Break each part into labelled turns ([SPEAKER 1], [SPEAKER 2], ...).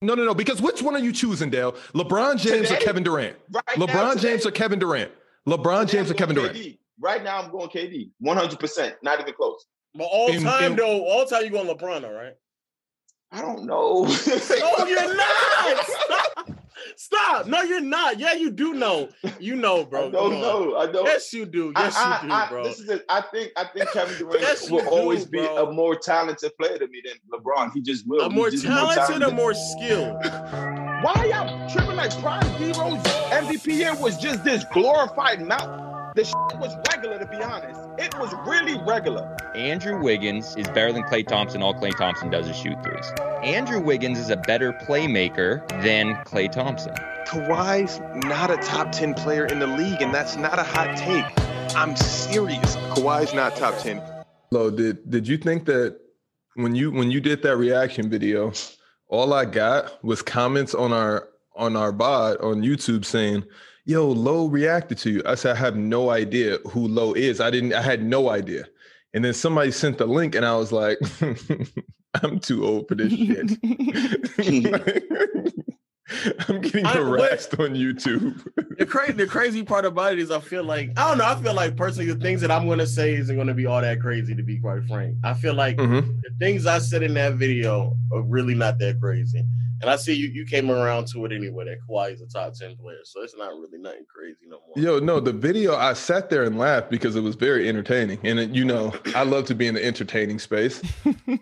[SPEAKER 1] No, no, no. Because which one are you choosing, Dale? LeBron James
[SPEAKER 2] Today?
[SPEAKER 1] or Kevin Durant?
[SPEAKER 2] Right now,
[SPEAKER 1] LeBron
[SPEAKER 2] today-
[SPEAKER 1] James or Kevin Durant? LeBron James or
[SPEAKER 2] Today I'm
[SPEAKER 1] Kevin
[SPEAKER 2] going
[SPEAKER 1] Durant?
[SPEAKER 2] KD. Right now, I'm going KD. 100. percent Not even close.
[SPEAKER 3] But all
[SPEAKER 1] In-
[SPEAKER 3] time
[SPEAKER 1] in-
[SPEAKER 3] though, all time you going LeBron, all right?
[SPEAKER 2] I don't know.
[SPEAKER 3] No, you're not. Stop. Stop. No, you're not. Yeah, you do know. You know, bro.
[SPEAKER 2] I
[SPEAKER 3] Come
[SPEAKER 2] don't
[SPEAKER 3] on.
[SPEAKER 2] know. I don't.
[SPEAKER 3] Yes, you do. Yes,
[SPEAKER 2] I,
[SPEAKER 3] you
[SPEAKER 2] I-
[SPEAKER 3] do,
[SPEAKER 2] I-
[SPEAKER 3] bro.
[SPEAKER 2] This is a, I think I think Kevin Durant
[SPEAKER 3] Yes, you
[SPEAKER 2] will
[SPEAKER 3] do,
[SPEAKER 2] always be
[SPEAKER 3] bro.
[SPEAKER 2] a more talented player to me than LeBron. He just will.
[SPEAKER 3] a
[SPEAKER 2] He's
[SPEAKER 3] more
[SPEAKER 2] just
[SPEAKER 3] talented or more skilled?
[SPEAKER 2] Why y'all tripping like prime heroes? MVP year was just this glorified mount. The shit was regular, to be honest. It was really regular.
[SPEAKER 4] Andrew Wiggins is better than Clay Thompson. All Clay Thompson does is shoot threes. Andrew Wiggins is a better playmaker than Clay Thompson.
[SPEAKER 5] Kawhi's not a top 10 player in the league, and that's not a hot take. I'm serious. Kawhi's not top 10.
[SPEAKER 1] Lo, did did you think that when you when you did that reaction video, all I got was comments on our on our bot on YouTube saying, "Yo, Lo reacted to you." I said, "I have no idea who Lo is. I didn't. I had no idea." And then somebody sent the link, and I was like, "I'm too old for this shit." I'm getting
[SPEAKER 3] I- what-
[SPEAKER 1] harassed on YouTube.
[SPEAKER 3] The crazy, the crazy part about it is, I feel like I don't know. I feel like personally, the things that I'm gonna say isn't gonna be all that crazy. To be quite frank, I feel like
[SPEAKER 1] Mhm.
[SPEAKER 3] the things I said in that video are really not that crazy. And I see you, you came around to it anyway. That Kawhi is a top ten player, so it's not really nothing crazy no more.
[SPEAKER 1] Yo, no, the video I sat there and laughed because it was very entertaining, and it, you know I love to be in the entertaining space.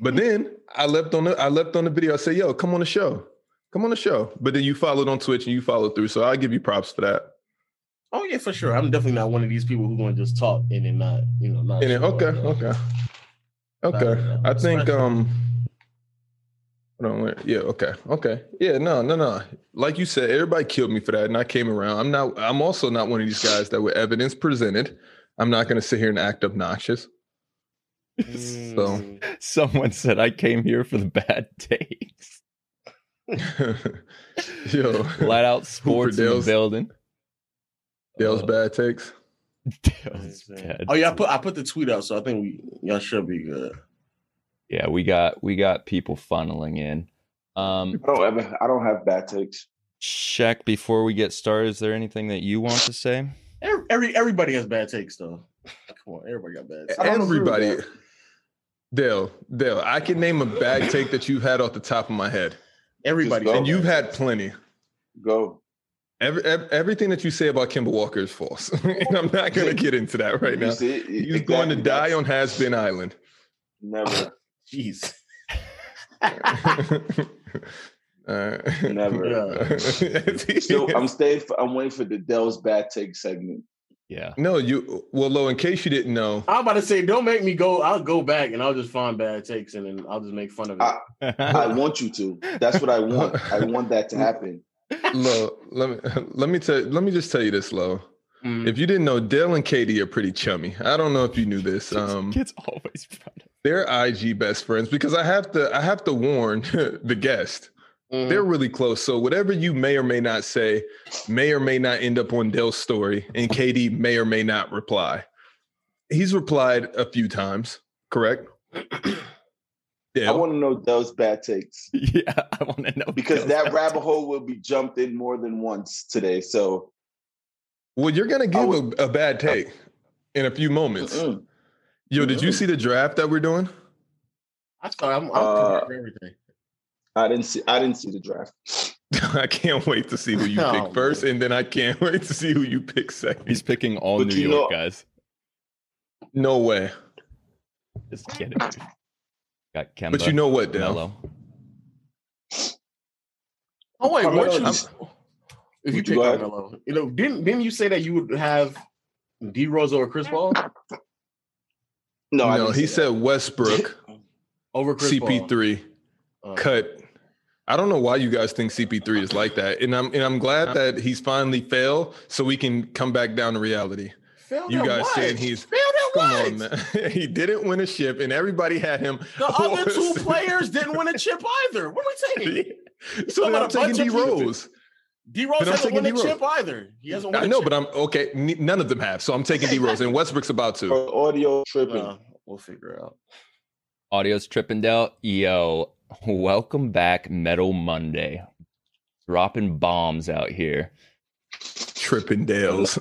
[SPEAKER 1] But then I left on the I left on the video. I said, "Yo, come on the show, come on the show." But then you followed on Twitch and you followed through, so I give you props for that.
[SPEAKER 3] Oh yeah, for sure. I'm definitely not one of these people who gonna just talk and then not, you know, not.
[SPEAKER 1] And then,
[SPEAKER 3] show
[SPEAKER 1] okay,
[SPEAKER 3] up.
[SPEAKER 1] okay, okay. I think um, hold on, wait, yeah, okay, okay, yeah, no, no, no. Like you said, everybody killed me for that, and I came around. I'm not. I'm also not one of these guys that with evidence presented. I'm not going to sit here and act obnoxious.
[SPEAKER 3] Mm.
[SPEAKER 4] Someone said I came here for the bad takes.
[SPEAKER 1] Yo,
[SPEAKER 4] Flat out sports in the
[SPEAKER 1] Dale's-
[SPEAKER 4] building.
[SPEAKER 1] Dale's
[SPEAKER 4] Uh,
[SPEAKER 1] bad takes.
[SPEAKER 4] Dale's bad.
[SPEAKER 3] Oh yeah, I put I put the tweet out, so I think we y'all should be good.
[SPEAKER 4] Yeah, we got we got people funneling in. Um
[SPEAKER 2] I don't ever. I don't have bad takes.
[SPEAKER 4] Shaq, before we get started, is there anything that you want to say?
[SPEAKER 3] Every, every everybody has bad takes though. Come on, everybody got bad takes.
[SPEAKER 2] I don't agree with
[SPEAKER 1] Everybody.
[SPEAKER 2] that.
[SPEAKER 1] Dale, Dale, I can name a bad take that you've had off the top of my head,
[SPEAKER 3] Everybody.
[SPEAKER 2] go.
[SPEAKER 1] and you've had plenty.
[SPEAKER 2] Go.
[SPEAKER 1] Every, ev- everything that you say about Kimber Walker is false, and I'm not going to get into that right now.
[SPEAKER 2] You see,
[SPEAKER 1] He's going to die on Has Been Island.
[SPEAKER 2] Never,
[SPEAKER 3] Jeez.
[SPEAKER 1] Uh,
[SPEAKER 2] never. Still, I'm staying. For, I'm waiting for the Dell's bad take segment.
[SPEAKER 4] Yeah.
[SPEAKER 1] no, you. Well, Lo, in case you didn't know,
[SPEAKER 3] I'm about to say, don't make me go. I'll go back and I'll just find bad takes and then I'll just make fun of it.
[SPEAKER 2] I- I want you to. That's what I want. I want that to happen.
[SPEAKER 1] Lo, let me let me tell let me just tell you this, Lo.
[SPEAKER 2] Mm-hmm.
[SPEAKER 3] Mm.
[SPEAKER 1] If you didn't know, Dale and Katie are pretty chummy. I don't know if you knew this. Um,
[SPEAKER 4] Kids always proud of
[SPEAKER 1] they're IG best friends because I have to I have to warn the guest.
[SPEAKER 3] Mm.
[SPEAKER 1] They're really close. So whatever you may or may not say, may or may not end up on Dale's story, and Katie may or may not reply. He's replied a few times, correct?
[SPEAKER 2] I
[SPEAKER 1] Dale,
[SPEAKER 2] want to know Dell's bad takes
[SPEAKER 4] Yeah, I want to know
[SPEAKER 2] because
[SPEAKER 4] Dale's
[SPEAKER 2] that
[SPEAKER 4] bad
[SPEAKER 2] rabbit
[SPEAKER 4] takes.
[SPEAKER 2] hole will be jumped in more than once today. So
[SPEAKER 1] well, you're gonna give
[SPEAKER 2] would-
[SPEAKER 1] a, a bad take in a few moments.
[SPEAKER 2] mm-mm.
[SPEAKER 1] Yo, did you
[SPEAKER 2] Mm-mm.
[SPEAKER 1] see the draft that we're doing?
[SPEAKER 3] I thought I'm, I'm
[SPEAKER 2] Uh,
[SPEAKER 3] for everything.
[SPEAKER 2] I didn't see. I didn't see the draft.
[SPEAKER 1] I can't wait to see who you
[SPEAKER 3] Oh,
[SPEAKER 1] pick first, and then I can't wait to see who you pick second.
[SPEAKER 4] He's picking all
[SPEAKER 2] But
[SPEAKER 4] New
[SPEAKER 2] you
[SPEAKER 4] York
[SPEAKER 2] know-
[SPEAKER 4] guys.
[SPEAKER 1] No way.
[SPEAKER 4] Just kidding. Got Kemba.
[SPEAKER 1] But you know what, Dale?
[SPEAKER 4] Melo.
[SPEAKER 3] Oh wait,
[SPEAKER 2] Carmelo,
[SPEAKER 3] weren't you?
[SPEAKER 2] I'm-
[SPEAKER 3] if you
[SPEAKER 2] Would you
[SPEAKER 3] pick
[SPEAKER 2] go ahead?
[SPEAKER 3] Carmelo, you know, didn't didn't you say that you would have D Rose or Chris Paul
[SPEAKER 2] No, I
[SPEAKER 1] no,
[SPEAKER 2] didn't
[SPEAKER 1] he
[SPEAKER 2] see that.
[SPEAKER 1] said Westbrook,
[SPEAKER 3] over Chris Paul?
[SPEAKER 1] CP3,
[SPEAKER 3] Uh,
[SPEAKER 1] cut. I don't know why you guys think CP3 is like that, and I'm and I'm glad that he's finally failed, so we can come back down to reality.
[SPEAKER 3] Failed
[SPEAKER 1] You
[SPEAKER 3] at
[SPEAKER 1] guys
[SPEAKER 3] what?
[SPEAKER 1] saying he's-
[SPEAKER 3] failed at
[SPEAKER 1] Come
[SPEAKER 3] what?
[SPEAKER 1] on, man. he didn't win a ship, and everybody had him.
[SPEAKER 3] The other two
[SPEAKER 1] was-
[SPEAKER 3] players didn't win a chip either. What are we taking?
[SPEAKER 1] so
[SPEAKER 3] talking
[SPEAKER 1] then I'm
[SPEAKER 3] about a
[SPEAKER 1] taking
[SPEAKER 3] bunch of
[SPEAKER 1] D
[SPEAKER 3] people.
[SPEAKER 1] Rose.
[SPEAKER 3] D Rose
[SPEAKER 1] Then I'm
[SPEAKER 3] hasn't
[SPEAKER 1] taking
[SPEAKER 3] won a
[SPEAKER 1] D Rose.
[SPEAKER 3] chip either. He hasn't won.
[SPEAKER 1] I
[SPEAKER 3] a
[SPEAKER 1] know,
[SPEAKER 3] chip.
[SPEAKER 1] but I'm okay. n- None of them have, so I'm taking D Rose, and Westbrook's about to.
[SPEAKER 2] For audio tripping.
[SPEAKER 3] Uh, we'll figure it out.
[SPEAKER 4] Audio's tripping Dale. Yo, Welcome back, Metal Monday. Dropping bombs out here.
[SPEAKER 1] Tripping Dales.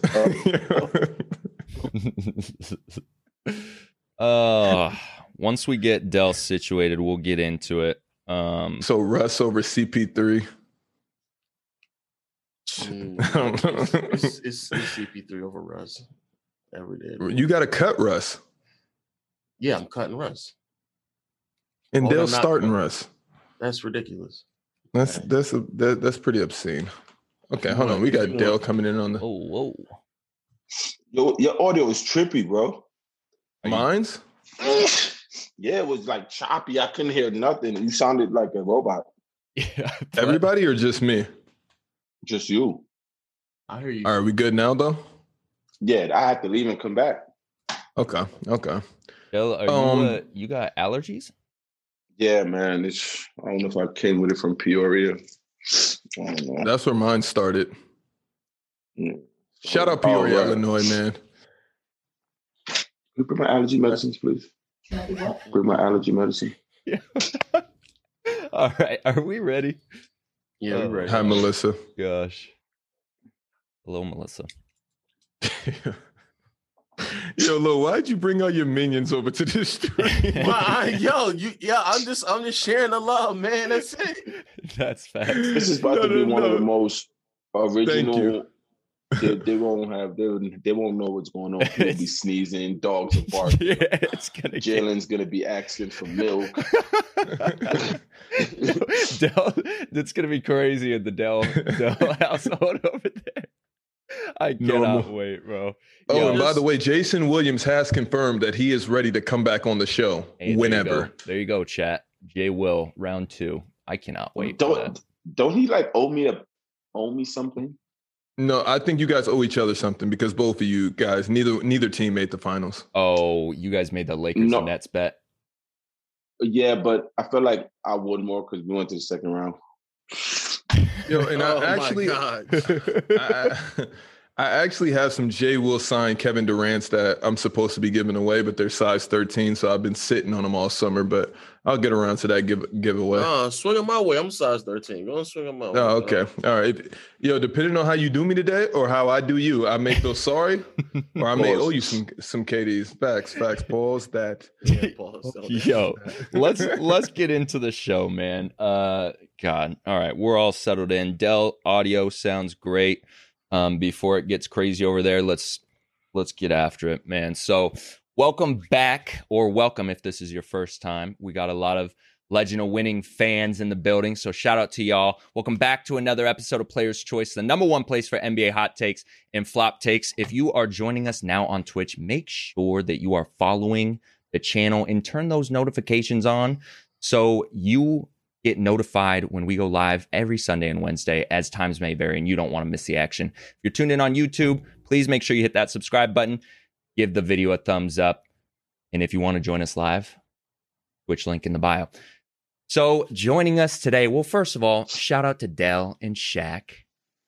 [SPEAKER 4] uh, once we get Dell situated, we'll get into it. Um,
[SPEAKER 1] so Russ over CP3.
[SPEAKER 3] Mm, it's, it's, it's CP3 over Russ every day.
[SPEAKER 1] you got to cut Russ.
[SPEAKER 3] Yeah, I'm cutting Russ.
[SPEAKER 1] And
[SPEAKER 3] Oh,
[SPEAKER 1] Dale's
[SPEAKER 3] they're not-
[SPEAKER 1] starting Russ.
[SPEAKER 3] That's ridiculous.
[SPEAKER 1] That's
[SPEAKER 3] Okay.
[SPEAKER 1] that's a, that, that's pretty obscene. Okay,
[SPEAKER 3] you
[SPEAKER 1] hold
[SPEAKER 3] want-
[SPEAKER 1] on. We
[SPEAKER 3] if you
[SPEAKER 1] got
[SPEAKER 3] want-
[SPEAKER 1] Dale coming in on the
[SPEAKER 4] oh, whoa.
[SPEAKER 2] Your, your audio is trippy, bro.
[SPEAKER 4] you-
[SPEAKER 1] mines.
[SPEAKER 2] yeah, it was like choppy. I couldn't hear nothing. You sounded like a robot.
[SPEAKER 4] Yeah,
[SPEAKER 1] Everybody or just me?
[SPEAKER 2] Just you.
[SPEAKER 3] I hear you.
[SPEAKER 1] All right, we good now though.
[SPEAKER 2] Yeah, I had to leave and come back.
[SPEAKER 1] Okay, okay.
[SPEAKER 4] Dell, are
[SPEAKER 1] Um,
[SPEAKER 4] you, uh, you got allergies?
[SPEAKER 2] Yeah, man. It's I don't know if I came with it from Peoria. I don't know.
[SPEAKER 1] That's where mine started.
[SPEAKER 2] Mm.
[SPEAKER 1] Shout out Peoria,
[SPEAKER 2] All right.
[SPEAKER 1] Illinois, man.
[SPEAKER 2] Can you bring my allergy medicines, please? Bring my allergy medicine.
[SPEAKER 4] All right, are we ready?
[SPEAKER 3] Yeah, we
[SPEAKER 4] Uh,
[SPEAKER 3] ready.
[SPEAKER 1] Hi, Melissa.
[SPEAKER 4] Gosh. Hello, Melissa.
[SPEAKER 1] Yo, Lo, why'd you bring all your minions over to this stream?
[SPEAKER 3] Well, I- yo, you, yeah, I'm just, I'm just sharing the love, man. That's it.
[SPEAKER 4] That's facts.
[SPEAKER 2] This is about
[SPEAKER 1] No,
[SPEAKER 2] to be
[SPEAKER 1] no,
[SPEAKER 2] one
[SPEAKER 1] no.
[SPEAKER 2] of the most original.
[SPEAKER 1] you.
[SPEAKER 2] They, they won't have. They, they won't know what's going on. People be sneezing. Dogs will bark.
[SPEAKER 4] yeah, it's gonna get.
[SPEAKER 2] Jalen's gonna be asking for milk.
[SPEAKER 4] Dell, that's gonna be crazy at the Dell Dell household over there. I cannot
[SPEAKER 1] Normal.
[SPEAKER 4] wait, bro.
[SPEAKER 1] Oh,
[SPEAKER 4] Yo,
[SPEAKER 1] and by
[SPEAKER 3] just-
[SPEAKER 1] the way, Jason Williams has confirmed that he is ready to come back on the show
[SPEAKER 4] hey, there you
[SPEAKER 1] whenever.
[SPEAKER 4] go. There you go, chat. J Will, round two. I cannot wait. for
[SPEAKER 2] don't don't he like owe me a owe me something?
[SPEAKER 1] No, I think you guys owe each other something because both of you guys, neither neither team made the finals.
[SPEAKER 4] Oh, you guys made the Lakers
[SPEAKER 2] No.
[SPEAKER 4] and Nets bet.
[SPEAKER 2] Yeah, but I feel like I would more because we went to the second round.
[SPEAKER 1] Yo, and
[SPEAKER 3] Oh, my
[SPEAKER 1] I actually, I,
[SPEAKER 3] God.
[SPEAKER 1] I- I actually have some J. Will signed Kevin Durant's that I'm supposed to be giving away, but they're size 13, so I've been sitting on them all summer. But I'll get around to that give, giveaway.
[SPEAKER 3] Uh, swing it my way. I'm size 13. Go and swing it my way.
[SPEAKER 1] Oh, okay. All right. If- Yo, depending on how you do me today or how I do you, I may feel sorry or I may
[SPEAKER 2] Pause.
[SPEAKER 1] owe you some some KDs. Facts, facts. Pause that.
[SPEAKER 3] Yeah, pause. Settle down.
[SPEAKER 4] Yo, let's let's get into the show, man. Uh God. All right. We're all settled in. Dell audio sounds great. Um, before it gets crazy over there, let's let's get after it, man. So welcome back, or welcome if this is your first time. We got a lot of Legend of Winning fans in the building. So shout out to y'all. Welcome back to another episode of Players Choice, the number one place for NBA hot takes and flop takes. If you are joining us now on Twitch, make sure that you are following the channel and turn those notifications on so you get notified when we go live every Sunday and Wednesday as times may vary and you don't want to miss the action. If you're tuned in on YouTube, please make sure you hit that subscribe button, give the video a thumbs up, and if you want to join us live, Twitch link in the bio. So, joining us today, well, first of all, shout out to Dell and Shaq.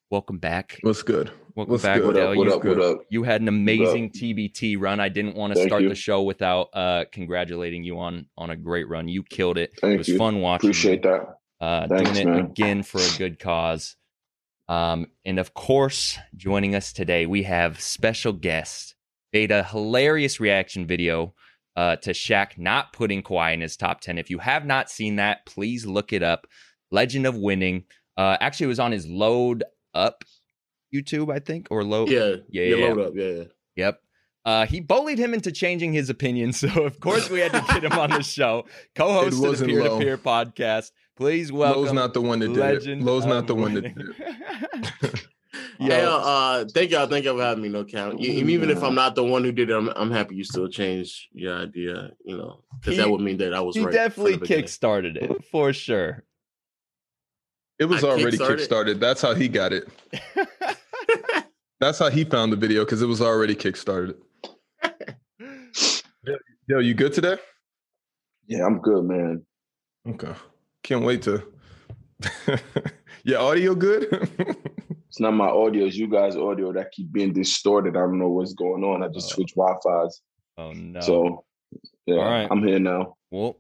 [SPEAKER 4] Welcome back.
[SPEAKER 1] What's good?
[SPEAKER 4] Welcome
[SPEAKER 1] What's
[SPEAKER 4] back,
[SPEAKER 1] good?
[SPEAKER 2] What
[SPEAKER 4] Dell.
[SPEAKER 2] up? What
[SPEAKER 4] You-
[SPEAKER 2] up? What up?
[SPEAKER 4] you had an amazing TBT run. I didn't want to
[SPEAKER 2] Thank
[SPEAKER 4] start
[SPEAKER 2] you.
[SPEAKER 4] the show without uh, congratulating you on on a great run. You killed it. it
[SPEAKER 2] Thank
[SPEAKER 4] was
[SPEAKER 2] you.
[SPEAKER 4] fun watching. you,
[SPEAKER 2] Appreciate that.
[SPEAKER 4] Uh,
[SPEAKER 2] Thanks,
[SPEAKER 4] doing it
[SPEAKER 2] man.
[SPEAKER 4] again for a good cause. Um, and of course, joining us today, we have special guest. Made a hilarious reaction video uh, to Shaq not putting Kawhi in his top ten. If you have not seen that, please look it up. Legend of Winning. Uh, actually, it was on his Load Up YouTube, I think, or Load.
[SPEAKER 3] Yeah, yeah,
[SPEAKER 4] Yeah, yeah,
[SPEAKER 3] Load up. Yeah, yeah.
[SPEAKER 4] Yep. Uh, he bullied him into changing his opinion, so of course we had to get him on the show.
[SPEAKER 1] It
[SPEAKER 4] Co-host of the
[SPEAKER 1] wasn't
[SPEAKER 4] Peer to
[SPEAKER 1] Lowe.
[SPEAKER 4] Peer podcast. Please
[SPEAKER 1] Lowe's
[SPEAKER 4] welcome.
[SPEAKER 1] not the one that did
[SPEAKER 4] legend
[SPEAKER 1] it. Lowe's
[SPEAKER 4] of
[SPEAKER 1] not the one that
[SPEAKER 4] winning.
[SPEAKER 1] did it.
[SPEAKER 4] Yo,
[SPEAKER 3] Hey, uh, uh, thank y'all. Thank y'all for having me. No count. E- even if I'm not the one who did it, I'm, I'm happy you still changed your idea. You know, because that
[SPEAKER 4] He-
[SPEAKER 3] would mean that I was
[SPEAKER 4] he
[SPEAKER 3] right. from the
[SPEAKER 4] definitely
[SPEAKER 3] beginning.
[SPEAKER 4] kickstarted it for sure.
[SPEAKER 1] It was
[SPEAKER 3] I
[SPEAKER 1] already
[SPEAKER 3] kickstarted-
[SPEAKER 1] kickstarted. That's how he got it. That's how he found the video because it was already kickstarted. Yo, you good today?
[SPEAKER 2] Yeah, I'm good, man.
[SPEAKER 1] Okay. Can't wait to. Your audio good?
[SPEAKER 2] It's not my audio, it's you guys' audio that keep being distorted. I don't know what's going on. I just
[SPEAKER 4] Oh.
[SPEAKER 2] switched Wi-Fi's.
[SPEAKER 4] Oh no.
[SPEAKER 2] So yeah,
[SPEAKER 4] All right.
[SPEAKER 2] I'm here now.
[SPEAKER 4] well,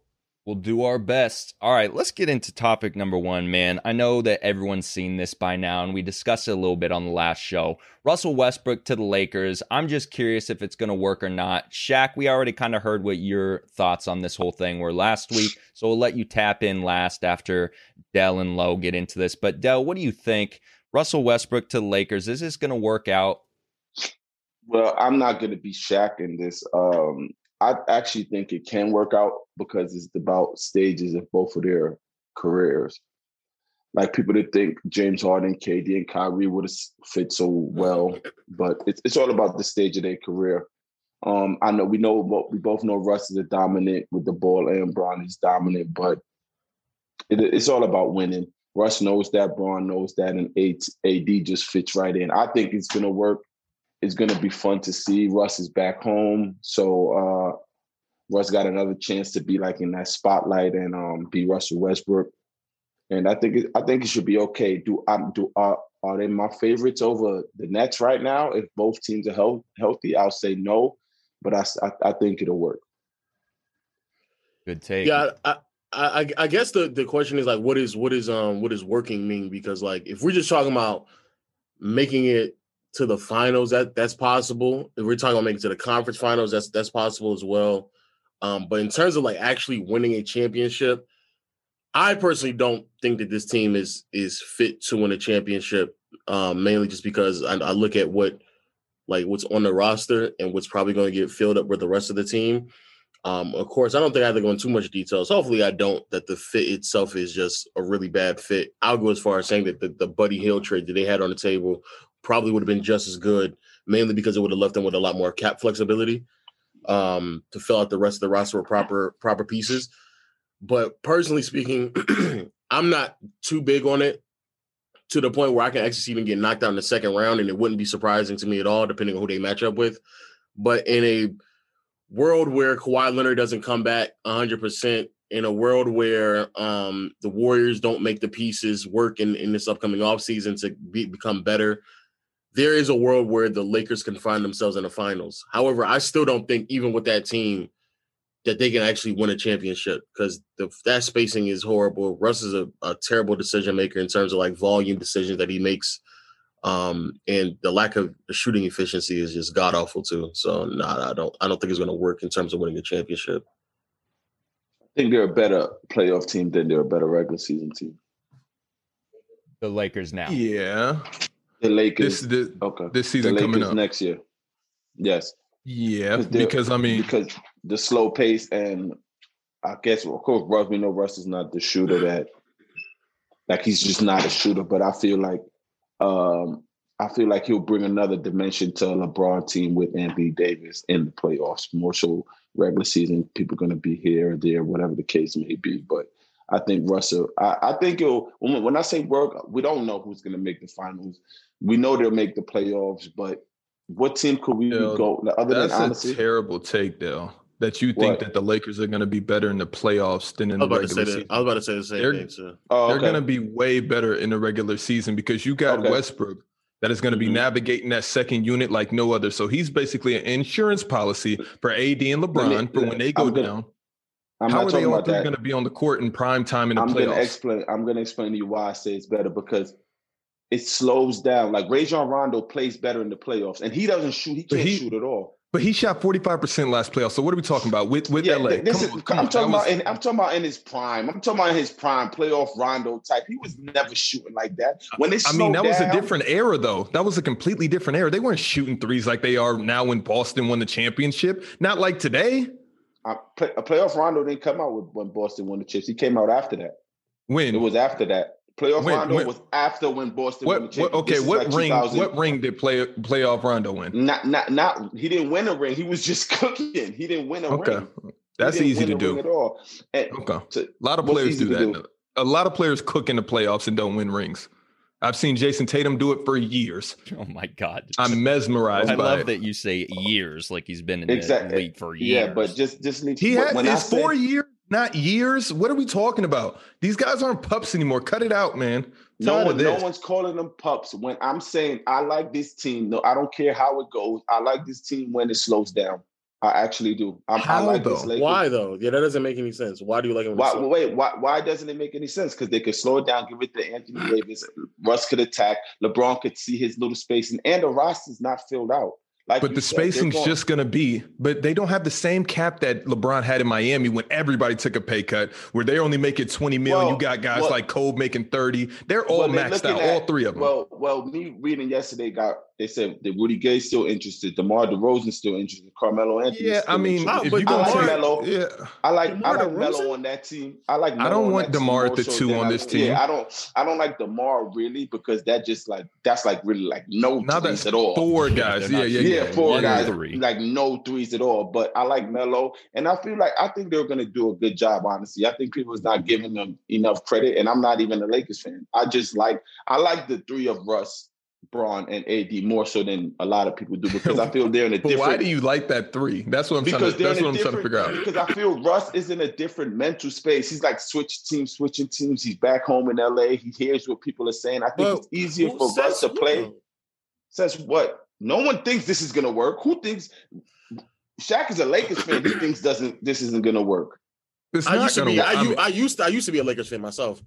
[SPEAKER 4] We'll do our best. All right, let's get into topic number one, man. I know that everyone's seen this by now, and we discussed it a little bit on the last show. Russell Westbrook to the Lakers. I'm just curious if it's going to work or not. Shaq, we already kind of heard what your thoughts on this whole thing were last week, so we'll let you tap in last after Dell and Lowe get into this. But Dell, what do you think? Russell Westbrook to the Lakers. Is this going to work out?
[SPEAKER 2] Well, I'm not going to be Shaq in this. Um, I actually think it can work out because it's about stages of both of their careers. Like people that think James Harden, KD, and Kyrie would have fit so well, but it's it's all about the stage of their career. Um, I know we know what we both know. Russ is a dominant with the ball, and Bron is dominant, but it, it's all about winning. Russ knows that, Braun knows that, and AD just fits right in. I think it's gonna work it's going to be fun to see. Russ is back home, so uh, Russ got another chance to be like in that spotlight and um, be Russell Westbrook. And I think it, I think it should be okay. Do I do uh, are they my favorites over the Nets right now? If both teams are health, healthy, I'll say no, but I, I, I think it'll work.
[SPEAKER 4] Good take.
[SPEAKER 3] Yeah, I, I I guess the the question is like, what is what is um what is working mean? Because like, if we're just talking about making it to the finals, that that's possible. If we're talking about making to the conference finals, that's that's possible as well. Um, but in terms of like actually winning a championship, I personally don't think that this team is is fit to win a championship. Um, mainly just because I, I look at what like what's on the roster and what's probably going to get filled up with the rest of the team. Um, of course, I don't think I have to go into too much details. Hopefully, I don't. That the fit itself is just a really bad fit. I'll go as far as saying that the, the Buddy Hill trade that they had on the table probably would have been just as good, mainly because it would have left them with a lot more cap flexibility um, to fill out the rest of the roster with proper proper pieces. But personally speaking, I'm not too big on it to the point where I can actually even get knocked out in the second round, and it wouldn't be surprising to me at all, depending on who they match up with. But in a world where Kawhi Leonard doesn't come back 100%, in a world where um, the Warriors don't make the pieces work in, in this upcoming offseason to be, become better, there is a world where the Lakers can find themselves in the finals. However, I still don't think, even with that team, that they can actually win a championship because that spacing is horrible. Russ is a, a terrible decision maker in terms of like volume decisions that he makes. Um, and the lack of shooting efficiency is just god awful too. So nah, I don't I don't think it's gonna work in terms of winning a championship.
[SPEAKER 2] I think they're a better playoff team than they're a better regular season team.
[SPEAKER 4] The Lakers now.
[SPEAKER 1] Yeah.
[SPEAKER 2] The Lakers.
[SPEAKER 1] This this,
[SPEAKER 2] okay.
[SPEAKER 1] this season
[SPEAKER 2] the Lakers
[SPEAKER 1] coming up.
[SPEAKER 2] next year. Yes.
[SPEAKER 1] yeah,
[SPEAKER 2] 'Cause they're-
[SPEAKER 1] because I mean,
[SPEAKER 2] because the slow pace and I guess of course Russ, we know Russ is not the shooter that like he's just not a shooter, but I feel like um I feel like he'll bring another dimension to a LeBron team with Anthony Davis in the playoffs. More so regular season, people gonna be here or there, whatever the case may be. But I think Russell, I, I think it'll when, when I say work, we don't know who's gonna make the finals. We know they'll make the playoffs, but what team could we
[SPEAKER 1] Yo,
[SPEAKER 2] go other than
[SPEAKER 1] that's
[SPEAKER 2] honestly?
[SPEAKER 1] a terrible take, though. That you think
[SPEAKER 2] What?
[SPEAKER 1] that the Lakers are going to be better in the playoffs than in
[SPEAKER 3] I was
[SPEAKER 1] the
[SPEAKER 3] about to say
[SPEAKER 1] regular
[SPEAKER 3] that.
[SPEAKER 1] season.
[SPEAKER 3] I was about to say the same
[SPEAKER 1] They're-
[SPEAKER 3] thing too.
[SPEAKER 2] Oh,
[SPEAKER 1] They're going to be way better in the regular season because you got
[SPEAKER 2] Okay.
[SPEAKER 1] Westbrook that is going to be
[SPEAKER 2] Mhm.
[SPEAKER 1] navigating that second unit like no other. So he's basically an insurance policy for AD and LeBron for when they go
[SPEAKER 2] I'm gonna-
[SPEAKER 1] down.
[SPEAKER 2] I'm
[SPEAKER 1] How
[SPEAKER 2] not
[SPEAKER 1] are
[SPEAKER 2] talking
[SPEAKER 1] they all
[SPEAKER 2] about
[SPEAKER 1] three
[SPEAKER 2] that.
[SPEAKER 1] going to be on the court in prime time in the
[SPEAKER 2] I'm
[SPEAKER 1] playoffs?
[SPEAKER 2] gonna explain. I'm gonna explain to you why I say it's better because it slows down. Like Rajon Rondo plays better in the playoffs, and he doesn't shoot. He
[SPEAKER 1] But
[SPEAKER 2] can't
[SPEAKER 1] he-
[SPEAKER 2] shoot at all.
[SPEAKER 1] but he shot 45% last playoff. So what are we talking about with, with
[SPEAKER 2] Yeah,
[SPEAKER 1] LA?
[SPEAKER 2] th- this
[SPEAKER 1] Come
[SPEAKER 2] is.
[SPEAKER 1] on, come
[SPEAKER 2] I'm
[SPEAKER 1] on.
[SPEAKER 2] talking
[SPEAKER 1] That
[SPEAKER 2] about.
[SPEAKER 1] was-
[SPEAKER 2] In, I'm talking about in his prime. I'm talking about in his prime playoff Rondo type. He was never shooting like that. When it
[SPEAKER 1] I mean, that
[SPEAKER 2] slowed
[SPEAKER 1] was a
[SPEAKER 2] down-
[SPEAKER 1] different era, though. That was a completely different era. They weren't shooting threes like they are now when Boston won the championship. Not like today.
[SPEAKER 2] uh, play, a playoff Rondo didn't come out with when Boston won the chips. He came out after that.
[SPEAKER 1] When?
[SPEAKER 2] It was after that. Playoff
[SPEAKER 1] When-
[SPEAKER 2] Rondo
[SPEAKER 1] when-
[SPEAKER 2] was after when Boston won the
[SPEAKER 1] what,
[SPEAKER 2] championship.
[SPEAKER 1] what? Okay.
[SPEAKER 2] This is
[SPEAKER 1] What
[SPEAKER 2] like
[SPEAKER 1] ring?
[SPEAKER 2] 2000
[SPEAKER 1] What ring did play playoff Rondo win?
[SPEAKER 2] Not, not, not. He didn't win a ring. He was just cooking. He didn't win a
[SPEAKER 1] Okay,
[SPEAKER 2] ring. He
[SPEAKER 1] that's
[SPEAKER 2] didn't
[SPEAKER 1] easy
[SPEAKER 2] win
[SPEAKER 1] to
[SPEAKER 2] a ring At
[SPEAKER 1] do.
[SPEAKER 2] all. And
[SPEAKER 1] Okay, a
[SPEAKER 2] So,
[SPEAKER 1] lot of
[SPEAKER 2] what's
[SPEAKER 1] players
[SPEAKER 2] easy
[SPEAKER 1] do
[SPEAKER 2] to
[SPEAKER 1] that.
[SPEAKER 2] do?
[SPEAKER 1] A lot of players cook in the playoffs and don't win rings. I've seen Jason Tatum do it for years.
[SPEAKER 4] Oh my god.
[SPEAKER 1] I'm mesmerized
[SPEAKER 4] I
[SPEAKER 1] by
[SPEAKER 4] love
[SPEAKER 1] it.
[SPEAKER 4] that you say years, like he's been in the
[SPEAKER 2] Exact-
[SPEAKER 4] league for years.
[SPEAKER 2] yeah, but just just need
[SPEAKER 1] He had
[SPEAKER 2] when I
[SPEAKER 1] it's
[SPEAKER 2] say-
[SPEAKER 1] four years, not years. What are we talking about? These guys aren't pups anymore. Cut it out, man.
[SPEAKER 2] No
[SPEAKER 1] Tired of
[SPEAKER 2] one, no
[SPEAKER 1] this.
[SPEAKER 2] one's calling them pups. When I'm saying I like this team, no, I don't care how it goes. I like this team when it slows down. I actually do. I'm, I
[SPEAKER 1] How,
[SPEAKER 2] like
[SPEAKER 1] though?
[SPEAKER 2] this Lakers.
[SPEAKER 3] Why though? Yeah, that doesn't make any sense. Why do you like him?
[SPEAKER 2] Why,
[SPEAKER 3] so-
[SPEAKER 2] wait, why, why doesn't it make any sense? Because they could slow it down, give it to
[SPEAKER 1] Mm.
[SPEAKER 2] Anthony Davis. Russ could attack. LeBron could see his little spacing, and the roster's not filled out. Like,
[SPEAKER 1] But
[SPEAKER 2] you
[SPEAKER 1] the
[SPEAKER 2] said, they're
[SPEAKER 1] spacing's
[SPEAKER 2] going-
[SPEAKER 1] just going to be, but they don't have the same cap that LeBron had in Miami when everybody took a pay cut, where they only make it 20 mil.
[SPEAKER 2] Well,
[SPEAKER 1] you got guys
[SPEAKER 2] well-
[SPEAKER 1] like Kobe making 30. They're all
[SPEAKER 2] Well, they're
[SPEAKER 1] maxed out,
[SPEAKER 2] looking
[SPEAKER 1] all
[SPEAKER 2] at-
[SPEAKER 1] three of them.
[SPEAKER 2] Well, well, me reading yesterday got they said that Rudy Gay's still interested, DeMar DeRozan's still interested, Carmelo Anthony.
[SPEAKER 1] yeah, I mean,
[SPEAKER 3] Wow,
[SPEAKER 1] if
[SPEAKER 3] but
[SPEAKER 1] you go
[SPEAKER 2] I like
[SPEAKER 1] on-
[SPEAKER 2] Melo.
[SPEAKER 1] yeah.
[SPEAKER 2] I like
[SPEAKER 3] DeMar
[SPEAKER 2] I like
[SPEAKER 3] DeRozan?
[SPEAKER 2] Melo on that team. I like.
[SPEAKER 1] I
[SPEAKER 2] Melo
[SPEAKER 1] don't
[SPEAKER 2] on
[SPEAKER 1] want
[SPEAKER 2] that team
[SPEAKER 1] DeMar at
[SPEAKER 2] more
[SPEAKER 1] the
[SPEAKER 2] so
[SPEAKER 1] two
[SPEAKER 2] than
[SPEAKER 1] on
[SPEAKER 2] I-
[SPEAKER 1] this team.
[SPEAKER 2] Yeah, I don't. I don't like DeMar really because that just like that's like really like no
[SPEAKER 1] Now
[SPEAKER 2] threes
[SPEAKER 1] that's
[SPEAKER 2] at all.
[SPEAKER 1] four guys.
[SPEAKER 4] they're
[SPEAKER 1] Yeah,
[SPEAKER 4] not-
[SPEAKER 1] yeah,
[SPEAKER 2] yeah,
[SPEAKER 1] yeah.
[SPEAKER 2] four
[SPEAKER 4] one
[SPEAKER 2] guys,
[SPEAKER 4] three.
[SPEAKER 2] like no threes at all. But I like Melo, and I feel like I think they're gonna do a good job. Honestly, I think people's not giving them enough credit, and I'm not even a Lakers fan. I just like I like the three of Russ, Braun, and AD more so than a lot of people do because I feel they're in a
[SPEAKER 1] But
[SPEAKER 2] different.
[SPEAKER 1] why do you like that three? That's what I'm trying
[SPEAKER 2] Because
[SPEAKER 1] to.
[SPEAKER 2] they're
[SPEAKER 1] That's
[SPEAKER 2] in a
[SPEAKER 1] what I'm trying to
[SPEAKER 2] different-
[SPEAKER 1] figure out.
[SPEAKER 2] Because I feel Russ is in a different mental space. He's like switch teams, switching teams. He's back home in LA. He hears what people are saying. I think
[SPEAKER 3] But
[SPEAKER 2] it's easier
[SPEAKER 3] Who
[SPEAKER 2] for Russ
[SPEAKER 3] says
[SPEAKER 2] to
[SPEAKER 3] who,
[SPEAKER 2] play
[SPEAKER 3] though?
[SPEAKER 2] says what? No one thinks this is gonna work. Who thinks Shaq is a Lakers fan? He thinks doesn't this isn't gonna work.
[SPEAKER 1] It's
[SPEAKER 3] I
[SPEAKER 1] not
[SPEAKER 3] used to
[SPEAKER 1] gonna.
[SPEAKER 3] be.
[SPEAKER 1] work.
[SPEAKER 3] I,
[SPEAKER 1] I
[SPEAKER 3] u-
[SPEAKER 1] mean-
[SPEAKER 3] I used. To, I used to be a Lakers fan myself.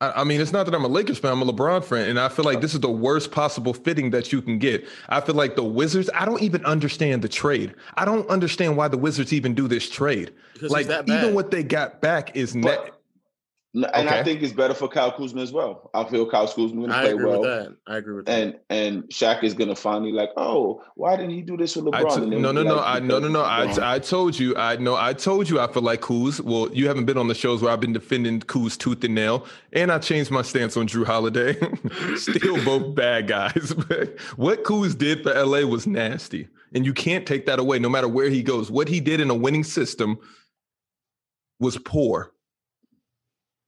[SPEAKER 1] I, I mean, it's not that I'm a Lakers fan. I'm a LeBron fan, and I feel like this is the worst possible fitting that you can get. I feel like the Wizards. I don't even understand the trade. I don't understand why the Wizards even do this trade.
[SPEAKER 3] Because
[SPEAKER 1] like
[SPEAKER 3] he's that bad.
[SPEAKER 1] even what they got back is net.
[SPEAKER 2] But- N- And I
[SPEAKER 1] Okay.
[SPEAKER 2] think it's better for Kyle Kuzma as well. I feel Kyle Kuzma gonna
[SPEAKER 3] I
[SPEAKER 2] play
[SPEAKER 3] agree with
[SPEAKER 2] well.
[SPEAKER 3] that. I agree with that.
[SPEAKER 2] And and Shaq is gonna finally like, oh, why didn't he do this with
[SPEAKER 1] I
[SPEAKER 2] LeBron?
[SPEAKER 1] t-
[SPEAKER 2] And then
[SPEAKER 1] no, no,
[SPEAKER 2] be
[SPEAKER 1] no,
[SPEAKER 2] like,
[SPEAKER 1] I no, no, no. I,
[SPEAKER 2] because
[SPEAKER 1] t- I told you. I know. I told you. I feel like Kuz. Well, you haven't been on the shows where I've been defending Kuz tooth and nail, and I changed my stance on Drew Holiday. Still both bad guys, but what Kuz did for LA was nasty, and you can't take that away. No matter where he goes, what he did in a winning system was poor.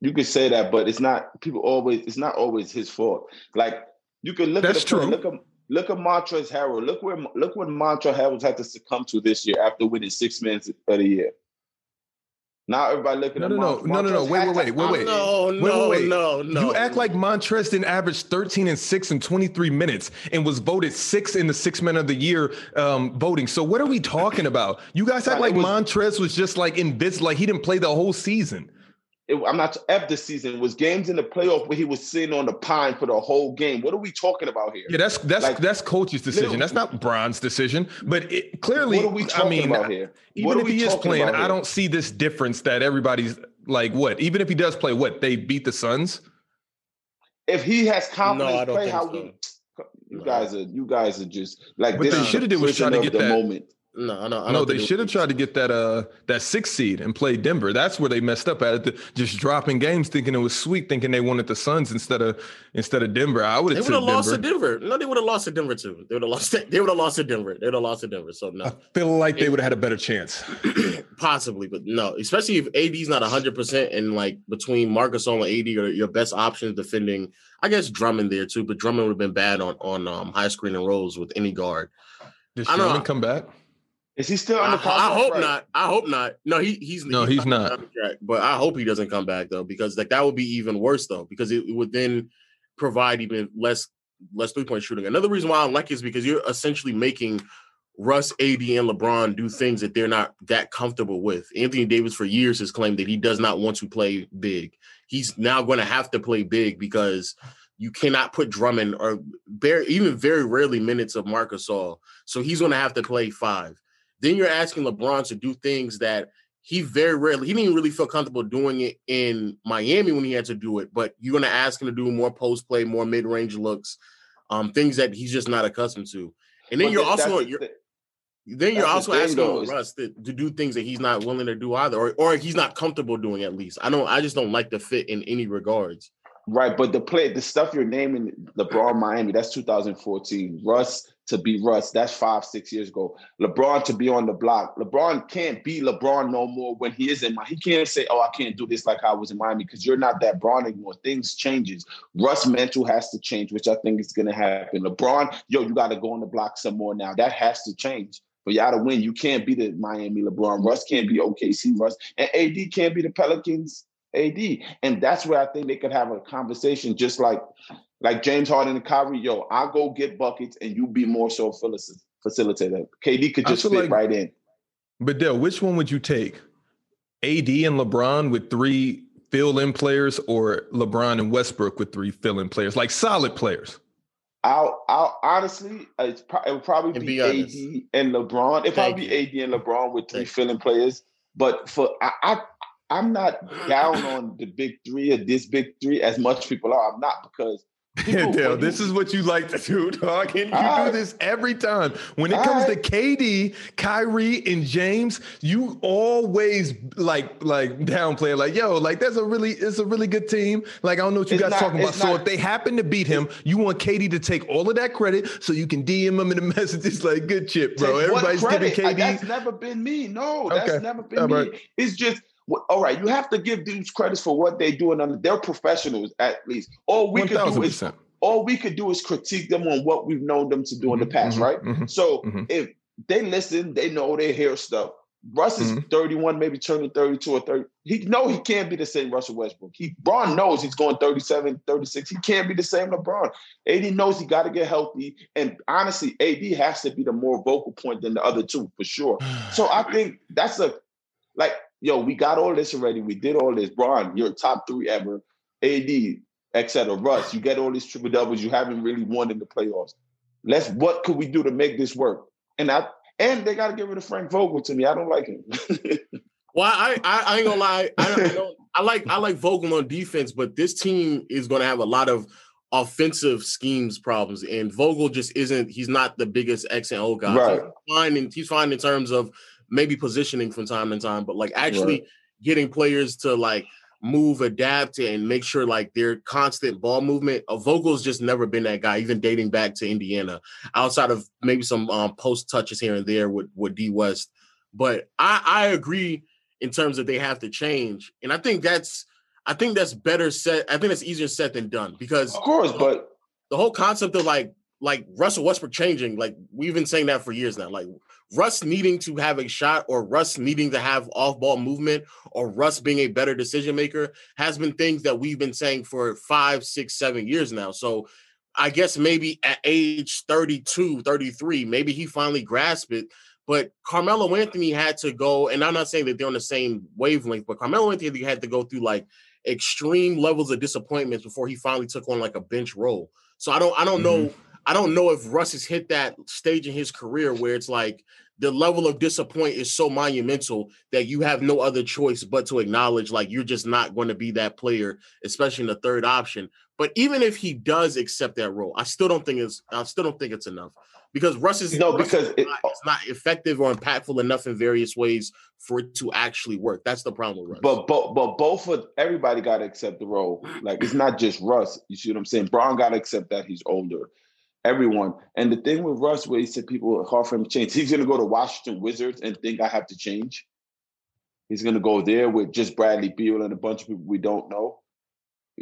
[SPEAKER 2] you could say that, but it's not people always it's not always his fault. Like you can look
[SPEAKER 1] That's
[SPEAKER 2] at the play,
[SPEAKER 1] true.
[SPEAKER 2] look at look at Montrezl Harrell. Look where look what Montrezl Harrell's had to succumb to this year after winning six minutes of the year. Now everybody looking
[SPEAKER 1] No,
[SPEAKER 2] at
[SPEAKER 1] no, no.
[SPEAKER 2] Mont-
[SPEAKER 1] No, no, no.
[SPEAKER 2] Montrezl
[SPEAKER 1] Wait,
[SPEAKER 2] had
[SPEAKER 1] wait,
[SPEAKER 2] to-
[SPEAKER 1] wait, wait, wait.
[SPEAKER 3] No,
[SPEAKER 1] Wait,
[SPEAKER 3] no,
[SPEAKER 1] wait, wait.
[SPEAKER 3] no, no.
[SPEAKER 1] You act like Montrez didn't average 13 and 6 and 23 minutes and was voted six in the six men of the year um, voting. So what are we talking about? You guys act
[SPEAKER 2] Right,
[SPEAKER 1] like
[SPEAKER 2] it was-
[SPEAKER 1] Montrez was just like invis like he didn't play the whole season.
[SPEAKER 2] It- I'm not F this season. It was games in the playoff where he was sitting on the pine for the whole game. What are we talking about here?
[SPEAKER 1] Yeah, that's that's
[SPEAKER 2] Like,
[SPEAKER 1] that's coach's decision.
[SPEAKER 2] little-
[SPEAKER 1] that's not Bron's decision. But it, clearly,
[SPEAKER 2] what are we talking
[SPEAKER 1] I mean,
[SPEAKER 2] about here? What
[SPEAKER 1] even
[SPEAKER 2] are
[SPEAKER 1] if
[SPEAKER 2] we
[SPEAKER 1] he is
[SPEAKER 2] talking
[SPEAKER 1] playing,
[SPEAKER 2] about
[SPEAKER 1] I
[SPEAKER 2] here?
[SPEAKER 1] don't see this difference that everybody's like. What? Even if he does play, what they beat the Suns.
[SPEAKER 2] If he has confidence,
[SPEAKER 3] No, I don't
[SPEAKER 2] play
[SPEAKER 3] think
[SPEAKER 2] how
[SPEAKER 3] so.
[SPEAKER 2] we. You
[SPEAKER 3] No.
[SPEAKER 2] guys are you guys are just like
[SPEAKER 1] What
[SPEAKER 2] this
[SPEAKER 1] they
[SPEAKER 2] is the
[SPEAKER 1] shoulda did was try to
[SPEAKER 2] prison
[SPEAKER 1] get
[SPEAKER 2] of the
[SPEAKER 1] that-
[SPEAKER 2] moment.
[SPEAKER 3] No, no, I
[SPEAKER 1] no,
[SPEAKER 3] don't
[SPEAKER 1] they
[SPEAKER 3] think it
[SPEAKER 1] should have
[SPEAKER 3] was-
[SPEAKER 1] tried to get that uh that six seed and play Denver. That's where they messed up at it, th- just dropping games, thinking it was sweet, thinking they wanted the Suns instead of instead of Denver. I would
[SPEAKER 3] They
[SPEAKER 1] have
[SPEAKER 3] would have
[SPEAKER 1] took
[SPEAKER 3] lost
[SPEAKER 1] Denver.
[SPEAKER 3] to Denver. No, they would have lost to Denver too. They would have lost. They would have lost to Denver. They would have lost to Denver. So
[SPEAKER 1] I
[SPEAKER 3] no,
[SPEAKER 1] feel like they would have had a better chance.
[SPEAKER 3] possibly, but no. Especially if AD's not hundred percent, and like between Marcus and AD are your best options defending. I guess Drummond there too, but Drummond would have been bad on on um, high screen and rolls with any guard.
[SPEAKER 1] Did
[SPEAKER 3] I know.
[SPEAKER 1] Sherman come back?
[SPEAKER 2] Is he still
[SPEAKER 3] I,
[SPEAKER 2] under
[SPEAKER 3] I
[SPEAKER 2] contract?
[SPEAKER 3] hope
[SPEAKER 2] Right.
[SPEAKER 3] not. I hope not. No, he he's
[SPEAKER 1] No, he's
[SPEAKER 3] under
[SPEAKER 1] not.
[SPEAKER 3] contract, But I hope he doesn't come back though, because like that would be even worse though, because it, would then provide even less less three point shooting. Another reason why I don't like it is because you're essentially making Russ, AD, and LeBron do things that they're not that comfortable with. Anthony Davis for years has claimed that he does not want to play big. He's now going to have to play big because you cannot put Drummond or bare, even very rarely minutes of Marcus All. So he's going to have to play five then you're asking LeBron to do things that he very rarely he didn't really feel comfortable doing it in Miami when he had to do it, but you're gonna ask him to do more post play, more mid range looks, um, things that he's just not accustomed to. And then
[SPEAKER 2] But
[SPEAKER 3] you're
[SPEAKER 2] that-
[SPEAKER 3] also
[SPEAKER 2] that's the
[SPEAKER 3] you're,
[SPEAKER 2] thing.
[SPEAKER 3] then you're
[SPEAKER 2] that's
[SPEAKER 3] also
[SPEAKER 2] the thing,
[SPEAKER 3] asking
[SPEAKER 2] though, is-
[SPEAKER 3] Russ to, to do things that he's not willing to do either, or or he's not comfortable doing at least. I don't I just don't like the fit in any regards.
[SPEAKER 2] Right, but the play, the stuff you're naming, LeBron Miami, that's 2014. Russ to be Russ, that's five, six years ago. LeBron to be on the block. LeBron can't be LeBron no more when he is in Miami. He can't say, "Oh, I can't do this like I was in Miami," because you're not that Bron anymore. Things changes. Russ mental has to change, which I think is going to happen. LeBron, yo, you got to go on the block some more now. That has to change. For y'all to win, you can't be the Miami LeBron. Russ can't be OKC Russ, and AD can't be the Pelicans AD. And that's where I think they could have a conversation, just like like James Harden and Kyrie. Yo, I go get buckets, and you be more so physical, facilitate that. KD could
[SPEAKER 1] I
[SPEAKER 2] just
[SPEAKER 1] feel
[SPEAKER 2] fit
[SPEAKER 1] like-
[SPEAKER 2] right in.
[SPEAKER 1] But Dell, which one would you take? AD and LeBron with three fill-in players, or LeBron and Westbrook with three fill-in players, like solid players.
[SPEAKER 2] I'll, I'll honestly, it's pro- it would probably
[SPEAKER 3] And
[SPEAKER 2] be,
[SPEAKER 3] be honest.
[SPEAKER 2] AD and LeBron. It
[SPEAKER 3] Thank
[SPEAKER 2] probably
[SPEAKER 3] you.
[SPEAKER 2] be AD and LeBron with three
[SPEAKER 3] Thank you.
[SPEAKER 2] filling players. But for I, I, I'm not down on the big three or this big three as much people are. I'm not because
[SPEAKER 1] Yeah,
[SPEAKER 2] People,
[SPEAKER 1] Dell,
[SPEAKER 2] what
[SPEAKER 1] this
[SPEAKER 2] you-
[SPEAKER 1] is what you like to do, dog. And you do
[SPEAKER 2] Alright.
[SPEAKER 1] this every time. When it comes to KD, Kyrie, and James, you always like like downplay, like, yo, like that's a really it's a really good team. Like, I don't know what you
[SPEAKER 2] It's
[SPEAKER 1] guys
[SPEAKER 2] not-
[SPEAKER 1] talking about.
[SPEAKER 2] it's
[SPEAKER 1] so
[SPEAKER 2] not-
[SPEAKER 1] if they happen to beat him, you want KD to take all of that credit so you can DM him in the messages like good chip, bro.
[SPEAKER 2] Take what
[SPEAKER 1] Everybody's
[SPEAKER 2] credit?
[SPEAKER 1] giving
[SPEAKER 2] I-
[SPEAKER 1] KD.
[SPEAKER 2] That's never been me. No, that's
[SPEAKER 1] Okay.
[SPEAKER 2] never been
[SPEAKER 1] All
[SPEAKER 2] me.
[SPEAKER 1] right.
[SPEAKER 2] It's just wh- all right. You have to give dudes credits for what they do, and they're professionals at least. All we
[SPEAKER 1] One
[SPEAKER 2] could do
[SPEAKER 1] thousand
[SPEAKER 2] is
[SPEAKER 1] percent.
[SPEAKER 2] all we could do is critique them on what we've known them to do in the past,
[SPEAKER 1] Mm-hmm.
[SPEAKER 2] right? So
[SPEAKER 1] Mhm.
[SPEAKER 2] if they listen, they know they hear stuff. Russ is 31, maybe turning 32 or 30. He know he can't be the same Russell Westbrook. He Braun knows he's going 37, 36. He can't be the same LeBron. AD knows he got to get healthy. And honestly, AD has to be the more vocal point than the other two for sure. So I think that's a like, yo, we got all this already. We did all this. Braun, you're top three ever. AD, et cetera. Russ, you get all these triple doubles. You haven't really won in the playoffs. Let's what could we do to make this work? And I and they gotta get rid of Frank Vogel to me. I don't like him.
[SPEAKER 3] Well, I, I, I ain't gonna lie. I, don't- I, don't, I like I like Vogel on defense, but this team is gonna have a lot of offensive schemes problems, and Vogel just isn't. He's not the biggest X and O guy. So
[SPEAKER 2] Right.
[SPEAKER 3] he's fine, and he's fine in terms of maybe positioning from time to time, but like actually getting players to like move, adapt, and make sure like their constant ball movement. Uh, Vogel's just never been that guy, even dating back to Indiana, outside of maybe some um, post touches here and there with with D West. But I I agree in terms that they have to change, and I think that's I think that's better said. I think that's easier said than done because
[SPEAKER 2] of course, but
[SPEAKER 3] the whole concept of like like Russell Westbrook changing, like we've been saying that for years now. Like Russ needing to have a shot or Russ needing to have off-ball movement or Russ being a better decision maker has been things that we've been saying for five, six, seven years now. So I guess maybe at age 32, 33, maybe he finally grasped it. But Carmelo Anthony had to go, and I'm not saying that they're on the same wavelength, but Carmelo Anthony had to go through like extreme levels of disappointments before he finally took on like a bench role. So I don't I don't
[SPEAKER 2] Mm-hmm.
[SPEAKER 3] know I don't know if Russ has hit that stage in his career where it's like the level of disappointment is so monumental that you have no other choice but to acknowledge like you're just not going to be that player, especially in the third option. But even if he does accept that role, I still don't think it's I still don't think it's enough because Russ is
[SPEAKER 2] no,
[SPEAKER 3] Russ is
[SPEAKER 2] because it,
[SPEAKER 3] not, it's not effective or impactful enough in various ways for it to actually work. That's the problem with Russ.
[SPEAKER 2] but but but both of everybody gotta accept the role. Like it's not just Russ. You see what I'm saying? Braun gotta accept that he's older. Everyone. And the thing with Russ where he said people hard for him to change, he's gonna go to Washington Wizards and think I have to change. He's gonna go there with just Bradley Beal and a bunch of people we don't know.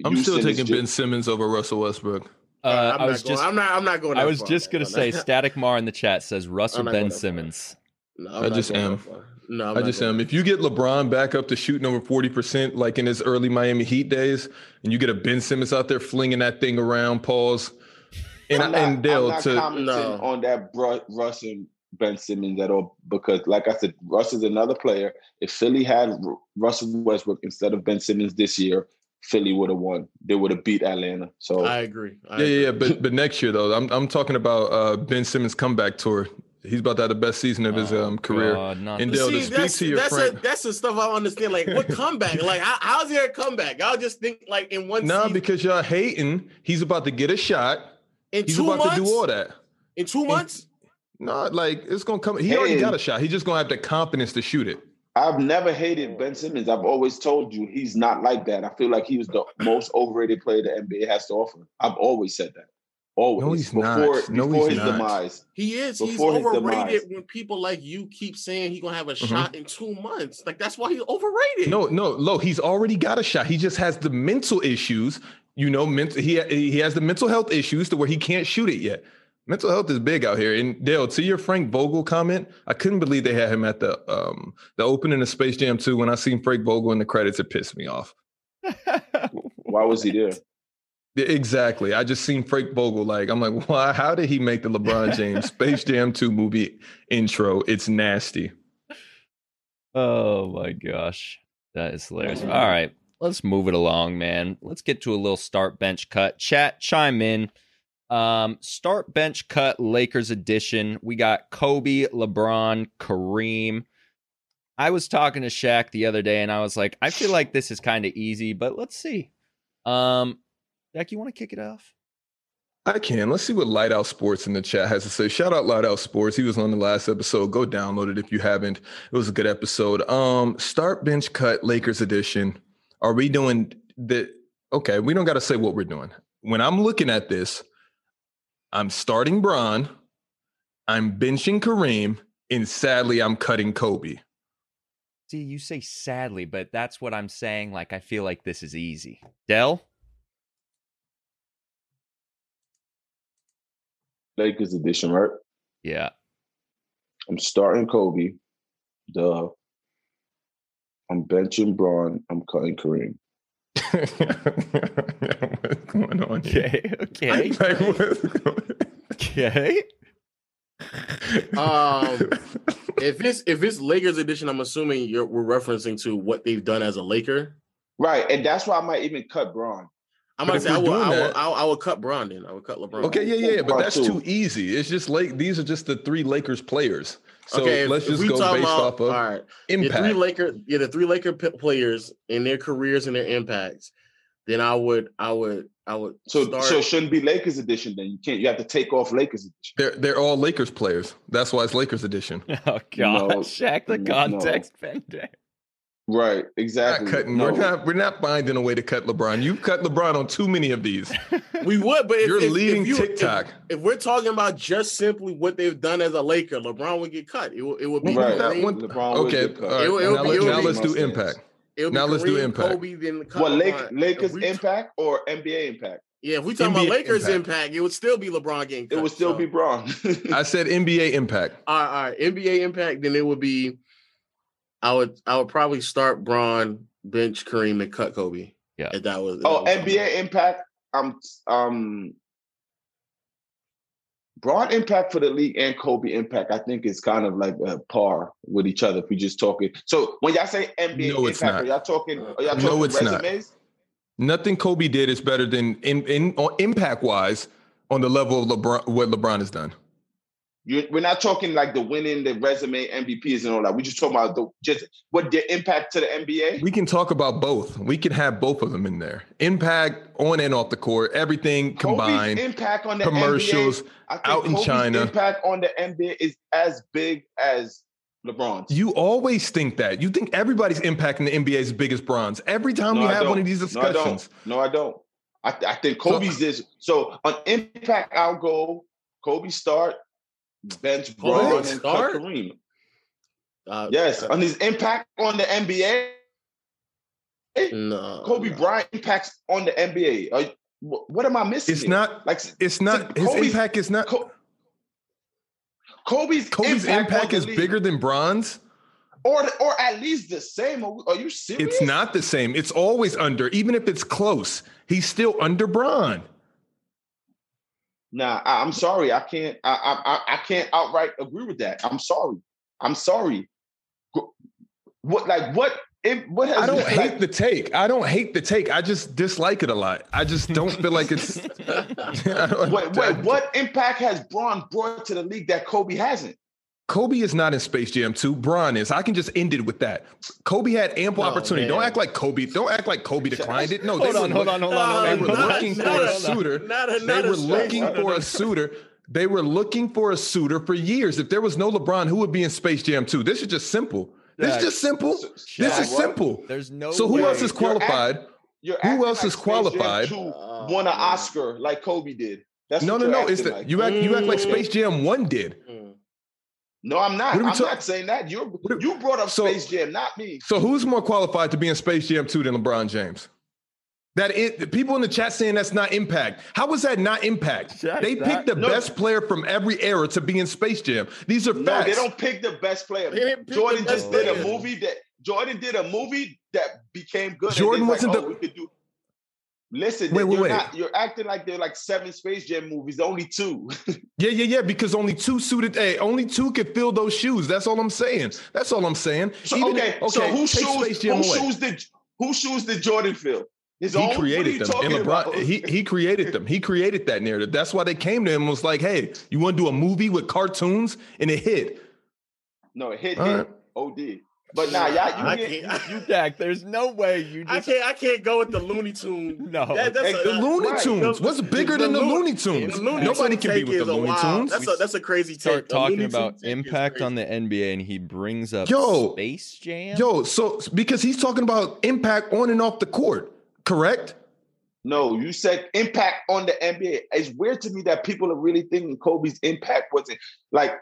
[SPEAKER 1] I'm still
[SPEAKER 2] Houston is
[SPEAKER 1] taking
[SPEAKER 2] just-
[SPEAKER 1] Ben Simmons over Russell Westbrook.
[SPEAKER 3] Uh,
[SPEAKER 4] Uh,
[SPEAKER 3] I'm,
[SPEAKER 4] I
[SPEAKER 3] not
[SPEAKER 4] was
[SPEAKER 3] going,
[SPEAKER 4] just
[SPEAKER 3] I'm not I'm not going
[SPEAKER 4] I
[SPEAKER 3] that
[SPEAKER 4] was
[SPEAKER 3] far,
[SPEAKER 4] just gonna
[SPEAKER 3] man.
[SPEAKER 4] say, Static Mar in the chat says Russ or
[SPEAKER 3] I'm not
[SPEAKER 4] Ben
[SPEAKER 3] going that far.
[SPEAKER 4] Simmons.
[SPEAKER 3] No, I'm
[SPEAKER 1] I
[SPEAKER 3] not
[SPEAKER 1] just
[SPEAKER 3] going that
[SPEAKER 1] am.
[SPEAKER 3] far. No, I'm
[SPEAKER 1] I
[SPEAKER 3] not
[SPEAKER 1] just
[SPEAKER 3] going
[SPEAKER 1] am. If you get LeBron back up to shooting over 40%, like in his early Miami Heat days, and you get a Ben Simmons out there flinging that thing around, pause. And,
[SPEAKER 2] I'm not,
[SPEAKER 1] and Dale,
[SPEAKER 2] I'm not
[SPEAKER 1] to
[SPEAKER 2] commenting
[SPEAKER 3] No.
[SPEAKER 2] on that Bru- Russ and Ben Simmons at all because, like I said, Russ is another player. If Philly had Ru- Russell Westbrook instead of Ben Simmons this year, Philly would have won. They would have beat Atlanta. So
[SPEAKER 3] I agree. I
[SPEAKER 1] yeah,
[SPEAKER 3] agree.
[SPEAKER 1] yeah, yeah. But but next year though, I'm I'm talking about uh, Ben Simmons comeback tour. He's about to have the best season of his
[SPEAKER 4] Oh,
[SPEAKER 1] um, career.
[SPEAKER 4] God, not
[SPEAKER 1] And
[SPEAKER 4] this-
[SPEAKER 1] Dale, to speak
[SPEAKER 3] that's,
[SPEAKER 1] to your
[SPEAKER 3] that's
[SPEAKER 1] friend-
[SPEAKER 3] A, that's the stuff I don't understand. Like, what comeback? like, how, how's there a comeback? Y'all just think like in one
[SPEAKER 1] Nah,
[SPEAKER 3] season,
[SPEAKER 1] because y'all hating. He's about to get a shot.
[SPEAKER 3] in
[SPEAKER 1] He's
[SPEAKER 3] two
[SPEAKER 1] about
[SPEAKER 3] months.
[SPEAKER 1] to do all that.
[SPEAKER 3] In two months,
[SPEAKER 1] Nah, like it's gonna come. He already
[SPEAKER 2] Hey.
[SPEAKER 1] got a shot. He's just gonna have the confidence to shoot it.
[SPEAKER 2] I've never hated Ben Simmons. I've always told you he's not like that. I feel like he was the most overrated player the NBA has to offer. I've always said that. Always.
[SPEAKER 1] No, he's not.
[SPEAKER 2] before
[SPEAKER 1] No,
[SPEAKER 2] before
[SPEAKER 1] he's
[SPEAKER 2] his
[SPEAKER 1] not.
[SPEAKER 2] demise.
[SPEAKER 3] he is. He's
[SPEAKER 2] Before his
[SPEAKER 3] overrated.
[SPEAKER 2] demise.
[SPEAKER 3] When people like you keep saying he's gonna have a
[SPEAKER 1] Mhm.
[SPEAKER 3] shot in two months, like that's why he's overrated.
[SPEAKER 1] No, no, Lo, he's already got a shot. He just has the mental issues. You know, ment- he he has the mental health issues to where he can't shoot it yet. Mental health is big out here. And Dale, to your Frank Vogel comment, I couldn't believe they had him at the um the opening of Space Jam 2. When I seen Frank Vogel in the credits, it pissed me off.
[SPEAKER 2] Why was he there?
[SPEAKER 1] E, Exactly. I just seen Frank Vogel. Like, I'm like, why? How did he make the LeBron James Space Jam 2 movie intro? It's nasty.
[SPEAKER 4] Oh my gosh. That is hilarious. All right. Let's move it along, man. Let's get to a little start bench cut. Chat, chime in. Um, start bench cut Lakers edition. We got Kobe, LeBron, Kareem. I was talking to Shaq the other day and I was like, I feel like this is kind of easy, but let's see. Um, Jack, you want to kick it off?
[SPEAKER 1] I can. Let's see what Light Out Sports in the chat has to say. Shout out Light Out Sports. He was on the last episode. Go download it if you haven't. It was a good episode. Um, start bench cut Lakers edition. Are we doing that? Okay, we don't got to say what we're doing. When I'm looking at this, I'm starting Braun, I'm benching Kareem, and sadly, I'm cutting Kobe.
[SPEAKER 4] See, you say sadly, but that's what I'm saying. Like, I feel like this is easy. Dell?
[SPEAKER 2] Lakers edition, right?
[SPEAKER 4] Yeah.
[SPEAKER 2] I'm starting Kobe. Duh. I'm benching Braun. I'm cutting Kareem.
[SPEAKER 1] What's going on here?
[SPEAKER 4] Okay. Okay.
[SPEAKER 1] Like, what's going-
[SPEAKER 4] okay.
[SPEAKER 3] Um, if it's if it's Lakers edition, I'm assuming you're we're referencing to what they've done as a Laker.
[SPEAKER 2] Right, and that's why I might even cut Braun.
[SPEAKER 3] I
[SPEAKER 1] But
[SPEAKER 3] might
[SPEAKER 1] if
[SPEAKER 3] say I
[SPEAKER 1] we're
[SPEAKER 3] would,
[SPEAKER 1] doing
[SPEAKER 3] I would,
[SPEAKER 1] that-
[SPEAKER 3] I would I would cut Bron then. I would cut LeBron.
[SPEAKER 1] okay, yeah, yeah, but
[SPEAKER 2] Part
[SPEAKER 1] that's
[SPEAKER 2] two.
[SPEAKER 1] too easy. It's just like these are just the three Lakers players. So
[SPEAKER 3] if-
[SPEAKER 1] let's
[SPEAKER 3] if
[SPEAKER 1] just
[SPEAKER 3] we
[SPEAKER 1] go
[SPEAKER 3] talking
[SPEAKER 1] based
[SPEAKER 3] about-
[SPEAKER 1] off of
[SPEAKER 3] all right. The
[SPEAKER 1] impact.
[SPEAKER 3] three Laker, yeah, the three Laker p- players and their careers and their impacts. Then I would, I would, I would
[SPEAKER 2] So
[SPEAKER 3] start.
[SPEAKER 2] so it shouldn't be Lakers edition. Then you can't. You have to take off Lakers edition.
[SPEAKER 1] They're they're all Lakers players. That's why it's Lakers edition.
[SPEAKER 4] Oh god,
[SPEAKER 2] No,
[SPEAKER 4] Shaq the
[SPEAKER 2] no.
[SPEAKER 4] context bender.
[SPEAKER 1] We're
[SPEAKER 2] Right, exactly.
[SPEAKER 1] not cutting. We're not we're not finding a way to cut LeBron. You've cut LeBron on too many of these.
[SPEAKER 3] we would, but if,
[SPEAKER 1] You're
[SPEAKER 3] if- if
[SPEAKER 1] leading
[SPEAKER 3] you- if-
[SPEAKER 1] TikTok.
[SPEAKER 3] If, we're talking about just simply what they've done as a Laker, LeBron would get cut. It would, it would be
[SPEAKER 2] Right.
[SPEAKER 1] That
[SPEAKER 3] Kareem-
[SPEAKER 1] one-
[SPEAKER 2] LeBron would
[SPEAKER 1] Okay,
[SPEAKER 2] get
[SPEAKER 1] all
[SPEAKER 2] cut.
[SPEAKER 1] right.
[SPEAKER 3] It would- it would
[SPEAKER 1] now
[SPEAKER 3] be-
[SPEAKER 1] let,
[SPEAKER 3] it would
[SPEAKER 1] now
[SPEAKER 3] be
[SPEAKER 1] let's do
[SPEAKER 2] Mustangs.
[SPEAKER 1] impact.
[SPEAKER 3] it would be
[SPEAKER 1] now let's do
[SPEAKER 3] Kareem,
[SPEAKER 1] impact.
[SPEAKER 3] Kobe, then cut
[SPEAKER 2] What Lake,
[SPEAKER 3] LeBron.
[SPEAKER 2] Lakers
[SPEAKER 3] If we-
[SPEAKER 2] impact or NBA impact?
[SPEAKER 3] Yeah, if we talking
[SPEAKER 1] NBA
[SPEAKER 3] about Lakers
[SPEAKER 1] impact.
[SPEAKER 3] impact. it would still be LeBron getting
[SPEAKER 2] It
[SPEAKER 3] cut.
[SPEAKER 2] would still
[SPEAKER 3] so.
[SPEAKER 2] be Braun.
[SPEAKER 1] I said NBA impact.
[SPEAKER 3] all right, all right, NBA impact, then it would be. I would I would probably start Braun, bench Kareem, and cut Kobe.
[SPEAKER 4] Yeah.
[SPEAKER 3] if that was. if
[SPEAKER 2] oh,
[SPEAKER 3] that was-
[SPEAKER 2] NBA impact. I'm um. Braun impact for the league and Kobe impact, I think, is kind of like a par with each other. If we just talking, so when y'all say NBA
[SPEAKER 1] No, it's
[SPEAKER 2] impact, are
[SPEAKER 1] not.
[SPEAKER 2] y'all talking? Are y'all
[SPEAKER 1] No,
[SPEAKER 2] talking
[SPEAKER 1] it's not.
[SPEAKER 2] resumes?
[SPEAKER 1] Nothing Kobe did is better than in, in on impact wise on the level of LeBron what LeBron has done.
[SPEAKER 2] You, we're not talking like the winning, the resume, MVPs, and all that. We're just talking about the just what their impact to the NBA.
[SPEAKER 1] We can talk about both. We can have both of them in there. Impact on and off the court, everything combined,
[SPEAKER 2] Kobe's impact on the
[SPEAKER 1] commercials.
[SPEAKER 2] NBA, I think
[SPEAKER 1] out in
[SPEAKER 2] Kobe's
[SPEAKER 1] China.
[SPEAKER 2] Impact on the NBA is as big as LeBron's.
[SPEAKER 1] You always think that. You think everybody's impacting the NBA's biggest bronze. Every time
[SPEAKER 2] No,
[SPEAKER 1] we
[SPEAKER 2] I
[SPEAKER 1] have one
[SPEAKER 2] don't.
[SPEAKER 1] of these
[SPEAKER 2] No, I
[SPEAKER 1] discussions,
[SPEAKER 2] don't. No, I don't. I, th- I think Kobe's is so on impact. I'll go Kobe start, bench
[SPEAKER 3] Kobe
[SPEAKER 2] Braun, and
[SPEAKER 3] start?
[SPEAKER 2] start Kareem.
[SPEAKER 3] Uh,
[SPEAKER 2] Yes, on his impact on the NBA,
[SPEAKER 3] no,
[SPEAKER 2] Kobe
[SPEAKER 3] no.
[SPEAKER 2] Bryant impacts on the NBA. Are, wh- what am I missing?
[SPEAKER 1] it's
[SPEAKER 2] here?
[SPEAKER 1] not.
[SPEAKER 2] like
[SPEAKER 1] It's not. His
[SPEAKER 2] Kobe's-
[SPEAKER 1] impact is not.
[SPEAKER 2] Co- Kobe's
[SPEAKER 1] Kobe's
[SPEAKER 2] impact,
[SPEAKER 1] impact
[SPEAKER 2] on
[SPEAKER 1] is
[SPEAKER 2] the league.
[SPEAKER 1] bigger than bronze.
[SPEAKER 2] or or at least the same. Are, are you serious?
[SPEAKER 1] It's not the same. It's always under. Even if it's close, he's still under Bron.
[SPEAKER 2] Nah, I, I'm sorry. I can't. I, I I- I can't outright agree with that. I'm sorry. I'm sorry. Go- What like what? If what has
[SPEAKER 1] I don't
[SPEAKER 2] like,
[SPEAKER 1] hate the take. I don't hate the take. I just dislike it a lot. I just don't feel like it's. I don't-
[SPEAKER 2] Wait, wait, what impact has Braun brought to the league that Kobe hasn't?
[SPEAKER 1] Kobe is not in Space Jam 2. Bron is. I can just end it with that. Kobe had ample
[SPEAKER 3] Oh,
[SPEAKER 1] opportunity.
[SPEAKER 3] man.
[SPEAKER 1] Don't act like Kobe. Don't act like Kobe declined it. No, they
[SPEAKER 4] Hold
[SPEAKER 1] were
[SPEAKER 4] on, hold on, hold
[SPEAKER 3] No,
[SPEAKER 1] they
[SPEAKER 4] on,
[SPEAKER 1] were
[SPEAKER 4] hold on.
[SPEAKER 3] not-
[SPEAKER 1] looking for
[SPEAKER 3] not
[SPEAKER 1] a suitor.
[SPEAKER 3] Not a,
[SPEAKER 1] They
[SPEAKER 3] not a
[SPEAKER 1] were
[SPEAKER 3] shot.
[SPEAKER 1] looking
[SPEAKER 3] Not
[SPEAKER 1] for a suitor. They were looking for a suitor for years. If there was no LeBron, who would be in Space Jam 2? This is just simple. This
[SPEAKER 4] Shaq.
[SPEAKER 1] is just simple. This
[SPEAKER 4] Shaq,
[SPEAKER 1] is simple.
[SPEAKER 4] There's no
[SPEAKER 1] So who
[SPEAKER 4] way.
[SPEAKER 1] else is
[SPEAKER 2] You're act-
[SPEAKER 1] qualified?
[SPEAKER 2] You're
[SPEAKER 1] Who
[SPEAKER 2] acting
[SPEAKER 1] else is
[SPEAKER 2] Space Jam
[SPEAKER 1] qualified?
[SPEAKER 2] 2
[SPEAKER 3] Oh,
[SPEAKER 2] won an
[SPEAKER 3] man.
[SPEAKER 2] Oscar like Kobe did. That's
[SPEAKER 1] No,
[SPEAKER 2] what
[SPEAKER 1] no,
[SPEAKER 2] you're
[SPEAKER 1] no. It's
[SPEAKER 2] acting
[SPEAKER 1] the,
[SPEAKER 2] like.
[SPEAKER 1] you act you act like
[SPEAKER 3] Mm.
[SPEAKER 1] Space Jam 1 did.
[SPEAKER 3] Mm.
[SPEAKER 2] No, I'm not.
[SPEAKER 1] What are
[SPEAKER 2] I'm
[SPEAKER 1] we talk-
[SPEAKER 2] not saying that. You're
[SPEAKER 1] are-
[SPEAKER 2] you brought up
[SPEAKER 1] So-
[SPEAKER 2] Space Jam, not me.
[SPEAKER 1] So who's more qualified to be in Space Jam 2 than LeBron James? That it the people in the chat saying that's not impact. How is that not impact?
[SPEAKER 4] Shaq,
[SPEAKER 1] they
[SPEAKER 4] that-
[SPEAKER 1] picked the
[SPEAKER 2] no.
[SPEAKER 1] best player from every era to be in Space Jam. These are
[SPEAKER 2] No,
[SPEAKER 1] facts.
[SPEAKER 2] they don't pick the best player.
[SPEAKER 3] They didn't pick the
[SPEAKER 2] Jordan
[SPEAKER 3] best
[SPEAKER 2] just did a
[SPEAKER 4] player.
[SPEAKER 2] movie that Jordan did a movie that became good. and
[SPEAKER 1] Jordan
[SPEAKER 2] it's
[SPEAKER 1] wasn't
[SPEAKER 2] like,
[SPEAKER 1] the-
[SPEAKER 2] oh, we could do. Listen,
[SPEAKER 1] Wait, wait,
[SPEAKER 2] you're,
[SPEAKER 1] wait.
[SPEAKER 2] Not, you're acting like they're like seven Space Jam movies, only two.
[SPEAKER 1] Yeah, yeah, yeah. Because only two suited. Hey, only two could fill those shoes. That's all I'm saying. That's all I'm saying.
[SPEAKER 2] So,
[SPEAKER 1] Even
[SPEAKER 2] okay,
[SPEAKER 1] if-
[SPEAKER 2] so who
[SPEAKER 1] take
[SPEAKER 2] shoes?
[SPEAKER 1] Space Jam
[SPEAKER 2] Who
[SPEAKER 1] away.
[SPEAKER 2] shoes did? Who shoes did Jordan fill? His
[SPEAKER 1] He
[SPEAKER 2] own. what are
[SPEAKER 1] created
[SPEAKER 2] you
[SPEAKER 1] them.
[SPEAKER 2] talking
[SPEAKER 1] And
[SPEAKER 2] about?
[SPEAKER 1] LeBron, he, he created them. He created that narrative. That's why they came to him and was like, hey, you want to do a movie with cartoons? And it hit.
[SPEAKER 2] no, it hit
[SPEAKER 1] All
[SPEAKER 2] him.
[SPEAKER 1] right.
[SPEAKER 2] Od. But nah, y'all,
[SPEAKER 3] I
[SPEAKER 2] you get.
[SPEAKER 3] can't.
[SPEAKER 4] You Dak, there's no way you
[SPEAKER 3] I
[SPEAKER 4] just
[SPEAKER 3] can't. I can't go with the Looney Tune.
[SPEAKER 4] no.
[SPEAKER 3] That- that's
[SPEAKER 2] Hey,
[SPEAKER 1] The Looney
[SPEAKER 2] Right.
[SPEAKER 1] Tunes. What's bigger than the
[SPEAKER 3] Loon-
[SPEAKER 1] Looney Tunes?
[SPEAKER 3] The Looney
[SPEAKER 1] Nobody
[SPEAKER 3] Tune
[SPEAKER 1] can be
[SPEAKER 3] take
[SPEAKER 1] with the
[SPEAKER 3] is a
[SPEAKER 1] Looney
[SPEAKER 3] wild-
[SPEAKER 1] Tunes.
[SPEAKER 3] That's a that's a crazy take.
[SPEAKER 4] start
[SPEAKER 3] The Looney
[SPEAKER 4] talking
[SPEAKER 3] Tune
[SPEAKER 4] about
[SPEAKER 3] take is
[SPEAKER 4] impact
[SPEAKER 3] crazy.
[SPEAKER 4] on the NBA and he brings up
[SPEAKER 1] Yo.
[SPEAKER 4] Space Jam.
[SPEAKER 1] Yo, so because he's talking about impact on and off the court, correct?
[SPEAKER 2] No, you said impact on the NBA. It's weird to me that people are really thinking Kobe's impact wasn't like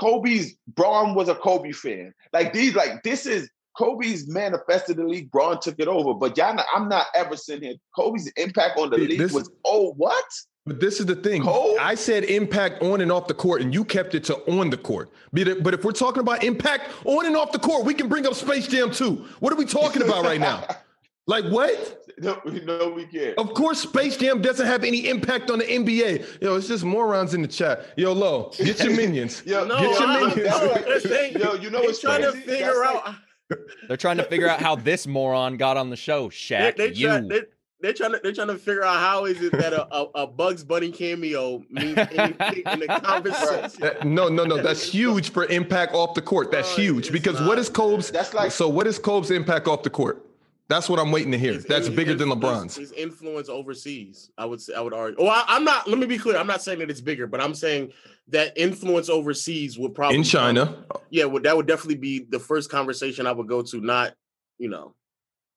[SPEAKER 2] Kobe's. Braun was a Kobe fan. Like these, like this is Kobe's manifested the league. Braun took it over, but y'all, not, I'm not ever sitting here. Kobe's impact on the
[SPEAKER 1] Th-
[SPEAKER 2] league
[SPEAKER 1] this-
[SPEAKER 2] was oh what?
[SPEAKER 1] But this is the thing.
[SPEAKER 2] Cole?
[SPEAKER 1] I said impact on and off the court, and you kept it to on the court. But if- but if we're talking about impact on and off the court, we can bring up Space Jam 2. What are we talking about right now? Like what?
[SPEAKER 2] No, no, we
[SPEAKER 3] Oh,
[SPEAKER 2] can't.
[SPEAKER 1] Of course, Space Jam doesn't have any impact on the NBA. Yo, it's just morons in the chat. Yo, Lo, get your minions.
[SPEAKER 2] Yo,
[SPEAKER 3] No,
[SPEAKER 1] Get your
[SPEAKER 3] I-
[SPEAKER 1] minions.
[SPEAKER 3] no, that's the thing.
[SPEAKER 2] Yo, you know
[SPEAKER 3] He's
[SPEAKER 2] what's
[SPEAKER 3] trying to
[SPEAKER 2] crazy?
[SPEAKER 3] figure
[SPEAKER 2] That's
[SPEAKER 3] out.
[SPEAKER 2] like-
[SPEAKER 4] They're trying to figure out how this moron got on the show,
[SPEAKER 3] they,
[SPEAKER 4] Shaq.
[SPEAKER 3] they
[SPEAKER 4] you.
[SPEAKER 3] try, they, they're trying to they're trying to figure out how is it that a, a, a Bugs Bunny cameo means anything in the conversation.
[SPEAKER 1] That- no, no, no. That's huge for impact off the court. That's
[SPEAKER 3] No,
[SPEAKER 1] huge
[SPEAKER 3] it's
[SPEAKER 1] because
[SPEAKER 3] not,
[SPEAKER 1] what is Kobe's?
[SPEAKER 2] That's like
[SPEAKER 1] so what is Kobe's impact off the court? That's what I'm waiting to hear.
[SPEAKER 3] His-
[SPEAKER 1] That's
[SPEAKER 3] his-
[SPEAKER 1] bigger than
[SPEAKER 3] his-
[SPEAKER 1] LeBron's.
[SPEAKER 3] His, his influence overseas, I would say, I would argue. Well, I, am not. Let me be clear. I'm not saying that it's bigger, but I'm saying that influence overseas would probably
[SPEAKER 1] In China,
[SPEAKER 3] Yeah, well, that would definitely be the first conversation I would go to. Not, you know,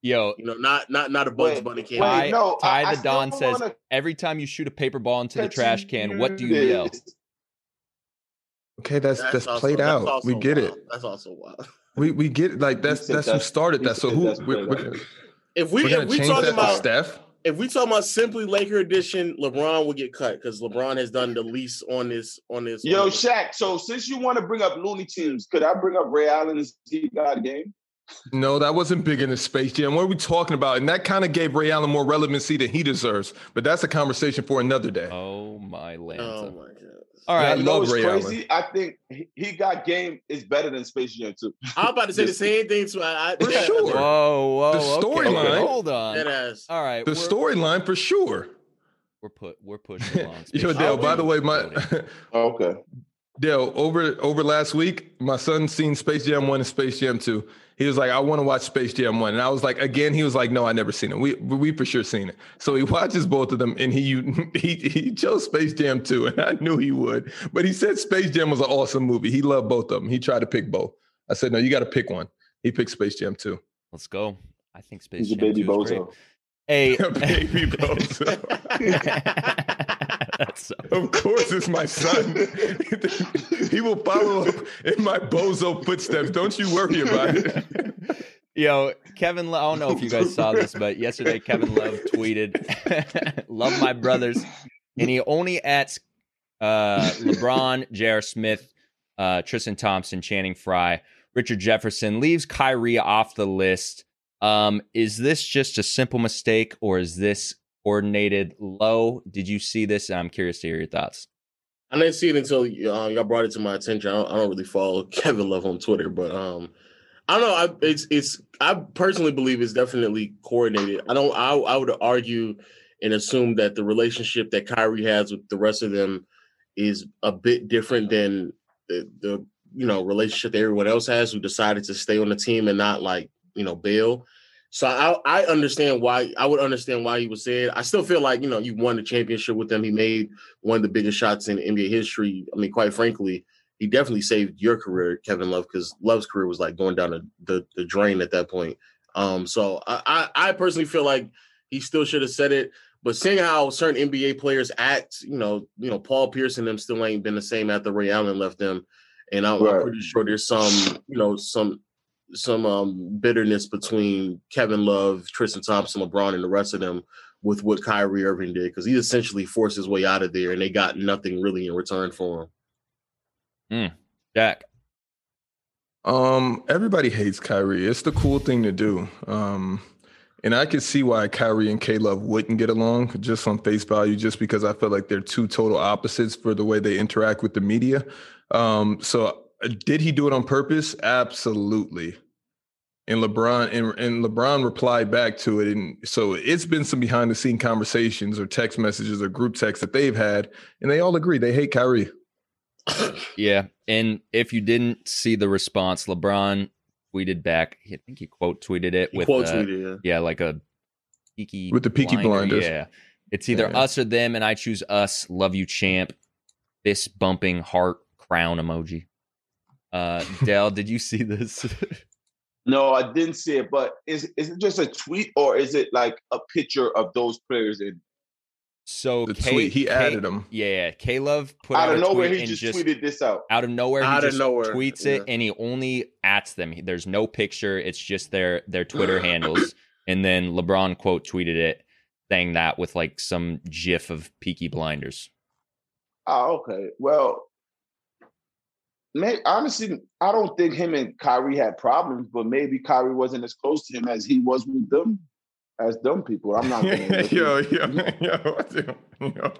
[SPEAKER 4] Yo,
[SPEAKER 3] you know, not not not a Bugs
[SPEAKER 2] Wait,
[SPEAKER 3] Bunny cameo.
[SPEAKER 4] Ty-
[SPEAKER 2] wait, no,
[SPEAKER 4] Ty
[SPEAKER 2] I- I
[SPEAKER 4] the Don
[SPEAKER 2] still
[SPEAKER 4] says
[SPEAKER 2] wanna
[SPEAKER 4] every time you shoot a paper ball into the
[SPEAKER 2] continue
[SPEAKER 4] trash can, what do you yell?
[SPEAKER 2] this.
[SPEAKER 1] okay, that's that's,
[SPEAKER 3] also-
[SPEAKER 1] played
[SPEAKER 3] that's
[SPEAKER 1] out.
[SPEAKER 3] also
[SPEAKER 1] We get
[SPEAKER 3] wild.
[SPEAKER 1] it.
[SPEAKER 3] That's also wild.
[SPEAKER 1] We we get like that's
[SPEAKER 2] said
[SPEAKER 1] that's who
[SPEAKER 2] that's-
[SPEAKER 1] started
[SPEAKER 2] he
[SPEAKER 1] that. So
[SPEAKER 2] said
[SPEAKER 1] who
[SPEAKER 2] that's
[SPEAKER 1] we're,
[SPEAKER 2] played
[SPEAKER 1] we're,
[SPEAKER 2] out.
[SPEAKER 3] If we
[SPEAKER 1] we're
[SPEAKER 3] if
[SPEAKER 1] gonna
[SPEAKER 3] we
[SPEAKER 1] change
[SPEAKER 3] talking
[SPEAKER 1] that to
[SPEAKER 3] about
[SPEAKER 1] Steph?
[SPEAKER 3] if we talking about simply Laker edition, LeBron will get cut because LeBron has done the least on this on this.
[SPEAKER 2] Yo,
[SPEAKER 3] on this.
[SPEAKER 2] Shaq. So since you want to bring up Looney Tunes, could I bring up Ray Allen's He God game?
[SPEAKER 1] No, that wasn't big in the Space Jam. What are we talking about? And that kind of gave Ray Allen more relevancy than he deserves. But that's a conversation for another day.
[SPEAKER 4] Oh my Lanta.
[SPEAKER 3] oh my god!
[SPEAKER 4] All
[SPEAKER 1] I
[SPEAKER 4] right.
[SPEAKER 2] You know
[SPEAKER 1] love
[SPEAKER 2] what's
[SPEAKER 1] Ray
[SPEAKER 2] crazy? I think He- He Got Game is better than Space Jam 2.
[SPEAKER 3] I'm about to say the same thing to I, I
[SPEAKER 1] For
[SPEAKER 3] dead-
[SPEAKER 1] sure.
[SPEAKER 4] Whoa, whoa.
[SPEAKER 1] The
[SPEAKER 4] okay,
[SPEAKER 1] storyline-
[SPEAKER 4] Hold
[SPEAKER 3] dead
[SPEAKER 4] on.
[SPEAKER 3] ass.
[SPEAKER 4] All right.
[SPEAKER 1] The
[SPEAKER 4] we're-
[SPEAKER 1] storyline for sure.
[SPEAKER 4] We're put. We're pushing along.
[SPEAKER 1] Yo,
[SPEAKER 4] Space
[SPEAKER 1] Dale.
[SPEAKER 4] Jam
[SPEAKER 1] By the
[SPEAKER 4] two
[SPEAKER 1] way,
[SPEAKER 4] is
[SPEAKER 1] my
[SPEAKER 4] loaded.
[SPEAKER 2] Oh, Okay.
[SPEAKER 1] Dale, over over last week, my son seen Space Jam One and Space Jam Two. He was like, "I want to watch Space Jam One," and I was like, "Again?" He was like, "No, I never seen it. We we for sure seen it." So he watches both of them, and he he he chose Space Jam Two, and I knew he would. But he said Space Jam was an awesome movie. He loved both of them. He tried to pick both. I said, "No, you got to pick one." He picked Space Jam Two.
[SPEAKER 4] Let's go. I think Space
[SPEAKER 2] He's a
[SPEAKER 4] Jam
[SPEAKER 2] baby
[SPEAKER 4] 2 is great.
[SPEAKER 2] bozo.
[SPEAKER 4] Hey,
[SPEAKER 1] Baby Bozo.
[SPEAKER 4] That's so-
[SPEAKER 1] Of course, it's my son. he will follow up in my bozo footsteps. Don't you worry about it.
[SPEAKER 4] Yo, Kevin, Lo- I don't know if you guys saw this, but yesterday Kevin Love tweeted, "Love my brothers," and he only at uh, LeBron, J.R. Smith, uh, Tristan Thompson, Channing Frye, Richard Jefferson leaves Kyrie off the list. Um, is this just a simple mistake, or is this coordinated? Low? Did you see this? And I'm curious to hear your thoughts.
[SPEAKER 3] I didn't see it until uh, y'all brought it to my attention. I don't, I don't really follow Kevin Love on Twitter, but um, I don't know. I, it's it's I personally believe it's definitely coordinated. I don't. I I would argue and assume that the relationship that Kyrie has with the rest of them is a bit different than the, the you know relationship that everyone else has who decided to stay on the team and not like you know bail. So I I understand why I would understand why he was saying. I still feel like you know you won the championship with them. He made one of the biggest shots in NBA history. I mean, quite frankly, he definitely saved your career, Kevin Love, because Love's career was like going down the, the, the drain at that point. Um, so I, I, I personally feel like he still should have said it. But seeing how certain NBA players act, you know, you know, Paul Pierce and them still ain't been the same after Ray Allen left them, and I'm, I'm
[SPEAKER 2] Right.
[SPEAKER 3] pretty sure there's some, you know, some some um, bitterness between Kevin Love, Tristan Thompson, LeBron, and the rest of them with what Kyrie Irving did because he essentially forced his way out of there and they got nothing really in return for him.
[SPEAKER 4] Jack,
[SPEAKER 1] Um, everybody hates Kyrie. It's the cool thing to do. Um, And I could see why Kyrie and K Love wouldn't get along just on face value, just because I feel like they're two total opposites for the way they interact with the media. Um, so uh, did he do it on purpose? Absolutely. And LeBron and, and LeBron replied back to it. And so it's been some behind the scene conversations or text messages or group texts that they've had, and they all agree they hate Kyrie.
[SPEAKER 4] Yeah. And if you didn't see the response, LeBron tweeted back. I think he quote tweeted it
[SPEAKER 3] He
[SPEAKER 4] with
[SPEAKER 3] quote
[SPEAKER 4] uh,
[SPEAKER 3] tweeted. it.
[SPEAKER 4] yeah, like a peaky
[SPEAKER 1] With the Peaky Blinders.
[SPEAKER 4] Yeah. It's either
[SPEAKER 1] Yeah.
[SPEAKER 4] us or them, and I choose us. Love you, champ. Fist bumping heart crown emoji. Uh Dell, did you see this?
[SPEAKER 2] No, I didn't see it. But is is it just a tweet or is it like a picture of those players? And
[SPEAKER 4] so
[SPEAKER 1] The
[SPEAKER 4] K-
[SPEAKER 1] tweet he
[SPEAKER 4] K-
[SPEAKER 1] added him.
[SPEAKER 4] Yeah, K Love put
[SPEAKER 2] I
[SPEAKER 4] out
[SPEAKER 2] don't
[SPEAKER 4] a
[SPEAKER 2] know where
[SPEAKER 4] tweet
[SPEAKER 2] he
[SPEAKER 4] and
[SPEAKER 2] just,
[SPEAKER 4] just
[SPEAKER 2] tweeted this out.
[SPEAKER 4] out of nowhere he
[SPEAKER 3] Out of
[SPEAKER 4] just
[SPEAKER 3] nowhere,
[SPEAKER 4] tweets it
[SPEAKER 3] yeah.
[SPEAKER 4] and he only ats them. There's no picture. It's just their their Twitter handles. And then LeBron quote tweeted it saying that with like some gif of Peaky Blinders.
[SPEAKER 2] Oh, okay. Well, may, honestly, I don't think him and Kyrie had problems, but maybe Kyrie wasn't as close to him as he was with them, as dumb people. I'm not. Gonna
[SPEAKER 1] yo, yo, yo, yo.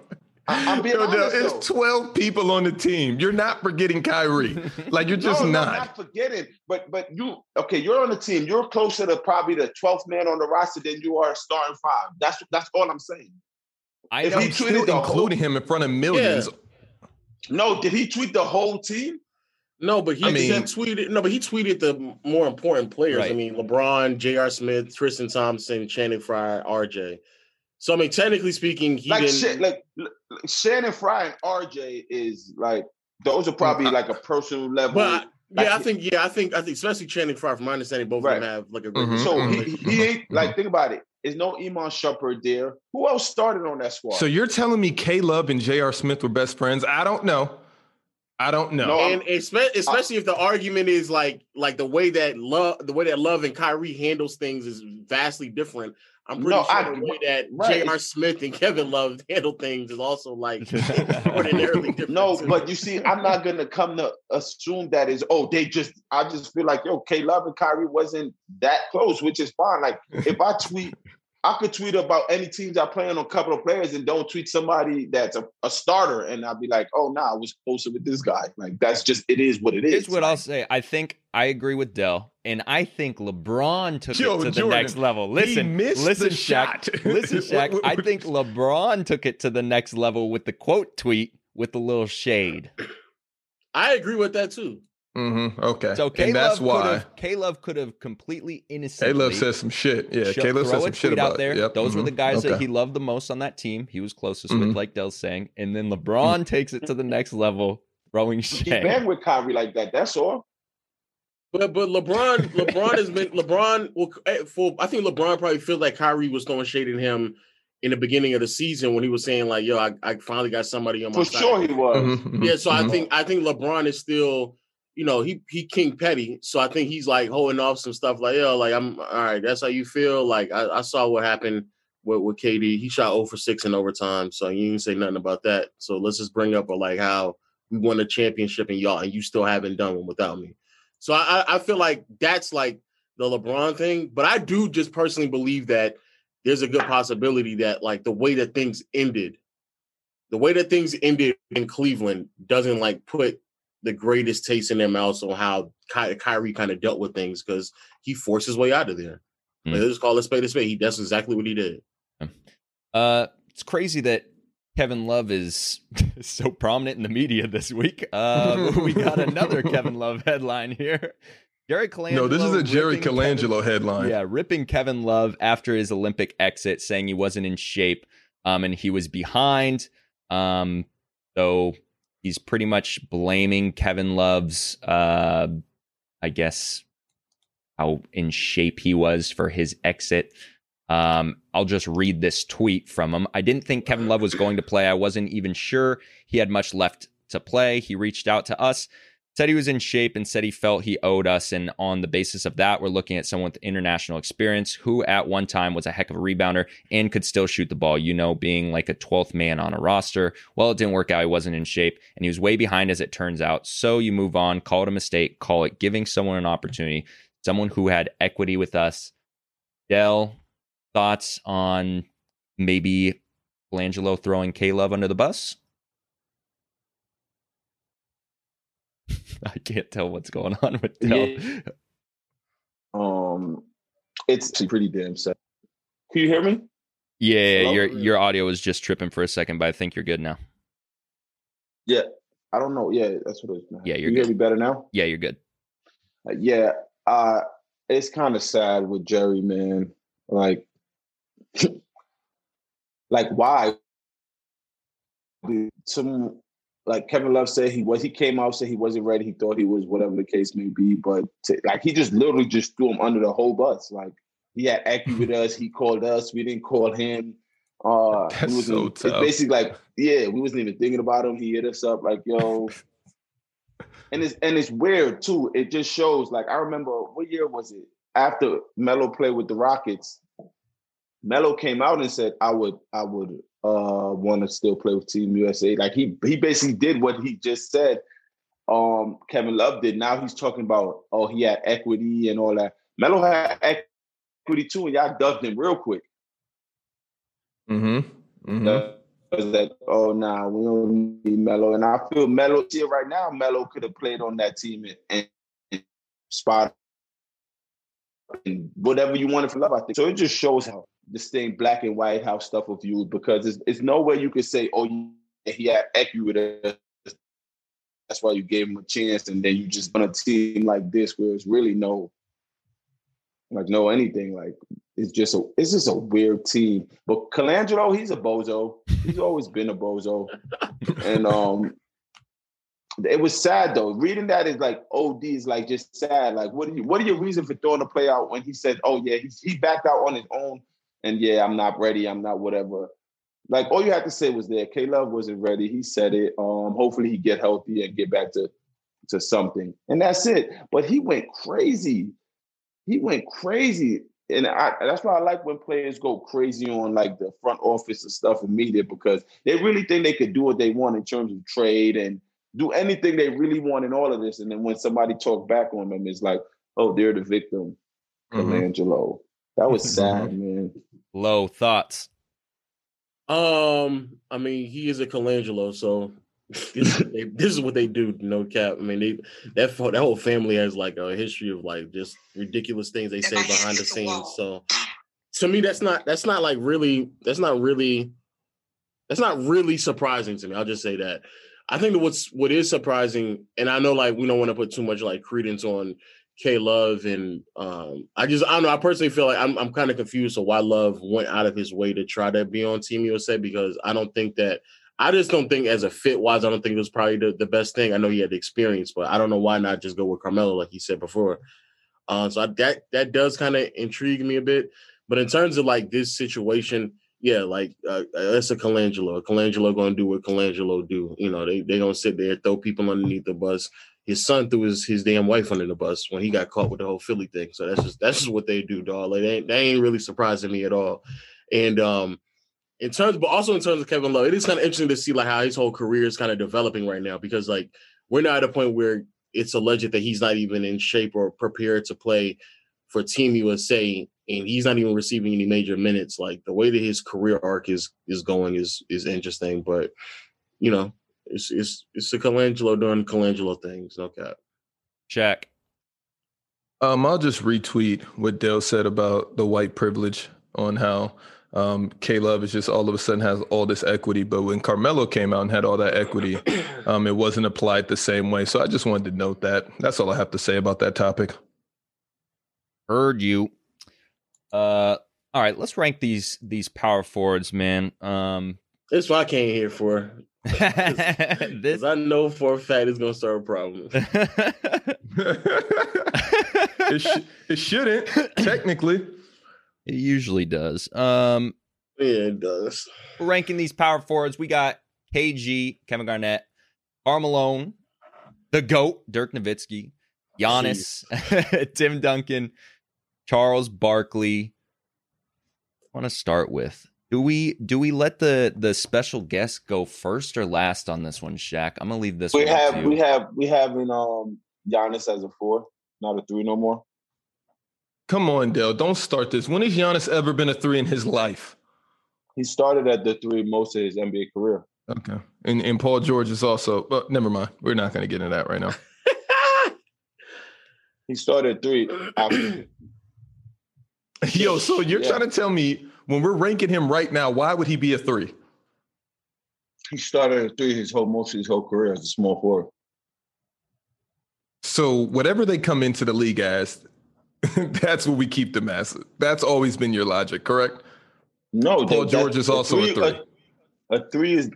[SPEAKER 2] I- I'm being
[SPEAKER 1] Yo, Dell,
[SPEAKER 2] honest,
[SPEAKER 1] it's
[SPEAKER 2] though.
[SPEAKER 1] 12 people on the team. You're not forgetting Kyrie. Like, you're just
[SPEAKER 2] no, no,
[SPEAKER 1] not.
[SPEAKER 2] not forgetting, but but you okay? You're on the team. You're closer to probably the 12th man on the roster than you are starting five. That's that's all I'm saying.
[SPEAKER 4] I
[SPEAKER 2] If
[SPEAKER 4] know
[SPEAKER 2] he
[SPEAKER 1] I'm
[SPEAKER 2] tweeted
[SPEAKER 1] still
[SPEAKER 2] the whole-
[SPEAKER 1] including him in front of millions.
[SPEAKER 2] No, did he tweet the whole team?
[SPEAKER 3] No, but he,
[SPEAKER 1] I mean-
[SPEAKER 3] he tweeted. No, but he tweeted the more important players.
[SPEAKER 4] Right.
[SPEAKER 3] I mean, LeBron, J.R. Smith, Tristan Thompson, Channing Frye, R.J. So I mean, technically speaking, he
[SPEAKER 2] like
[SPEAKER 3] didn't.
[SPEAKER 2] shit, like, like Shannon Fry and RJ is like those are probably
[SPEAKER 1] Mm,
[SPEAKER 2] like a personal level.
[SPEAKER 3] But I, yeah, I
[SPEAKER 2] Like-
[SPEAKER 3] think yeah, I think I think especially Channing Frye, from my understanding, both of
[SPEAKER 2] Right.
[SPEAKER 3] them have like a great
[SPEAKER 1] Mhm,
[SPEAKER 2] so
[SPEAKER 1] mhm,
[SPEAKER 2] he,
[SPEAKER 3] relationship.
[SPEAKER 2] he he ain't like think about it. There's no Iman Shumpert there. Who else started on that squad?
[SPEAKER 1] So you're telling me K Love and J.R. Smith were best friends? I don't know. I don't know.
[SPEAKER 2] No.
[SPEAKER 3] and espe- especially if the argument is like like the way that love the way that love and Kyrie handles things is vastly different. I'm pretty
[SPEAKER 2] No,
[SPEAKER 3] sure
[SPEAKER 2] I-
[SPEAKER 3] the way that
[SPEAKER 2] right.
[SPEAKER 3] J.R. Smith and Kevin Love handle things is also like extraordinarily different.
[SPEAKER 2] no,
[SPEAKER 3] too.
[SPEAKER 2] but you see, I'm not gonna come to assume that is oh they just. I just feel like yo, K Love and Kyrie wasn't that close, which is fine. Like if I tweet, I could tweet about any teams I play on a couple of players, and don't tweet somebody that's a, a starter, and I'll be like, oh nah, I was closer with this guy. Like that's just it is what it is.
[SPEAKER 4] Here's what I'll say. I think I agree with Dell, and I think LeBron took
[SPEAKER 1] Yo,
[SPEAKER 4] it to the
[SPEAKER 1] Jordan,
[SPEAKER 4] next level. Listen,
[SPEAKER 1] missed the
[SPEAKER 4] listen, Shaq.
[SPEAKER 1] shot.
[SPEAKER 4] Listen, Shaq.
[SPEAKER 1] What- what-
[SPEAKER 4] I think LeBron took it to the next level with the quote tweet with the little shade.
[SPEAKER 3] I agree with that too.
[SPEAKER 1] Mhm, Okay.
[SPEAKER 4] So K
[SPEAKER 1] and that's
[SPEAKER 4] Love could
[SPEAKER 1] why
[SPEAKER 4] have K Love could have completely innocently
[SPEAKER 1] K Love said some shit. Yeah,
[SPEAKER 4] sho-
[SPEAKER 1] K Love
[SPEAKER 4] throw
[SPEAKER 1] said
[SPEAKER 4] a
[SPEAKER 1] some shit
[SPEAKER 4] tweet
[SPEAKER 1] about
[SPEAKER 4] out
[SPEAKER 1] it.
[SPEAKER 4] there.
[SPEAKER 1] Yep,
[SPEAKER 4] Those were
[SPEAKER 1] mhm,
[SPEAKER 4] the guys that
[SPEAKER 1] okay.
[SPEAKER 4] he loved the most on that team. He was closest
[SPEAKER 1] Mhm.
[SPEAKER 4] with, like Dell's saying, and then
[SPEAKER 1] Mm-hmm.
[SPEAKER 4] LeBron takes it to the next level, throwing
[SPEAKER 2] he
[SPEAKER 4] shade.
[SPEAKER 2] bang with Kyrie like that. That's all.
[SPEAKER 3] But but LeBron LeBron has been LeBron will eh, for I think LeBron probably feels like Kyrie was throwing shade at him in the beginning of the season when he was saying like yo I, I finally got somebody on my
[SPEAKER 2] For
[SPEAKER 3] side.
[SPEAKER 2] sure he was.
[SPEAKER 1] Mhm, mhm,
[SPEAKER 3] Yeah, so I
[SPEAKER 1] mhm.
[SPEAKER 3] think I think LeBron is still, you know, he he king petty. So I think he's like holding off some stuff like, yo, like I'm all right, that's how you feel. Like I, I saw what happened with, with KD. He shot 0 for 6 in overtime. So you didn't say nothing about that. So let's just bring up uh, like how we won a championship and y'all and you still haven't done one without me. So I, I I feel like that's like the LeBron thing. But I do just personally believe that there's a good possibility that like the way that things ended, the way that things ended in Cleveland doesn't like put the greatest taste in their mouths on how Ky- Kyrie kind of dealt with things because he forced his way out of there.
[SPEAKER 4] Mm.
[SPEAKER 3] Like, let's just call it spade a spade. He that's exactly what he did.
[SPEAKER 4] Uh, it's crazy that Kevin Love is so prominent in the media this week. Uh, we got another Kevin Love headline here. Jerry Colangelo.
[SPEAKER 1] No, this is a Jerry
[SPEAKER 4] ripping
[SPEAKER 1] Colangelo headline.
[SPEAKER 4] Kevin, yeah, ripping Kevin Love after his Olympic exit, saying he wasn't in shape, um, and he was behind. Um, so he's pretty much blaming Kevin Love's, uh, I guess, how in shape he was for his exit. Um, I'll just read this tweet from him. I didn't think Kevin Love was going to play. I wasn't even sure he had much left to play. He reached out to us, said he was in shape, and said he felt he owed us. And on the basis of that, we're looking at someone with international experience who, at one time, was a heck of a rebounder and could still shoot the ball, you know, being like a 12th man on a roster. Well, it didn't work out. He wasn't in shape and he was way behind, as it turns out. So you move on, call it a mistake, call it giving someone an opportunity, someone who had equity with us. Dell, Thoughts on maybe Blangelo throwing K Love under the bus? I can't tell what's going on with Dell.
[SPEAKER 2] Yeah. Um, it's actually pretty damn sad. Can you hear me?
[SPEAKER 4] Yeah,
[SPEAKER 2] Hello?
[SPEAKER 4] your your audio was just tripping for a second, but I think you're good now.
[SPEAKER 2] I don't know. Yeah, that's what it is. man.
[SPEAKER 4] Yeah,
[SPEAKER 2] Can
[SPEAKER 4] you're
[SPEAKER 2] you
[SPEAKER 4] good.
[SPEAKER 2] hear me better now.
[SPEAKER 4] Yeah, you're good.
[SPEAKER 2] Uh, yeah, uh, it's kind of sad with Jerry, man. Like, like why? Dude, Some like Kevin Love said he was. He came out said he wasn't ready. He thought he was, whatever the case may be. But to, like, he just literally just threw him under the whole bus. Like, he had active with us. He called us. We didn't call him. Uh, we
[SPEAKER 1] That's
[SPEAKER 2] wasn't-
[SPEAKER 1] so
[SPEAKER 2] it's
[SPEAKER 1] tough.
[SPEAKER 2] basically like, yeah, we wasn't even thinking about him. He hit us up like, yo, and it's and it's weird too. It just shows like I remember what year was it after Melo played with the Rockets. Melo came out and said, "I would, I would uh want to still play with Team USA." Like he he basically did what he just said. Um, Kevin Love did. Now he's talking about oh he had equity and all that. Melo had equity too, and y'all dubbed him real quick.
[SPEAKER 1] Mm-hmm. Mm-hmm.
[SPEAKER 2] was that oh nah we don't need Melo and I feel Melo here right now Melo could have played on that team and, and, and spot and whatever you wanted for love I think so it just shows how this thing black and white how stuff was viewed because it's it's no way you could say oh you- he had equity with us that's why you gave him a chance and then you just on a team like this where it's really no like no anything like it's just a it's just a weird team. But Colangelo, he's a bozo. He's always been a bozo. And um it was sad though. Reading that is like OD is like just sad. Like what are you what are your reason for throwing the play out when he said, Oh yeah, he, he backed out on his own and yeah, I'm not ready, I'm not whatever. Like all you had to say was there. K Love wasn't ready. He said it. Um hopefully he get healthy and get back to to something. And that's it. But he went crazy. He went crazy. And I, that's why I like when players go crazy on like the front office and stuff and media because they really think they could do what they want in terms of trade and do anything they really want in all of this. And then when somebody talk back on them, it's like, oh, they're the victim,
[SPEAKER 1] Mhm.
[SPEAKER 2] Colangelo. That was sad, man.
[SPEAKER 4] Low thoughts.
[SPEAKER 3] Um, I mean, he is a Colangelo, so this, is what they, this is what they do. No cap. I mean, they that fo- that whole family has like a history of like just ridiculous things they say behind the scenes. So to me, that's not that's not like really that's not really that's not really surprising to me. I'll just say that. I think that what's what is surprising, and I know like we don't want to put too much like credence on K Love, and um, I just I don't know. I personally feel like I'm I'm kind of confused to why Love went out of his way to try to be on Team USA because I don't think that I just don't think as a fit wise I don't think it was probably the, the best thing. I know he had the experience, but I don't know why not just go with Carmelo like he said before. Uh, so I, that that does kind of intrigue me a bit. But in terms of like this situation, yeah, like uh, uh, that's a Colangelo. A Colangelo gonna do what Colangelo do. You know, they they gonna sit there throw people underneath the bus his son threw his his damn wife under the bus when he got caught with the whole Philly thing. So that's just that's just what they do, dog. Like they ain't, they ain't really surprising me at all. And um in terms, but also in terms of Kevin Love, it is kind of interesting to see like how his whole career is kind of developing right now because like we're now at a point where it's alleged that he's not even in shape or prepared to play for Team USA, and he's not even receiving any major minutes. Like the way that his career arc is is going is is interesting, but you know. It's it's it's the Colangelo doing Colangelo things, no cap.
[SPEAKER 4] Check.
[SPEAKER 1] Um, I'll just retweet what Dale said about the white privilege on how um, K Love is just all of a sudden has all this equity, but when Carmelo came out and had all that equity, um, it wasn't applied the same way. So I just wanted to note that. That's all I have to say about that topic.
[SPEAKER 4] Heard you. Uh all right, let's rank these these power forwards, man. Um
[SPEAKER 3] That's what I came here for.
[SPEAKER 4] this
[SPEAKER 3] Because I know for a fact it's gonna start a problem.
[SPEAKER 1] it, sh- it shouldn't technically.
[SPEAKER 4] It usually does. Um
[SPEAKER 3] yeah, it does.
[SPEAKER 4] ranking these power forwards, we got KG, Kevin Garnett, Carmelo, the GOAT, Dirk Nowitzki, Giannis, Tim Duncan, Charles Barkley. I want to start with. Do we do we let the the special guest go first or last on this one, Shaq? I'm gonna leave this
[SPEAKER 2] We
[SPEAKER 4] one up to
[SPEAKER 2] have
[SPEAKER 4] you.
[SPEAKER 2] we have we have in um Giannis as a four, not a three no more.
[SPEAKER 1] Come on, Dale. Don't start this. When has Giannis ever been a three in his life?
[SPEAKER 2] He started at the three most of his NBA career.
[SPEAKER 1] Okay. And and Paul George is also, but never mind. We're not going to get into that right now.
[SPEAKER 2] He started at three. after-
[SPEAKER 1] Yo, so you're
[SPEAKER 2] Yeah.
[SPEAKER 1] trying to tell me when we're ranking him right now, why would he be a three?
[SPEAKER 2] he started at three his whole most of his whole career as a small forward.
[SPEAKER 1] So whatever they come into the league as, that's what we keep them as. That's always been your logic, correct?
[SPEAKER 2] No,
[SPEAKER 1] Paul
[SPEAKER 2] that-
[SPEAKER 1] George is also a three.
[SPEAKER 2] A, a three is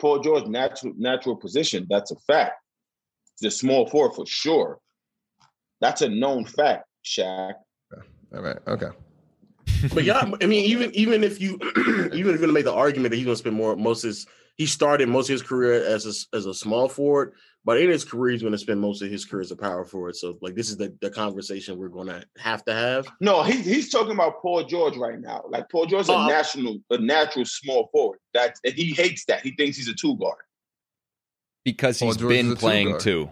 [SPEAKER 2] Paul George natural natural position. That's a fact. The small four for sure. That's a known fact, Shaq.
[SPEAKER 1] All right. Okay.
[SPEAKER 3] But yeah, I mean, even even if you even if you make the argument that he's gonna spend more most of his he started most of his career as a, as a small forward, but in his career he's gonna spend most of his career as a power forward. So like this is the, the conversation we're gonna have to have.
[SPEAKER 2] No, he's he's talking about Paul George right now. Like Paul George is
[SPEAKER 3] Oh,
[SPEAKER 2] a
[SPEAKER 3] I-
[SPEAKER 2] national, a natural small forward. That's and he hates that. He thinks he's a two guard
[SPEAKER 4] because
[SPEAKER 1] Paul
[SPEAKER 4] he's
[SPEAKER 1] George is a
[SPEAKER 4] been
[SPEAKER 1] two
[SPEAKER 4] playing
[SPEAKER 1] guard.
[SPEAKER 4] two.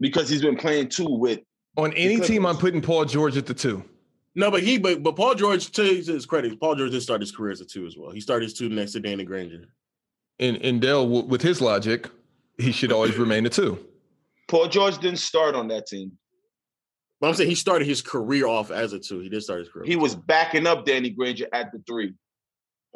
[SPEAKER 2] because he's been playing two with
[SPEAKER 1] On any
[SPEAKER 2] Clippers.
[SPEAKER 1] team, I'm putting Paul George at the two.
[SPEAKER 3] No, but he but but Paul George to his credit, Paul George did start his career as a two as well. He started his two next to Danny Granger.
[SPEAKER 1] And and Dale, w- with his logic, he should always remain a two.
[SPEAKER 2] Paul George didn't start on that team.
[SPEAKER 3] But I'm saying he started his career off as a two. He did start his career.
[SPEAKER 2] He was backing up Danny Granger at the three.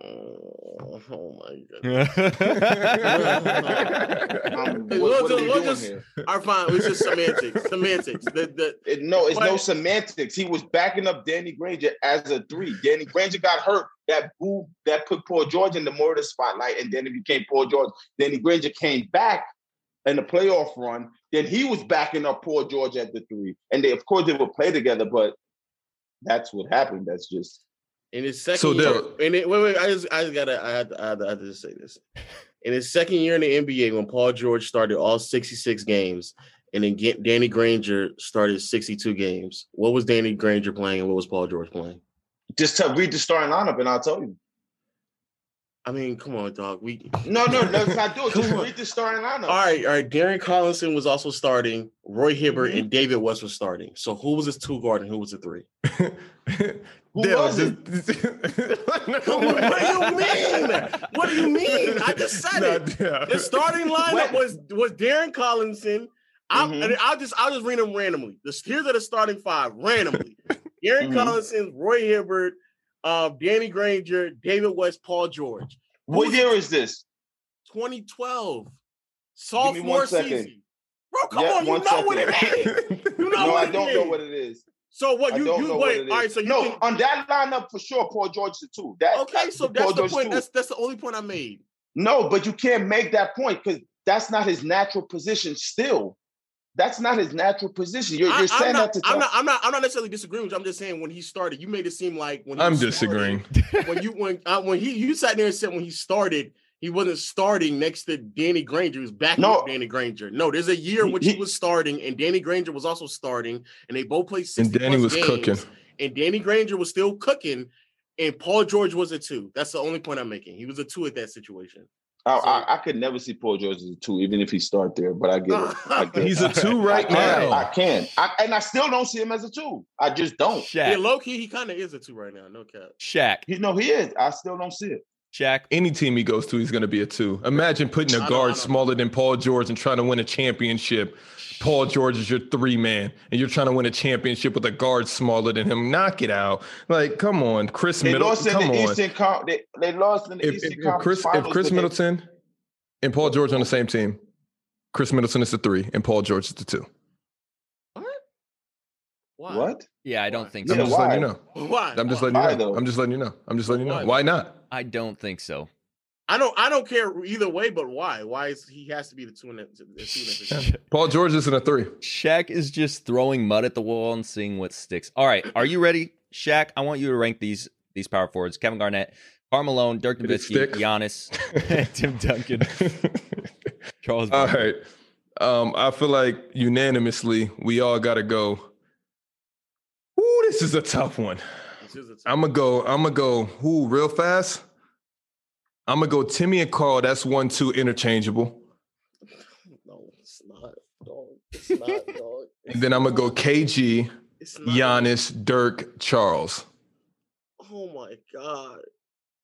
[SPEAKER 3] Oh, oh my god.
[SPEAKER 2] Um,
[SPEAKER 3] Hey,
[SPEAKER 2] what, what
[SPEAKER 3] Lil'
[SPEAKER 2] are
[SPEAKER 3] Jon-
[SPEAKER 2] we
[SPEAKER 3] Lil'
[SPEAKER 2] doing
[SPEAKER 3] Jon's-
[SPEAKER 2] here?
[SPEAKER 3] Our fine, it's just semantics. semantics. The, the,
[SPEAKER 2] It, no, it's no
[SPEAKER 3] What?
[SPEAKER 2] semantics. He was backing up Danny Granger as a three. Danny Granger got hurt. That boo that put Paul George in the more of the spotlight, and then it became Paul George. Danny Granger came back in the playoff run. Then he was backing up Paul George at the three, and they of course they would play together, but that's what happened. That's just
[SPEAKER 3] In his second
[SPEAKER 1] So,
[SPEAKER 3] year,
[SPEAKER 1] Dale-
[SPEAKER 3] in it, wait, wait, I just, I just gotta, I had, to, I, had to, I had to just say this. In his second year in the NBA, when Paul George started all 66 games, and then Ga- Danny Granger started 62 games, what was Danny Granger playing and what was Paul George playing?
[SPEAKER 2] just tell, read the starting lineup, and I'll tell you.
[SPEAKER 3] I mean, come on, dog. We
[SPEAKER 2] No, no, let's not do it. Just
[SPEAKER 3] Come on.
[SPEAKER 2] read the starting lineup.
[SPEAKER 3] all right, all right. Darren Collinson was also starting. Roy Hibbert and David West was starting. So who was his two guard and who was the three?
[SPEAKER 2] Who
[SPEAKER 1] Dale,
[SPEAKER 2] was it?
[SPEAKER 1] just-
[SPEAKER 3] What do you mean? What do you mean? I just said
[SPEAKER 1] Nah,
[SPEAKER 3] it.
[SPEAKER 1] Dale.
[SPEAKER 3] The starting lineup
[SPEAKER 2] What?
[SPEAKER 3] was was Darren Collinson. I'm,
[SPEAKER 2] Mhm.
[SPEAKER 3] and I'll just I'll just read them randomly. The here's are the starting five randomly: Darren
[SPEAKER 2] Mhm.
[SPEAKER 3] Collinson, Roy Hibbert, uh, Danny Granger, David West, Paul George.
[SPEAKER 2] What year is this?
[SPEAKER 3] 2012
[SPEAKER 2] one
[SPEAKER 3] sophomore
[SPEAKER 2] second.
[SPEAKER 3] season. Bro, come
[SPEAKER 2] Yeah,
[SPEAKER 3] on, you know
[SPEAKER 2] one
[SPEAKER 3] what it is. You know
[SPEAKER 2] No,
[SPEAKER 3] what
[SPEAKER 2] I don't
[SPEAKER 3] it
[SPEAKER 2] know
[SPEAKER 3] is.
[SPEAKER 2] what it is.
[SPEAKER 3] So what
[SPEAKER 2] I
[SPEAKER 3] you
[SPEAKER 2] don't
[SPEAKER 3] you
[SPEAKER 2] know
[SPEAKER 3] wait?
[SPEAKER 2] what it is.
[SPEAKER 3] all right, so you
[SPEAKER 2] no,
[SPEAKER 3] think,
[SPEAKER 2] on that lineup for sure, Paul George is a two. That
[SPEAKER 3] okay?
[SPEAKER 2] that-
[SPEAKER 3] So
[SPEAKER 2] Paul
[SPEAKER 3] that's the
[SPEAKER 2] George is
[SPEAKER 3] point.
[SPEAKER 2] two.
[SPEAKER 3] That's that's the only point I made.
[SPEAKER 2] no, but you can't make that point because that's not his natural position. Still, that's not his natural position. You're,
[SPEAKER 3] I,
[SPEAKER 2] you're
[SPEAKER 3] am
[SPEAKER 2] saying
[SPEAKER 3] not,
[SPEAKER 2] that to
[SPEAKER 3] I'm
[SPEAKER 2] tell-
[SPEAKER 3] not. I'm not. I'm not necessarily disagreeing with you. I'm just saying when he started, you made it seem like when he
[SPEAKER 1] I'm
[SPEAKER 3] was starting-
[SPEAKER 1] disagreeing.
[SPEAKER 3] when you when uh, when he you sat there and said when he started, he wasn't starting next to Danny Granger. He was backing
[SPEAKER 2] No.
[SPEAKER 3] up Danny Granger. No, there's a year in which he
[SPEAKER 2] He-
[SPEAKER 3] was starting, and Danny Granger was also starting, and they both played
[SPEAKER 1] And
[SPEAKER 3] 60
[SPEAKER 1] Danny
[SPEAKER 3] plus
[SPEAKER 1] was
[SPEAKER 3] games,
[SPEAKER 1] cooking.
[SPEAKER 3] and Danny Granger was still cooking, and Paul George was a two. That's the only point I'm making. He was a two at that situation.
[SPEAKER 2] I, I, I could never see Paul George as a two, even if he start there. But I get it. I get it.
[SPEAKER 1] He's a two right
[SPEAKER 2] I can.
[SPEAKER 1] now.
[SPEAKER 2] I can. I, and I still don't see him as a two. I just don't.
[SPEAKER 3] yeah,
[SPEAKER 4] Shaq,
[SPEAKER 3] low key, he kind of is a two right now. No cap.
[SPEAKER 4] Shaq,
[SPEAKER 2] You know, he is. I still don't see it.
[SPEAKER 4] Shaq.
[SPEAKER 1] Any team he goes to, he's going to be a two. Imagine putting
[SPEAKER 3] I
[SPEAKER 1] a
[SPEAKER 3] don't- I
[SPEAKER 1] guard
[SPEAKER 3] don't-
[SPEAKER 1] smaller than Paul George and trying to win a championship. Paul George is your three man, and you're trying to win a championship with a guard smaller than him. Knock it out! Like, come on, Chris
[SPEAKER 2] They lost
[SPEAKER 1] Middleton.
[SPEAKER 2] in
[SPEAKER 1] Come
[SPEAKER 2] the
[SPEAKER 1] on.
[SPEAKER 2] Eastern Con- they, they lost in the
[SPEAKER 1] If,
[SPEAKER 2] Eastern
[SPEAKER 1] if, if
[SPEAKER 2] Conference
[SPEAKER 1] Chris,
[SPEAKER 2] Finals.
[SPEAKER 1] if Chris
[SPEAKER 2] but they-
[SPEAKER 1] Middleton and Paul George on the same team, Chris Middleton is the three, and Paul George is the two.
[SPEAKER 3] Why?
[SPEAKER 2] what?
[SPEAKER 4] Yeah, I don't think
[SPEAKER 1] I'm
[SPEAKER 2] Yeah,
[SPEAKER 1] just
[SPEAKER 4] so.
[SPEAKER 2] why?
[SPEAKER 1] letting you know.
[SPEAKER 3] Why?
[SPEAKER 1] I'm just
[SPEAKER 3] Why?
[SPEAKER 1] letting you
[SPEAKER 2] Why,
[SPEAKER 1] know.
[SPEAKER 2] though?
[SPEAKER 1] I'm just letting you know. I'm just letting you
[SPEAKER 3] Why?
[SPEAKER 1] know. Why not?
[SPEAKER 4] I don't think so.
[SPEAKER 3] I don't. I don't care either way. But why? Why is he has to be the two in that, the two in that situation?
[SPEAKER 1] Paul George isn't a three.
[SPEAKER 4] Shaq is just throwing mud at the wall and seeing what sticks. All right, are you ready, Shaq? I want you to rank these these power forwards: Kevin Garnett, Carmelo, Dirk
[SPEAKER 1] Did it
[SPEAKER 4] Nowitzki,
[SPEAKER 1] stick?
[SPEAKER 4] Giannis, Tim Duncan, Charles.
[SPEAKER 1] all
[SPEAKER 4] Barkley.
[SPEAKER 1] right. Um, I feel like unanimously we all gotta go. Ooh, this is a tough one.
[SPEAKER 3] This is a tough-
[SPEAKER 1] I'ma go, I'ma go, ooh, real fast. I'ma go Timmy and Carl. That's one, two interchangeable.
[SPEAKER 3] No, it's not. Dog. It's not. Dog.
[SPEAKER 1] And then I'ma go KG,
[SPEAKER 3] It's not-
[SPEAKER 1] Giannis, Dirk, Charles.
[SPEAKER 3] Oh my god.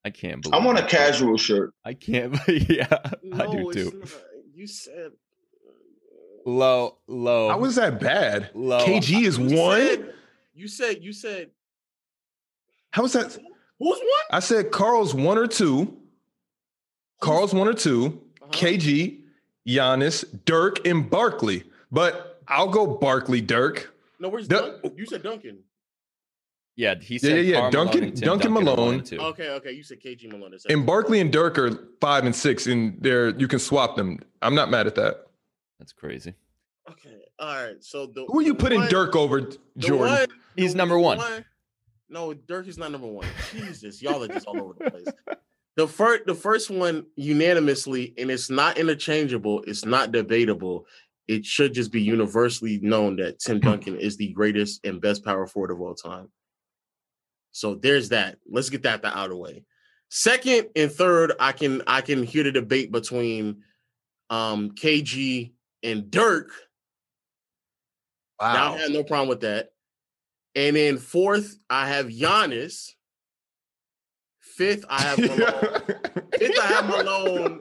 [SPEAKER 4] I can't believe.
[SPEAKER 2] I want
[SPEAKER 4] it.
[SPEAKER 2] a casual shirt.
[SPEAKER 4] I can't. believe Yeah, I
[SPEAKER 3] No,
[SPEAKER 4] do
[SPEAKER 3] it's
[SPEAKER 4] too.
[SPEAKER 3] not. You said uh, Oh.
[SPEAKER 4] Low, low.
[SPEAKER 1] How is that bad?
[SPEAKER 4] low.
[SPEAKER 1] KG is
[SPEAKER 3] You
[SPEAKER 1] one.
[SPEAKER 3] said- You said you said
[SPEAKER 1] How is that?
[SPEAKER 3] who's one?
[SPEAKER 1] I said Carl's one or two. Carl's one or 2
[SPEAKER 3] Uh-huh.
[SPEAKER 1] KG, Giannis, Dirk, and Barkley. But I'll go Barkley, Dirk.
[SPEAKER 3] No, where's
[SPEAKER 1] Dun-
[SPEAKER 3] Duncan? You said Duncan.
[SPEAKER 4] Yeah, he
[SPEAKER 1] yeah,
[SPEAKER 4] said.
[SPEAKER 1] yeah,
[SPEAKER 4] Karl Malone
[SPEAKER 1] Duncan-
[SPEAKER 4] and Tim
[SPEAKER 1] Duncan
[SPEAKER 4] Duncan are
[SPEAKER 1] Malone.
[SPEAKER 4] one, too.
[SPEAKER 3] Okay, okay. You said KG Malone. That's
[SPEAKER 1] And Barkley and Dirk are five and six, and they're you can swap them. I'm not mad at that.
[SPEAKER 4] That's crazy.
[SPEAKER 3] Okay. All right. So the
[SPEAKER 1] Who are you
[SPEAKER 3] the
[SPEAKER 1] putting
[SPEAKER 3] one-
[SPEAKER 1] Dirk over,
[SPEAKER 3] the
[SPEAKER 1] Jordan?
[SPEAKER 3] one-
[SPEAKER 4] He's
[SPEAKER 3] the
[SPEAKER 4] number one.
[SPEAKER 3] No, Dirk is not number one. Jesus, y'all are just all over the place. The first, the first one unanimously, and it's not interchangeable. It's not debatable. It should just be universally known that Tim Duncan is the greatest and best power forward of all time. So there's that. Let's get that the out of the way. Second and third, I can I can hear the debate between um KG and Dirk. I
[SPEAKER 1] Wow.
[SPEAKER 3] had no problem with that. And then fourth, I have Giannis. Fifth, I have Malone. Fifth, I have Malone.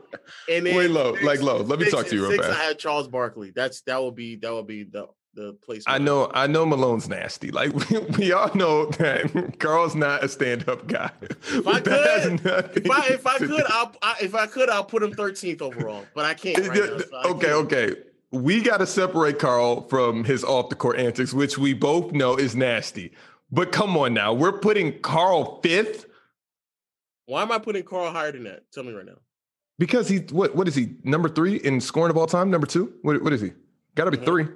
[SPEAKER 3] And then
[SPEAKER 1] Wait, low, like low. Let me
[SPEAKER 3] sixth
[SPEAKER 1] talk to you
[SPEAKER 3] and
[SPEAKER 1] real
[SPEAKER 3] sixth, I
[SPEAKER 1] fast.
[SPEAKER 3] had Charles Barkley. That's that will be that will be the the place.
[SPEAKER 1] I know, I know Malone's nasty. Like we, we all know that Carl's not a stand-up guy. If
[SPEAKER 3] I could- If I if I could, I'll I, if I could, I'll put him thirteenth overall. But I can't. Right now, so I
[SPEAKER 1] okay,
[SPEAKER 3] can't.
[SPEAKER 1] okay. We got to separate Carl from his off the court antics, which we both know is nasty. But come on now, we're putting Carl fifth
[SPEAKER 3] Why am I putting Carl higher than that? Tell me right now.
[SPEAKER 1] because he what what is he number three in scoring of all time? Number two? What what is he? Got to be
[SPEAKER 3] Mhm.
[SPEAKER 1] three.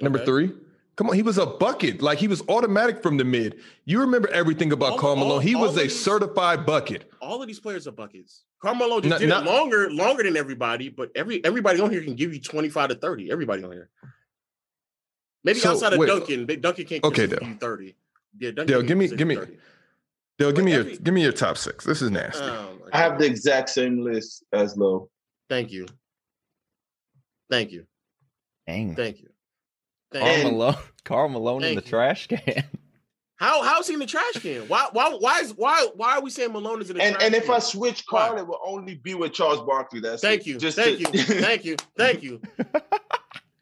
[SPEAKER 1] Number
[SPEAKER 3] Okay.
[SPEAKER 1] three. Come on, he was a bucket. Like he was automatic from the mid. You remember everything about
[SPEAKER 3] All-
[SPEAKER 1] Carl Malone.
[SPEAKER 3] all-
[SPEAKER 1] he
[SPEAKER 3] all
[SPEAKER 1] was a
[SPEAKER 3] these-
[SPEAKER 1] certified bucket.
[SPEAKER 3] all of these players are buckets. Carmelo just
[SPEAKER 1] Not-
[SPEAKER 3] did
[SPEAKER 1] not-
[SPEAKER 3] it longer, longer than everybody, but every everybody on here can give you 25 to 30. Everybody on here. Maybe
[SPEAKER 1] So,
[SPEAKER 3] outside of
[SPEAKER 1] wait.
[SPEAKER 3] Duncan, but Duncan can't
[SPEAKER 1] Okay,
[SPEAKER 3] consider
[SPEAKER 1] Dale.
[SPEAKER 3] you 30. Yeah, Duncan
[SPEAKER 1] Dale,
[SPEAKER 3] can't
[SPEAKER 1] give me-
[SPEAKER 3] consider
[SPEAKER 1] give
[SPEAKER 3] you
[SPEAKER 1] me-
[SPEAKER 3] 30.
[SPEAKER 1] Dale, give me your
[SPEAKER 3] every-
[SPEAKER 1] give me your top six. This is nasty.
[SPEAKER 3] Oh, my
[SPEAKER 2] I have the
[SPEAKER 3] God.
[SPEAKER 2] exact same list as Low.
[SPEAKER 3] Thank you. Thank you.
[SPEAKER 4] Dang.
[SPEAKER 3] Thank you. Thank
[SPEAKER 4] Carl
[SPEAKER 3] you.
[SPEAKER 4] Malone. Carl Malone in
[SPEAKER 3] Thank
[SPEAKER 4] the
[SPEAKER 3] you.
[SPEAKER 4] trash can.
[SPEAKER 3] How how's he in the trash can? Why why why is why why are we saying Malone is in the
[SPEAKER 2] And
[SPEAKER 3] trash
[SPEAKER 2] and if
[SPEAKER 3] can?
[SPEAKER 2] I switch Carl, it will only be with Charles Barkley. That's
[SPEAKER 3] Thank
[SPEAKER 2] it.
[SPEAKER 3] you.
[SPEAKER 2] Just
[SPEAKER 3] thank
[SPEAKER 2] to-
[SPEAKER 3] you. Thank you. Thank you.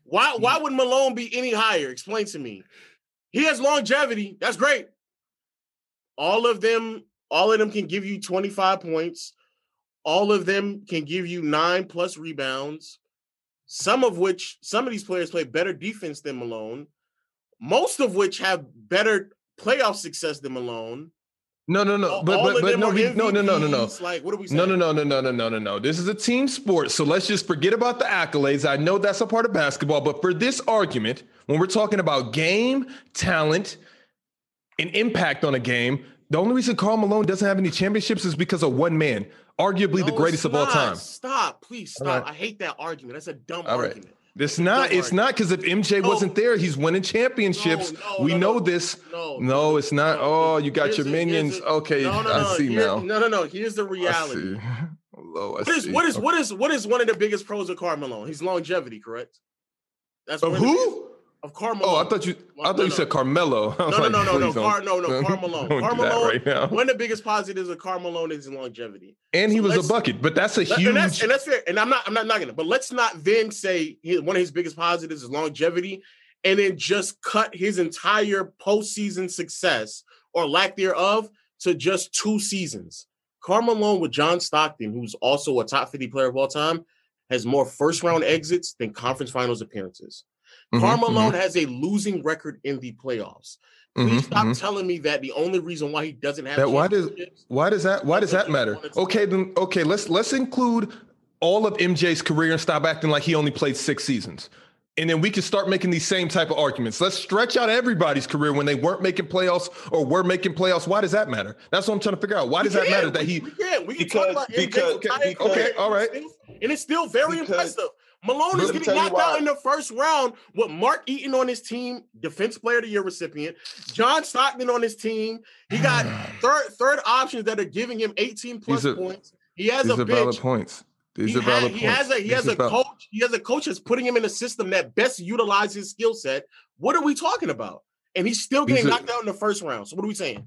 [SPEAKER 3] Why why would Malone be any higher? Explain to me. He has longevity. That's great. All of them, all of them can give you 25 points. All of them can give you nine plus rebounds. Some of which, some of these players play better defense than Malone. Most of which have better playoff success than Malone.
[SPEAKER 1] No, no, no.
[SPEAKER 3] All-
[SPEAKER 1] But
[SPEAKER 3] all
[SPEAKER 1] but,
[SPEAKER 3] of
[SPEAKER 1] but
[SPEAKER 3] them
[SPEAKER 1] no,
[SPEAKER 3] are
[SPEAKER 1] we, no, no, no, no, no.
[SPEAKER 3] MVPs. Like, what are we saying?
[SPEAKER 1] No, no, no, no, no, no, no, no, no. This is a team sport. So let's just forget about the accolades. I know that's a part of basketball, but for this argument, when we're talking about game, talent, and impact on a game, the only reason Carl Malone doesn't have any championships is because of one man, arguably the
[SPEAKER 3] No,
[SPEAKER 1] greatest
[SPEAKER 3] it's
[SPEAKER 1] of all
[SPEAKER 3] not.
[SPEAKER 1] time.
[SPEAKER 3] Stop, please
[SPEAKER 1] All
[SPEAKER 3] stop.
[SPEAKER 1] right.
[SPEAKER 3] I hate that argument. That's a dumb
[SPEAKER 1] All right.
[SPEAKER 3] argument.
[SPEAKER 1] It's not,
[SPEAKER 3] Don't
[SPEAKER 1] it's
[SPEAKER 3] argue.
[SPEAKER 1] not because if MJ
[SPEAKER 3] No.
[SPEAKER 1] wasn't there, he's winning championships.
[SPEAKER 3] No, no,
[SPEAKER 1] we
[SPEAKER 3] no,
[SPEAKER 1] know
[SPEAKER 3] no.
[SPEAKER 1] this.
[SPEAKER 3] No,
[SPEAKER 1] No, it's not.
[SPEAKER 3] no.
[SPEAKER 1] Oh, you got
[SPEAKER 3] Here's
[SPEAKER 1] your
[SPEAKER 3] the- here's
[SPEAKER 1] minions.
[SPEAKER 3] the-
[SPEAKER 1] Okay,
[SPEAKER 3] no, no, no.
[SPEAKER 1] I see
[SPEAKER 3] Here-
[SPEAKER 1] now.
[SPEAKER 3] No, no, no. Here's the
[SPEAKER 1] I
[SPEAKER 3] reality.
[SPEAKER 1] see. Low, I
[SPEAKER 3] What is
[SPEAKER 1] see.
[SPEAKER 3] what is what is what is one of the biggest pros of Carmelo? He's longevity, correct? That's
[SPEAKER 1] of
[SPEAKER 3] one the biggest-
[SPEAKER 1] who?
[SPEAKER 3] Of Carmelo.
[SPEAKER 1] Oh, I thought you. I
[SPEAKER 3] No,
[SPEAKER 1] thought you
[SPEAKER 3] no.
[SPEAKER 1] said Carmelo. I was
[SPEAKER 3] No, no,
[SPEAKER 1] like,
[SPEAKER 3] no, no, no,
[SPEAKER 1] please don't-
[SPEAKER 3] Car, no, no,
[SPEAKER 1] don't- don't
[SPEAKER 3] Carmelo.
[SPEAKER 1] do that
[SPEAKER 3] Carmelo.
[SPEAKER 1] right now.
[SPEAKER 3] One of the biggest positives of Carmelo is his longevity.
[SPEAKER 1] And he
[SPEAKER 3] so
[SPEAKER 1] was a
[SPEAKER 3] let's-
[SPEAKER 1] bucket, but that's a
[SPEAKER 3] Let-
[SPEAKER 1] huge.
[SPEAKER 3] And that's, and that's fair. And I'm not I'm not knocking it. But let's not then say he, one of his biggest positives is longevity, and then just cut his entire postseason success or lack thereof to just two seasons. Carl Malone with John Stockton, who's also a top 50 player of all time, has more first round exits than conference finals appearances.
[SPEAKER 1] Mhm,
[SPEAKER 3] Carl
[SPEAKER 1] mhm,
[SPEAKER 3] Malone has a losing record in the playoffs. Please
[SPEAKER 1] mhm,
[SPEAKER 3] stop
[SPEAKER 1] mhm.
[SPEAKER 3] telling me that the only reason why he doesn't have
[SPEAKER 1] That why does-
[SPEAKER 3] championships-
[SPEAKER 1] Why does that? Why does
[SPEAKER 3] That's
[SPEAKER 1] that
[SPEAKER 3] what
[SPEAKER 1] matter?
[SPEAKER 3] you wanted to
[SPEAKER 1] Okay, then. Okay, let's let's include all of MJ's career and stop acting like he only played six seasons. And then we can start making these same type of arguments. Let's stretch out everybody's career when they weren't making playoffs or were making playoffs. Why does that matter? That's what I'm trying to figure out. Why
[SPEAKER 3] We
[SPEAKER 1] does that
[SPEAKER 3] can,
[SPEAKER 1] matter that he
[SPEAKER 3] We can. We can
[SPEAKER 2] Because-
[SPEAKER 3] talk about MJ's
[SPEAKER 2] because-
[SPEAKER 3] entire
[SPEAKER 2] because-
[SPEAKER 1] okay,
[SPEAKER 3] career,
[SPEAKER 1] all right.
[SPEAKER 3] and it's still- And it's still very
[SPEAKER 2] Because-
[SPEAKER 3] impressive. Malone
[SPEAKER 2] Let
[SPEAKER 3] is
[SPEAKER 2] me
[SPEAKER 3] getting
[SPEAKER 2] tell you
[SPEAKER 3] knocked
[SPEAKER 2] why.
[SPEAKER 3] out in the first round with Mark Eaton on his team, Defense Player of the Year recipient, John Stockton on his team. He got third third options that are giving him 18 plus
[SPEAKER 1] are-
[SPEAKER 3] points. He has
[SPEAKER 1] these
[SPEAKER 3] a
[SPEAKER 1] are valid
[SPEAKER 3] bench.
[SPEAKER 1] points? These
[SPEAKER 3] he,
[SPEAKER 1] are
[SPEAKER 3] ha-
[SPEAKER 1] valid
[SPEAKER 3] he
[SPEAKER 1] points.
[SPEAKER 3] has a he
[SPEAKER 1] These
[SPEAKER 3] has
[SPEAKER 1] are
[SPEAKER 3] a
[SPEAKER 1] val-
[SPEAKER 3] coach. He has a coach that's putting him in a system that best utilizes his skill set. What are we talking about? and he's still
[SPEAKER 1] He's
[SPEAKER 3] getting
[SPEAKER 1] a-
[SPEAKER 3] knocked out in the first round. So what are we saying?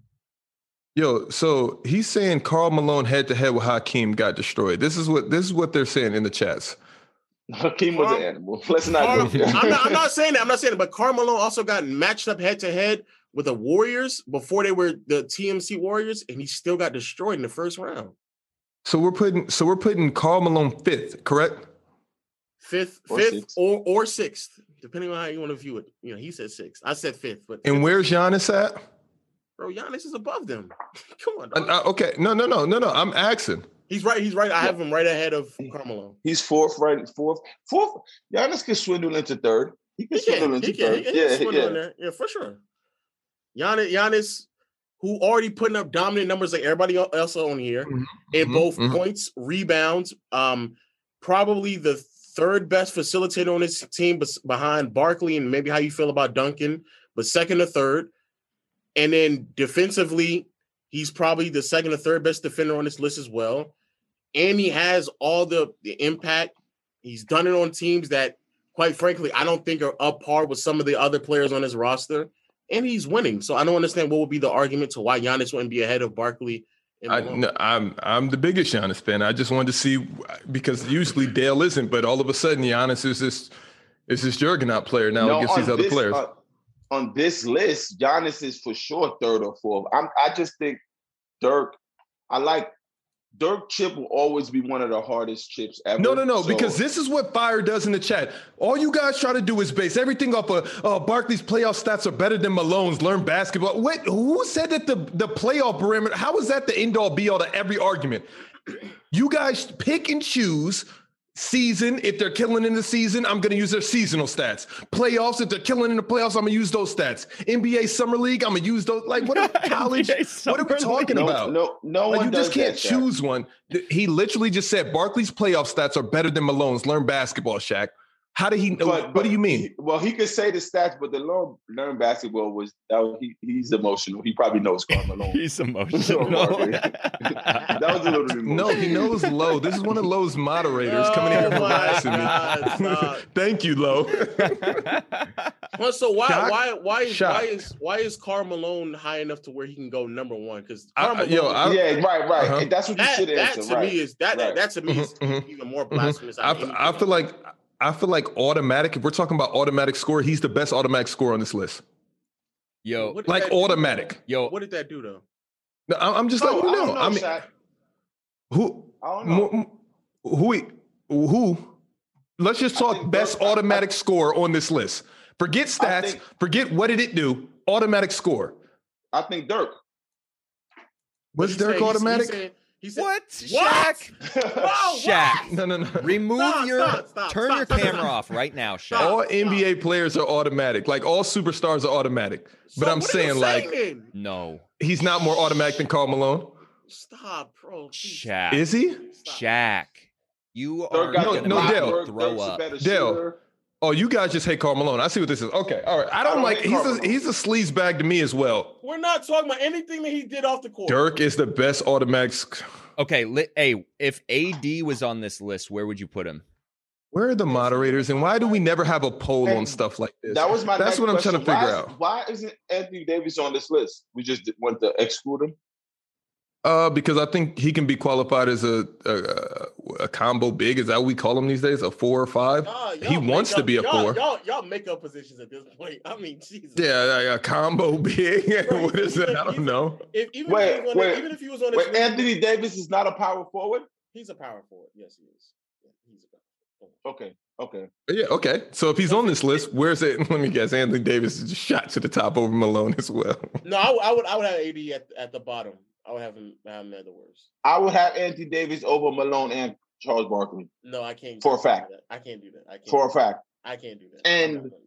[SPEAKER 1] Yo, so he's saying Carl Malone head to head with Hakeem got destroyed. This is what this is what they're saying in the chats.
[SPEAKER 2] Hakeem was an
[SPEAKER 3] Um,
[SPEAKER 2] animal. Let's
[SPEAKER 3] Carl-
[SPEAKER 2] not go there.
[SPEAKER 3] I'm not, I'm not saying that. I'm not saying that. But Carmelo also got matched up head to head with the Warriors before they were the TMC Warriors, and he still got destroyed in the first round.
[SPEAKER 1] So we're putting so we're putting Carl Malone fifth, correct?
[SPEAKER 3] Fifth,
[SPEAKER 2] Or
[SPEAKER 3] fifth,
[SPEAKER 2] sixth.
[SPEAKER 3] or or sixth, depending on how you want to view it. You know, he said sixth. I said fifth, but
[SPEAKER 1] And where's Giannis at?
[SPEAKER 3] bro, Giannis is above them. Come on,
[SPEAKER 1] Uh,
[SPEAKER 3] dog.
[SPEAKER 1] uh, okay, no, no, no, no, no. I'm asking.
[SPEAKER 3] he's right. He's right. I have him right ahead of
[SPEAKER 2] Mm.
[SPEAKER 3] Carmelo.
[SPEAKER 2] He's fourth, right? Fourth, fourth. Giannis can swindle into third. He can
[SPEAKER 3] He can,
[SPEAKER 2] swindle
[SPEAKER 3] he
[SPEAKER 2] into
[SPEAKER 3] can,
[SPEAKER 2] third.
[SPEAKER 3] he can
[SPEAKER 2] Yeah,
[SPEAKER 3] swindle in
[SPEAKER 2] yeah.
[SPEAKER 3] there. yeah, for sure. Giannis, Giannis, who already putting up dominant numbers like everybody el- else on here,
[SPEAKER 2] Mm-hmm,
[SPEAKER 1] Mhm,
[SPEAKER 3] in
[SPEAKER 1] mhm,
[SPEAKER 3] both
[SPEAKER 1] mhm.
[SPEAKER 3] points, rebounds, um, probably the third best facilitator on this team bes- behind Barkley and maybe how you feel about Duncan, but second or third. And then defensively, he's probably the second or third best defender on this list as well. And he has all the, the impact. He's done it on teams that, quite frankly, I don't think are up par with some of the other players on his roster. And he's winning. So I don't understand what would be the argument to why Giannis wouldn't be ahead of Barkley. and
[SPEAKER 1] I,
[SPEAKER 3] Malone.
[SPEAKER 1] no, I'm I'm the biggest Giannis fan. I just wanted to see because usually Dale isn't, but all of a sudden Giannis is this is this juggernaut player now
[SPEAKER 2] No,
[SPEAKER 1] against
[SPEAKER 2] on
[SPEAKER 1] these other
[SPEAKER 2] this-
[SPEAKER 1] players.
[SPEAKER 2] On, on this list, Giannis is for sure third or fourth. I'm, I just think Dirk. I like Dirk. Chip will always be one of the hardest chips ever.
[SPEAKER 1] No, no, no,
[SPEAKER 2] So-
[SPEAKER 1] because this is what Fire does in the chat. All you guys try to do is base everything off of oh, Barkley's playoff stats are better than Malone's. Learn basketball. What? Who said that the the playoff parameter? How is that the end all be all to every argument? You guys pick and choose season. If they're killing in the season, I'm going to use their seasonal stats. Playoffs. If they're killing in the playoffs, I'm going to use those stats. NBA Summer League. I'm going to use those. Like what? Are, college.
[SPEAKER 4] NBA
[SPEAKER 1] What are we
[SPEAKER 4] Summer
[SPEAKER 1] talking
[SPEAKER 2] no,
[SPEAKER 1] about?
[SPEAKER 2] no, no
[SPEAKER 1] Like,
[SPEAKER 2] one
[SPEAKER 1] you
[SPEAKER 2] does
[SPEAKER 1] just can't
[SPEAKER 2] that, Shaq.
[SPEAKER 1] choose one. Th- He literally just said Barkley's playoff stats are better than Malone's. Learn basketball, Shaq. How did he know?
[SPEAKER 2] But-
[SPEAKER 1] what
[SPEAKER 2] but
[SPEAKER 1] do you mean?
[SPEAKER 2] he- well, he could say the stats, but the learn, learn basketball was that was, he, he's emotional. He probably knows Carl Malone.
[SPEAKER 4] He's
[SPEAKER 2] So,
[SPEAKER 4] emotional.
[SPEAKER 2] Marvin,
[SPEAKER 4] that
[SPEAKER 2] that was a little bit
[SPEAKER 1] No, he knows Lowe. This is one of Lowe's moderators coming in here
[SPEAKER 3] Oh my
[SPEAKER 1] harassing
[SPEAKER 3] God,
[SPEAKER 1] me.
[SPEAKER 3] dog.
[SPEAKER 1] Thank you, Lowe.
[SPEAKER 3] Well, so why
[SPEAKER 1] Shocked.
[SPEAKER 3] why why is why
[SPEAKER 1] Shocked.
[SPEAKER 3] is why is Carl Malone high enough to where he can go number one? Because
[SPEAKER 1] I- I- yo, I-
[SPEAKER 2] yeah, right, right.
[SPEAKER 1] Uh-huh.
[SPEAKER 2] That's what you
[SPEAKER 3] that,
[SPEAKER 2] should
[SPEAKER 3] that
[SPEAKER 2] answer,
[SPEAKER 3] to
[SPEAKER 2] right?
[SPEAKER 3] me is that
[SPEAKER 2] right.
[SPEAKER 3] that to me is
[SPEAKER 1] Mhm,
[SPEAKER 3] even more blasphemous.
[SPEAKER 1] I,
[SPEAKER 3] out
[SPEAKER 1] f-
[SPEAKER 3] of anything.
[SPEAKER 1] I feel like I feel like automatic. If we're talking about automatic score, he's the best automatic score on this list.
[SPEAKER 4] yo,
[SPEAKER 3] What did
[SPEAKER 1] Like
[SPEAKER 3] that do?
[SPEAKER 1] automatic.
[SPEAKER 4] yo,
[SPEAKER 3] What did that do though?
[SPEAKER 1] No, I- I'm just
[SPEAKER 2] No,
[SPEAKER 1] like,
[SPEAKER 2] Oh, I
[SPEAKER 1] no.
[SPEAKER 2] don't know,
[SPEAKER 1] I mean,
[SPEAKER 2] Shaq.
[SPEAKER 1] who?
[SPEAKER 2] I don't know.
[SPEAKER 1] Mo- m- Who? he- Who? Let's just
[SPEAKER 2] I
[SPEAKER 1] talk
[SPEAKER 2] think
[SPEAKER 1] best
[SPEAKER 2] Dirk- I-
[SPEAKER 1] automatic score on this list. Forget
[SPEAKER 2] I
[SPEAKER 1] stats.
[SPEAKER 2] think-
[SPEAKER 1] Forget what did it do. Automatic score.
[SPEAKER 2] I think Dirk.
[SPEAKER 3] But
[SPEAKER 1] Was
[SPEAKER 3] he
[SPEAKER 1] Dirk
[SPEAKER 3] said- he-
[SPEAKER 1] automatic?
[SPEAKER 3] He said, he said
[SPEAKER 4] what?
[SPEAKER 3] What?
[SPEAKER 4] Shaq,
[SPEAKER 3] Whoa,
[SPEAKER 4] Shaq,
[SPEAKER 1] no, no, no.
[SPEAKER 4] remove
[SPEAKER 3] Stop,
[SPEAKER 4] your,
[SPEAKER 3] stop, stop,
[SPEAKER 4] turn
[SPEAKER 3] stop,
[SPEAKER 4] your
[SPEAKER 3] stop,
[SPEAKER 4] camera
[SPEAKER 3] stop.
[SPEAKER 4] off right now, Shaq.
[SPEAKER 3] Stop.
[SPEAKER 1] All NBA players are automatic. Like all superstars are automatic.
[SPEAKER 3] So
[SPEAKER 1] but I'm
[SPEAKER 3] what are you
[SPEAKER 1] saying, like-
[SPEAKER 3] then?
[SPEAKER 4] No,
[SPEAKER 1] He's not more automatic than Carl Malone,
[SPEAKER 3] stop, bro. please,
[SPEAKER 4] Shaq,
[SPEAKER 1] is he?
[SPEAKER 3] stop.
[SPEAKER 4] Shaq, you are
[SPEAKER 2] Dirk got
[SPEAKER 1] No,
[SPEAKER 2] the
[SPEAKER 4] gonna
[SPEAKER 1] no,
[SPEAKER 2] block.
[SPEAKER 1] Dale.
[SPEAKER 2] Dirk-
[SPEAKER 4] throw
[SPEAKER 2] Dirk's a
[SPEAKER 4] up.
[SPEAKER 2] better
[SPEAKER 1] Dale.
[SPEAKER 2] shooter.
[SPEAKER 1] Oh, you guys just hate Carl Malone. I see what this is. Okay, all right. I don't,
[SPEAKER 2] don't
[SPEAKER 1] like.
[SPEAKER 2] hate
[SPEAKER 1] He's
[SPEAKER 2] Karl
[SPEAKER 1] a
[SPEAKER 2] Malone.
[SPEAKER 1] he's a sleaze bag to me as well.
[SPEAKER 3] We're not talking about anything that he did off the court.
[SPEAKER 1] Dirk is the best automatic. sc-
[SPEAKER 4] Okay, li- hey, if AD was on this list, where would you put him?
[SPEAKER 1] Where are the moderators and why do we never have a poll on stuff like this?
[SPEAKER 2] That was my.
[SPEAKER 1] That's
[SPEAKER 2] next
[SPEAKER 1] what I'm trying to
[SPEAKER 2] question.
[SPEAKER 1] figure
[SPEAKER 2] why,
[SPEAKER 1] out.
[SPEAKER 2] Why isn't Anthony Davis on this list? We just did- want to exclude him.
[SPEAKER 1] Uh, because I think he can be qualified as a a, a combo big. Is that what we call him these days? A four or five?
[SPEAKER 3] Nah,
[SPEAKER 1] He
[SPEAKER 3] y'all make
[SPEAKER 1] wants to
[SPEAKER 3] up-
[SPEAKER 1] be a
[SPEAKER 3] y'all,
[SPEAKER 1] four.
[SPEAKER 3] Y'all, y'all make up positions at this point. I mean, Jesus.
[SPEAKER 1] Yeah, like a combo big.
[SPEAKER 3] Right,
[SPEAKER 1] what is it? I
[SPEAKER 3] he's a-
[SPEAKER 1] don't know.
[SPEAKER 3] If, even,
[SPEAKER 2] Wait,
[SPEAKER 3] if he was on
[SPEAKER 2] wait.
[SPEAKER 3] it, even if he was on
[SPEAKER 2] Wait,
[SPEAKER 3] his
[SPEAKER 2] Anthony Davis is not a power forward.
[SPEAKER 3] He's a power forward. Yes, he is. Yeah, he's a power forward.
[SPEAKER 2] Okay, okay.
[SPEAKER 1] Yeah, okay. So if he's on this list, where's it? Let me guess. Anthony Davis is just shot to the top over Malone as well.
[SPEAKER 3] No, I, would- I would. I would have AD at, at the bottom. I would have him. have him at the worst.
[SPEAKER 2] I would have Anthony Davis over Malone and Charles Barkley
[SPEAKER 3] No, I can't.
[SPEAKER 2] For a
[SPEAKER 3] I can't
[SPEAKER 2] fact.
[SPEAKER 3] do that. I can't do that. I can't.
[SPEAKER 2] for
[SPEAKER 3] do
[SPEAKER 2] a fact.
[SPEAKER 3] that. I can't do that. I'm not
[SPEAKER 2] And-
[SPEAKER 3] gonna do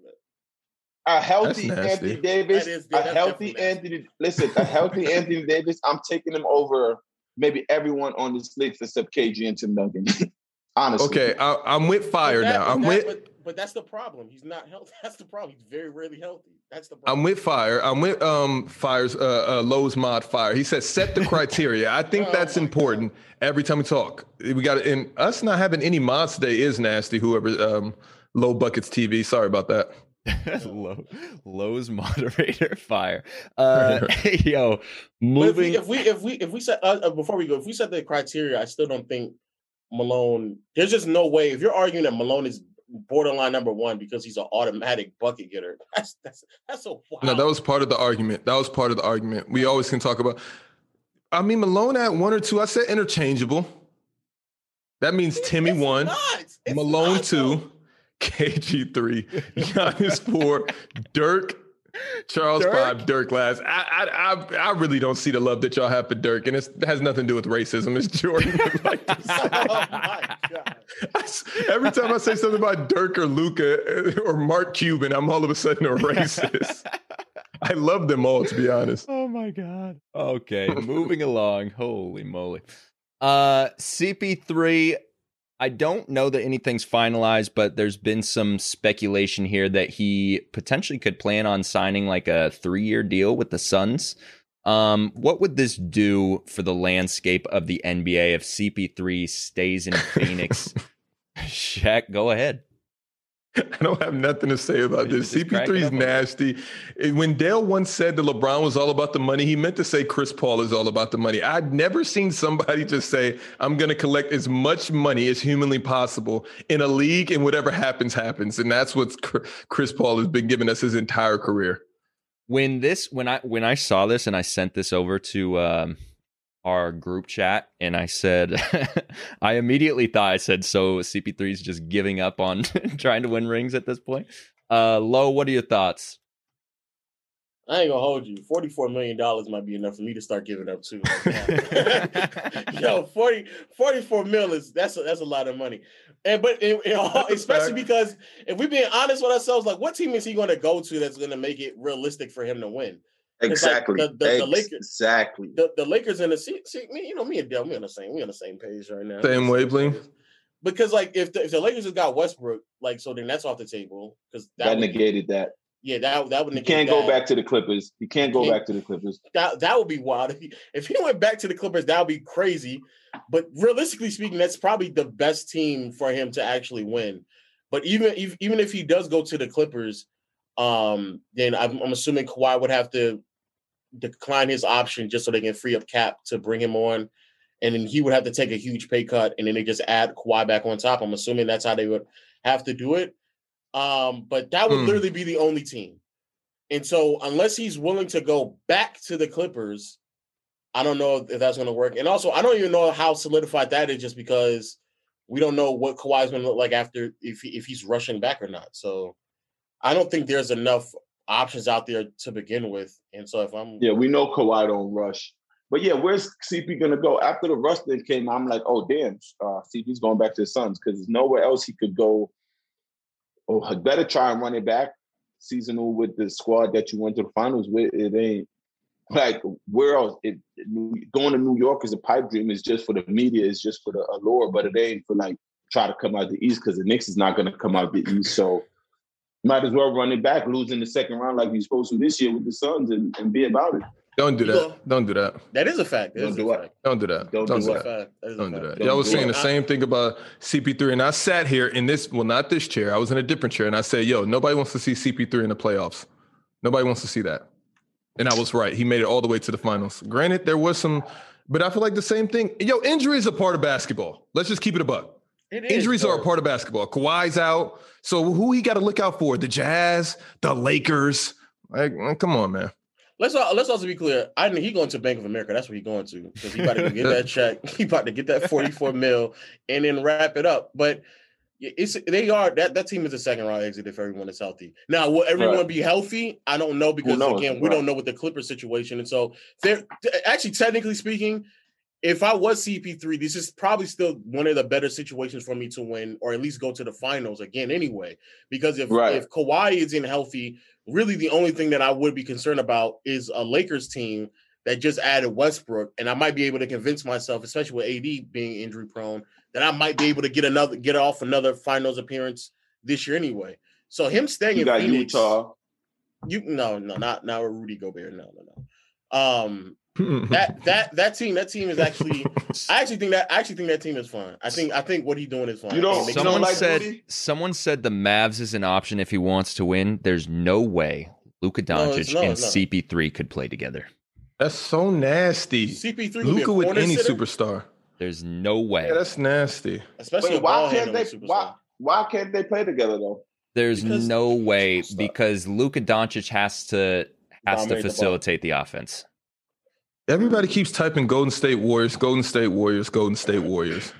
[SPEAKER 3] that.
[SPEAKER 2] A healthy
[SPEAKER 1] That's nasty.
[SPEAKER 2] Anthony Davis.
[SPEAKER 3] That is-
[SPEAKER 2] a
[SPEAKER 3] that's
[SPEAKER 2] healthy
[SPEAKER 3] definitely nasty.
[SPEAKER 2] Anthony. Listen, a healthy Anthony Davis. I'm taking him over maybe everyone on this list except KG and Tim Duncan. Honestly.
[SPEAKER 1] Okay, I, I'm with
[SPEAKER 3] But
[SPEAKER 1] fire
[SPEAKER 3] that-
[SPEAKER 1] now.
[SPEAKER 3] but
[SPEAKER 1] I'm
[SPEAKER 3] that-
[SPEAKER 1] with
[SPEAKER 3] But, but that's the problem. He's not healthy. That's the problem. He's very rarely healthy. That's the problem.
[SPEAKER 1] I'm with fire. I'm with um fires uh, uh Lowe's mod fire. He said set the criteria. I think
[SPEAKER 3] Oh
[SPEAKER 1] that's
[SPEAKER 3] my
[SPEAKER 1] important every time we talk. We got to and us not having any mods today is nasty. Whoever um low buckets TV. Sorry about that.
[SPEAKER 4] Low, Lowe's moderator fire. Uh, yo,
[SPEAKER 3] But if
[SPEAKER 4] moving.
[SPEAKER 3] we, if we if we if we set uh, uh, before we go, if we set the criteria, I still don't think Malone. There's just no way. If you're arguing that Malone is borderline number one because he's an automatic bucket getter, that's that's that's a wild.
[SPEAKER 1] No, that was part of the argument. That was part of the argument. We always can talk about. I mean, Malone at one or two. I said interchangeable. That means Timmy
[SPEAKER 3] It's
[SPEAKER 1] one,
[SPEAKER 3] not. It's
[SPEAKER 1] Malone
[SPEAKER 3] not, though.
[SPEAKER 1] two, KG three, Giannis four, Dirk, Charles
[SPEAKER 4] Dirk?
[SPEAKER 1] five, Dirk last. I, I I I really don't see the love that y'all have for Dirk, and it's, it has nothing to do with racism. It's Jordan. Like,
[SPEAKER 3] oh my god!
[SPEAKER 1] every time I say something about Dirk or Luca or Mark Cuban, I'm all of a sudden a racist. I love them all, to be honest.
[SPEAKER 4] Oh my god. Okay, moving along. Holy moly. Uh CP3 I don't know that anything's finalized, but there's been some speculation here that he potentially could plan on signing like a 3-year deal with the Suns. Um what would this do for the landscape of the NBA if CP3 stays in Phoenix? Shaq, go ahead.
[SPEAKER 1] I don't have nothing to say about
[SPEAKER 4] You
[SPEAKER 1] this.
[SPEAKER 4] just cracking
[SPEAKER 1] CP3 is
[SPEAKER 4] up on
[SPEAKER 1] nasty. Eh, When Dale once said that LeBron was all about the money, he meant to say Chris Paul is all about the money. I've never seen somebody just say, I'm going to collect as much money as humanly possible in a league, and whatever happens, happens. And that's what Chris Paul has been giving us his entire career.
[SPEAKER 4] when this when i when i saw this and i sent this over to um our group chat and i said i immediately thought i said so cp3 is just giving up on trying to win rings at this point uh lo what are your thoughts
[SPEAKER 3] I ain't gonna hold you. Forty-four million dollars might be enough for me to start giving up too. Yo, 40, 44 mil is that's a, that's a lot of money, and but in- in all-
[SPEAKER 1] That's a
[SPEAKER 3] especially
[SPEAKER 1] fact.
[SPEAKER 3] because if we're being honest with ourselves, like what team is he going to go to that's going to make it realistic for him to win? It's like
[SPEAKER 2] Exactly.
[SPEAKER 3] the- the- the Lakers-
[SPEAKER 2] exactly.
[SPEAKER 3] The, the Lakers and the see, see me, you know me and Dell, we on the same we on the same page right now.
[SPEAKER 1] Same wavelength.
[SPEAKER 3] Because like if the, if the Lakers just got Westbrook, like so then that's off the table because that,
[SPEAKER 2] That
[SPEAKER 3] would,
[SPEAKER 2] negated that.
[SPEAKER 3] yeah that that would
[SPEAKER 2] You
[SPEAKER 3] negate
[SPEAKER 2] can't go
[SPEAKER 3] that.
[SPEAKER 2] back to the Clippers. You can't go
[SPEAKER 3] Can't-
[SPEAKER 2] back to the Clippers.
[SPEAKER 3] that that would be wild. If he, if he went back to the Clippers, that would be crazy. But realistically speaking, that's probably the best team for him to actually win. But even if, even if he does go to the Clippers, um, then I'm, I'm assuming Kawhi would have to decline his option just so they can free up cap to bring him on, and then he would have to take a huge pay cut, and then they just add Kawhi back on top. I'm assuming that's how they would have to do it. Um, but that would
[SPEAKER 1] Hmm.
[SPEAKER 3] literally be the only team. And so, unless he's willing to go back to the Clippers, I don't know if that's going to work. And also, I don't even know how solidified that is, just because we don't know what Kawhi's going to look like after if he, if he's rushing back or not. So, I don't think there's enough options out there to begin with. And so, if I'm
[SPEAKER 2] Yeah, we know Kawhi don't rush. But yeah, where's CP gonna go after the rush thing came? I'm like, oh damn, uh, CP's going back to the Suns because there's nowhere else he could go. Oh, I better try and run it back seasonal with the squad that you went to the finals with. It ain't like where else? It, it- going to New York is a pipe dream. It's just for the media. It's just for the allure. But it ain't for like try to come out the East because the Knicks is not gonna come out the East. So. Might as well run it back, losing the second round like we supposed to this year with the Suns, and, and be about it.
[SPEAKER 1] Don't do
[SPEAKER 3] You go.
[SPEAKER 1] that. Don't do that.
[SPEAKER 3] that is a fact. That
[SPEAKER 2] Don't
[SPEAKER 3] is
[SPEAKER 2] do
[SPEAKER 3] a
[SPEAKER 2] what?
[SPEAKER 3] fact.
[SPEAKER 1] Don't do that.
[SPEAKER 2] Don't
[SPEAKER 1] Don't
[SPEAKER 2] do
[SPEAKER 1] do
[SPEAKER 3] That's
[SPEAKER 1] that.
[SPEAKER 3] a fact. That is a
[SPEAKER 1] Don't do
[SPEAKER 3] fact.
[SPEAKER 1] that.
[SPEAKER 2] Don't
[SPEAKER 1] Y'all was
[SPEAKER 2] do
[SPEAKER 1] saying
[SPEAKER 2] it.
[SPEAKER 1] the same thing about CP3, and I sat here in this, well, not this chair. I was in a different chair, and I said, "Yo, nobody wants to see CP3 in the playoffs. Nobody wants to see that." And I was right. He made it all the way to the finals. Granted, there was some, but I feel like the same thing. Yo, injury is a part of basketball. Let's just keep it a buck.
[SPEAKER 3] It is,
[SPEAKER 1] Injuries are a
[SPEAKER 3] though.
[SPEAKER 1] part of basketball. Kawhi's out, so who he got to look out for? The Jazz, the Lakers. Like, man, come on, man.
[SPEAKER 3] Let's al- let's also be clear. I know he going to Bank of America. That's where he going to because he about to go get that check. He about to get that forty four mil and then wrap it up. But it's they are that that team is a second round exit if everyone is healthy. Now will everyone
[SPEAKER 2] Right.
[SPEAKER 3] be healthy? I don't know because
[SPEAKER 2] knows?
[SPEAKER 3] again we
[SPEAKER 2] Right.
[SPEAKER 3] don't know what the Clipper situation and so they're actually technically speaking. If I was CP3, this is probably still one of the better situations for me to win, or at least go to the finals again anyway. Because if
[SPEAKER 2] Right.
[SPEAKER 3] if Kawhi isn't healthy, really the only thing that I would be concerned about is a Lakers team that just added Westbrook, and I might be able to convince myself, especially with AD being injury prone, that I might be able to get another get off another finals appearance this year anyway. So him staying
[SPEAKER 2] You
[SPEAKER 3] in
[SPEAKER 2] got
[SPEAKER 3] Phoenix,
[SPEAKER 2] Utah.
[SPEAKER 3] you no no not not with Rudy Gobert no no no. Um, that that that team that team is actually I actually think that I actually think that team is fine. I think I think what he's doing is fine.
[SPEAKER 2] You don't-
[SPEAKER 3] Oh, It makes-
[SPEAKER 2] you don't
[SPEAKER 4] Someone
[SPEAKER 2] like
[SPEAKER 4] said
[SPEAKER 2] Rudy?
[SPEAKER 4] someone said the Mavs is an option if he wants to win. There's no way Luka
[SPEAKER 3] No, it's
[SPEAKER 4] Doncic
[SPEAKER 3] not,
[SPEAKER 4] and
[SPEAKER 3] it's not.
[SPEAKER 4] CP3 could play together.
[SPEAKER 1] That's so nasty.
[SPEAKER 3] CP3 could be a
[SPEAKER 1] Luca with
[SPEAKER 3] corner
[SPEAKER 1] any
[SPEAKER 3] sitter,
[SPEAKER 1] superstar.
[SPEAKER 4] There's no way.
[SPEAKER 1] Yeah, that's nasty.
[SPEAKER 3] especially
[SPEAKER 2] Wait,
[SPEAKER 3] a
[SPEAKER 2] why
[SPEAKER 3] ball
[SPEAKER 2] can't
[SPEAKER 3] handling
[SPEAKER 2] they?
[SPEAKER 3] superstar.
[SPEAKER 2] Why, why can't they play together though?
[SPEAKER 4] There's
[SPEAKER 3] because-
[SPEAKER 4] no way
[SPEAKER 2] Stop.
[SPEAKER 4] because Luka Doncic has to has
[SPEAKER 3] Dominate
[SPEAKER 4] to
[SPEAKER 3] the ball.
[SPEAKER 4] facilitate the offense.
[SPEAKER 1] Everybody keeps typing Golden State Warriors, Golden State Warriors, Golden State Warriors.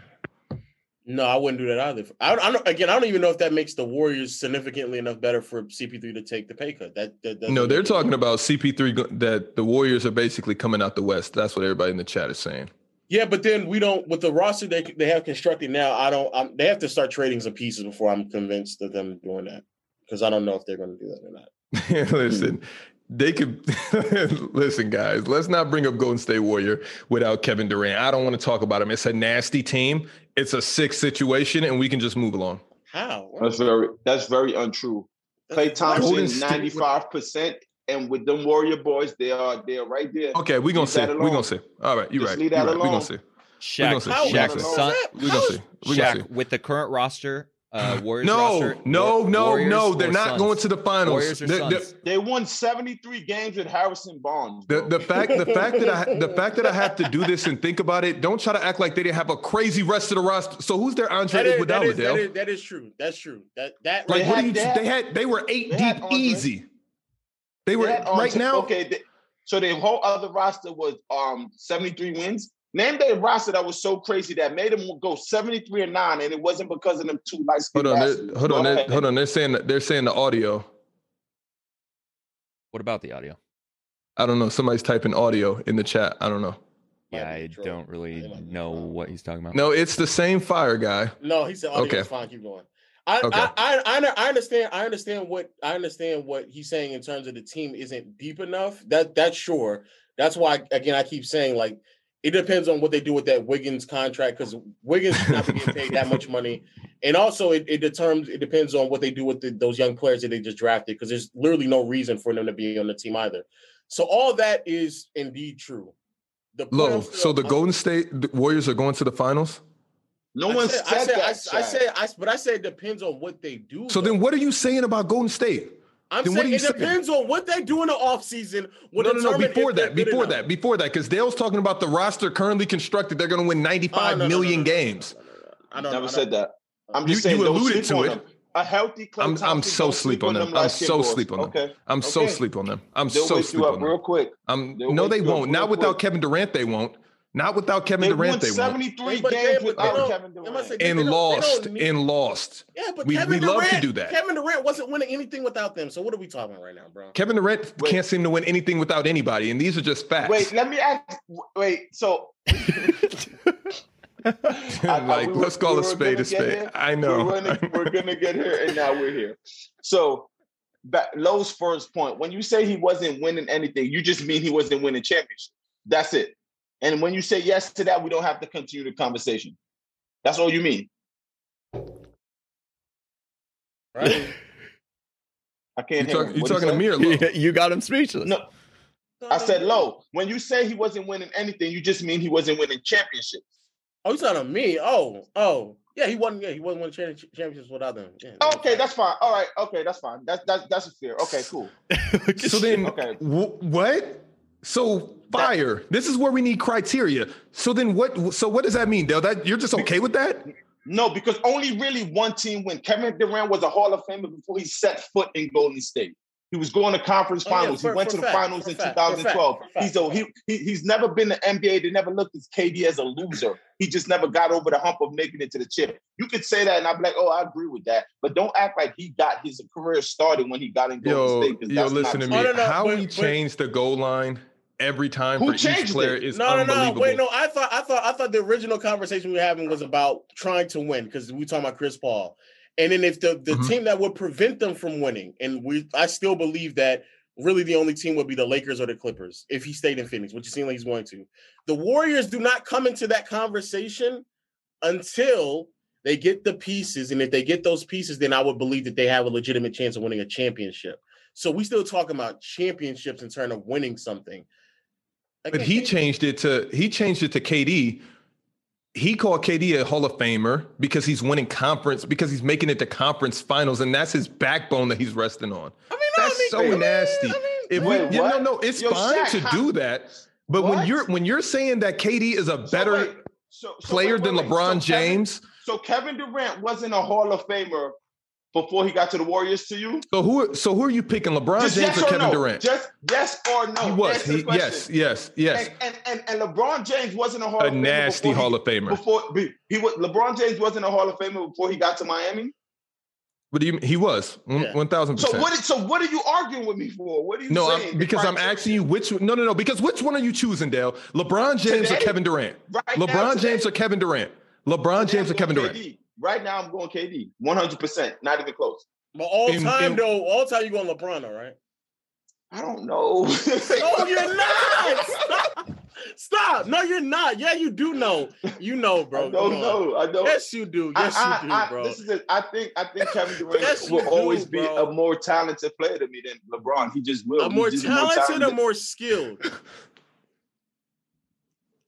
[SPEAKER 3] No, I wouldn't do that either. I, I don't, again, I don't even know if that makes the Warriors significantly enough better for CP3 to take the pay cut. That, that doesn't
[SPEAKER 1] No, they're
[SPEAKER 3] make it-
[SPEAKER 1] talking about CP3 go- that the Warriors are basically coming out the West. That's what everybody in the chat is saying.
[SPEAKER 3] Yeah, but then we don't with the roster they they have constructed now. I don't. I'm, they have to start trading some pieces before I'm convinced of them doing that because I don't know if they're going to do that or not.
[SPEAKER 1] listen, they could listen, guys. Let's not bring up Golden State Warrior without Kevin Durant. I don't want to talk about him. It's a nasty team. It's a sick situation, and we can just move along.
[SPEAKER 3] How?
[SPEAKER 2] That's very that's very untrue. Clay
[SPEAKER 1] Golden
[SPEAKER 2] Thompson,
[SPEAKER 1] State-
[SPEAKER 2] ninety five percent, and with them Warrior boys, they are they are right there.
[SPEAKER 1] Okay, we're gonna
[SPEAKER 2] Leave
[SPEAKER 1] see.
[SPEAKER 2] that
[SPEAKER 1] We're
[SPEAKER 2] alone.
[SPEAKER 1] gonna see. All right, you're
[SPEAKER 2] Just
[SPEAKER 1] right.
[SPEAKER 2] leave
[SPEAKER 1] You're
[SPEAKER 2] that
[SPEAKER 1] right. We're gonna
[SPEAKER 2] alone.
[SPEAKER 1] see.
[SPEAKER 4] Shaq,
[SPEAKER 1] gonna see-
[SPEAKER 3] How?
[SPEAKER 1] Shaq-
[SPEAKER 4] Shaq's
[SPEAKER 3] is
[SPEAKER 4] son,
[SPEAKER 3] that-
[SPEAKER 1] We're
[SPEAKER 3] how
[SPEAKER 1] gonna
[SPEAKER 3] is-
[SPEAKER 1] see. We're gonna see.
[SPEAKER 4] Shaq with the current roster, uh, Warriors
[SPEAKER 1] No,
[SPEAKER 4] roster,
[SPEAKER 1] no,
[SPEAKER 4] Wa-
[SPEAKER 1] no,
[SPEAKER 4] Warriors
[SPEAKER 1] no.
[SPEAKER 4] or
[SPEAKER 1] They're not
[SPEAKER 4] Suns?
[SPEAKER 1] going to the finals.
[SPEAKER 4] Warriors or
[SPEAKER 1] They're- they're-
[SPEAKER 4] Suns.
[SPEAKER 2] They won seventy three games with Harrison Barnes.
[SPEAKER 1] The,
[SPEAKER 2] bro.
[SPEAKER 1] the fact the fact that I the fact that I have to do this and think about it, don't try to act like they didn't have a crazy rest of the roster. So who's their Andre
[SPEAKER 3] That is, that,
[SPEAKER 1] Iguodala,
[SPEAKER 3] is, that,
[SPEAKER 1] Dale?
[SPEAKER 3] is, that is true. That's true. That that
[SPEAKER 1] Like
[SPEAKER 2] They
[SPEAKER 1] what
[SPEAKER 2] had-
[SPEAKER 1] do you?
[SPEAKER 2] they had-
[SPEAKER 1] they had they were eight
[SPEAKER 2] they had
[SPEAKER 1] deep
[SPEAKER 2] Andre.
[SPEAKER 1] easy. They were
[SPEAKER 2] That on
[SPEAKER 1] right
[SPEAKER 2] t-
[SPEAKER 1] now.
[SPEAKER 2] Okay, th- so their whole other roster was um seventy three wins. Name their roster that was so crazy that made them go seventy three and nine, and it wasn't because of them two light
[SPEAKER 1] Hold
[SPEAKER 2] skinned
[SPEAKER 1] on, they're- hold on, they're- hold on. They're saying they're saying the audio.
[SPEAKER 4] What about the audio?
[SPEAKER 1] I don't know. Somebody's typing audio in the chat. I don't know.
[SPEAKER 3] Might
[SPEAKER 4] Yeah,
[SPEAKER 3] be
[SPEAKER 4] I
[SPEAKER 3] Detroit.
[SPEAKER 4] don't really
[SPEAKER 3] They might be
[SPEAKER 4] know
[SPEAKER 3] Detroit.
[SPEAKER 4] what he's talking about.
[SPEAKER 1] No, it's the same fire guy.
[SPEAKER 3] No, he said, "Oh,
[SPEAKER 1] Okay.
[SPEAKER 3] okay, fine, keep going." I,
[SPEAKER 1] Okay.
[SPEAKER 3] I, I, I, under- I understand. I understand what I understand what he's saying in terms of the team isn't deep enough. That that's sure. That's why again I keep saying like it depends on what they do with that Wiggins contract because Wiggins is not getting paid that much money, and also it, it determines it depends on what they do with the, those young players that they just drafted because there's literally no reason for them to be on the team either. So all that is indeed true. The
[SPEAKER 1] Low.
[SPEAKER 3] playoffs-
[SPEAKER 1] So the Golden State Warriors are going to the finals.
[SPEAKER 2] No
[SPEAKER 3] I
[SPEAKER 2] one
[SPEAKER 3] said-
[SPEAKER 2] said,
[SPEAKER 3] I said,
[SPEAKER 2] that.
[SPEAKER 3] I, I
[SPEAKER 2] Shaq.
[SPEAKER 3] said, I, but I said it depends on what they do.
[SPEAKER 1] So
[SPEAKER 3] though.
[SPEAKER 1] then, what are you saying about Golden State?
[SPEAKER 3] I'm
[SPEAKER 1] Then what
[SPEAKER 3] saying
[SPEAKER 1] are
[SPEAKER 3] it
[SPEAKER 1] you saying?
[SPEAKER 3] depends on what they do in the offseason. will
[SPEAKER 1] no, no, no.
[SPEAKER 3] determine if
[SPEAKER 1] Before
[SPEAKER 3] they're
[SPEAKER 1] that,
[SPEAKER 3] good
[SPEAKER 1] before
[SPEAKER 3] enough.
[SPEAKER 1] that, before that, because Dale's talking about the roster currently constructed. They're going to win
[SPEAKER 3] Oh, no,
[SPEAKER 1] 95
[SPEAKER 3] no,
[SPEAKER 1] million
[SPEAKER 3] no, no, no, no, no,
[SPEAKER 1] games.
[SPEAKER 3] no, no, no, no. I don't.
[SPEAKER 2] Never
[SPEAKER 3] I don't-
[SPEAKER 2] said that. I'm
[SPEAKER 1] You-
[SPEAKER 2] just saying
[SPEAKER 1] you
[SPEAKER 2] don't
[SPEAKER 1] alluded
[SPEAKER 2] sleep
[SPEAKER 1] to
[SPEAKER 2] on
[SPEAKER 1] it.
[SPEAKER 2] them. A healthy Klay
[SPEAKER 1] I'm- I'm
[SPEAKER 2] Thompson,
[SPEAKER 1] so
[SPEAKER 2] don't
[SPEAKER 1] sleep on them. I'm
[SPEAKER 2] light-skinned
[SPEAKER 1] so
[SPEAKER 2] boys.
[SPEAKER 1] sleep on them.
[SPEAKER 2] Okay.
[SPEAKER 1] I'm so
[SPEAKER 2] Okay.
[SPEAKER 1] sleep on them. I'm
[SPEAKER 2] They'll
[SPEAKER 1] so
[SPEAKER 2] wake
[SPEAKER 1] sleep
[SPEAKER 2] you
[SPEAKER 1] on
[SPEAKER 2] up
[SPEAKER 1] them.
[SPEAKER 2] real quick.
[SPEAKER 1] Um,
[SPEAKER 2] They'll
[SPEAKER 1] no,
[SPEAKER 2] wake
[SPEAKER 1] they
[SPEAKER 2] you up
[SPEAKER 1] won't.
[SPEAKER 2] real
[SPEAKER 1] Not without
[SPEAKER 2] quick.
[SPEAKER 1] Kevin Durant, they won't. Not without Kevin
[SPEAKER 2] They won
[SPEAKER 1] Durant, they won't.
[SPEAKER 2] 73
[SPEAKER 3] But they-
[SPEAKER 2] games
[SPEAKER 3] but
[SPEAKER 2] without
[SPEAKER 3] they don't-
[SPEAKER 2] Kevin
[SPEAKER 3] they must
[SPEAKER 2] Durant.
[SPEAKER 3] say-
[SPEAKER 1] And
[SPEAKER 3] they don't- they don't
[SPEAKER 1] lost.
[SPEAKER 3] need-
[SPEAKER 1] And lost.
[SPEAKER 3] Yeah, but
[SPEAKER 1] We-
[SPEAKER 3] Kevin
[SPEAKER 1] we love to
[SPEAKER 3] Durant-
[SPEAKER 1] do that.
[SPEAKER 3] Kevin Durant wasn't winning anything without them. So what are we talking about right now, bro?
[SPEAKER 1] Kevin Durant
[SPEAKER 2] Wait.
[SPEAKER 1] can't seem to win anything without anybody, and these are just facts.
[SPEAKER 2] Wait, let me ask. Wait, so I- I-
[SPEAKER 1] like,
[SPEAKER 2] we were-
[SPEAKER 1] let's call
[SPEAKER 2] we
[SPEAKER 1] a
[SPEAKER 2] were
[SPEAKER 1] spade
[SPEAKER 2] gonna
[SPEAKER 1] a
[SPEAKER 2] get
[SPEAKER 1] spade.
[SPEAKER 2] here.
[SPEAKER 1] I
[SPEAKER 2] We're
[SPEAKER 1] know.
[SPEAKER 2] gonna, we're gonna get here, and now we're here. So, back, Lowe's first point: when you say he wasn't winning anything, you just mean he wasn't winning championships. That's it. And when you say yes to that, we don't have to continue the conversation. That's all you mean.
[SPEAKER 3] Right?
[SPEAKER 2] I
[SPEAKER 1] You
[SPEAKER 2] can't. hear
[SPEAKER 1] talk,
[SPEAKER 2] him.
[SPEAKER 1] you
[SPEAKER 2] What'd
[SPEAKER 1] talking
[SPEAKER 2] he
[SPEAKER 1] to
[SPEAKER 2] say?
[SPEAKER 1] me or Lo?
[SPEAKER 4] you got him speechless.
[SPEAKER 2] No, I said low. When you say he wasn't winning anything, you just mean he wasn't winning championships.
[SPEAKER 3] Oh, you talking to me? Oh, oh, yeah. He wasn't. Yeah, he wasn't winning champ- championships without them. Yeah,
[SPEAKER 2] Okay, that's fine. All right. Okay, that's fine. That's that's that's fair. Okay, cool.
[SPEAKER 1] So then,
[SPEAKER 2] Okay.
[SPEAKER 1] wh- what? So fire. this is where we need criteria. So then, what? So what does that mean, Dale? That you're just okay with that?
[SPEAKER 2] No, because only really one team win. Kevin Durant was a Hall of Famer before he set foot in Golden State. He was going to conference
[SPEAKER 3] Oh, yeah,
[SPEAKER 2] finals.
[SPEAKER 3] for-
[SPEAKER 2] he went
[SPEAKER 3] for
[SPEAKER 2] to the
[SPEAKER 3] fact,
[SPEAKER 2] finals
[SPEAKER 3] for
[SPEAKER 2] in
[SPEAKER 3] fact, for fact,
[SPEAKER 2] 2012.
[SPEAKER 3] for fact,
[SPEAKER 2] he's a, he, he he's never been to NBA. They never looked at KD as a loser. He just never got over the hump of making it to the chip. You could say that, and I'd be like, oh, I agree with that. But don't act like he got his career started when he got in Golden
[SPEAKER 1] Yo,
[SPEAKER 2] State. 'cause
[SPEAKER 1] yo,
[SPEAKER 2] that's
[SPEAKER 1] listen
[SPEAKER 2] not
[SPEAKER 1] to
[SPEAKER 2] true.
[SPEAKER 1] me.
[SPEAKER 3] Oh, no, no,
[SPEAKER 1] How
[SPEAKER 3] but-
[SPEAKER 1] we
[SPEAKER 3] but-
[SPEAKER 1] change the goal line every time
[SPEAKER 2] Who
[SPEAKER 1] for each
[SPEAKER 2] changed
[SPEAKER 1] player
[SPEAKER 2] it?
[SPEAKER 1] is
[SPEAKER 3] No, no, no.
[SPEAKER 1] unbelievable.
[SPEAKER 3] Wait, no. I thought I thought I thought the original conversation we were having was about trying to win because we talking about Chris Paul, and then if the the
[SPEAKER 1] Mhm.
[SPEAKER 3] team that would prevent them from winning, and we I still believe that really the only team would be the Lakers or the Clippers if he stayed in Phoenix, which it seems like he's going to. The Warriors do not come into that conversation until they get the pieces, and if they get those pieces, then I would believe that they have a legitimate chance of winning a championship. So we still talking about championships in terms of winning something.
[SPEAKER 1] But he changed it to he changed it to KD. He called KD a Hall of Famer because he's winning conference because he's making it to conference finals, and that's his backbone that he's resting on.
[SPEAKER 3] I mean,
[SPEAKER 1] That's so nasty. If we,
[SPEAKER 2] Wait,
[SPEAKER 1] you no,
[SPEAKER 2] what?
[SPEAKER 1] no, it's
[SPEAKER 2] Yo,
[SPEAKER 1] fine
[SPEAKER 2] Shaq,
[SPEAKER 1] to
[SPEAKER 2] how-
[SPEAKER 1] do that. But when
[SPEAKER 2] What?
[SPEAKER 1] you're when you're saying that KD is a
[SPEAKER 2] So
[SPEAKER 1] better
[SPEAKER 2] wait, so- so
[SPEAKER 1] player
[SPEAKER 2] wait,
[SPEAKER 1] than
[SPEAKER 2] wait, wait.
[SPEAKER 1] LeBron
[SPEAKER 2] So Kevin-
[SPEAKER 1] James,
[SPEAKER 2] so Kevin Durant wasn't a Hall of Famer before he got to the Warriors. To you,
[SPEAKER 1] so who so who are you picking, LeBron
[SPEAKER 2] Just
[SPEAKER 1] James
[SPEAKER 2] yes
[SPEAKER 1] or Kevin
[SPEAKER 2] no?
[SPEAKER 1] Durant?
[SPEAKER 2] Just yes or no.
[SPEAKER 1] he was.
[SPEAKER 2] Answer the
[SPEAKER 1] He,
[SPEAKER 2] question.
[SPEAKER 1] yes, yes, yes.
[SPEAKER 2] And, and, and and LeBron James wasn't a Hall
[SPEAKER 1] A
[SPEAKER 2] of Famer.
[SPEAKER 1] nasty
[SPEAKER 2] before he-
[SPEAKER 1] Hall of Famer.
[SPEAKER 2] Before be- he was LeBron James wasn't a Hall of Famer before he got to Miami.
[SPEAKER 1] But he, he was Mm,
[SPEAKER 3] Yeah.
[SPEAKER 1] one thousand
[SPEAKER 2] So
[SPEAKER 1] percent.
[SPEAKER 2] what? is- So what are you arguing with me for? What are you
[SPEAKER 1] No,
[SPEAKER 2] saying?
[SPEAKER 1] I'm, because I'm asking you which. No, no, no. Because which one are you choosing, Dale? LeBron James or
[SPEAKER 2] Today?
[SPEAKER 1] Kevin Durant?
[SPEAKER 2] Right now,
[SPEAKER 1] LeBron
[SPEAKER 2] today,
[SPEAKER 1] James or Kevin Durant? LeBron James or
[SPEAKER 2] I'm
[SPEAKER 1] Kevin
[SPEAKER 2] going
[SPEAKER 1] Durant?
[SPEAKER 2] KD. Right now, I'm going KD. 100. percent Not even close.
[SPEAKER 3] But all
[SPEAKER 1] In-
[SPEAKER 3] time
[SPEAKER 1] in-
[SPEAKER 3] though, all time you going LeBron, all right?
[SPEAKER 2] I don't know.
[SPEAKER 3] No, you're not. Stop. Stop. No, you're not. Yeah, you do know. You know, bro.
[SPEAKER 2] I don't
[SPEAKER 3] Come on.
[SPEAKER 2] know. I don't.
[SPEAKER 3] Yes, you do. Yes,
[SPEAKER 2] I, I-
[SPEAKER 3] you do,
[SPEAKER 2] I-
[SPEAKER 3] bro.
[SPEAKER 2] This is a, I think I think Kevin Durant
[SPEAKER 3] Yes, you
[SPEAKER 2] will
[SPEAKER 3] do,
[SPEAKER 2] always be
[SPEAKER 3] bro.
[SPEAKER 2] a more talented player to me than LeBron. He just will.
[SPEAKER 3] a
[SPEAKER 2] He's
[SPEAKER 3] Uh, more
[SPEAKER 2] just
[SPEAKER 3] talented or more skilled?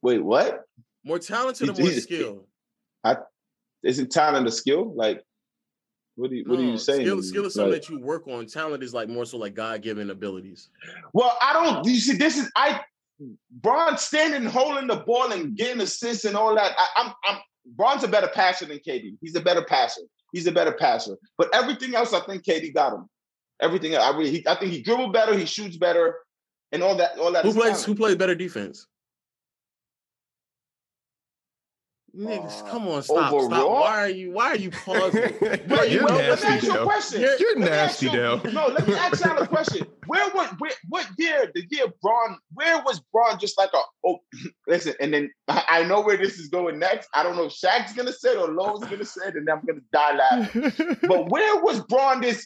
[SPEAKER 2] Wait, what?
[SPEAKER 3] More talented or
[SPEAKER 2] He's-
[SPEAKER 3] more
[SPEAKER 2] he's-
[SPEAKER 3] skilled?
[SPEAKER 2] Isn't talent a skill? Like, what are you, what are
[SPEAKER 3] No,
[SPEAKER 2] you saying?
[SPEAKER 3] Skill, skill is something
[SPEAKER 2] Like-
[SPEAKER 3] that you work on. Talent is like more so like God given abilities.
[SPEAKER 2] well, I don't. You see, this is I. Bron standing, holding the ball, and getting assists and all that. I, I'm, I'm. Bron's a better passer than KD. He's a better passer. He's a better passer. But everything else, I think KD got him. Everything. I really. He, I think he dribbled better. He shoots better, and all that. All that.
[SPEAKER 3] Who
[SPEAKER 2] is
[SPEAKER 3] plays
[SPEAKER 2] talent.
[SPEAKER 3] who plays better defense?
[SPEAKER 2] Uh,
[SPEAKER 3] Niggas, come on, stop, stop.
[SPEAKER 2] overall?
[SPEAKER 3] Why are you why are you pausing?
[SPEAKER 1] Bro,
[SPEAKER 2] Wait,
[SPEAKER 1] you're
[SPEAKER 2] well, let me ask
[SPEAKER 1] nasty,
[SPEAKER 2] you a
[SPEAKER 1] Dale.
[SPEAKER 2] question.
[SPEAKER 3] You're
[SPEAKER 1] You're
[SPEAKER 2] Let me ask
[SPEAKER 1] nasty,
[SPEAKER 2] you-
[SPEAKER 1] Dale.
[SPEAKER 2] No, let me ask y'all a question. Where was where, what year? The year Braun? Where was Braun? Just like a oh, listen. And then I, I know where this is going next. I don't know if Shaq's gonna say it or Lowe's gonna say it, and I'm gonna die laughing. But where was Braun? This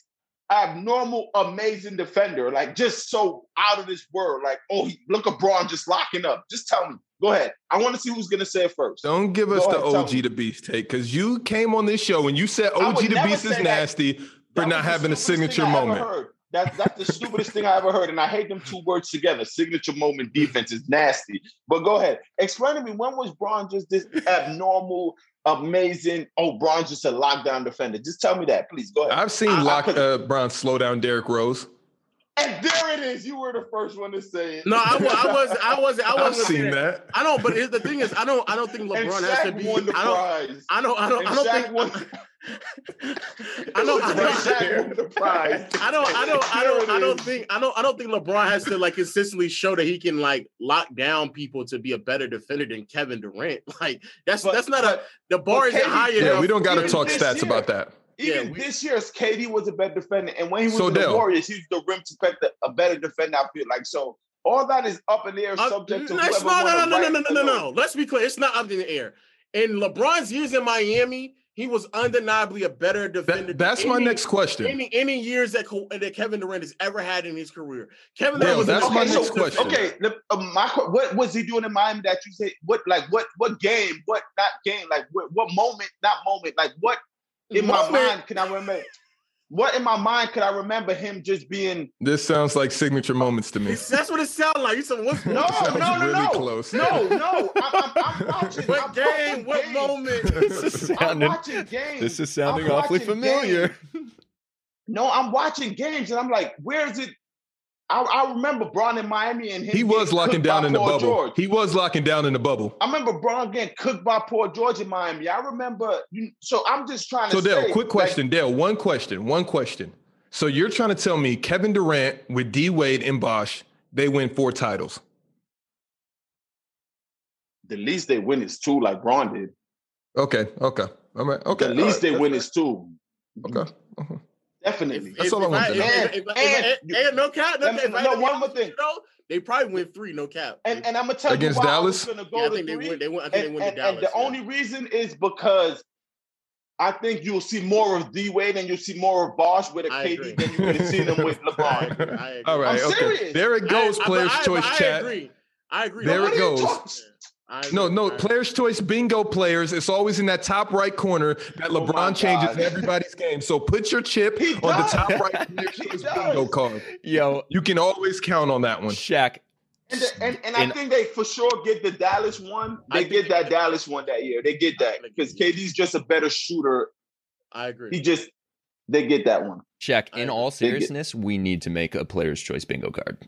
[SPEAKER 2] abnormal, amazing defender, like just so out of this world. Like oh, he- look at Braun just locking up. Just tell me. Go ahead. I want to see who's gonna say it first.
[SPEAKER 1] Don't give us
[SPEAKER 2] Go
[SPEAKER 1] the
[SPEAKER 2] ahead, tell
[SPEAKER 1] OG
[SPEAKER 2] me.
[SPEAKER 1] to Beast take because you came on this show and you said
[SPEAKER 2] I
[SPEAKER 1] OG
[SPEAKER 2] would
[SPEAKER 1] to
[SPEAKER 2] never
[SPEAKER 1] Beast is
[SPEAKER 2] say that.
[SPEAKER 1] nasty for
[SPEAKER 2] That
[SPEAKER 1] not
[SPEAKER 2] was the
[SPEAKER 1] having a
[SPEAKER 2] stupidest
[SPEAKER 1] signature
[SPEAKER 2] thing I ever
[SPEAKER 1] moment.
[SPEAKER 2] heard. That, that's the stupidest thing I ever heard, and I hate them two words together. Signature moment defense is nasty. But go ahead, explain to me when was Braun just this abnormal, amazing? Oh, Braun's just a lockdown defender. Just tell me that, please. Go ahead.
[SPEAKER 1] I've seen
[SPEAKER 2] I- I
[SPEAKER 1] Lock
[SPEAKER 2] could-
[SPEAKER 1] uh, Bron slow down Derrick Rose.
[SPEAKER 2] and there it is. You were the first one to say it.
[SPEAKER 3] No, I, wa- I was I was I
[SPEAKER 1] I've
[SPEAKER 3] was
[SPEAKER 1] seen that.
[SPEAKER 3] I don't, but it, the thing is, I don't I don't think
[SPEAKER 2] and
[SPEAKER 3] LeBron has to
[SPEAKER 2] Shaq
[SPEAKER 3] be.
[SPEAKER 2] won the
[SPEAKER 3] I don't.
[SPEAKER 2] prize.
[SPEAKER 3] I don't. I don't.
[SPEAKER 2] And
[SPEAKER 3] I don't
[SPEAKER 2] Shaq
[SPEAKER 3] think.
[SPEAKER 2] won-
[SPEAKER 3] I don't. I
[SPEAKER 2] When
[SPEAKER 3] don't.
[SPEAKER 2] Shaq won the prize.
[SPEAKER 3] I don't. I don't. I don't. I don't
[SPEAKER 2] There it is.
[SPEAKER 3] think. I don't. I don't think LeBron has to like consistently show that he can like lock down people to be a better defender than Kevin Durant. Like that's
[SPEAKER 2] But-
[SPEAKER 3] that's not a
[SPEAKER 2] but
[SPEAKER 3] the bar
[SPEAKER 2] but
[SPEAKER 3] isn't
[SPEAKER 2] Katie-
[SPEAKER 3] higher.
[SPEAKER 1] Yeah,
[SPEAKER 3] than-
[SPEAKER 1] we don't got to
[SPEAKER 2] even
[SPEAKER 1] talk
[SPEAKER 2] this
[SPEAKER 1] stats
[SPEAKER 2] year.
[SPEAKER 1] about that.
[SPEAKER 2] Even
[SPEAKER 3] Yeah, we-
[SPEAKER 2] this year's KD was a better defender, and when he was
[SPEAKER 1] So
[SPEAKER 2] with the
[SPEAKER 1] Dale-
[SPEAKER 2] Warriors, he was the rim defender, a better defender. I feel like so. All that is up in the air,
[SPEAKER 3] Uh,
[SPEAKER 2] subject to
[SPEAKER 3] let's-
[SPEAKER 2] whoever
[SPEAKER 3] no, no,
[SPEAKER 2] wanna
[SPEAKER 3] no, no,
[SPEAKER 2] write
[SPEAKER 3] no, no, no,
[SPEAKER 2] the
[SPEAKER 3] no, no. Let's be clear. It's not up in the air. In LeBron's years in Miami, he was undeniably a better defender.
[SPEAKER 1] That, that's
[SPEAKER 3] than
[SPEAKER 1] my
[SPEAKER 3] any-
[SPEAKER 1] next question.
[SPEAKER 3] Any any years that Co- that Kevin Durant has ever had in his career, Kevin
[SPEAKER 1] Dale,
[SPEAKER 3] Durant was an
[SPEAKER 1] that's my
[SPEAKER 2] okay,
[SPEAKER 3] amazing
[SPEAKER 1] next
[SPEAKER 2] so,
[SPEAKER 1] question.
[SPEAKER 3] defender.
[SPEAKER 2] okay. the- uh, my que- what was he doing in Miami that you say what like what what game what not game like what, what moment not moment like what in
[SPEAKER 3] Moment.
[SPEAKER 2] my mind can I remember? What in my mind could I remember him just being?
[SPEAKER 1] This sounds like signature moments to me.
[SPEAKER 3] It's- that's what it sounds like. You said, "What's
[SPEAKER 2] No,
[SPEAKER 1] That was
[SPEAKER 2] Oh, no, no,
[SPEAKER 1] really
[SPEAKER 2] no,
[SPEAKER 1] close.
[SPEAKER 2] no, no. I'm, I'm, I'm watching. I'm
[SPEAKER 3] what
[SPEAKER 2] watching
[SPEAKER 3] game? What
[SPEAKER 2] games.
[SPEAKER 3] moment?"
[SPEAKER 4] this is
[SPEAKER 2] I'm
[SPEAKER 4] sounding.
[SPEAKER 2] watching games.
[SPEAKER 4] This is sounding awfully
[SPEAKER 2] watching
[SPEAKER 4] familiar.
[SPEAKER 2] No, I'm watching games and I'm like, where is it? I, I remember Braun in Miami and him
[SPEAKER 1] He was
[SPEAKER 2] getting
[SPEAKER 1] locking
[SPEAKER 2] cooked
[SPEAKER 1] down
[SPEAKER 2] by
[SPEAKER 1] in the
[SPEAKER 2] Paul
[SPEAKER 1] bubble.
[SPEAKER 2] George.
[SPEAKER 1] He was locking down in the bubble.
[SPEAKER 2] I remember Braun getting cooked by Paul George in Miami. I remember. You, so I'm just trying to.
[SPEAKER 1] So Dale,
[SPEAKER 2] say,
[SPEAKER 1] quick
[SPEAKER 2] like,
[SPEAKER 1] question. Dale, one question. One question. So you're trying to tell me Kevin Durant with D Wade and Bosch, they win four titles.
[SPEAKER 2] the least they win is two, like Braun did.
[SPEAKER 1] Okay. Okay. All right. Okay.
[SPEAKER 2] the
[SPEAKER 1] all
[SPEAKER 2] least
[SPEAKER 1] right.
[SPEAKER 2] they win is two.
[SPEAKER 1] Okay.
[SPEAKER 2] Definitely.
[SPEAKER 1] That's all I want to know.
[SPEAKER 3] And, and, and,
[SPEAKER 2] And-
[SPEAKER 3] and no cap. No,
[SPEAKER 2] Let me-
[SPEAKER 3] cap, if I
[SPEAKER 2] no,
[SPEAKER 3] had to
[SPEAKER 2] one more
[SPEAKER 3] be
[SPEAKER 2] thing.
[SPEAKER 3] honest, you know, they probably win three. No cap.
[SPEAKER 2] and, and I'm gonna tell
[SPEAKER 1] Against
[SPEAKER 2] you why
[SPEAKER 1] Dallas?
[SPEAKER 2] I was gonna
[SPEAKER 3] yeah,
[SPEAKER 2] go
[SPEAKER 3] I
[SPEAKER 2] to
[SPEAKER 3] think they
[SPEAKER 2] three.
[SPEAKER 3] win. They win. I think
[SPEAKER 2] and,
[SPEAKER 3] they win
[SPEAKER 2] and-
[SPEAKER 3] the Dallas.
[SPEAKER 2] and the
[SPEAKER 3] yeah.
[SPEAKER 2] only reason is because I think you'll see more of D Wade and you'll see more of Bosch with a
[SPEAKER 3] I agree.
[SPEAKER 2] KD than you would have seen him with
[SPEAKER 3] I
[SPEAKER 2] LeBron.
[SPEAKER 3] agree, I agree.
[SPEAKER 1] All right.
[SPEAKER 2] I'm
[SPEAKER 1] okay.
[SPEAKER 2] serious.
[SPEAKER 1] There it goes,
[SPEAKER 3] I- I-
[SPEAKER 1] players
[SPEAKER 3] but I-
[SPEAKER 1] choice
[SPEAKER 3] but I
[SPEAKER 1] chat.
[SPEAKER 3] agree. I agree.
[SPEAKER 1] There
[SPEAKER 2] What
[SPEAKER 1] it
[SPEAKER 2] are you
[SPEAKER 1] goes.
[SPEAKER 2] talking-
[SPEAKER 3] I agree.
[SPEAKER 1] No, no,
[SPEAKER 3] I-
[SPEAKER 1] players' choice bingo players. It's always in that top right corner that
[SPEAKER 2] Oh my
[SPEAKER 1] LeBron changes
[SPEAKER 2] God.
[SPEAKER 1] in everybody's game. So put your chip
[SPEAKER 2] He
[SPEAKER 1] on the
[SPEAKER 2] does.
[SPEAKER 1] top right players'
[SPEAKER 2] He
[SPEAKER 1] choice
[SPEAKER 2] does.
[SPEAKER 1] bingo card.
[SPEAKER 4] Yo,
[SPEAKER 1] You can always count on that one.
[SPEAKER 4] Shaq,
[SPEAKER 2] And, the, and, and I
[SPEAKER 4] And-
[SPEAKER 2] think they for sure get the Dallas one.
[SPEAKER 3] I
[SPEAKER 2] They
[SPEAKER 3] think
[SPEAKER 2] get
[SPEAKER 3] they
[SPEAKER 2] that
[SPEAKER 3] get-
[SPEAKER 2] Dallas one that year. They get that because KD's just a better shooter.
[SPEAKER 3] I
[SPEAKER 2] He
[SPEAKER 3] agree.
[SPEAKER 2] just they get that one.
[SPEAKER 4] Check.
[SPEAKER 3] I
[SPEAKER 4] In
[SPEAKER 3] agree.
[SPEAKER 4] all
[SPEAKER 2] They get-
[SPEAKER 4] seriousness, we need to make a player's choice bingo card.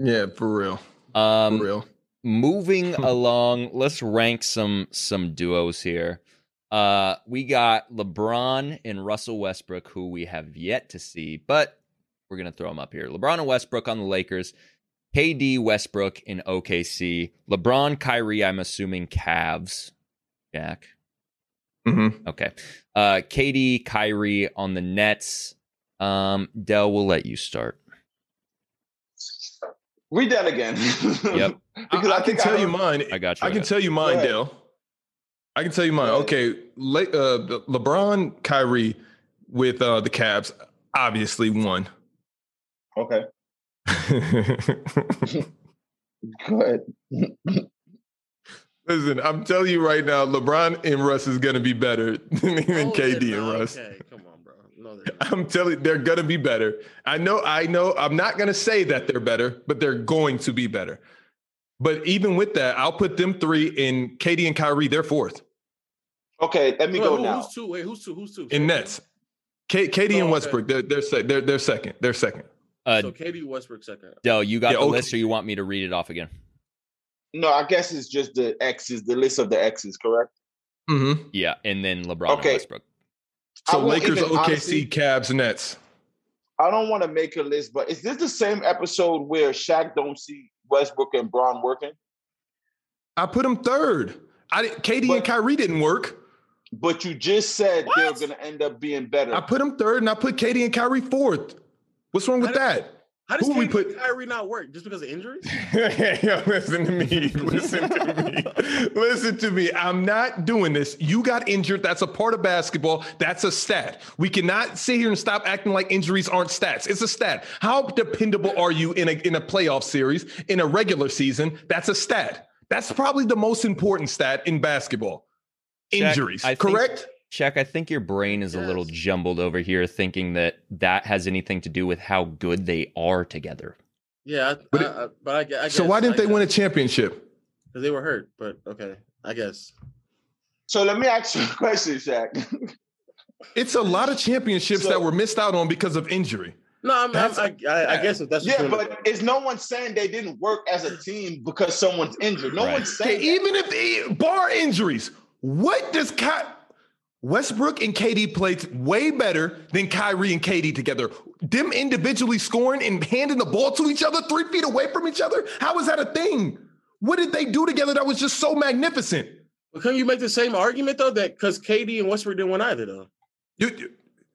[SPEAKER 1] Yeah, for real. For
[SPEAKER 4] Um,
[SPEAKER 1] real.
[SPEAKER 4] moving along let's rank some some duos here uh we got lebron and russell westbrook who we have yet to see but we're gonna throw them up here lebron and westbrook on the lakers kd westbrook in okc lebron kyrie i'm assuming Cavs. jack
[SPEAKER 1] hmm
[SPEAKER 4] okay uh kd kyrie on the nets um dell we'll let you start
[SPEAKER 2] Read that again.
[SPEAKER 4] Yep.
[SPEAKER 2] because I,
[SPEAKER 1] I, can
[SPEAKER 2] think I
[SPEAKER 1] tell you
[SPEAKER 2] heard-
[SPEAKER 1] mine.
[SPEAKER 4] i got you
[SPEAKER 1] I can
[SPEAKER 4] Ed.
[SPEAKER 1] tell you mine,
[SPEAKER 2] ahead.
[SPEAKER 1] Dale. I can tell you mine.
[SPEAKER 2] Go ahead.
[SPEAKER 1] Okay, Le- uh, Le- LeBron, Kyrie, with uh, the Cavs, obviously one.
[SPEAKER 2] Okay. Go ahead.
[SPEAKER 1] Listen, I'm telling you right now, LeBron and Russ is gonna be better than even
[SPEAKER 3] Oh,
[SPEAKER 1] KD
[SPEAKER 3] yeah,
[SPEAKER 1] and
[SPEAKER 3] nah,
[SPEAKER 1] Russ.
[SPEAKER 3] Okay, come on, bro. No, they're not.
[SPEAKER 1] I'm telling they're gonna be better. I know, I know, I'm not gonna say that they're better, but they're going to be better. But even with that, I'll put them three in KD and Kyrie, they're fourth
[SPEAKER 2] Okay, let me
[SPEAKER 3] Wait,
[SPEAKER 2] go
[SPEAKER 3] who-
[SPEAKER 2] now.
[SPEAKER 3] Who's two? Wait, who's two? Who's two?
[SPEAKER 1] in Nets. K- KD
[SPEAKER 3] Oh,
[SPEAKER 1] and
[SPEAKER 3] okay.
[SPEAKER 1] Westbrook, they're they're, sec- they're they're second. They're second.
[SPEAKER 4] uh
[SPEAKER 3] so KD Westbrook second.
[SPEAKER 4] dell you got
[SPEAKER 1] Yeah,
[SPEAKER 4] the
[SPEAKER 1] okay.
[SPEAKER 4] list or you want me to read it off again
[SPEAKER 2] No, I guess it's just the X's, the list of the X's, correct?
[SPEAKER 1] Mm-hmm.
[SPEAKER 4] yeah and then lebron
[SPEAKER 2] Okay.
[SPEAKER 4] and westbrook
[SPEAKER 2] I
[SPEAKER 1] So
[SPEAKER 2] won't
[SPEAKER 1] Lakers,
[SPEAKER 2] even
[SPEAKER 1] OKC,
[SPEAKER 2] honestly-
[SPEAKER 1] Cavs, Nets.
[SPEAKER 2] I don't want to make a list, but is this the same episode where Shaq don't see Westbrook and Braun working?
[SPEAKER 1] I put them third. I didn't, KD and
[SPEAKER 2] But-
[SPEAKER 1] Kyrie didn't work.
[SPEAKER 2] But you just said they're
[SPEAKER 3] What?
[SPEAKER 2] gonna end up being better.
[SPEAKER 1] I put them third, and I put KD and Kyrie fourth. What's wrong with that?
[SPEAKER 3] How does
[SPEAKER 1] Who
[SPEAKER 3] KD
[SPEAKER 1] we
[SPEAKER 3] and
[SPEAKER 1] put-
[SPEAKER 3] Kyrie not work just because of injuries?
[SPEAKER 1] Yo, listen to me. Listen to me. Listen to me. I'm not doing this. You got injured. That's a part of basketball. That's a stat. We cannot sit here and stop acting like injuries aren't stats. It's a stat. How dependable are you in a in a playoff series in a regular season? That's a stat. That's probably the most important stat in basketball.
[SPEAKER 4] Shaq,
[SPEAKER 1] Injuries,
[SPEAKER 4] I think-
[SPEAKER 1] correct?
[SPEAKER 4] Shaq, I think your brain is a little
[SPEAKER 3] Yes.
[SPEAKER 4] jumbled over here, thinking that that has anything to do with how good they are together.
[SPEAKER 3] Yeah, I,
[SPEAKER 1] But
[SPEAKER 3] but,
[SPEAKER 1] it-
[SPEAKER 3] I, I, but I, gue- I guess.
[SPEAKER 1] so why didn't
[SPEAKER 3] I
[SPEAKER 1] they
[SPEAKER 3] guess,
[SPEAKER 1] win a championship?
[SPEAKER 3] Because they were hurt. But okay, I guess.
[SPEAKER 2] so let me ask you a question, Shaq.
[SPEAKER 1] It's a lot of championships
[SPEAKER 2] So-
[SPEAKER 1] that were missed out on because of injury.
[SPEAKER 3] No, I'm, I'm,
[SPEAKER 1] That's-
[SPEAKER 3] I, I, I guess if that's
[SPEAKER 2] yeah,
[SPEAKER 3] what you're-
[SPEAKER 2] but is no one saying they didn't work as a team because someone's injured? No
[SPEAKER 4] Right.
[SPEAKER 2] one's
[SPEAKER 1] Okay,
[SPEAKER 2] saying that.
[SPEAKER 1] even if they, bar injuries, what does Ky- Westbrook and KD played way better than Kyrie and KD together? Them individually scoring and handing the ball to each other three feet away from each other? How is that a thing? What did they do together that was just so magnificent?
[SPEAKER 3] But couldn't you make the same argument though that because KD and Westbrook didn't win either though?
[SPEAKER 1] You, you-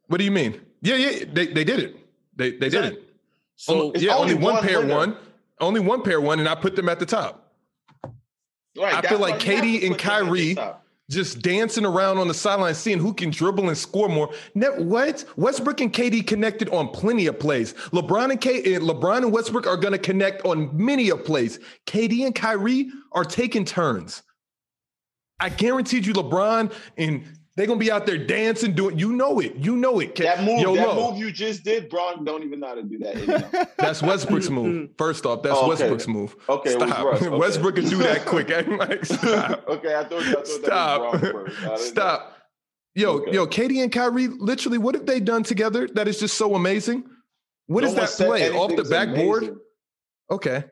[SPEAKER 1] what do you mean? Yeah, yeah, they, they did it. They they did Oh, it.
[SPEAKER 3] So
[SPEAKER 2] It's
[SPEAKER 1] yeah, only,
[SPEAKER 2] only
[SPEAKER 1] one,
[SPEAKER 2] one
[SPEAKER 1] pair
[SPEAKER 2] winner.
[SPEAKER 1] won. Only one pair won, and I put them at the top.
[SPEAKER 2] Right,
[SPEAKER 1] I
[SPEAKER 2] that's
[SPEAKER 1] feel like
[SPEAKER 2] why you have
[SPEAKER 1] KD
[SPEAKER 2] to
[SPEAKER 1] and
[SPEAKER 2] put them at the
[SPEAKER 1] Kyrie-
[SPEAKER 2] top.
[SPEAKER 1] just dancing around on the sideline, seeing who can dribble and score more. Ne- what? Westbrook and KD connected on plenty of plays. LeBron and K- and LeBron and Westbrook are going to connect on many of plays. KD and Kyrie are taking turns. I guaranteed you, LeBron and they're going to be out there dancing, doing. You know it. You know it. K-
[SPEAKER 2] That move,
[SPEAKER 1] Yo,
[SPEAKER 2] that
[SPEAKER 1] Lo,
[SPEAKER 2] move you just did, Braun don't even know how to do that. anymore.
[SPEAKER 1] That's Westbrook's move. First off, that's
[SPEAKER 2] Oh, okay.
[SPEAKER 1] Westbrook's move.
[SPEAKER 2] Okay, it was
[SPEAKER 1] Stop.
[SPEAKER 2] Russ. Okay.
[SPEAKER 1] Westbrook can do that quick. I'm like, stop.
[SPEAKER 2] okay, I thought, I thought
[SPEAKER 1] Stop.
[SPEAKER 2] that was Braun's first. I didn't know.
[SPEAKER 1] Stop. Yo,
[SPEAKER 2] Okay.
[SPEAKER 1] yo, Katie and Kyrie, literally, what have they done together that is just so amazing? What
[SPEAKER 2] No
[SPEAKER 1] is
[SPEAKER 2] one
[SPEAKER 1] that
[SPEAKER 2] said
[SPEAKER 1] play? Off the
[SPEAKER 2] anything's
[SPEAKER 1] backboard?
[SPEAKER 2] amazing.
[SPEAKER 1] Okay.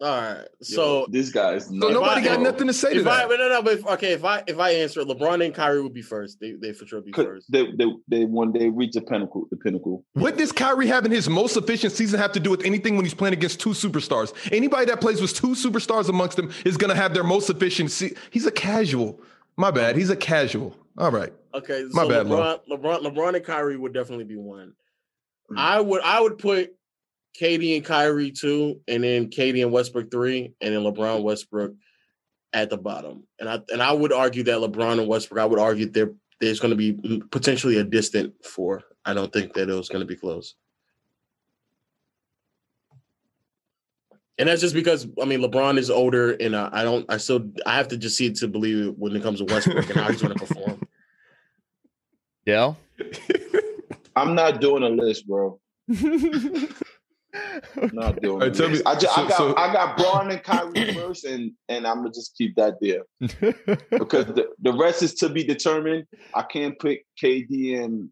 [SPEAKER 3] all right.
[SPEAKER 2] Yo,
[SPEAKER 3] So
[SPEAKER 2] this guy is
[SPEAKER 1] So
[SPEAKER 2] not.
[SPEAKER 3] If
[SPEAKER 1] nobody
[SPEAKER 3] I-
[SPEAKER 1] got nothing to say to
[SPEAKER 3] if I
[SPEAKER 1] that.
[SPEAKER 3] but no no but if, okay if I if I answer it, LeBron and Kyrie would be first. They they for sure be
[SPEAKER 2] Could-
[SPEAKER 3] first.
[SPEAKER 2] They, they, they one day reach the pinnacle. The pinnacle.
[SPEAKER 1] what does Kyrie having his most efficient season have to do with anything when he's playing against two superstars? Anybody that plays with two superstars amongst them is going to have their most efficient. Se- he's a casual. My bad. He's a casual. All right.
[SPEAKER 3] Okay,
[SPEAKER 1] My
[SPEAKER 3] so
[SPEAKER 1] bad, Lo.
[SPEAKER 3] LeBron, LeBron, LeBron and Kyrie would definitely be one.
[SPEAKER 1] Hmm.
[SPEAKER 2] Mm.
[SPEAKER 3] I would I would put KD and Kyrie two, and then KD and Westbrook three, and then LeBron Westbrook at the bottom. And I and I would argue that LeBron and Westbrook, I would argue there there's going to be potentially a distant four. I don't think that it was going to be close. And that's just because I mean LeBron is older, and I, I don't. I still I have to just see it to believe it when it comes to Westbrook and how he's going to perform.
[SPEAKER 4] Dell?
[SPEAKER 2] I'm not doing a list, bro. Not doing
[SPEAKER 1] All right, tell
[SPEAKER 2] this.
[SPEAKER 1] me-
[SPEAKER 2] I, just,
[SPEAKER 1] so-
[SPEAKER 2] I got
[SPEAKER 1] so-
[SPEAKER 2] I got Braun and Kyrie first, and and I'm gonna just keep that there because the, the rest is to be determined. I can't pick KD and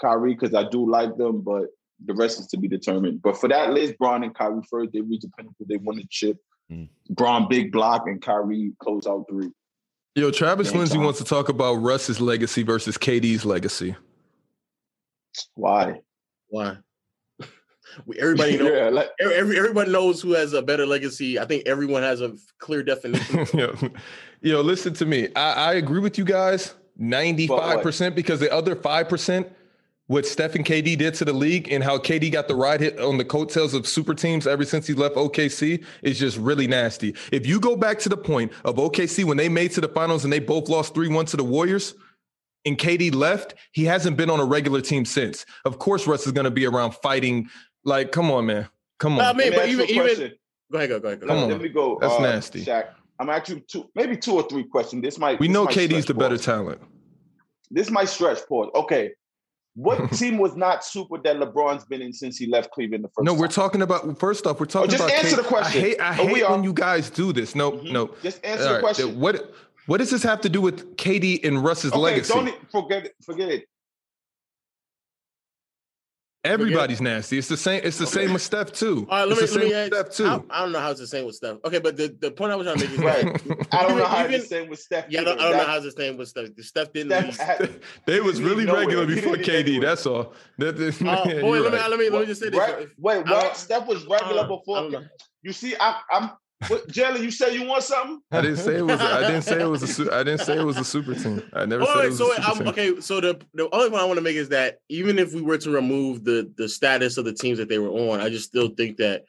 [SPEAKER 2] Kyrie because I do like them, but the rest is to be determined. But for that list, Braun and Kyrie first. They reach the pinnacle. They win the chip.
[SPEAKER 1] Hmm.
[SPEAKER 4] Mm.
[SPEAKER 2] Braun big block and Kyrie close out three.
[SPEAKER 1] Yo, Travis
[SPEAKER 2] Game
[SPEAKER 1] Lindsay
[SPEAKER 2] time.
[SPEAKER 1] wants to talk about Russ's legacy versus KD's legacy.
[SPEAKER 2] Why?
[SPEAKER 3] Why? We- everybody knows.
[SPEAKER 2] yeah, like,
[SPEAKER 3] every- Every, everybody knows who has a better legacy. I think everyone has a clear definition.
[SPEAKER 1] yo, yo, listen to me. I, I agree with you guys 95% because the other 5%, what Steph and KD did to the league and how KD got the ride hit on the coattails of super teams ever since he left OKC is just really nasty. If you go back to the point of OKC when they made to the finals and they both lost 3 1 to the Warriors, and KD left, he hasn't been on a regular team since. Of course, Russ is going to be around fighting. Like, come on, man. Come on.
[SPEAKER 3] I
[SPEAKER 2] Let
[SPEAKER 3] mean,
[SPEAKER 2] me
[SPEAKER 3] but
[SPEAKER 2] ask you
[SPEAKER 3] even
[SPEAKER 2] a question.
[SPEAKER 3] even go ahead, go go ahead. Go
[SPEAKER 1] Come
[SPEAKER 2] let,
[SPEAKER 1] on.
[SPEAKER 2] let me go.
[SPEAKER 1] That's
[SPEAKER 2] uh,
[SPEAKER 1] nasty.
[SPEAKER 2] Shaq. I'm actually two, maybe two or three questions. This might
[SPEAKER 1] we
[SPEAKER 2] this
[SPEAKER 1] know
[SPEAKER 2] might
[SPEAKER 1] KD's the
[SPEAKER 2] stretch,
[SPEAKER 1] better
[SPEAKER 2] pause.
[SPEAKER 1] talent.
[SPEAKER 2] This might stretch. Pause. Okay, what team was not super that LeBron's been in since he left Cleveland the first?
[SPEAKER 1] No,
[SPEAKER 2] time?
[SPEAKER 1] we're talking about first off, we're talking
[SPEAKER 2] just
[SPEAKER 1] about
[SPEAKER 2] answer
[SPEAKER 1] K-
[SPEAKER 2] the question.
[SPEAKER 1] I hate, I
[SPEAKER 2] Oh, we
[SPEAKER 1] hate when
[SPEAKER 2] are.
[SPEAKER 1] you guys do this. No,
[SPEAKER 2] Mhm.
[SPEAKER 1] no.
[SPEAKER 2] Just answer
[SPEAKER 1] All
[SPEAKER 2] the
[SPEAKER 1] right,
[SPEAKER 2] question.
[SPEAKER 1] What what does this have to do with KD and Russ's
[SPEAKER 2] okay,
[SPEAKER 1] legacy?
[SPEAKER 2] don't e- forget it. Forget it.
[SPEAKER 1] Everybody's nasty. It's the same. It's the same with Steph too.
[SPEAKER 3] All right, let me,
[SPEAKER 1] it's
[SPEAKER 3] let me
[SPEAKER 1] the
[SPEAKER 3] ask.
[SPEAKER 1] same with
[SPEAKER 3] I,
[SPEAKER 1] Steph too.
[SPEAKER 3] I don't know how it's the same with Steph. Okay, but the, the point I was trying to make is
[SPEAKER 2] Right. I don't
[SPEAKER 3] Even-
[SPEAKER 2] know how
[SPEAKER 3] even-
[SPEAKER 2] it's the same with Steph.
[SPEAKER 3] Yeah, I don't, I don't know how it's the same with Steph. Steph didn't leave.
[SPEAKER 1] they was
[SPEAKER 2] He didn't
[SPEAKER 1] really
[SPEAKER 2] know it.
[SPEAKER 1] regular
[SPEAKER 2] He
[SPEAKER 1] before
[SPEAKER 2] didn't
[SPEAKER 1] KD.
[SPEAKER 2] know it.
[SPEAKER 1] That's all. That- that-
[SPEAKER 3] Oh,
[SPEAKER 1] yeah,
[SPEAKER 3] boy,
[SPEAKER 1] you're
[SPEAKER 3] let me,
[SPEAKER 1] right.
[SPEAKER 3] let me let me just say this.
[SPEAKER 2] Right, wait,
[SPEAKER 3] I
[SPEAKER 2] what?
[SPEAKER 3] don't-
[SPEAKER 2] Steph was regular
[SPEAKER 3] Uh, I don't
[SPEAKER 2] before.
[SPEAKER 3] know.
[SPEAKER 2] You see, I, I'm. What, Jalen, you said you want something?
[SPEAKER 1] I didn't say it was. A, I didn't say it was a. Su- I didn't say it was a super team. I never
[SPEAKER 3] Oh,
[SPEAKER 1] said it
[SPEAKER 3] wait,
[SPEAKER 1] was
[SPEAKER 3] so
[SPEAKER 1] a
[SPEAKER 3] wait,
[SPEAKER 1] super
[SPEAKER 3] I'm,
[SPEAKER 1] team.
[SPEAKER 3] okay, so the the only point I want to make is that even if we were to remove the the status of the teams that they were on, I just still think that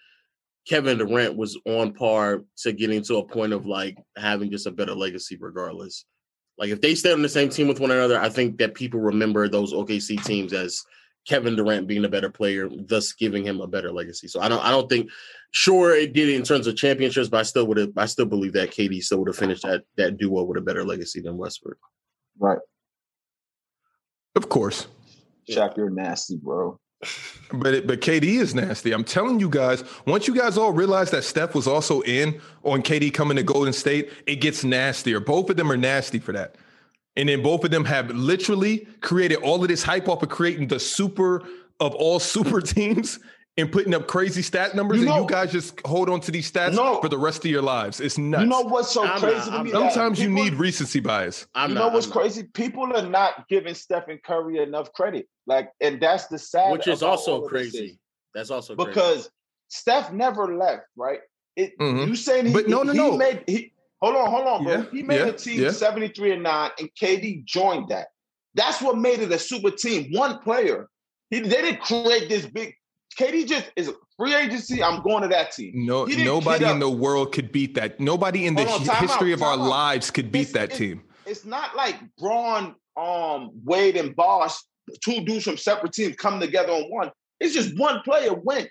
[SPEAKER 3] Kevin Durant was on par to getting to a point of like having just a better legacy, regardless. Like if they stayed on the same team with one another, I think that people remember those OKC teams as Kevin Durant being a better player, thus giving him a better legacy. So I don't I don't think sure it did in terms of championships, but I still would have I still believe that KD still would have finished that that duo with a better legacy than Westbrook.
[SPEAKER 2] Right,
[SPEAKER 1] Of course.
[SPEAKER 2] Shaq, you're nasty, bro.
[SPEAKER 1] But it, but KD is nasty. I'm telling you guys. Once you guys all realize that Steph was also in on KD coming to Golden State, it gets nastier. Both of them are nasty for that. And then both of them have literally created all of this hype off of creating the super of all super teams and putting up crazy stat numbers.
[SPEAKER 2] You
[SPEAKER 1] and
[SPEAKER 2] know-
[SPEAKER 1] you guys just hold on to these stats
[SPEAKER 2] No.
[SPEAKER 1] for the rest of your lives. It's nuts.
[SPEAKER 2] You know what's so
[SPEAKER 3] I'm
[SPEAKER 2] crazy
[SPEAKER 3] not-
[SPEAKER 2] to
[SPEAKER 3] I'm
[SPEAKER 2] me?
[SPEAKER 3] not.
[SPEAKER 2] that
[SPEAKER 1] Sometimes you
[SPEAKER 2] people-
[SPEAKER 1] need recency bias.
[SPEAKER 3] I'm
[SPEAKER 2] you
[SPEAKER 3] not,
[SPEAKER 2] know what's
[SPEAKER 3] I'm not.
[SPEAKER 2] crazy? People are not giving Stephen Curry enough credit. Like, and that's the sad.
[SPEAKER 3] which is
[SPEAKER 2] about
[SPEAKER 3] also
[SPEAKER 2] all of this
[SPEAKER 3] crazy.
[SPEAKER 2] is
[SPEAKER 3] That's also crazy.
[SPEAKER 2] because Steph never left. Right? It,
[SPEAKER 1] Mhm.
[SPEAKER 2] You saying he?
[SPEAKER 1] But no, no,
[SPEAKER 2] he
[SPEAKER 1] no.
[SPEAKER 2] Made, he, hold on, hold on, bro.
[SPEAKER 1] Yeah,
[SPEAKER 2] he made
[SPEAKER 1] yeah,
[SPEAKER 2] a team
[SPEAKER 1] yeah.
[SPEAKER 2] seventy three and nine, and KD joined that. That's what made it a super team. One player. He, they didn't create this big. KD just is free agency. I'm going to that team.
[SPEAKER 1] No,
[SPEAKER 2] He didn't
[SPEAKER 1] nobody
[SPEAKER 2] get up.
[SPEAKER 1] in the world could beat that. Nobody in the
[SPEAKER 2] Hold on,
[SPEAKER 1] hi-
[SPEAKER 2] time out,
[SPEAKER 1] history of our
[SPEAKER 2] time out.
[SPEAKER 1] lives could beat
[SPEAKER 2] It's- uh,
[SPEAKER 1] that
[SPEAKER 2] it's-
[SPEAKER 1] team.
[SPEAKER 2] it's not like Braun, um, Wade, and Bosch, two dudes from separate teams, come together on one. It's just one player went.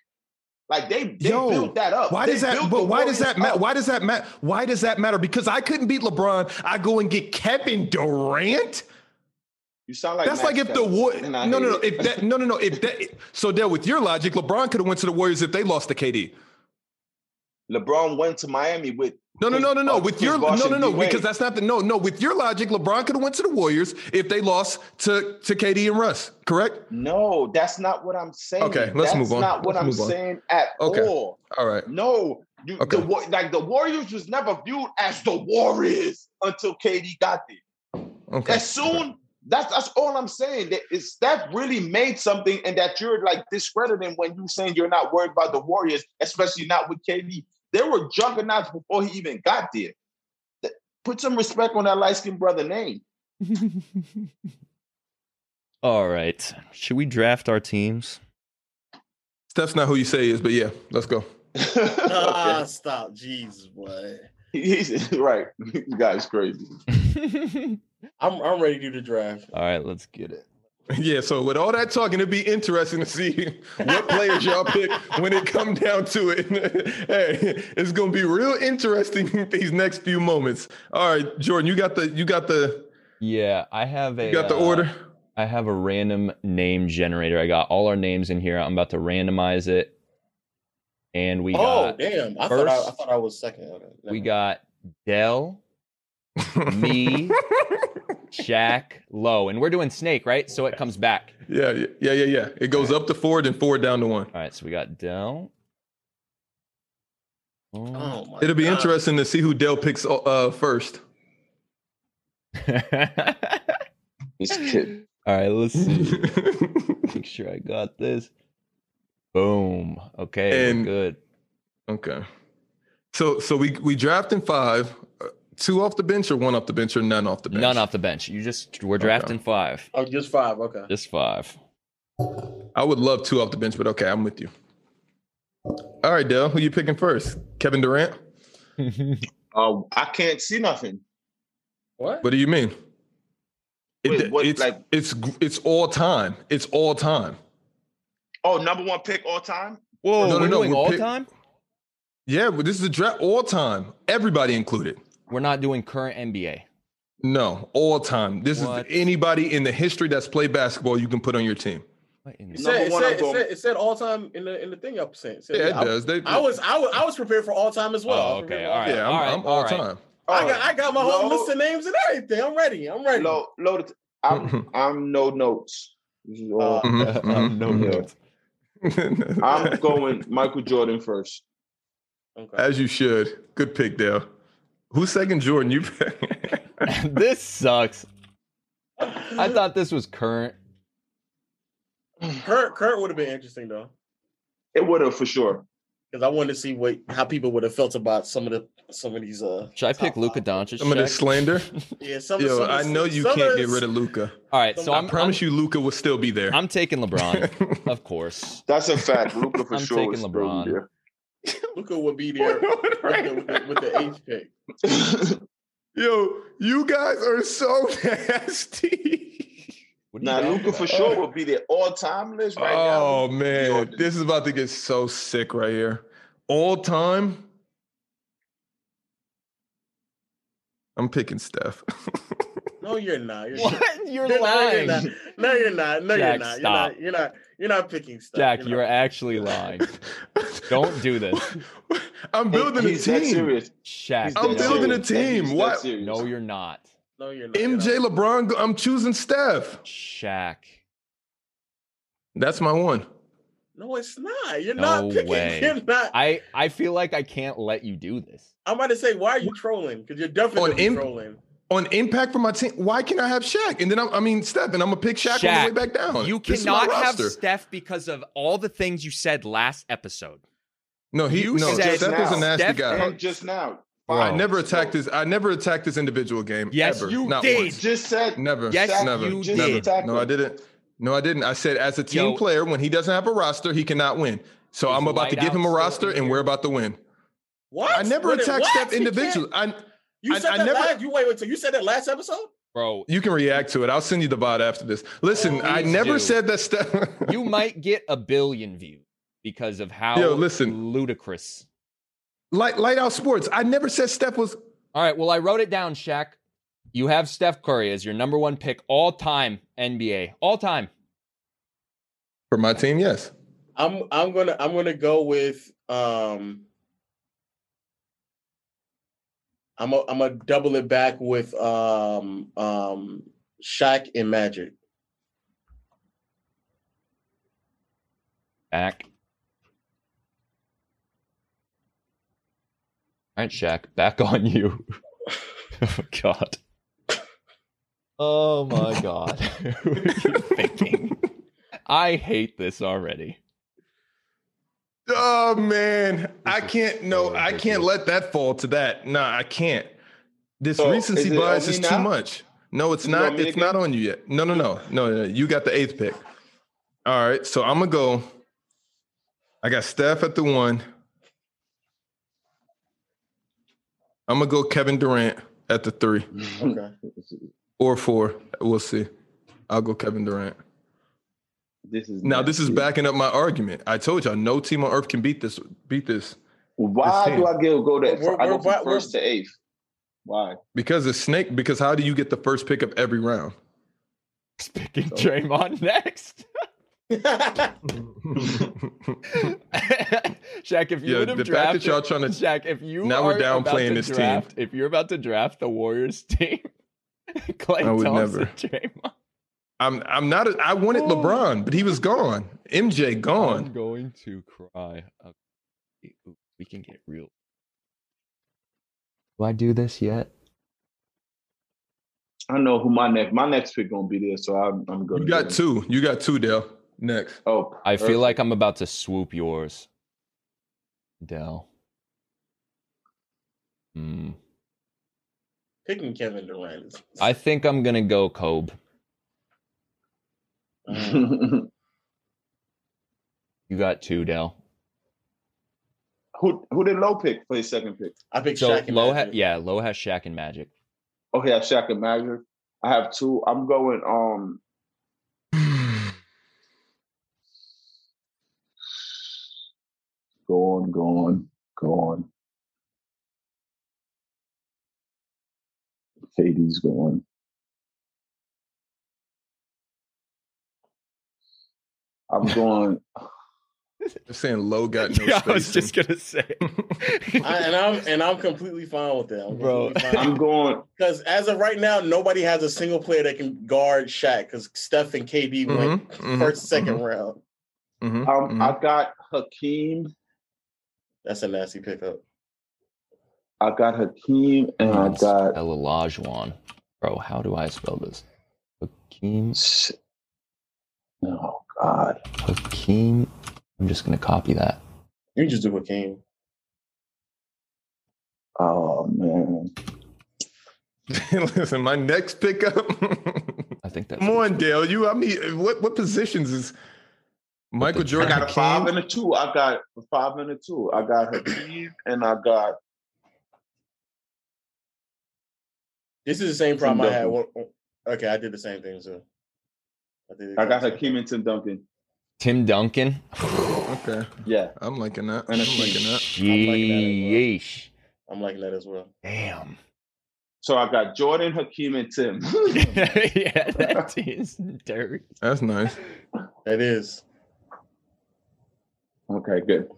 [SPEAKER 2] Like they, they
[SPEAKER 1] Yo,
[SPEAKER 2] built that up.
[SPEAKER 1] Why
[SPEAKER 2] They
[SPEAKER 1] does that?
[SPEAKER 2] built
[SPEAKER 1] But
[SPEAKER 2] the
[SPEAKER 1] why does that
[SPEAKER 2] Warriors
[SPEAKER 1] matter?
[SPEAKER 2] up.
[SPEAKER 1] Why does that matter? Why does that matter? Because I couldn't beat LeBron. I go and get Kevin Durant.
[SPEAKER 2] You sound like
[SPEAKER 1] That's
[SPEAKER 2] Max
[SPEAKER 1] like if the
[SPEAKER 2] Kellerman,
[SPEAKER 1] war.
[SPEAKER 2] and
[SPEAKER 1] No,
[SPEAKER 2] I
[SPEAKER 1] no,
[SPEAKER 2] hate
[SPEAKER 1] no.
[SPEAKER 2] it.
[SPEAKER 1] If that. No, no, no. If that. So there, with your logic, LeBron could have went to the Warriors if they lost to KD.
[SPEAKER 2] LeBron went to Miami with
[SPEAKER 1] No, no, no, no, no.
[SPEAKER 2] Oh,
[SPEAKER 1] With
[SPEAKER 2] Chris
[SPEAKER 1] your no,
[SPEAKER 2] Bosh
[SPEAKER 1] no,
[SPEAKER 2] and
[SPEAKER 1] no.
[SPEAKER 2] D-Wade.
[SPEAKER 1] Because that's not the no, no. With your logic, LeBron could have went to the Warriors if they lost to to KD and Russ. Correct.
[SPEAKER 2] no, that's not what I'm saying.
[SPEAKER 1] Okay, let's
[SPEAKER 2] that's
[SPEAKER 1] move on.
[SPEAKER 2] Not what
[SPEAKER 1] Let's
[SPEAKER 2] I'm
[SPEAKER 1] move on.
[SPEAKER 2] saying at
[SPEAKER 1] Okay.
[SPEAKER 2] all.
[SPEAKER 1] All right.
[SPEAKER 2] No, you,
[SPEAKER 1] Okay.
[SPEAKER 2] the, Wa- like the Warriors was never viewed as the Warriors until KD got there.
[SPEAKER 1] Okay.
[SPEAKER 2] As soon that's that's all I'm saying. That is that really made something, and that you're like discrediting when you saying you're not worried about the Warriors, especially not with KD. They were juggernauts before he even got there. Th- Put some respect on that light skinned brother name.
[SPEAKER 4] All right. Should we draft our teams?
[SPEAKER 1] Steph's not who you say he is, but yeah, let's go.
[SPEAKER 2] Okay.
[SPEAKER 3] Ah, stop, jeez, boy.
[SPEAKER 2] He's right. You guys crazy.
[SPEAKER 3] I'm I'm ready to do the draft.
[SPEAKER 4] All right, let's get it.
[SPEAKER 1] Yeah, so with all that talking, it'd be interesting to see what players y'all pick when it come down to it. hey, it's gonna be real interesting these next few moments. All right, Jordan, you got the you got the
[SPEAKER 4] Yeah, I have a
[SPEAKER 1] you got the
[SPEAKER 4] uh,
[SPEAKER 1] order.
[SPEAKER 4] I have a random name generator. I got all our names in here. I'm about to randomize it. and we
[SPEAKER 3] oh
[SPEAKER 4] got
[SPEAKER 3] damn! I thought I,
[SPEAKER 4] first-
[SPEAKER 3] I thought I was second. Okay, never
[SPEAKER 4] we
[SPEAKER 3] mind.
[SPEAKER 4] got Dell, me, Shaq, Low, and we're doing Snake, right? So it comes back.
[SPEAKER 1] yeah, yeah, yeah, yeah, yeah. It goes up to four, then four down to one.
[SPEAKER 4] All right, so we got Dell. Oh.
[SPEAKER 3] Oh my
[SPEAKER 1] It'll be
[SPEAKER 3] God.
[SPEAKER 1] interesting to see who Dell picks uh, first.
[SPEAKER 4] Oh.
[SPEAKER 2] This kid.
[SPEAKER 4] All right, let's see. Make sure I got this. Boom. Okay,
[SPEAKER 1] And-
[SPEAKER 4] we're good.
[SPEAKER 1] okay. So so we we drafting five, uh, two off the bench or one off the bench or none off the bench.
[SPEAKER 4] None off the bench. You just we're drafting five.
[SPEAKER 3] Oh, just five. Okay.
[SPEAKER 4] Just five.
[SPEAKER 1] I would love two off the bench, but okay, I'm with you. All right, Dell, who you picking first? Kevin Durant.
[SPEAKER 2] Um, I can't see nothing.
[SPEAKER 3] What?
[SPEAKER 1] What do you mean? It,
[SPEAKER 2] Wait, what,
[SPEAKER 1] it's
[SPEAKER 2] like-
[SPEAKER 1] it's gr- it's all time. It's all time.
[SPEAKER 2] Oh, number one pick all time.
[SPEAKER 4] Whoa,
[SPEAKER 1] No, no,
[SPEAKER 4] we're
[SPEAKER 1] no,
[SPEAKER 4] doing
[SPEAKER 1] we're
[SPEAKER 4] all
[SPEAKER 1] pick-
[SPEAKER 4] time?
[SPEAKER 1] Yeah, but this is a draft all time. Everybody included.
[SPEAKER 4] We're not doing current NBA.
[SPEAKER 1] No, all time. This is
[SPEAKER 4] What?
[SPEAKER 1] anybody in the history that's played basketball you can put on your team.
[SPEAKER 4] What in
[SPEAKER 3] It
[SPEAKER 4] the-
[SPEAKER 2] No. Number
[SPEAKER 3] said, it,
[SPEAKER 2] one,
[SPEAKER 3] said,
[SPEAKER 2] I'm
[SPEAKER 3] it,
[SPEAKER 2] going-
[SPEAKER 3] said, it said all time in the in the thing y'all sent. It said-
[SPEAKER 1] Yeah, it
[SPEAKER 3] I,
[SPEAKER 1] does. They,
[SPEAKER 3] I was I was I was prepared for all time as well.
[SPEAKER 4] Oh,
[SPEAKER 3] I was prepared
[SPEAKER 4] okay,
[SPEAKER 3] for
[SPEAKER 4] all right.
[SPEAKER 1] yeah, I'm,
[SPEAKER 4] Alright,
[SPEAKER 1] I'm all
[SPEAKER 4] alright.
[SPEAKER 1] time.
[SPEAKER 2] Oh,
[SPEAKER 3] I got I got my whole list of names and everything. I'm ready. I'm ready.
[SPEAKER 2] Low, low, I'm, I'm no notes. This is all-
[SPEAKER 3] Uh,
[SPEAKER 1] Mhm, mhm,
[SPEAKER 4] no
[SPEAKER 1] mhm.
[SPEAKER 4] notes.
[SPEAKER 1] mm-hmm.
[SPEAKER 2] I'm going Michael Jordan first.
[SPEAKER 3] Okay.
[SPEAKER 1] As you should. Good pick, Dale. Who's second, Jordan? You pick.
[SPEAKER 4] this sucks. I thought this was current.
[SPEAKER 3] Kurt Kurt would have been interesting though,
[SPEAKER 2] It would have for sure.
[SPEAKER 3] because I wanted to see what how people would have felt about some of the some of these. Uh,
[SPEAKER 4] Should I pick
[SPEAKER 3] Top
[SPEAKER 4] Luka
[SPEAKER 3] five.
[SPEAKER 4] Doncic?
[SPEAKER 1] Some of this
[SPEAKER 4] Shaq?
[SPEAKER 1] slander.
[SPEAKER 3] yeah, some.
[SPEAKER 1] Yo,
[SPEAKER 3] some
[SPEAKER 1] I know you can't get rid of Luca.
[SPEAKER 4] All right,
[SPEAKER 3] some-
[SPEAKER 4] so
[SPEAKER 1] I
[SPEAKER 4] I'm,
[SPEAKER 1] promise you, Luca will still be there.
[SPEAKER 4] I'm, I'm taking LeBron, of course.
[SPEAKER 2] That's a fact. Luca for
[SPEAKER 4] I'm
[SPEAKER 2] sure
[SPEAKER 4] taking
[SPEAKER 2] was
[SPEAKER 4] LeBron.
[SPEAKER 2] LeBron.
[SPEAKER 3] Luca would be there with the, with the, with the H pick.
[SPEAKER 1] Yo, you guys are so nasty.
[SPEAKER 4] What are you
[SPEAKER 2] Now
[SPEAKER 4] talking
[SPEAKER 2] Luca for
[SPEAKER 4] about?
[SPEAKER 2] sure will be there all time list right
[SPEAKER 1] oh
[SPEAKER 2] Yo,
[SPEAKER 1] man,
[SPEAKER 2] dude.
[SPEAKER 1] this is about to get so sick right here. All time. I'm picking Steph.
[SPEAKER 3] No, you're not. You're not.
[SPEAKER 4] What? You're
[SPEAKER 3] You're not, you're
[SPEAKER 4] lying.
[SPEAKER 3] not. No, you're not. No,
[SPEAKER 4] Jack,
[SPEAKER 3] you're not.
[SPEAKER 4] stop.
[SPEAKER 3] You're not. You're not. You're not picking stuff.
[SPEAKER 4] Jack,
[SPEAKER 3] You're
[SPEAKER 4] you're
[SPEAKER 3] not.
[SPEAKER 4] actually lying. Don't do this.
[SPEAKER 1] I'm
[SPEAKER 2] now.
[SPEAKER 1] building a
[SPEAKER 2] He's that
[SPEAKER 1] team.
[SPEAKER 2] serious.
[SPEAKER 4] Shaq.
[SPEAKER 2] He's
[SPEAKER 1] I'm
[SPEAKER 2] that
[SPEAKER 4] no.
[SPEAKER 1] building a
[SPEAKER 2] serious. He's
[SPEAKER 1] team.
[SPEAKER 2] that
[SPEAKER 1] What?
[SPEAKER 2] serious.
[SPEAKER 4] No, you're not.
[SPEAKER 3] No, you're not. You're
[SPEAKER 1] MJ,
[SPEAKER 3] not.
[SPEAKER 1] LeBron. go- I'm choosing Steph.
[SPEAKER 4] Shaq.
[SPEAKER 1] That's my one.
[SPEAKER 3] No, it's not. You're
[SPEAKER 4] No
[SPEAKER 3] not picking.
[SPEAKER 4] way.
[SPEAKER 3] You're not. I,
[SPEAKER 4] I I feel like I can't let you do this.
[SPEAKER 3] am about to say, why are you trolling? Because you're definitely
[SPEAKER 1] M-
[SPEAKER 3] trolling.
[SPEAKER 1] On impact for my team, why can I have Shaq? And then I'm, I mean Steph, and I'm gonna pick Shaq, on the way back down.
[SPEAKER 6] You
[SPEAKER 1] This is my
[SPEAKER 6] cannot have
[SPEAKER 1] roster.
[SPEAKER 6] Steph because of all the things you said last episode.
[SPEAKER 1] No, he
[SPEAKER 6] you
[SPEAKER 1] no.
[SPEAKER 6] said
[SPEAKER 1] Steph is a
[SPEAKER 2] now.
[SPEAKER 1] nasty
[SPEAKER 6] Steph
[SPEAKER 1] guy.
[SPEAKER 2] And just now.
[SPEAKER 1] I
[SPEAKER 2] Five
[SPEAKER 1] never
[SPEAKER 2] minutes
[SPEAKER 1] attacked
[SPEAKER 2] ago.
[SPEAKER 1] this. I never attacked this individual game.
[SPEAKER 6] Yes,
[SPEAKER 1] ever.
[SPEAKER 6] you
[SPEAKER 1] Not
[SPEAKER 6] did.
[SPEAKER 2] You
[SPEAKER 1] Once.
[SPEAKER 2] Just said
[SPEAKER 1] Never.
[SPEAKER 6] Yes,
[SPEAKER 1] never.
[SPEAKER 6] you
[SPEAKER 1] never.
[SPEAKER 6] did.
[SPEAKER 1] No, I didn't. No, I didn't. I said as a team
[SPEAKER 6] Yo.
[SPEAKER 1] player, when he doesn't have a roster, he cannot win. So
[SPEAKER 4] Is
[SPEAKER 1] I'm about to give him a
[SPEAKER 4] Whiteout
[SPEAKER 1] roster,
[SPEAKER 4] still in
[SPEAKER 1] and
[SPEAKER 4] here?
[SPEAKER 1] we're about to win.
[SPEAKER 3] What?
[SPEAKER 1] I never
[SPEAKER 3] What?
[SPEAKER 1] attacked
[SPEAKER 3] What?
[SPEAKER 1] Steph
[SPEAKER 3] You can't-
[SPEAKER 1] individually. I,
[SPEAKER 3] You
[SPEAKER 1] I-
[SPEAKER 3] said
[SPEAKER 1] I
[SPEAKER 3] that
[SPEAKER 1] never-
[SPEAKER 3] last. You wait, wait. So you said that last episode?
[SPEAKER 4] Bro,
[SPEAKER 1] you can react to it. I'll send you the bot after this. Listen, I
[SPEAKER 4] Please
[SPEAKER 1] never
[SPEAKER 4] do.
[SPEAKER 1] said that Steph.
[SPEAKER 4] you might get a billion views because of how
[SPEAKER 1] Yo, listen.
[SPEAKER 4] ludicrous.
[SPEAKER 1] Light, light out sports. I never said Steph was.
[SPEAKER 4] All right, well, I wrote it down, Shaq. You have Steph Curry as your number one pick all time NBA. All time.
[SPEAKER 1] For my team, yes.
[SPEAKER 3] I'm. I'm gonna. I'm gonna go with. Um. I'm. A, I'm gonna double it back with um um Shaq and Magic.
[SPEAKER 4] Back. All right, Shaq, back on you. oh, God. Oh, my God. Who are you thinking? I hate this already.
[SPEAKER 1] Oh man, I
[SPEAKER 4] is
[SPEAKER 1] can't.
[SPEAKER 4] so
[SPEAKER 1] No, I can't
[SPEAKER 4] ridiculous.
[SPEAKER 1] let that fall to that. No, I can't. This
[SPEAKER 2] So,
[SPEAKER 1] recency
[SPEAKER 2] is it
[SPEAKER 1] bias
[SPEAKER 2] on
[SPEAKER 1] is
[SPEAKER 2] me
[SPEAKER 1] too
[SPEAKER 2] now?
[SPEAKER 1] much. No, it's
[SPEAKER 2] Is it
[SPEAKER 1] not.
[SPEAKER 2] on me
[SPEAKER 1] It's not on you yet. No, no, no, no, no. You got the eighth pick. All right, so I'm gonna go. I got Steph at the one. I'm gonna go Kevin Durant at the three
[SPEAKER 3] Okay.
[SPEAKER 1] or four. We'll see. I'll go Kevin Durant.
[SPEAKER 2] this is
[SPEAKER 1] Now this is
[SPEAKER 2] nasty.
[SPEAKER 1] backing up my argument. I told y'all no team on earth can beat this. Beat this
[SPEAKER 2] Why
[SPEAKER 1] This
[SPEAKER 2] do
[SPEAKER 1] team.
[SPEAKER 2] I get go that?
[SPEAKER 3] We're-
[SPEAKER 2] I go
[SPEAKER 3] we're
[SPEAKER 2] from
[SPEAKER 3] bi- we're-
[SPEAKER 2] 1st to eighth. Why?
[SPEAKER 1] because the snake. Because how do you get the first pick of every round?
[SPEAKER 4] Picking
[SPEAKER 1] Oh.
[SPEAKER 4] Draymond next. Shaq, if you
[SPEAKER 1] Yeah,
[SPEAKER 4] would have
[SPEAKER 1] the fact
[SPEAKER 4] drafted
[SPEAKER 1] that y'all trying to
[SPEAKER 4] Shaq, if you
[SPEAKER 1] Now we're
[SPEAKER 4] are about
[SPEAKER 1] downplaying
[SPEAKER 4] to
[SPEAKER 1] this team.
[SPEAKER 4] draft, If you're about to draft the Warriors team, Clay
[SPEAKER 1] I would
[SPEAKER 4] Thompson,
[SPEAKER 1] never.
[SPEAKER 4] Draymond,
[SPEAKER 1] I'm I'm not a, I wanted
[SPEAKER 4] Oh.
[SPEAKER 1] LeBron, but he was gone. MJ
[SPEAKER 4] I'm
[SPEAKER 1] gone.
[SPEAKER 4] going to cry. Okay, ooh, We can get real. Do I do this yet?
[SPEAKER 2] I know who my next my next pick gonna be there, so I'm I'm gonna.
[SPEAKER 1] You
[SPEAKER 2] do
[SPEAKER 1] got
[SPEAKER 2] it.
[SPEAKER 1] two. You got two, Dale. Next.
[SPEAKER 2] Oh,
[SPEAKER 4] I feel
[SPEAKER 2] perfect.
[SPEAKER 4] like I'm about to swoop yours, Dell. Hmm.
[SPEAKER 3] Picking Kevin Durant. is-
[SPEAKER 4] I think I'm gonna go Kobe.
[SPEAKER 3] Uh,
[SPEAKER 4] You got two, Dell.
[SPEAKER 2] who who did low pick play second pick?
[SPEAKER 3] I picked
[SPEAKER 4] So
[SPEAKER 3] Shaq. and
[SPEAKER 4] low, ha-
[SPEAKER 3] Magic.
[SPEAKER 4] yeah, low has Shaq and Magic.
[SPEAKER 2] Okay, I have Shaq and Magic. I have two. I'm going. Um, go on, go on, go on. KD's going. I'm going.
[SPEAKER 1] I'm saying low got no
[SPEAKER 6] Yeah,
[SPEAKER 1] space.
[SPEAKER 6] I was just gonna say.
[SPEAKER 3] I, and I'm and I'm completely fine with that,
[SPEAKER 4] Bro.
[SPEAKER 2] I'm going. um,
[SPEAKER 3] Because as of right now, nobody has a single player that can guard Shaq. Because Steph and KB went
[SPEAKER 1] Mhm, mhm,
[SPEAKER 3] 1st second round.
[SPEAKER 1] Mhm,
[SPEAKER 2] Um,
[SPEAKER 1] mhm.
[SPEAKER 2] I got Hakeem.
[SPEAKER 3] That's a nasty pickup.
[SPEAKER 2] I got Hakeem, and I got
[SPEAKER 4] El Olajuwon. Bro, how do I spell this? Hakeem.
[SPEAKER 2] Oh God.
[SPEAKER 4] Hakeem. I'm just gonna copy that.
[SPEAKER 3] You can just do Hakeem.
[SPEAKER 2] Oh man.
[SPEAKER 1] Listen, my next pickup.
[SPEAKER 4] I think that's
[SPEAKER 1] Come on, Dale. You, I mean, what what positions is Michael
[SPEAKER 4] the-
[SPEAKER 2] I
[SPEAKER 1] Jordan?
[SPEAKER 2] got a
[SPEAKER 1] Hakeem?
[SPEAKER 2] five and a two. I got a five and a two. I got Hakeem, and I got
[SPEAKER 3] This is the same problem I had.
[SPEAKER 2] Duncan.
[SPEAKER 3] when- Okay, I did the same thing too. I, did
[SPEAKER 2] I got Hakeem and Tim Duncan.
[SPEAKER 4] Tim Duncan.
[SPEAKER 1] Okay,
[SPEAKER 2] Yeah.
[SPEAKER 1] I'm liking that. I'm
[SPEAKER 2] And a
[SPEAKER 1] liking that.
[SPEAKER 4] Yeesh.
[SPEAKER 3] I'm liking that as well.
[SPEAKER 4] Damn.
[SPEAKER 2] So I got Jordan, Hakeem, and Tim.
[SPEAKER 4] yeah, that is dirty.
[SPEAKER 1] That's nice.
[SPEAKER 3] That is.
[SPEAKER 2] okay, good.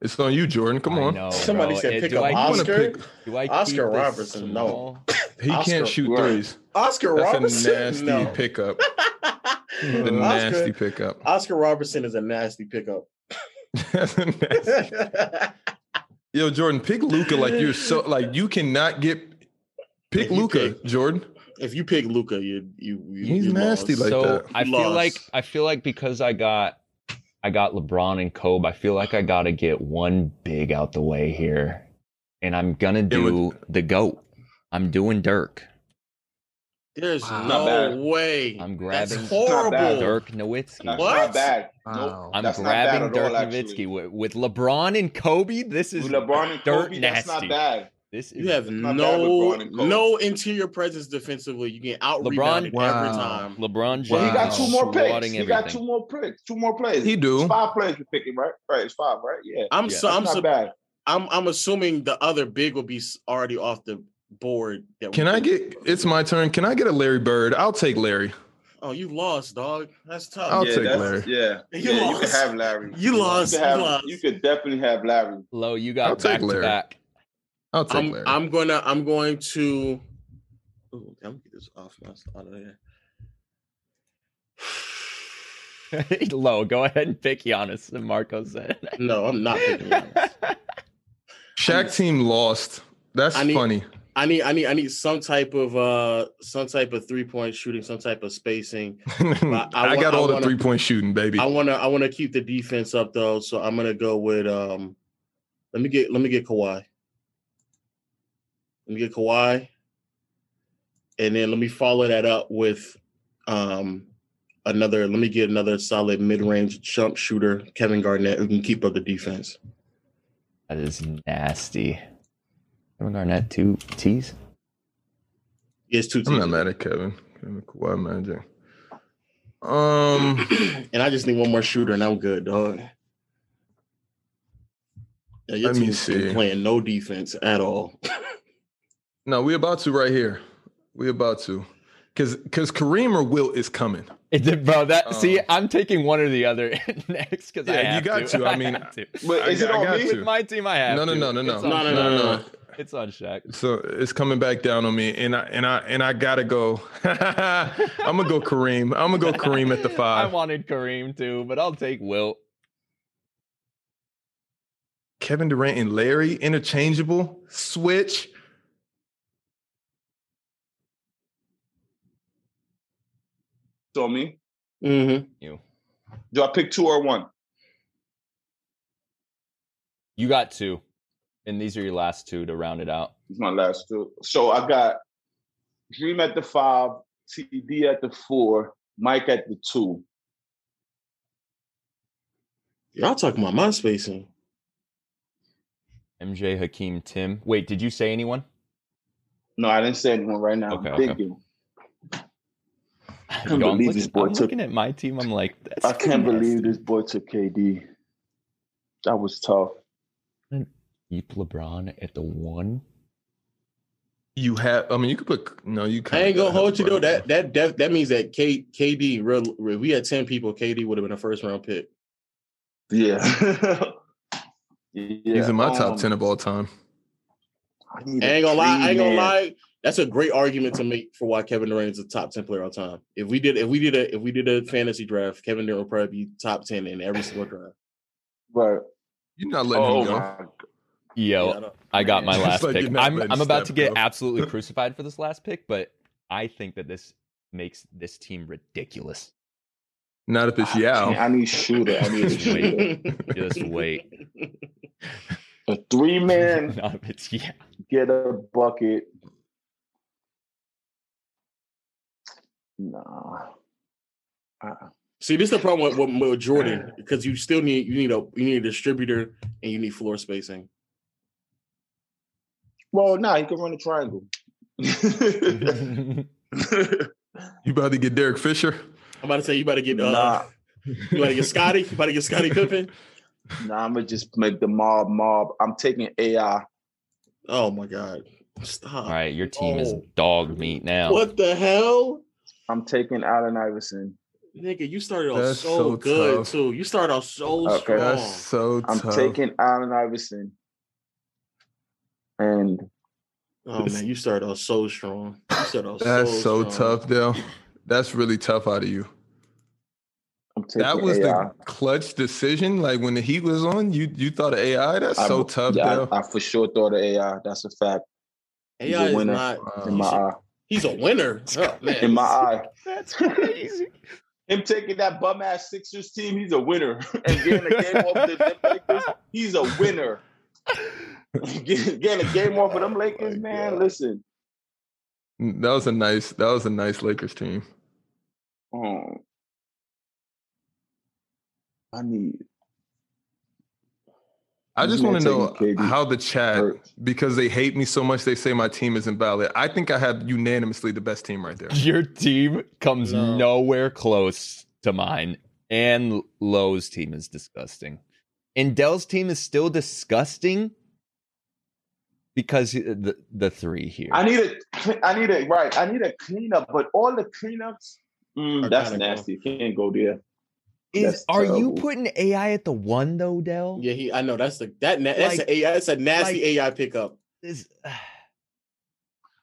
[SPEAKER 1] It's on you, Jordan. Come
[SPEAKER 4] I
[SPEAKER 1] on.
[SPEAKER 4] know,
[SPEAKER 3] Somebody
[SPEAKER 4] bro.
[SPEAKER 3] said
[SPEAKER 4] It-
[SPEAKER 3] pick
[SPEAKER 4] do
[SPEAKER 3] up
[SPEAKER 4] I keep-
[SPEAKER 1] wanna
[SPEAKER 3] Oscar.
[SPEAKER 1] pick-
[SPEAKER 4] do I keep
[SPEAKER 3] Oscar
[SPEAKER 4] this
[SPEAKER 3] Robertson, no.
[SPEAKER 4] small?
[SPEAKER 1] He
[SPEAKER 3] Oscar
[SPEAKER 1] can't shoot
[SPEAKER 2] Robertson.
[SPEAKER 1] threes.
[SPEAKER 3] Oscar
[SPEAKER 1] That's
[SPEAKER 3] Robertson.
[SPEAKER 1] a nasty
[SPEAKER 3] no.
[SPEAKER 1] pickup. A
[SPEAKER 3] Oscar,
[SPEAKER 1] nasty pickup.
[SPEAKER 3] Oscar Robertson is a nasty pickup.
[SPEAKER 1] That's a nasty- Yo, Jordan, pick Luca like you're so like you cannot get pick
[SPEAKER 3] If you
[SPEAKER 1] Luca,
[SPEAKER 3] pick-
[SPEAKER 1] Jordan.
[SPEAKER 3] if you pick Luca, you you, you
[SPEAKER 1] He's
[SPEAKER 3] you
[SPEAKER 1] nasty like
[SPEAKER 3] lost.
[SPEAKER 4] so
[SPEAKER 1] that.
[SPEAKER 4] I feel
[SPEAKER 3] Loss.
[SPEAKER 4] like I feel like because I got I got LeBron and Kobe, I feel like I gotta get one big out the way here. And I'm gonna do the GOAT. I'm doing Dirk.
[SPEAKER 3] There's
[SPEAKER 2] Wow. Not
[SPEAKER 3] no
[SPEAKER 2] bad.
[SPEAKER 3] way.
[SPEAKER 4] I'm grabbing-
[SPEAKER 3] That's
[SPEAKER 2] Not bad.
[SPEAKER 3] horrible.
[SPEAKER 4] Dirk
[SPEAKER 2] That's
[SPEAKER 4] Nowitzki.
[SPEAKER 3] What?
[SPEAKER 2] not bad. Nope.
[SPEAKER 6] Wow.
[SPEAKER 4] I'm
[SPEAKER 2] That's not bad
[SPEAKER 4] grabbing
[SPEAKER 2] at
[SPEAKER 4] Dirk
[SPEAKER 2] all, actually.
[SPEAKER 4] Nowitzki with, with LeBron and Kobe. This is
[SPEAKER 2] LeBron and
[SPEAKER 4] dirt
[SPEAKER 2] Kobe, that's not
[SPEAKER 4] nasty.
[SPEAKER 2] bad.
[SPEAKER 4] This is
[SPEAKER 3] You have
[SPEAKER 2] Not bad with
[SPEAKER 3] no
[SPEAKER 2] Braun and Kobe.
[SPEAKER 3] no interior presence defensively. You get out rebounded every
[SPEAKER 6] Wow.
[SPEAKER 3] time.
[SPEAKER 4] LeBron James.
[SPEAKER 2] Um, Well, he got two more picks.
[SPEAKER 4] swatting
[SPEAKER 2] He got two
[SPEAKER 4] everything.
[SPEAKER 2] more picks. Two more plays.
[SPEAKER 1] He do.
[SPEAKER 2] It's five plays you're picking, right? Right. It's five, right? Yeah.
[SPEAKER 3] I'm
[SPEAKER 4] Yeah.
[SPEAKER 3] so
[SPEAKER 2] That's
[SPEAKER 3] I'm
[SPEAKER 2] not
[SPEAKER 3] so,
[SPEAKER 2] bad.
[SPEAKER 3] I'm I'm assuming the other big will be s- already off the board. That we
[SPEAKER 1] Can I get it's my turn. Can I get a Larry Bird? I'll take Larry.
[SPEAKER 3] Oh, you lost, dog. That's tough.
[SPEAKER 1] I'll
[SPEAKER 2] yeah,
[SPEAKER 1] take
[SPEAKER 2] that's-
[SPEAKER 1] Larry.
[SPEAKER 2] Yeah,
[SPEAKER 3] You
[SPEAKER 2] yeah, you
[SPEAKER 3] lost.
[SPEAKER 2] could have Larry.
[SPEAKER 3] You lost.
[SPEAKER 2] You could, have-
[SPEAKER 3] You lost.
[SPEAKER 2] you could definitely have Larry.
[SPEAKER 4] Low, you
[SPEAKER 1] I'll
[SPEAKER 4] got
[SPEAKER 1] take
[SPEAKER 4] back to
[SPEAKER 1] Larry.
[SPEAKER 4] back.
[SPEAKER 1] I'll take
[SPEAKER 3] I'm
[SPEAKER 1] Larry.
[SPEAKER 3] I'm gonna I'm going to. Ooh, I'm gonna get this off my out of there.
[SPEAKER 4] Low, go ahead and pick Giannis. And Marco said.
[SPEAKER 3] No, I'm not picking Giannis.
[SPEAKER 1] Shaq team lost. That's
[SPEAKER 3] I need-
[SPEAKER 1] funny.
[SPEAKER 3] I need I need I need some type of uh some type of three point shooting, some type of spacing.
[SPEAKER 1] I,
[SPEAKER 3] I
[SPEAKER 1] got
[SPEAKER 3] wa- I
[SPEAKER 1] all the
[SPEAKER 3] wanna-
[SPEAKER 1] three point shooting, baby.
[SPEAKER 3] I wanna I wanna keep the defense up though, so I'm gonna go with um. Let me get let me get Kawhi. Let me get Kawhi, and then let me follow that up with um another. Let me get another solid mid range jump shooter, Kevin Garnett, who can keep up the defense.
[SPEAKER 4] That is nasty. Kevin Garnett two tees.
[SPEAKER 3] He has two
[SPEAKER 1] I'm not
[SPEAKER 3] teams.
[SPEAKER 1] mad at Kevin. Kevin Kawhi Magic. Um,
[SPEAKER 3] and I just need one more shooter, and I'm good, dog. Yeah, your
[SPEAKER 1] Let me
[SPEAKER 3] team's been
[SPEAKER 1] see.
[SPEAKER 3] playing no defense at all.
[SPEAKER 1] no, we about to right here. We about to, cause cause Kareem or Wilt is coming.
[SPEAKER 4] It did, bro. That see,
[SPEAKER 1] Um,
[SPEAKER 4] I'm taking one or the other next because
[SPEAKER 1] Yeah,
[SPEAKER 4] I
[SPEAKER 1] you
[SPEAKER 4] have
[SPEAKER 1] got to. I mean,
[SPEAKER 4] have to.
[SPEAKER 2] But
[SPEAKER 1] I
[SPEAKER 2] is it
[SPEAKER 1] got- I
[SPEAKER 2] on
[SPEAKER 1] got
[SPEAKER 2] me?
[SPEAKER 1] to.
[SPEAKER 4] with my team, I have
[SPEAKER 1] No, no,
[SPEAKER 4] to.
[SPEAKER 1] no, no, no,
[SPEAKER 4] It's
[SPEAKER 1] no,
[SPEAKER 4] on,
[SPEAKER 3] No,
[SPEAKER 1] no,
[SPEAKER 3] no,
[SPEAKER 1] no, no.
[SPEAKER 4] It's on Shaq.
[SPEAKER 1] So it's coming back down on me, and I and I and I gotta go. I'm gonna go Kareem. I'm gonna go Kareem at the
[SPEAKER 4] I
[SPEAKER 1] five.
[SPEAKER 4] wanted Kareem too, but I'll take Wilt.
[SPEAKER 1] Kevin Durant and Larry interchangeable switch.
[SPEAKER 2] So me,
[SPEAKER 3] Mm-hmm.
[SPEAKER 2] do I pick two or one?
[SPEAKER 4] You got two, and these are your last two to round it out.
[SPEAKER 2] It's my last two. So I got Dream at the five, TD at the four, Mike at the two.
[SPEAKER 3] Y'all talking about my spacing.
[SPEAKER 4] MJ, Hakeem, Tim. Wait, did you say anyone?
[SPEAKER 2] No, I didn't say anyone right now.
[SPEAKER 4] Okay,
[SPEAKER 2] I'm
[SPEAKER 4] okay.
[SPEAKER 2] thinking.
[SPEAKER 4] I
[SPEAKER 2] can't believe
[SPEAKER 4] I'm
[SPEAKER 2] this
[SPEAKER 4] looking,
[SPEAKER 2] boy
[SPEAKER 4] I'm
[SPEAKER 2] took-
[SPEAKER 4] looking at my team. I'm like, that's
[SPEAKER 2] I can't
[SPEAKER 4] pretty
[SPEAKER 2] believe
[SPEAKER 4] nasty.
[SPEAKER 2] this boy took KD. That was tough.
[SPEAKER 4] Keep LeBron at the one.
[SPEAKER 1] You have. I mean, you could put. No, you.
[SPEAKER 3] I
[SPEAKER 1] kinda
[SPEAKER 3] ain't gonna
[SPEAKER 1] gotta have
[SPEAKER 3] hold you though.
[SPEAKER 1] LeBron.
[SPEAKER 3] That that that, that means that K, KD, real, if we had ten people, KD would have been a first round pick.
[SPEAKER 2] Yeah. yeah.
[SPEAKER 1] He's in my top
[SPEAKER 2] um,
[SPEAKER 1] ten of all time.
[SPEAKER 2] I need
[SPEAKER 3] I
[SPEAKER 2] a
[SPEAKER 3] ain't gonna lie. I ain't gonna
[SPEAKER 2] three-man.
[SPEAKER 3] lie. That's a great argument to make for why Kevin Durant is a top ten player all time. If we did, if we did a, if we did a fantasy draft, Kevin Durant would probably be top ten in every single draft.
[SPEAKER 2] Right.
[SPEAKER 1] You're not letting
[SPEAKER 2] Oh
[SPEAKER 1] him go.
[SPEAKER 2] my
[SPEAKER 4] Yo,
[SPEAKER 3] Yeah, I don't-
[SPEAKER 4] I got my
[SPEAKER 1] Man,
[SPEAKER 4] last
[SPEAKER 1] it's like
[SPEAKER 4] pick.
[SPEAKER 1] you're not
[SPEAKER 4] I'm,
[SPEAKER 1] letting
[SPEAKER 4] I'm about to
[SPEAKER 1] step,
[SPEAKER 4] get
[SPEAKER 1] bro.
[SPEAKER 4] absolutely crucified for this last pick, but I think that this makes this team ridiculous.
[SPEAKER 1] Not if it's Yao.
[SPEAKER 2] Man, I need shooter. I need a
[SPEAKER 4] Just wait.
[SPEAKER 2] shooter.
[SPEAKER 4] Just wait.
[SPEAKER 2] a three man
[SPEAKER 4] Not if it's- yeah.
[SPEAKER 2] get a bucket. Nah. Uh-uh.
[SPEAKER 3] See, this is the problem with, with, with Jordan because you still need you need a you need a distributor and you need floor spacing.
[SPEAKER 2] Well, nah, he can run a triangle.
[SPEAKER 1] Mm-hmm. You about to get Derek Fisher?
[SPEAKER 3] I'm about to say you better get uh,
[SPEAKER 2] Nah.
[SPEAKER 3] you better get Scotty, you better get Scotty Pippen.
[SPEAKER 2] nah, I'm gonna just make the mob mob. I'm taking AI.
[SPEAKER 3] Oh my god, stop!
[SPEAKER 4] All right, your team is
[SPEAKER 3] Oh.
[SPEAKER 4] dog meat now.
[SPEAKER 3] What the hell,
[SPEAKER 2] I'm taking Allen Iverson.
[SPEAKER 3] nigga? You started off
[SPEAKER 1] That's
[SPEAKER 3] so,
[SPEAKER 1] so
[SPEAKER 3] good
[SPEAKER 1] tough.
[SPEAKER 3] too. You started off so
[SPEAKER 2] Okay.
[SPEAKER 3] strong.
[SPEAKER 1] That's so
[SPEAKER 2] I'm
[SPEAKER 1] tough.
[SPEAKER 2] taking Allen Iverson. And
[SPEAKER 3] Oh man, you started off so strong. You started off
[SPEAKER 1] That's so
[SPEAKER 3] strong.
[SPEAKER 1] tough, Dale. That's really tough out of you.
[SPEAKER 2] I'm taking
[SPEAKER 1] That was
[SPEAKER 2] AI.
[SPEAKER 1] the clutch decision. Like when the heat was on, you you thought of AI. That's
[SPEAKER 2] I-
[SPEAKER 1] so tough,
[SPEAKER 2] yeah, I-
[SPEAKER 1] Dale.
[SPEAKER 2] I, for sure thought of AI. That's a fact. He's
[SPEAKER 3] AI
[SPEAKER 2] a
[SPEAKER 3] is
[SPEAKER 2] winner.
[SPEAKER 3] not.
[SPEAKER 1] Oh,
[SPEAKER 2] In my eye.
[SPEAKER 3] He's a winner. Oh, man.
[SPEAKER 2] In my eye.
[SPEAKER 4] That's crazy.
[SPEAKER 2] Him taking that bum ass Sixers team, he's a winner. And getting a game off the, them Lakers, he's a winner. Get- getting a game off of them
[SPEAKER 1] Oh
[SPEAKER 2] Lakers, man. Listen,
[SPEAKER 1] that was a nice. That was a nice Lakers team.
[SPEAKER 2] um, I need
[SPEAKER 1] I
[SPEAKER 2] You
[SPEAKER 1] just
[SPEAKER 2] man
[SPEAKER 1] want to know
[SPEAKER 2] taking KD.
[SPEAKER 1] how the chat
[SPEAKER 2] hurt.
[SPEAKER 1] because they hate me so much. They say my team is invalid. I think I have unanimously the best team right there.
[SPEAKER 4] Your team comes
[SPEAKER 3] No.
[SPEAKER 4] nowhere close to mine, and Lowe's team is disgusting, and Dell's team is still disgusting because he- the the three here.
[SPEAKER 2] I need a, cle- I need a right. I need a cleanup, but all the cleanups, mm,
[SPEAKER 3] Are
[SPEAKER 2] that's
[SPEAKER 3] kinda gone.
[SPEAKER 2] nasty. Can't go there.
[SPEAKER 4] Is
[SPEAKER 2] That's
[SPEAKER 4] are you
[SPEAKER 2] terrible.
[SPEAKER 4] putting AI at the one though, Dell?
[SPEAKER 3] Yeah, he. I know that's the that. Na- that's
[SPEAKER 4] Like-
[SPEAKER 3] a AI. That's a nasty
[SPEAKER 4] like-
[SPEAKER 3] AI pickup.
[SPEAKER 4] This-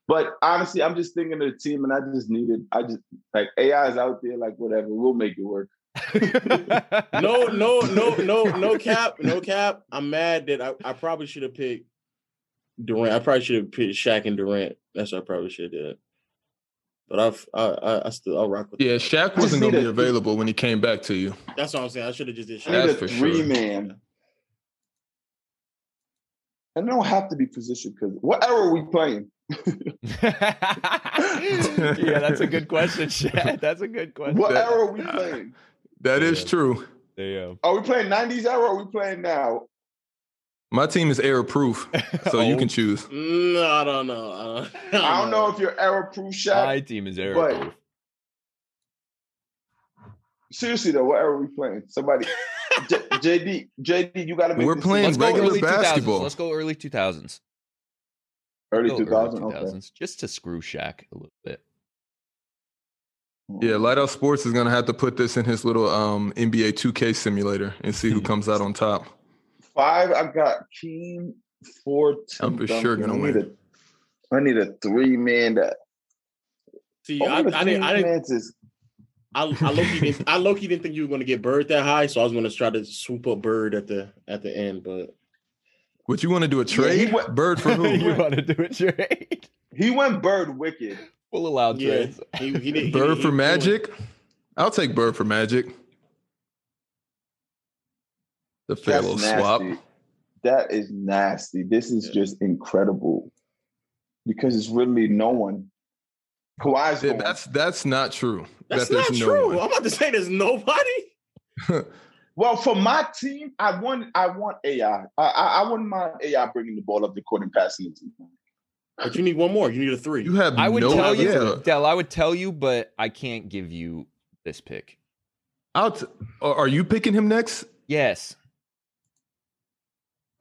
[SPEAKER 2] But honestly, I'm just thinking of the team, and I just needed. I just like AI is out there, like whatever. We'll make it work.
[SPEAKER 3] No, no, no, no, no cap, no cap. I'm mad that I, I probably should have picked Durant. I probably should have picked Shaq and Durant. That's what I probably should have did. But I've I I, I still I'll rock with.
[SPEAKER 1] Yeah, Shaq wasn't
[SPEAKER 2] need
[SPEAKER 1] gonna be
[SPEAKER 2] a-
[SPEAKER 1] available when he came back to you.
[SPEAKER 3] That's what I'm saying. I should have just did
[SPEAKER 2] I need
[SPEAKER 3] Shaq.
[SPEAKER 1] That's
[SPEAKER 2] a
[SPEAKER 1] for sure.
[SPEAKER 2] three man. And it don't have to be position because what era are we playing?
[SPEAKER 4] yeah, that's a good question, Chad. That's a good question.
[SPEAKER 2] What
[SPEAKER 1] That-
[SPEAKER 2] era are we playing?
[SPEAKER 1] That is
[SPEAKER 4] Yeah.
[SPEAKER 1] true.
[SPEAKER 4] Damn.
[SPEAKER 2] Are we playing 90s era or are we playing now?
[SPEAKER 1] My team is error proof, so you
[SPEAKER 4] Oh,
[SPEAKER 1] can choose.
[SPEAKER 3] Mm, I don't know. I don't,
[SPEAKER 2] I don't know if you're era proof shot.
[SPEAKER 4] My team is
[SPEAKER 2] but-
[SPEAKER 4] error.
[SPEAKER 2] Seriously though, what era are we playing? Somebody J- JD, JD, you gotta make
[SPEAKER 1] We're
[SPEAKER 2] this
[SPEAKER 1] playing
[SPEAKER 4] Let's
[SPEAKER 2] decision.
[SPEAKER 4] go
[SPEAKER 1] regular
[SPEAKER 4] early 2000s.
[SPEAKER 1] basketball.
[SPEAKER 4] Let's go early 2000s.
[SPEAKER 2] early
[SPEAKER 4] Go
[SPEAKER 2] 2000. Okay.
[SPEAKER 4] just to screw Shaq a little bit.
[SPEAKER 1] Yeah, Lighthouse Sports is gonna have to put this in his little um, NBA 2K simulator and see who comes out on top.
[SPEAKER 2] Five, I've got Keem, four, Tim
[SPEAKER 1] I'm for sure
[SPEAKER 2] Duncan.
[SPEAKER 1] gonna
[SPEAKER 2] I need
[SPEAKER 1] win.
[SPEAKER 2] a- I need a three man that.
[SPEAKER 3] See, I,
[SPEAKER 2] Yeah,
[SPEAKER 3] I didn't, I didn't,
[SPEAKER 2] Is,
[SPEAKER 3] I, I low-key didn't, I low-key didn't think you were going to get Bird that high, so I was going to try to swoop up Bird at the at the end. But
[SPEAKER 1] Would you want to do a
[SPEAKER 2] he
[SPEAKER 1] trade?
[SPEAKER 2] went-
[SPEAKER 1] Bird for
[SPEAKER 4] you
[SPEAKER 1] who?
[SPEAKER 4] want to do a trade?
[SPEAKER 2] he went bird wicked.
[SPEAKER 4] We'll allow
[SPEAKER 3] yeah,
[SPEAKER 4] trades.
[SPEAKER 3] he, he did, he-
[SPEAKER 1] Bird
[SPEAKER 3] he-
[SPEAKER 1] for
[SPEAKER 3] he-
[SPEAKER 1] Magic? I'll take Bird for Magic. The fair
[SPEAKER 2] That's
[SPEAKER 1] little
[SPEAKER 2] nasty.
[SPEAKER 1] swap.
[SPEAKER 2] That is nasty. This is
[SPEAKER 3] Yeah.
[SPEAKER 2] just incredible because it's really no one. Kawhi's
[SPEAKER 1] Yeah,
[SPEAKER 2] going.
[SPEAKER 1] that's that's not true.
[SPEAKER 3] That's
[SPEAKER 1] That
[SPEAKER 3] not
[SPEAKER 1] there's no
[SPEAKER 3] true.
[SPEAKER 1] one.
[SPEAKER 3] I'm about to say there's nobody.
[SPEAKER 2] Well, for my team, I want I want AI. I, I I wouldn't mind AI bringing the ball up the court and passing it. to me.
[SPEAKER 3] But you need one more. You need a three.
[SPEAKER 1] You have
[SPEAKER 4] I would
[SPEAKER 1] no
[SPEAKER 4] tell
[SPEAKER 1] idea.
[SPEAKER 4] you, Dell. I would tell you, but I can't give you this pick.
[SPEAKER 1] I'll t- are are you picking him next?
[SPEAKER 4] Yes,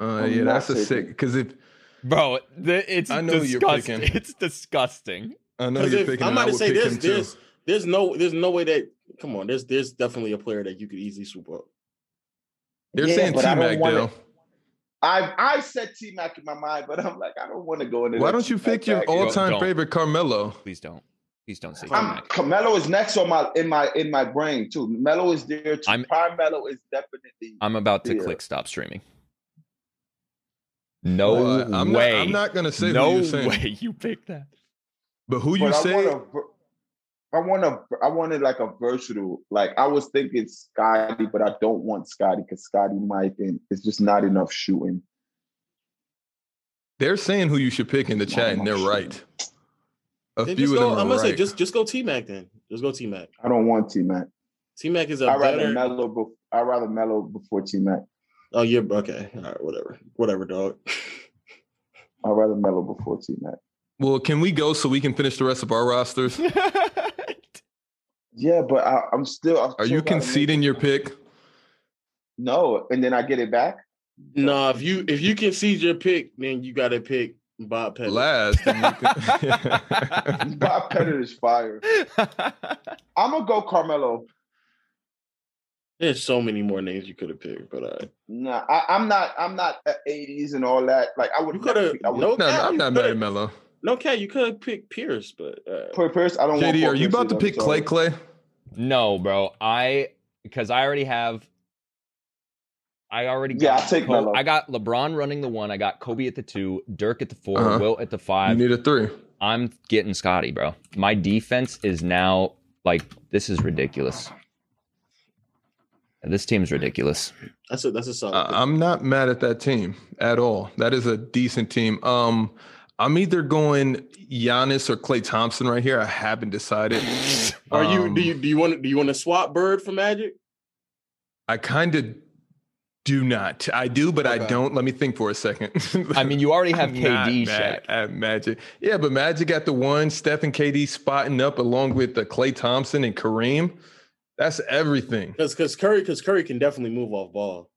[SPEAKER 1] Uh,
[SPEAKER 2] I'm
[SPEAKER 1] yeah,
[SPEAKER 2] not
[SPEAKER 1] that's a
[SPEAKER 2] taking-
[SPEAKER 1] sick. Because if
[SPEAKER 4] bro. The, it's
[SPEAKER 1] I know you're
[SPEAKER 4] disgusting.
[SPEAKER 1] picking.
[SPEAKER 4] It's disgusting.
[SPEAKER 1] I know
[SPEAKER 3] 'Cause
[SPEAKER 1] you're
[SPEAKER 3] if-
[SPEAKER 1] picking,
[SPEAKER 3] I'm
[SPEAKER 1] him, I
[SPEAKER 3] about to
[SPEAKER 1] would
[SPEAKER 3] say
[SPEAKER 1] pick
[SPEAKER 3] this,
[SPEAKER 1] him too.
[SPEAKER 3] this- There's no there's no way that come on, there's there's definitely a player that you could easily swoop up.
[SPEAKER 1] They're
[SPEAKER 2] Yeah,
[SPEAKER 1] saying T
[SPEAKER 2] but I don't
[SPEAKER 1] Mac
[SPEAKER 2] want
[SPEAKER 1] though.
[SPEAKER 2] it. I I said T Mac in my mind, but I'm like I don't want to go into.
[SPEAKER 1] Why
[SPEAKER 2] that
[SPEAKER 1] don't you
[SPEAKER 2] T-Mac
[SPEAKER 1] pick your
[SPEAKER 2] bag.
[SPEAKER 1] all
[SPEAKER 4] Don't.
[SPEAKER 1] time favorite Carmelo?
[SPEAKER 4] Please don't. Please don't say
[SPEAKER 2] I'm,
[SPEAKER 4] Mac.
[SPEAKER 2] Carmelo is next on my in my in my brain too. Melo is there too.
[SPEAKER 4] I'm-
[SPEAKER 2] Prime Melo is definitely.
[SPEAKER 1] Uh,
[SPEAKER 4] I'm about to
[SPEAKER 2] Yeah.
[SPEAKER 4] click stop streaming. No
[SPEAKER 1] Uh, I'm
[SPEAKER 4] way.
[SPEAKER 1] Not, I'm not gonna say
[SPEAKER 4] no
[SPEAKER 1] who you're saying,
[SPEAKER 4] way you picked that.
[SPEAKER 1] but who you
[SPEAKER 2] but I
[SPEAKER 1] say?
[SPEAKER 2] want a ver- I want a. I wanted like a versatile. Like I was thinking Scotty, but I don't want Scotty because Scotty might and it's just not enough shooting.
[SPEAKER 1] They're saying who you should pick in the chat,
[SPEAKER 3] Oh,
[SPEAKER 1] and they're
[SPEAKER 2] Shit.
[SPEAKER 1] right. A
[SPEAKER 3] Then
[SPEAKER 1] few
[SPEAKER 3] just
[SPEAKER 1] of
[SPEAKER 3] go,
[SPEAKER 1] them
[SPEAKER 3] I'm
[SPEAKER 1] are
[SPEAKER 3] gonna say
[SPEAKER 1] right.
[SPEAKER 3] just just go T Mac then. Just go T Mac.
[SPEAKER 2] I don't want T Mac.
[SPEAKER 3] T Mac is a
[SPEAKER 2] I rather
[SPEAKER 3] better.
[SPEAKER 2] Melo. Be- I rather Melo before T Mac.
[SPEAKER 3] oh, you're okay. All right, whatever, whatever, dog.
[SPEAKER 2] I rather Melo before T Mac.
[SPEAKER 1] well, can we go so we can finish the rest of our rosters?
[SPEAKER 2] Yeah, but I, I'm still. I'm
[SPEAKER 1] Are
[SPEAKER 2] still
[SPEAKER 1] you
[SPEAKER 2] gotta make-
[SPEAKER 1] conceding your pick?
[SPEAKER 2] No, and then I get it back.
[SPEAKER 3] nah, if you if you concede your pick, then you got to pick Bob Pettit.
[SPEAKER 1] Last, then you can-
[SPEAKER 2] Bob Pettit is fire. I'm gonna go Carmelo.
[SPEAKER 3] There's so many more names you could have picked, but uh,
[SPEAKER 2] Nah, I, I'm not. I'm not uh, 80s and all that. Like I would.
[SPEAKER 3] You coulda-
[SPEAKER 2] I would
[SPEAKER 3] no-
[SPEAKER 1] No, I'm not mad at Melo.
[SPEAKER 3] no, Cat, you could have picked Pierce, but uh,
[SPEAKER 2] Per Pierce, I don't. want
[SPEAKER 1] JD,
[SPEAKER 2] Paul
[SPEAKER 1] are you
[SPEAKER 2] Pierce
[SPEAKER 1] about to
[SPEAKER 2] either,
[SPEAKER 1] pick
[SPEAKER 2] so-
[SPEAKER 1] Clay? Clay?
[SPEAKER 4] no, bro. I because I already have. I already
[SPEAKER 2] Yeah,
[SPEAKER 4] got.
[SPEAKER 2] I'll take
[SPEAKER 4] Kobe-
[SPEAKER 2] Melo.
[SPEAKER 4] I got LeBron running the one. I got Kobe at the two, Dirk at the 4
[SPEAKER 1] Uh-huh.
[SPEAKER 4] Will at the
[SPEAKER 1] You
[SPEAKER 4] five.
[SPEAKER 1] need a three.
[SPEAKER 4] I'm getting Scotty, bro. My defense is now like this is ridiculous. This team's ridiculous.
[SPEAKER 3] that's a that's a solid.
[SPEAKER 1] I-
[SPEAKER 3] pick.
[SPEAKER 1] I'm not mad at that team at all. That is a decent team. Um, I'm either going Giannis or Clay Thompson right here. I haven't decided.
[SPEAKER 3] Are you
[SPEAKER 1] Um,
[SPEAKER 3] do you do you want do you want to swap Bird for Magic?
[SPEAKER 1] I kind of do not. I do, but I
[SPEAKER 3] Okay.
[SPEAKER 1] don't. Let me think for a second.
[SPEAKER 4] I mean, you already have
[SPEAKER 1] I'm not
[SPEAKER 4] KD, Shaq.
[SPEAKER 1] mad at Magic. Yeah, but Magic at the one, Steph and KD spotting up along with the Clay Thompson and Kareem. That's everything.
[SPEAKER 3] Because because Curry because Curry can definitely move off ball.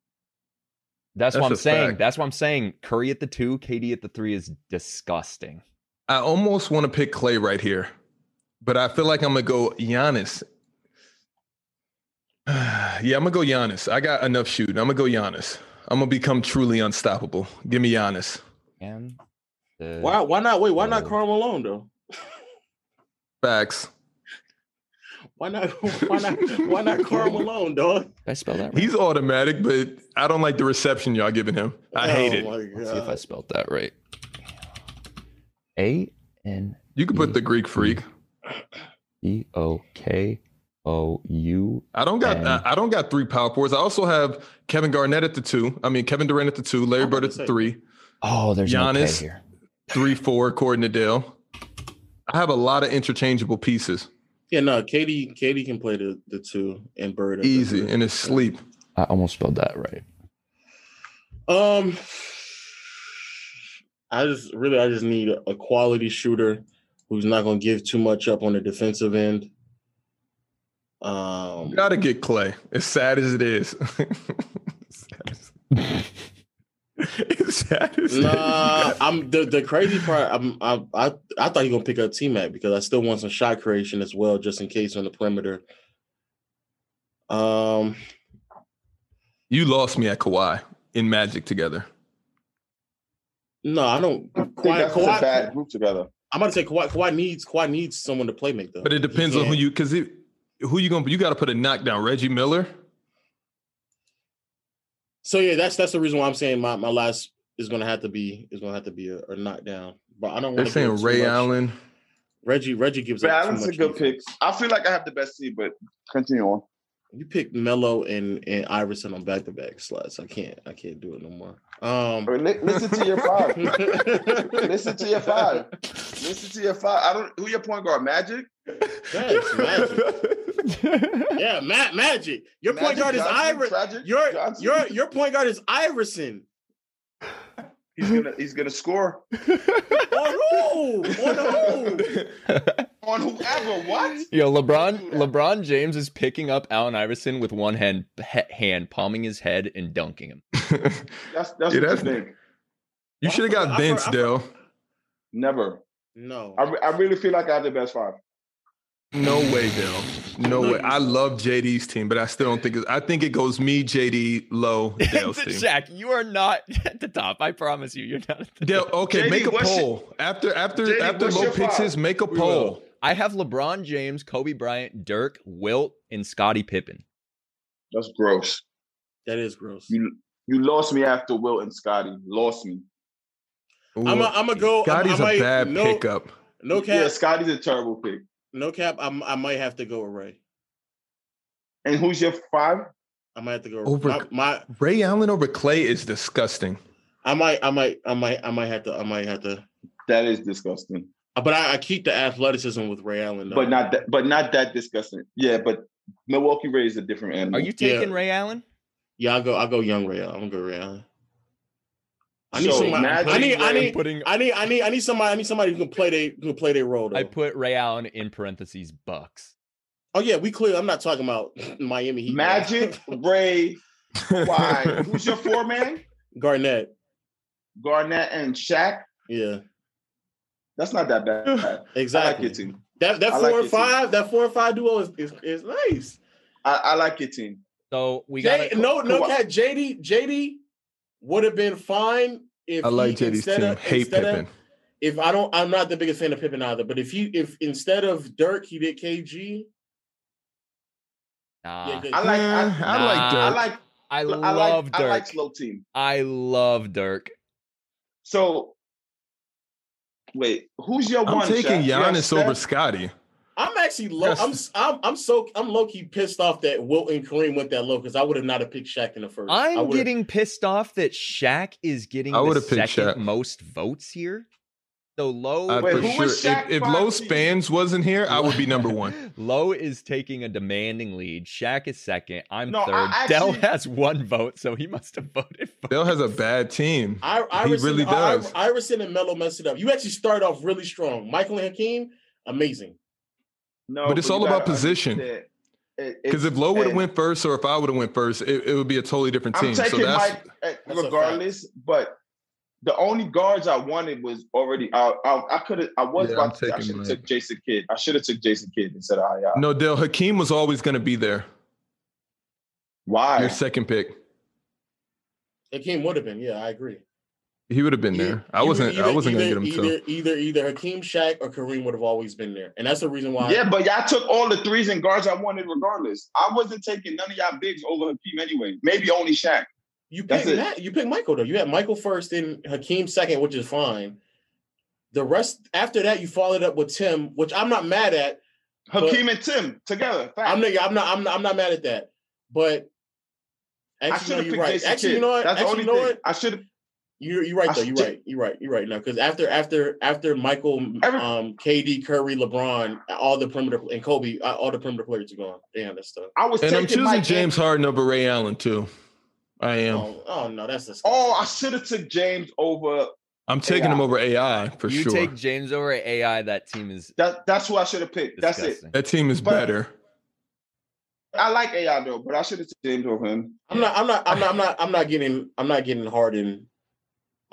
[SPEAKER 4] That's,
[SPEAKER 1] That's
[SPEAKER 4] what I'm
[SPEAKER 1] a
[SPEAKER 4] saying.
[SPEAKER 1] fact.
[SPEAKER 4] That's what I'm saying. Curry at the two, KD at the three is disgusting.
[SPEAKER 1] I almost want to pick Clay right here, but I feel like I'm gonna go Giannis. yeah, I'm gonna go Giannis. I got enough shooting. I'm gonna go Giannis. I'm gonna become truly unstoppable. Give me Giannis.
[SPEAKER 4] And the-
[SPEAKER 3] Why why not wait? Why not
[SPEAKER 4] Uh,
[SPEAKER 3] Carl Malone though?
[SPEAKER 1] Facts.
[SPEAKER 3] Why not why not why not Carl Malone, dog?
[SPEAKER 4] Did I spell that right?
[SPEAKER 1] He's automatic, but I don't like the reception y'all giving him. I
[SPEAKER 3] Oh
[SPEAKER 1] hate it.
[SPEAKER 4] Let's see if I spelled that right. A N
[SPEAKER 1] You could put the Greek freak.
[SPEAKER 4] E O K O U.
[SPEAKER 1] I don't got.
[SPEAKER 4] And-
[SPEAKER 1] I, I don't got three power forwards. I also have Kevin Garnett at the two. I mean Kevin Durant at the two. Larry
[SPEAKER 3] I'm
[SPEAKER 1] Bird
[SPEAKER 3] gonna
[SPEAKER 1] at the
[SPEAKER 3] say-
[SPEAKER 1] three.
[SPEAKER 4] Oh, there's no K
[SPEAKER 1] Giannis.
[SPEAKER 4] here.
[SPEAKER 1] Three four according to Dale. I have a lot of interchangeable pieces.
[SPEAKER 3] Yeah, no, Katie Katie can play the, the two and Bird. at the
[SPEAKER 1] Easy
[SPEAKER 3] three.
[SPEAKER 1] in his sleep.
[SPEAKER 4] I almost spelled that right.
[SPEAKER 3] Um I just really I just need a quality shooter who's not gonna give too much up on the defensive end. Um
[SPEAKER 1] You gotta get Clay. As sad as it is. It's sad as shit.
[SPEAKER 3] Nah, I'm the, the crazy part. I'm I I, I thought he gonna pick up T Mac because I still want some shot creation as well, just in case on the perimeter. Um,
[SPEAKER 1] You lost me at Kawhi in Magic together.
[SPEAKER 3] no, I don't.
[SPEAKER 2] I think
[SPEAKER 3] Kawhi,
[SPEAKER 2] that's a bad
[SPEAKER 3] Kawhi,
[SPEAKER 2] group together.
[SPEAKER 3] I'm about to say Kawhi. Kawhi needs Kawhi needs someone to play make though.
[SPEAKER 1] But it
[SPEAKER 3] He
[SPEAKER 1] depends on who
[SPEAKER 3] can't-
[SPEAKER 1] you because who you gonna you got to put a knockdown. Reggie Miller.
[SPEAKER 3] So yeah, that's that's the reason why I'm saying my, my last is gonna have to be is gonna have to be a, a knockdown. But I don't.
[SPEAKER 1] They're
[SPEAKER 3] wanna give
[SPEAKER 1] saying
[SPEAKER 3] too
[SPEAKER 1] Ray
[SPEAKER 3] much.
[SPEAKER 1] Allen.
[SPEAKER 3] Reggie Reggie gives up too
[SPEAKER 2] Balance
[SPEAKER 3] much.
[SPEAKER 2] a good pick.
[SPEAKER 3] defense.
[SPEAKER 2] I feel like I have the best seed, but continue on.
[SPEAKER 3] You picked Mello and and Iverson on back to back slots. I can't I can't do it no more. Um,
[SPEAKER 2] Or li- listen to your five. listen to your five. Listen to your five. I don't. Who your point guard? Magic.
[SPEAKER 3] Facts, magic. Yeah, Ma- Magic. Your point
[SPEAKER 2] Magic
[SPEAKER 3] guard is
[SPEAKER 2] Johnson,
[SPEAKER 3] Iverson.
[SPEAKER 2] Tragic
[SPEAKER 3] Your
[SPEAKER 2] Johnson.
[SPEAKER 3] your your point guard is Iverson.
[SPEAKER 2] He's gonna. He's gonna score
[SPEAKER 3] On who? On who?
[SPEAKER 2] on whoever. What?
[SPEAKER 4] Yo, LeBron LeBron James is picking up Allen Iverson with one hand he- hand palming his head and dunking him.
[SPEAKER 2] That's that's
[SPEAKER 1] Yeah,
[SPEAKER 2] what
[SPEAKER 1] that's-
[SPEAKER 2] you think.
[SPEAKER 1] you should have
[SPEAKER 3] I
[SPEAKER 1] got
[SPEAKER 3] for- I
[SPEAKER 1] Vince,
[SPEAKER 3] for-
[SPEAKER 1] Dell.
[SPEAKER 2] Never.
[SPEAKER 3] No.
[SPEAKER 2] I, re- I really feel like I have the best five.
[SPEAKER 1] No way, Dell. No way. I love JD's team, but I still don't think. It, I think it goes me, JD, Low, Dell's team.
[SPEAKER 4] Jack, you are not at the top. I promise you, you're not at the
[SPEAKER 1] Dell,
[SPEAKER 4] top.
[SPEAKER 1] okay,
[SPEAKER 2] JD,
[SPEAKER 1] make a
[SPEAKER 2] what's your-
[SPEAKER 1] poll after after
[SPEAKER 2] JD,
[SPEAKER 1] after
[SPEAKER 2] what's
[SPEAKER 1] Low
[SPEAKER 2] your
[SPEAKER 1] picks
[SPEAKER 2] five?
[SPEAKER 1] his. Make a
[SPEAKER 3] We
[SPEAKER 1] poll.
[SPEAKER 3] will.
[SPEAKER 4] I have LeBron James, Kobe Bryant, Dirk, Wilt, and Scottie Pippen.
[SPEAKER 2] That's gross.
[SPEAKER 3] that is gross.
[SPEAKER 2] You you lost me after Will and Scotty. Lost me.
[SPEAKER 3] I'm
[SPEAKER 1] Ooh.
[SPEAKER 3] a, I'm gonna go.
[SPEAKER 1] Scotty's
[SPEAKER 3] I'm, I
[SPEAKER 1] a
[SPEAKER 3] might-
[SPEAKER 1] bad
[SPEAKER 3] no,
[SPEAKER 1] pickup.
[SPEAKER 3] No
[SPEAKER 2] Yeah,
[SPEAKER 3] cap.
[SPEAKER 2] Scotty's a terrible pick.
[SPEAKER 3] No cap. I'm, I might have to go with Ray.
[SPEAKER 2] And who's your five?
[SPEAKER 3] I might have to go.
[SPEAKER 1] Over-
[SPEAKER 3] my, my
[SPEAKER 1] Ray Allen over Clay is disgusting.
[SPEAKER 3] I might I might I might I might have to I might have to.
[SPEAKER 2] That is disgusting.
[SPEAKER 3] But I, I keep the athleticism with Ray Allen. Though.
[SPEAKER 2] But not that. But not that disgusting. Yeah, but Milwaukee Ray is a different animal.
[SPEAKER 4] Are you
[SPEAKER 3] Yeah.
[SPEAKER 4] taking Ray Allen?
[SPEAKER 3] Yeah, I'll go. I'll go young Ray. Allen. I'm gonna go Ray Allen. I need
[SPEAKER 2] So,
[SPEAKER 3] somebody.
[SPEAKER 2] Magic,
[SPEAKER 3] I need. I
[SPEAKER 2] Ray-
[SPEAKER 3] need.
[SPEAKER 4] putting
[SPEAKER 3] I need. I need. I need somebody. I need somebody who can play. They who can play their role. Though.
[SPEAKER 4] I put Ray Allen in parentheses bucks.
[SPEAKER 3] oh yeah, we clear. I'm not talking about Miami Heat.
[SPEAKER 2] Magic Ray? Why? who's your four man?
[SPEAKER 3] Garnett.
[SPEAKER 2] Garnett and Shaq.
[SPEAKER 3] Yeah,
[SPEAKER 2] That's not that bad. I
[SPEAKER 3] exactly.
[SPEAKER 2] like your team.
[SPEAKER 3] that that
[SPEAKER 2] I
[SPEAKER 3] four
[SPEAKER 2] like
[SPEAKER 3] and
[SPEAKER 2] it too.
[SPEAKER 3] five. That four and five duo is is, is nice.
[SPEAKER 2] I, I like your team.
[SPEAKER 4] So we got
[SPEAKER 3] J- no, no,
[SPEAKER 2] Kawhi-
[SPEAKER 3] cat. JD, JD would have been fine if
[SPEAKER 1] I like
[SPEAKER 3] he,
[SPEAKER 1] JD's
[SPEAKER 3] instead
[SPEAKER 1] team.
[SPEAKER 3] Of,
[SPEAKER 1] Hate
[SPEAKER 3] instead of-
[SPEAKER 1] Pippen.
[SPEAKER 3] if I don't, I'm not the biggest fan of Pippen either. But if you, if instead of Dirk, he did KG.
[SPEAKER 4] nah.
[SPEAKER 3] yeah,
[SPEAKER 2] I like.
[SPEAKER 1] Nah,
[SPEAKER 2] I,
[SPEAKER 4] I like
[SPEAKER 2] I
[SPEAKER 4] Dirk.
[SPEAKER 2] like.
[SPEAKER 4] I
[SPEAKER 2] I like. I
[SPEAKER 4] love
[SPEAKER 2] like,
[SPEAKER 4] Dirk. I,
[SPEAKER 2] slow team.
[SPEAKER 4] love Dirk.
[SPEAKER 2] So, wait, who's your
[SPEAKER 1] I'm
[SPEAKER 2] one?
[SPEAKER 1] taking
[SPEAKER 2] Shaq? You have
[SPEAKER 1] Giannis over
[SPEAKER 2] Steph?
[SPEAKER 1] Scotty.
[SPEAKER 3] I'm actually low. I'm
[SPEAKER 1] Yes.
[SPEAKER 3] I'm I'm so I'm low key pissed off that Wilt and Kareem went that low because I would have not have picked Shaq in the first. I
[SPEAKER 4] I'm
[SPEAKER 3] would've-
[SPEAKER 4] getting pissed off that Shaq is getting
[SPEAKER 1] I
[SPEAKER 4] the
[SPEAKER 1] would've
[SPEAKER 4] second
[SPEAKER 1] picked Shaq.
[SPEAKER 4] most votes here. So low
[SPEAKER 1] I
[SPEAKER 2] Wait,
[SPEAKER 1] Uh, for
[SPEAKER 2] who
[SPEAKER 1] sure.
[SPEAKER 2] was Shaq
[SPEAKER 1] If, if
[SPEAKER 2] five
[SPEAKER 1] Low
[SPEAKER 2] to you?
[SPEAKER 1] Spans wasn't here, I would be number one.
[SPEAKER 4] Lowe is taking a demanding lead. Shaq is second. I'm
[SPEAKER 2] No, I
[SPEAKER 4] third. Dell
[SPEAKER 2] actually-
[SPEAKER 4] has one vote, so he must have voted for
[SPEAKER 1] Dell has a bad team.
[SPEAKER 3] I,
[SPEAKER 1] He
[SPEAKER 3] Iverson,
[SPEAKER 1] really
[SPEAKER 3] really does.
[SPEAKER 1] does.
[SPEAKER 3] Iverson and Melo messed it up. You actually started off really strong. Michael and Hakeem, amazing.
[SPEAKER 2] No,
[SPEAKER 1] But it's all
[SPEAKER 2] you
[SPEAKER 1] about
[SPEAKER 2] gotta
[SPEAKER 1] position.
[SPEAKER 2] understand, it- it-
[SPEAKER 1] Because if Low would have
[SPEAKER 2] and
[SPEAKER 1] went first, or if I would have went first, it, it would be a totally different
[SPEAKER 2] I'm
[SPEAKER 1] team. So
[SPEAKER 2] taking
[SPEAKER 1] that's
[SPEAKER 2] Mike eh,
[SPEAKER 3] That's a
[SPEAKER 2] regardless. But the only guards I wanted was already out. I, I could have. I was
[SPEAKER 1] Yeah, I'm
[SPEAKER 2] about to. I
[SPEAKER 1] taking
[SPEAKER 2] should have
[SPEAKER 1] Mike.
[SPEAKER 2] took Jason Kidd. I should have took Jason Kidd instead of Hayat.
[SPEAKER 1] no Dell. Hakeem was always going to be there.
[SPEAKER 2] Why?
[SPEAKER 1] Your second pick,
[SPEAKER 3] Hakeem would have been. Yeah, I agree.
[SPEAKER 1] he would have been there. I
[SPEAKER 3] Either-
[SPEAKER 1] wasn't. I
[SPEAKER 3] either-
[SPEAKER 1] wasn't going to
[SPEAKER 3] either-
[SPEAKER 1] get him.
[SPEAKER 3] Either,
[SPEAKER 1] So
[SPEAKER 3] either either Hakeem, Shaq, or Kareem would have always been there, and that's the reason why.
[SPEAKER 2] Yeah, but y'all took all the threes and guards I wanted regardless. I wasn't taking none of y'all bigs over Hakeem anyway. Maybe only Shaq.
[SPEAKER 3] you picked
[SPEAKER 2] that's it.
[SPEAKER 3] Matt, you picked Michael though. You had Michael first, and Hakeem second, which is fine. The rest after that, you followed up with Tim, which I'm not mad at.
[SPEAKER 2] Hakeem and Tim together. Fact.
[SPEAKER 3] I'm not. I'm not. I'm not. I'm not mad at that. But
[SPEAKER 2] I
[SPEAKER 3] actually,
[SPEAKER 2] should
[SPEAKER 3] no,
[SPEAKER 2] have
[SPEAKER 3] you're
[SPEAKER 2] picked
[SPEAKER 3] right.
[SPEAKER 2] Jason
[SPEAKER 3] actually,
[SPEAKER 2] Kidd.
[SPEAKER 3] you know what?
[SPEAKER 2] That's
[SPEAKER 3] actually,
[SPEAKER 2] the
[SPEAKER 3] you know
[SPEAKER 2] only thing.
[SPEAKER 3] what?
[SPEAKER 2] I should have.
[SPEAKER 3] You're, you're right though. You're
[SPEAKER 2] I-
[SPEAKER 3] right. You're right. You're right now because after after after Michael,
[SPEAKER 2] Every-
[SPEAKER 3] um, KD, Curry, LeBron, all the perimeter and Kobe, uh, all the perimeter players are gone. Damn, that's tough.
[SPEAKER 2] I was
[SPEAKER 1] and I'm
[SPEAKER 2] taking
[SPEAKER 1] choosing
[SPEAKER 2] Mike
[SPEAKER 1] James
[SPEAKER 2] Anthony.
[SPEAKER 1] Harden over Ray Allen too. I am.
[SPEAKER 3] Oh, oh no, that's the
[SPEAKER 2] Oh, I should have took James over.
[SPEAKER 1] I'm taking him
[SPEAKER 2] AI.
[SPEAKER 1] over AI for
[SPEAKER 4] you
[SPEAKER 1] sure.
[SPEAKER 4] take James over at AI. That team is
[SPEAKER 2] That, that's who I should have picked. That's it.
[SPEAKER 4] disgusting.
[SPEAKER 1] that team is
[SPEAKER 2] But-
[SPEAKER 1] better.
[SPEAKER 2] I like AI though, but I should have took James over him.
[SPEAKER 3] I'm not. I'm not. I'm not. I'm not. I'm not getting. I'm not getting Harden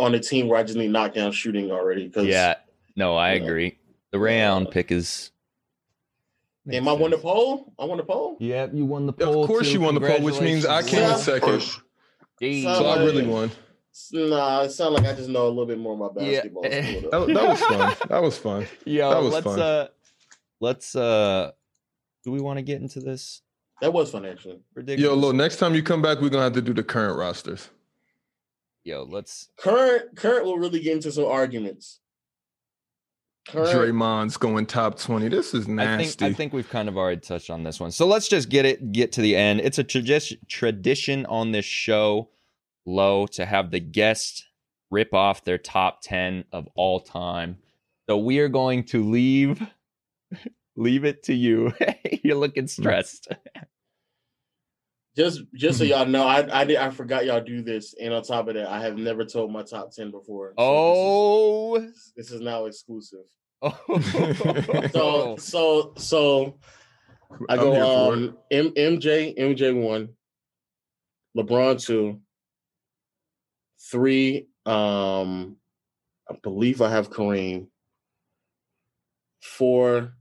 [SPEAKER 3] on a team where I just need knockdown shooting already. Because
[SPEAKER 4] Yeah. No, I
[SPEAKER 3] Yeah.
[SPEAKER 4] agree. The round pick is.
[SPEAKER 3] am I won the poll? I won the poll.
[SPEAKER 4] Yep, you won the
[SPEAKER 1] Of course, you won the poll, which means I came
[SPEAKER 3] Yeah.
[SPEAKER 1] in second. So
[SPEAKER 3] So
[SPEAKER 1] I really won.
[SPEAKER 3] Nah, it sounds like I just know a little bit more about
[SPEAKER 4] Yeah.
[SPEAKER 3] basketball.
[SPEAKER 1] That,
[SPEAKER 3] Hold up.
[SPEAKER 1] that was fun. That was fun.
[SPEAKER 4] Yo,
[SPEAKER 1] That was
[SPEAKER 4] let's
[SPEAKER 1] fun.
[SPEAKER 4] uh let's uh do we want to get into this
[SPEAKER 3] That was fun actually.
[SPEAKER 1] Yo,
[SPEAKER 4] ridiculous?
[SPEAKER 1] Lo, next time you come back, we're gonna have to do the current rosters.
[SPEAKER 4] Yo, let's
[SPEAKER 3] Current current will really get into some arguments. Current
[SPEAKER 1] Draymond's going top twenty. This is
[SPEAKER 4] I
[SPEAKER 1] nasty.
[SPEAKER 4] think I think we've kind of already touched on this one. So let's just get it get to the end. It's a tradition tradition on this show, Lo, to have the guest rip off their top 10 of all time. So we are going to leave leave it to you. You're looking stressed.
[SPEAKER 3] just just so y'all know, I I did I forgot y'all do this, and on top of that, I have never told my top ten before. So
[SPEAKER 4] Oh.
[SPEAKER 3] this is, this is now exclusive.
[SPEAKER 4] oh.
[SPEAKER 3] So so so I
[SPEAKER 1] I'm
[SPEAKER 3] go
[SPEAKER 1] here for it.
[SPEAKER 3] um M- MJ MJ one, LeBron two, three. Um, I believe I have Kareem. Four,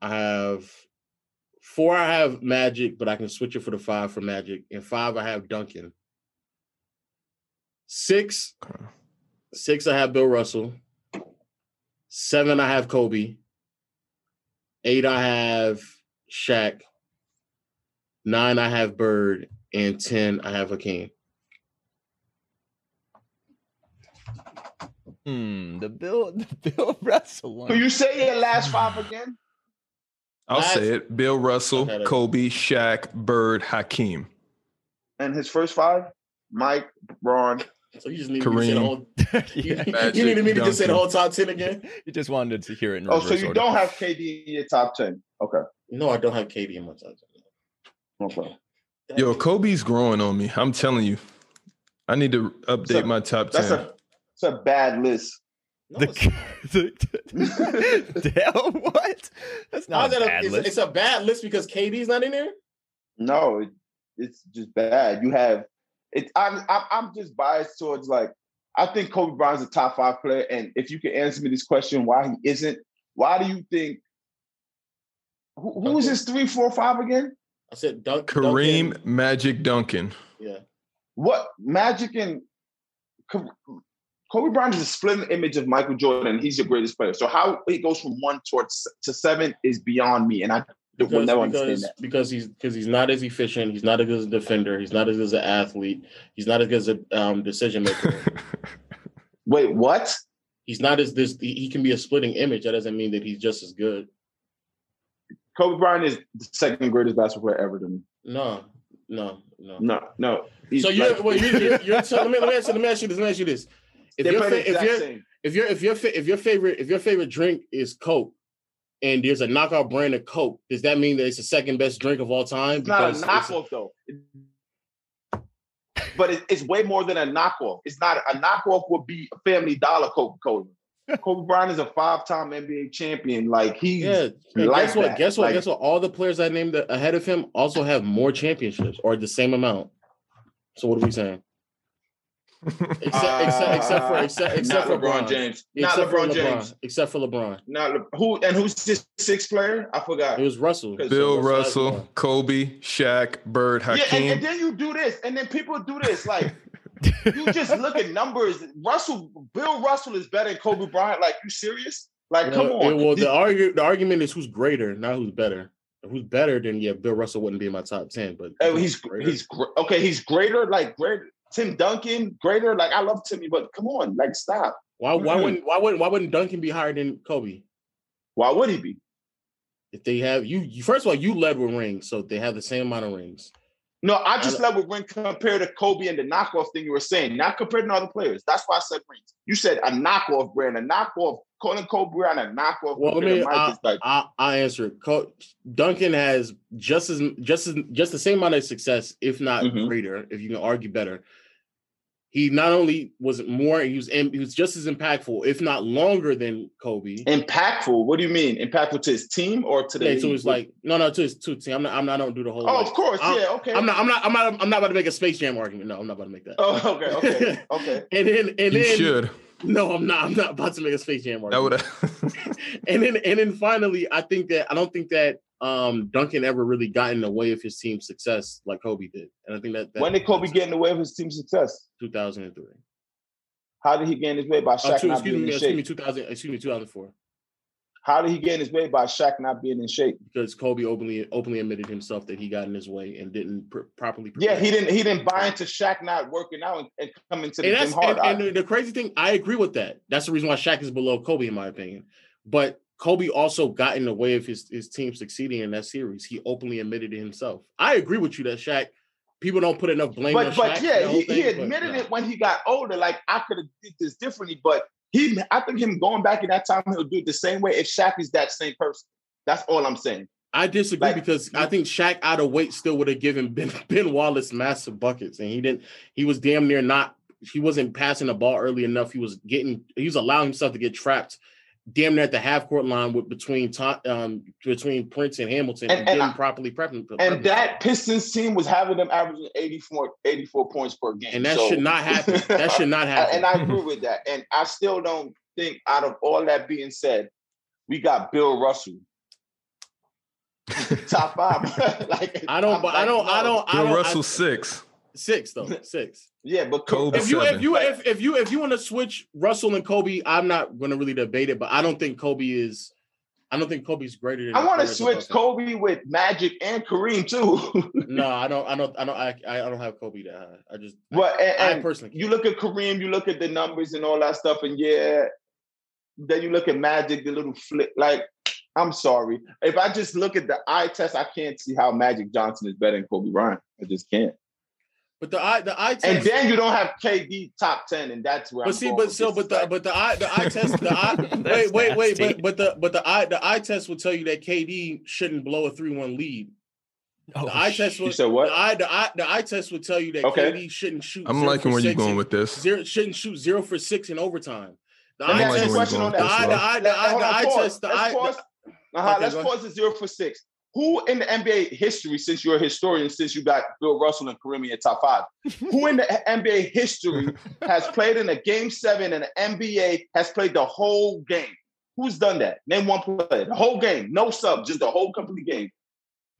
[SPEAKER 3] I have four. I have Magic, but I can switch it for the five for Magic. And five, I have Duncan. Six,
[SPEAKER 1] Okay.
[SPEAKER 3] six, I have Bill Russell. Seven, I have Kobe. Eight, I have Shaq. Nine, I have Bird. And 10, I have Hakeem.
[SPEAKER 4] Hmm, the Bill, the Bill Russell one.
[SPEAKER 2] Can Oh, you say your last five again?
[SPEAKER 1] I'll
[SPEAKER 3] Last-
[SPEAKER 1] say it: Bill Russell,
[SPEAKER 3] Okay, that's-
[SPEAKER 1] Kobe, Shaq, Bird, Hakeem.
[SPEAKER 2] And his first five? Mike, Braun.
[SPEAKER 3] So you just need me to say
[SPEAKER 1] Kareem.
[SPEAKER 3] the whole, you,
[SPEAKER 4] Yeah.
[SPEAKER 1] Magic,
[SPEAKER 3] you needed me to just say the
[SPEAKER 1] Duncan.
[SPEAKER 3] whole top 10 again?
[SPEAKER 4] You just wanted to hear it in
[SPEAKER 2] Oh,
[SPEAKER 4] reverse
[SPEAKER 2] so you
[SPEAKER 4] order.
[SPEAKER 2] don't have KD in your top ten. Okay.
[SPEAKER 3] No, I don't have KD in my top 10.
[SPEAKER 2] Okay.
[SPEAKER 3] That-
[SPEAKER 1] Yo, Kobe's growing on me. I'm telling you. I need to update
[SPEAKER 2] So,
[SPEAKER 1] my top
[SPEAKER 2] That's
[SPEAKER 1] ten.
[SPEAKER 2] a it's a bad list.
[SPEAKER 3] no,
[SPEAKER 4] The,
[SPEAKER 3] it's-
[SPEAKER 4] the, Dale, what? That's
[SPEAKER 3] I
[SPEAKER 4] not a
[SPEAKER 3] gotta-
[SPEAKER 4] bad
[SPEAKER 3] it's,
[SPEAKER 4] list.
[SPEAKER 3] it's a bad list because KD's not in there.
[SPEAKER 2] No, it, it's just bad. You have it. I'm, I'm I'm just biased towards like I think Kobe Bryant's a top five player, and if you can answer me this question, why he isn't? Why do you think? Who, who was
[SPEAKER 3] Okay.
[SPEAKER 2] his three, four, five again?
[SPEAKER 3] I said Dunk,
[SPEAKER 1] Kareem,
[SPEAKER 3] Duncan.
[SPEAKER 1] Magic, Duncan.
[SPEAKER 3] Yeah.
[SPEAKER 2] What Magic and Ka- Kobe Bryant is a splitting image of Michael Jordan. He's your greatest player. So how he goes from one towards to seven is beyond me, and I will
[SPEAKER 3] Because,
[SPEAKER 2] never
[SPEAKER 3] because,
[SPEAKER 2] understand that.
[SPEAKER 3] because he's because he's not as efficient. He's not as good as a defender. He's not as good as an athlete. He's not as good as a um, decision maker.
[SPEAKER 2] Wait, what?
[SPEAKER 3] he's not as this. He he can be a splitting image. That doesn't mean that he's just as good.
[SPEAKER 2] Kobe Bryant is the second greatest basketball player ever to me.
[SPEAKER 3] No, no, no.
[SPEAKER 2] No, no.
[SPEAKER 3] So
[SPEAKER 2] He's
[SPEAKER 3] you,
[SPEAKER 2] like-
[SPEAKER 3] well, you, you you're t- let me let me ask you, let me ask you this. Let me ask you this. If
[SPEAKER 2] They
[SPEAKER 3] your,
[SPEAKER 2] play
[SPEAKER 3] fa-
[SPEAKER 2] the
[SPEAKER 3] if,
[SPEAKER 2] exact
[SPEAKER 3] your,
[SPEAKER 2] same.
[SPEAKER 3] if your if your fa- if your favorite if your favorite drink is Coke, and there's a knockout brand of Coke, does that mean that it's the second best drink of all time?
[SPEAKER 2] It's not a
[SPEAKER 3] Because it's-
[SPEAKER 2] knockoff though. But it, it's way more than a knockoff. It's not a knockoff would be a Family Dollar Coca Cola. Kobe Bryant is a five-time NBA champion. Like he's
[SPEAKER 3] Yeah, and
[SPEAKER 2] like
[SPEAKER 3] guess what?
[SPEAKER 2] that.
[SPEAKER 3] Guess what?
[SPEAKER 2] Like-
[SPEAKER 3] guess what? All the players I named that ahead of him also have more championships or the same amount. So what are we saying? Except, except, except for
[SPEAKER 2] Uh,
[SPEAKER 3] except, except for
[SPEAKER 2] not LeBron
[SPEAKER 3] LeBron
[SPEAKER 2] James. Not
[SPEAKER 3] Except for
[SPEAKER 2] LeBron,
[SPEAKER 3] LeBron
[SPEAKER 2] James.
[SPEAKER 3] Except for LeBron,
[SPEAKER 2] Not Le- who and who's this sixth player? I forgot.
[SPEAKER 3] it was Russell.
[SPEAKER 2] Bill
[SPEAKER 1] Bill
[SPEAKER 3] Russell has the
[SPEAKER 1] Russell,
[SPEAKER 3] ball.
[SPEAKER 1] Kobe, Shaq, Bird,
[SPEAKER 2] Yeah, and,
[SPEAKER 1] Hakeem.
[SPEAKER 2] and then you do this, and then people do this. Like you just look at numbers. Russell, Bill Russell is better than Kobe Bryant. Like you serious? Like
[SPEAKER 3] Well,
[SPEAKER 2] come
[SPEAKER 3] yeah,
[SPEAKER 2] on.
[SPEAKER 3] well,
[SPEAKER 2] This-
[SPEAKER 3] the argu- the argument is who's greater, not who's better. If Who's better? Then yeah, Bill Russell wouldn't be in my top ten, but
[SPEAKER 2] Oh, he's
[SPEAKER 3] greater.
[SPEAKER 2] he's gr- okay. He's greater, like greater. Tim Duncan, greater. Like I love Timmy, but come on, like stop.
[SPEAKER 3] why why
[SPEAKER 2] Mhm.
[SPEAKER 3] wouldn't why wouldn't why wouldn't Duncan be higher than Kobe?
[SPEAKER 2] Why would he be?
[SPEAKER 3] If they have you, you first of all, you led with rings, so they have the same amount of rings.
[SPEAKER 2] No, I just
[SPEAKER 3] I-
[SPEAKER 2] love with ring compared to Kobe and the knockoff thing you were saying, not compared to other players. That's why I said rings. You said a knockoff brand, a knockoff, calling Kobe Bryant a knockoff.
[SPEAKER 3] Well, uh, I
[SPEAKER 2] compared to
[SPEAKER 3] mean,
[SPEAKER 2] Mike
[SPEAKER 3] I-
[SPEAKER 2] is like,
[SPEAKER 3] I I answer it. Co- Duncan has just as just as just the same amount of success, if not
[SPEAKER 2] Mhm.
[SPEAKER 3] greater, if you can argue better. He not only was more, he was he was just as impactful, if not longer than Kobe.
[SPEAKER 2] Impactful. What do you mean? Impactful to his team or to the
[SPEAKER 3] Yeah, to his like no, no, to his two team. I'm not, I'm not, I don't do the whole.
[SPEAKER 2] Oh,
[SPEAKER 3] like,
[SPEAKER 2] of course.
[SPEAKER 3] I'm-
[SPEAKER 2] yeah. Okay.
[SPEAKER 3] I'm not, I'm not, I'm not, I'm not about to make a Space Jam argument. No, I'm not about to make that.
[SPEAKER 2] Oh, okay. Okay. Okay.
[SPEAKER 3] And then, and
[SPEAKER 1] you
[SPEAKER 3] then,
[SPEAKER 1] should.
[SPEAKER 3] no, I'm not, I'm not about to make a Space Jam
[SPEAKER 1] That
[SPEAKER 3] argument.
[SPEAKER 1] would.
[SPEAKER 3] and then and then finally, I think that I don't think that um Duncan ever really got in the way of his team's success like Kobe did. And I think that, that
[SPEAKER 2] when did Kobe get in the way of his team's success?
[SPEAKER 3] 2003.
[SPEAKER 2] How did he gain his way by
[SPEAKER 3] Oh,
[SPEAKER 2] Shaq
[SPEAKER 3] two,
[SPEAKER 2] not
[SPEAKER 3] excuse
[SPEAKER 2] being
[SPEAKER 3] me,
[SPEAKER 2] in
[SPEAKER 3] excuse me,
[SPEAKER 2] shape?
[SPEAKER 3] 2000, excuse me, 2004.
[SPEAKER 2] How did he gain his way by Shaq not being in shape?
[SPEAKER 3] Because Kobe openly openly admitted himself that he got in his way and didn't pr- properly.
[SPEAKER 2] Yeah,
[SPEAKER 3] prepare.
[SPEAKER 2] he didn't. He didn't buy into Shaq not working out and, and coming to the
[SPEAKER 3] And
[SPEAKER 2] gym
[SPEAKER 3] that's
[SPEAKER 2] hard.
[SPEAKER 3] and, and the crazy thing, I agree with that. That's the reason why Shaq is below Kobe, in my opinion. But Kobe also got in the way of his, his team succeeding in that series. He openly admitted it himself. I agree with you that Shaq, people don't put enough blame on
[SPEAKER 2] but
[SPEAKER 3] Shaq.
[SPEAKER 2] but
[SPEAKER 3] for
[SPEAKER 2] yeah,
[SPEAKER 3] the whole
[SPEAKER 2] he, he
[SPEAKER 3] thing, but
[SPEAKER 2] admitted
[SPEAKER 3] no.
[SPEAKER 2] it when he got older. Like I could have did this differently, but he, I think him going back in that time, he'll do it the same way if Shaq is that same person. That's all I'm saying.
[SPEAKER 3] I disagree
[SPEAKER 2] Like-
[SPEAKER 3] because I think Shaq out of weight still would have given Ben, ben Wallace massive buckets, and he didn't. He was damn near not. He wasn't passing the ball early enough. He was getting. He was allowing himself to get trapped, damn near at the half court line with between to, um between Prince and Hamilton, and,
[SPEAKER 2] And- and
[SPEAKER 3] didn't
[SPEAKER 2] I-
[SPEAKER 3] properly prep. him- prep him.
[SPEAKER 2] And that Pistons team was having them averaging 84, 84 points per game.
[SPEAKER 3] and that
[SPEAKER 2] So-
[SPEAKER 3] should not happen. That should not happen.
[SPEAKER 2] And I agree with that. And I still don't think, out of all that being said, we got Bill Russell. Top five. like
[SPEAKER 3] I don't.
[SPEAKER 2] I'm
[SPEAKER 3] But I
[SPEAKER 2] like,
[SPEAKER 3] don't.
[SPEAKER 2] no.
[SPEAKER 3] I don't. I
[SPEAKER 1] Bill
[SPEAKER 3] don't. I-
[SPEAKER 1] Russell six.
[SPEAKER 3] six though. Six.
[SPEAKER 2] Yeah, but
[SPEAKER 1] Kobe.
[SPEAKER 3] if you if
[SPEAKER 1] seven.
[SPEAKER 3] you if, if you if you want to switch Russell and Kobe, I'm not going to really debate it, but I don't think Kobe is. I don't think Kobe's greater than.
[SPEAKER 2] I want to
[SPEAKER 3] Russell
[SPEAKER 2] switch
[SPEAKER 3] Westbrook.
[SPEAKER 2] Kobe with Magic and Kareem too.
[SPEAKER 3] No, I don't. I don't. I don't. I, I don't have Kobe that high. I just.
[SPEAKER 2] but and,
[SPEAKER 3] I
[SPEAKER 2] and
[SPEAKER 3] personally.
[SPEAKER 2] you look at Kareem, you look at the numbers and all that stuff, and yeah, then you look at Magic, the little flick. Like, I'm sorry, if I just look at the eye test, I can't see how Magic Johnson is better than Kobe Bryant. I just can't.
[SPEAKER 3] But the eye. The eye test.
[SPEAKER 2] And then you don't have KD top ten, and that's where.
[SPEAKER 3] but
[SPEAKER 2] I'm
[SPEAKER 3] see,
[SPEAKER 2] going
[SPEAKER 3] but
[SPEAKER 2] with
[SPEAKER 3] so,
[SPEAKER 2] this
[SPEAKER 3] but the
[SPEAKER 2] fact.
[SPEAKER 3] but the eye the eye test the eye
[SPEAKER 6] That's
[SPEAKER 3] wait wait wait
[SPEAKER 6] nasty.
[SPEAKER 3] but, but the but the eye the eye test will tell you that KD shouldn't blow a three one lead.
[SPEAKER 6] Oh,
[SPEAKER 3] The eye test
[SPEAKER 2] you
[SPEAKER 3] will
[SPEAKER 2] said what?
[SPEAKER 3] The eye, the eye, the eye test would tell you that
[SPEAKER 2] Okay.
[SPEAKER 3] KD shouldn't shoot.
[SPEAKER 1] I'm
[SPEAKER 3] zero
[SPEAKER 1] liking
[SPEAKER 3] for
[SPEAKER 1] where you're
[SPEAKER 3] six in-
[SPEAKER 1] going with this.
[SPEAKER 3] zero, shouldn't shoot zero for six in overtime. The
[SPEAKER 1] I'm
[SPEAKER 3] eye
[SPEAKER 2] Let me
[SPEAKER 1] liking
[SPEAKER 2] ask you a
[SPEAKER 1] where
[SPEAKER 3] test,
[SPEAKER 2] question
[SPEAKER 1] you're
[SPEAKER 2] on
[SPEAKER 1] going
[SPEAKER 3] the
[SPEAKER 1] with
[SPEAKER 2] that.
[SPEAKER 1] this.
[SPEAKER 3] eye,
[SPEAKER 1] bro.
[SPEAKER 3] the eye,
[SPEAKER 2] Let- hold
[SPEAKER 3] the eye, the
[SPEAKER 2] on,
[SPEAKER 3] eye
[SPEAKER 2] pause.
[SPEAKER 3] test, the
[SPEAKER 2] Let's
[SPEAKER 3] eye.
[SPEAKER 2] pause.
[SPEAKER 3] the-
[SPEAKER 2] Uh-huh,
[SPEAKER 3] Okay,
[SPEAKER 2] let's
[SPEAKER 3] go ahead.
[SPEAKER 2] pause at zero for six. Who in the NBA history, since you're a historian, since you got Bill Russell and Kareem in your top five, who in the NBA history has played in a game seven and an NBA has played the whole game? Who's done that? Name one player, the whole game, no sub, just the whole complete game.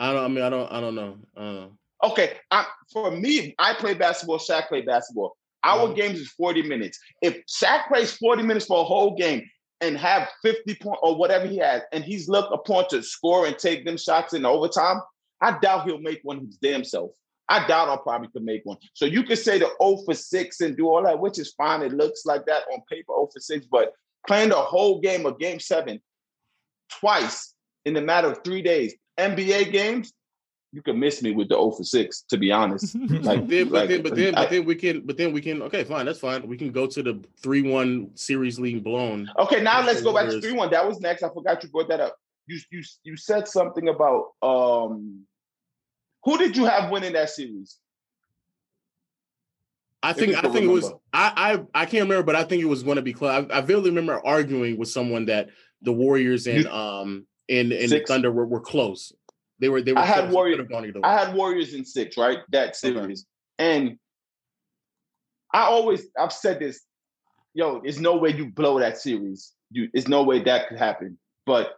[SPEAKER 3] I don't. I mean, I don't. I don't know. I don't know.
[SPEAKER 2] Okay, I, for me, I play basketball. Shaq play basketball. Our
[SPEAKER 3] Mhm.
[SPEAKER 2] games is forty minutes. If Shaq plays forty minutes for a whole game and have fifty point or whatever he has, and he's looked upon to score and take them shots in overtime, I doubt he'll make one his damn self. I doubt I'll probably could make one. So you could say the zero for six and do all that, which is fine. It looks like that on paper, zero for six, but playing the whole game of Game Seven twice in the matter of three days, NBA games you can miss me with the 0 for 6, to be honest. Like,
[SPEAKER 3] Then, but
[SPEAKER 2] like,
[SPEAKER 3] then, but then,
[SPEAKER 2] I-
[SPEAKER 3] but then we can. But then we can. Okay, fine. That's fine. We can go to the three-one series leading blown.
[SPEAKER 2] okay, now let's go back to
[SPEAKER 3] Warriors.
[SPEAKER 2] 3 1. That was next. I forgot you brought that up. You you you said something about um who did you have winning that series?
[SPEAKER 3] I
[SPEAKER 2] If
[SPEAKER 3] think
[SPEAKER 2] you
[SPEAKER 3] I
[SPEAKER 2] can
[SPEAKER 3] think it was
[SPEAKER 2] remember.
[SPEAKER 3] I, I I can't remember, but I think it was going to be close. I, I vividly remember arguing with someone that the Warriors and
[SPEAKER 2] You-
[SPEAKER 3] um and and the
[SPEAKER 2] Six.
[SPEAKER 3] Thunder were, were close. They were they were.
[SPEAKER 2] I had
[SPEAKER 3] close. They
[SPEAKER 2] Warrior-
[SPEAKER 3] could've gone either way.
[SPEAKER 2] I had Warriors in six, right? That series. And I always I've said this, yo, there's no way you blow that series. You there's no way that could happen. But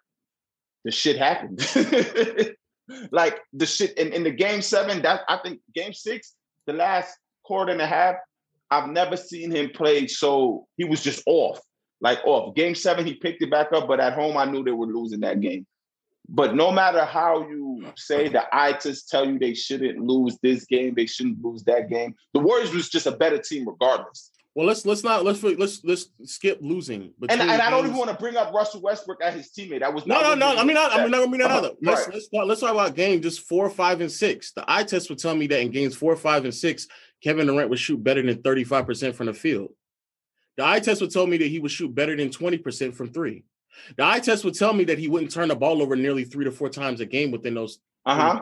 [SPEAKER 2] the shit happened. like the shit in, in the game seven, that I think game six, the last quarter and a half, I've never seen him play so he was just off. Like off. Game seven, he picked it back up, but at home I knew they were losing that game. But no matter how you say the I just tell you they shouldn't lose this game, they shouldn't lose that game. The Warriors was just a better team regardless.
[SPEAKER 3] Well, let's let's not let's let's let's skip losing.
[SPEAKER 2] And, and I don't even
[SPEAKER 3] games-
[SPEAKER 2] want to bring up Russell Westbrook as his teammate. That was
[SPEAKER 3] No, no,
[SPEAKER 2] not
[SPEAKER 3] no. I mean, I, I mean, I mean,
[SPEAKER 2] Come on,
[SPEAKER 3] another. Let's
[SPEAKER 2] right.
[SPEAKER 3] let's talk, let's talk about game just four, five, and six. The eye test would tell me that in games four, five, and six, Kevin Durant would shoot better than thirty five percent from the field. The eye test would tell me that he would shoot better than twenty percent from three. The eye test would tell me that he wouldn't turn the ball over nearly three to four times a game within those
[SPEAKER 2] uh huh.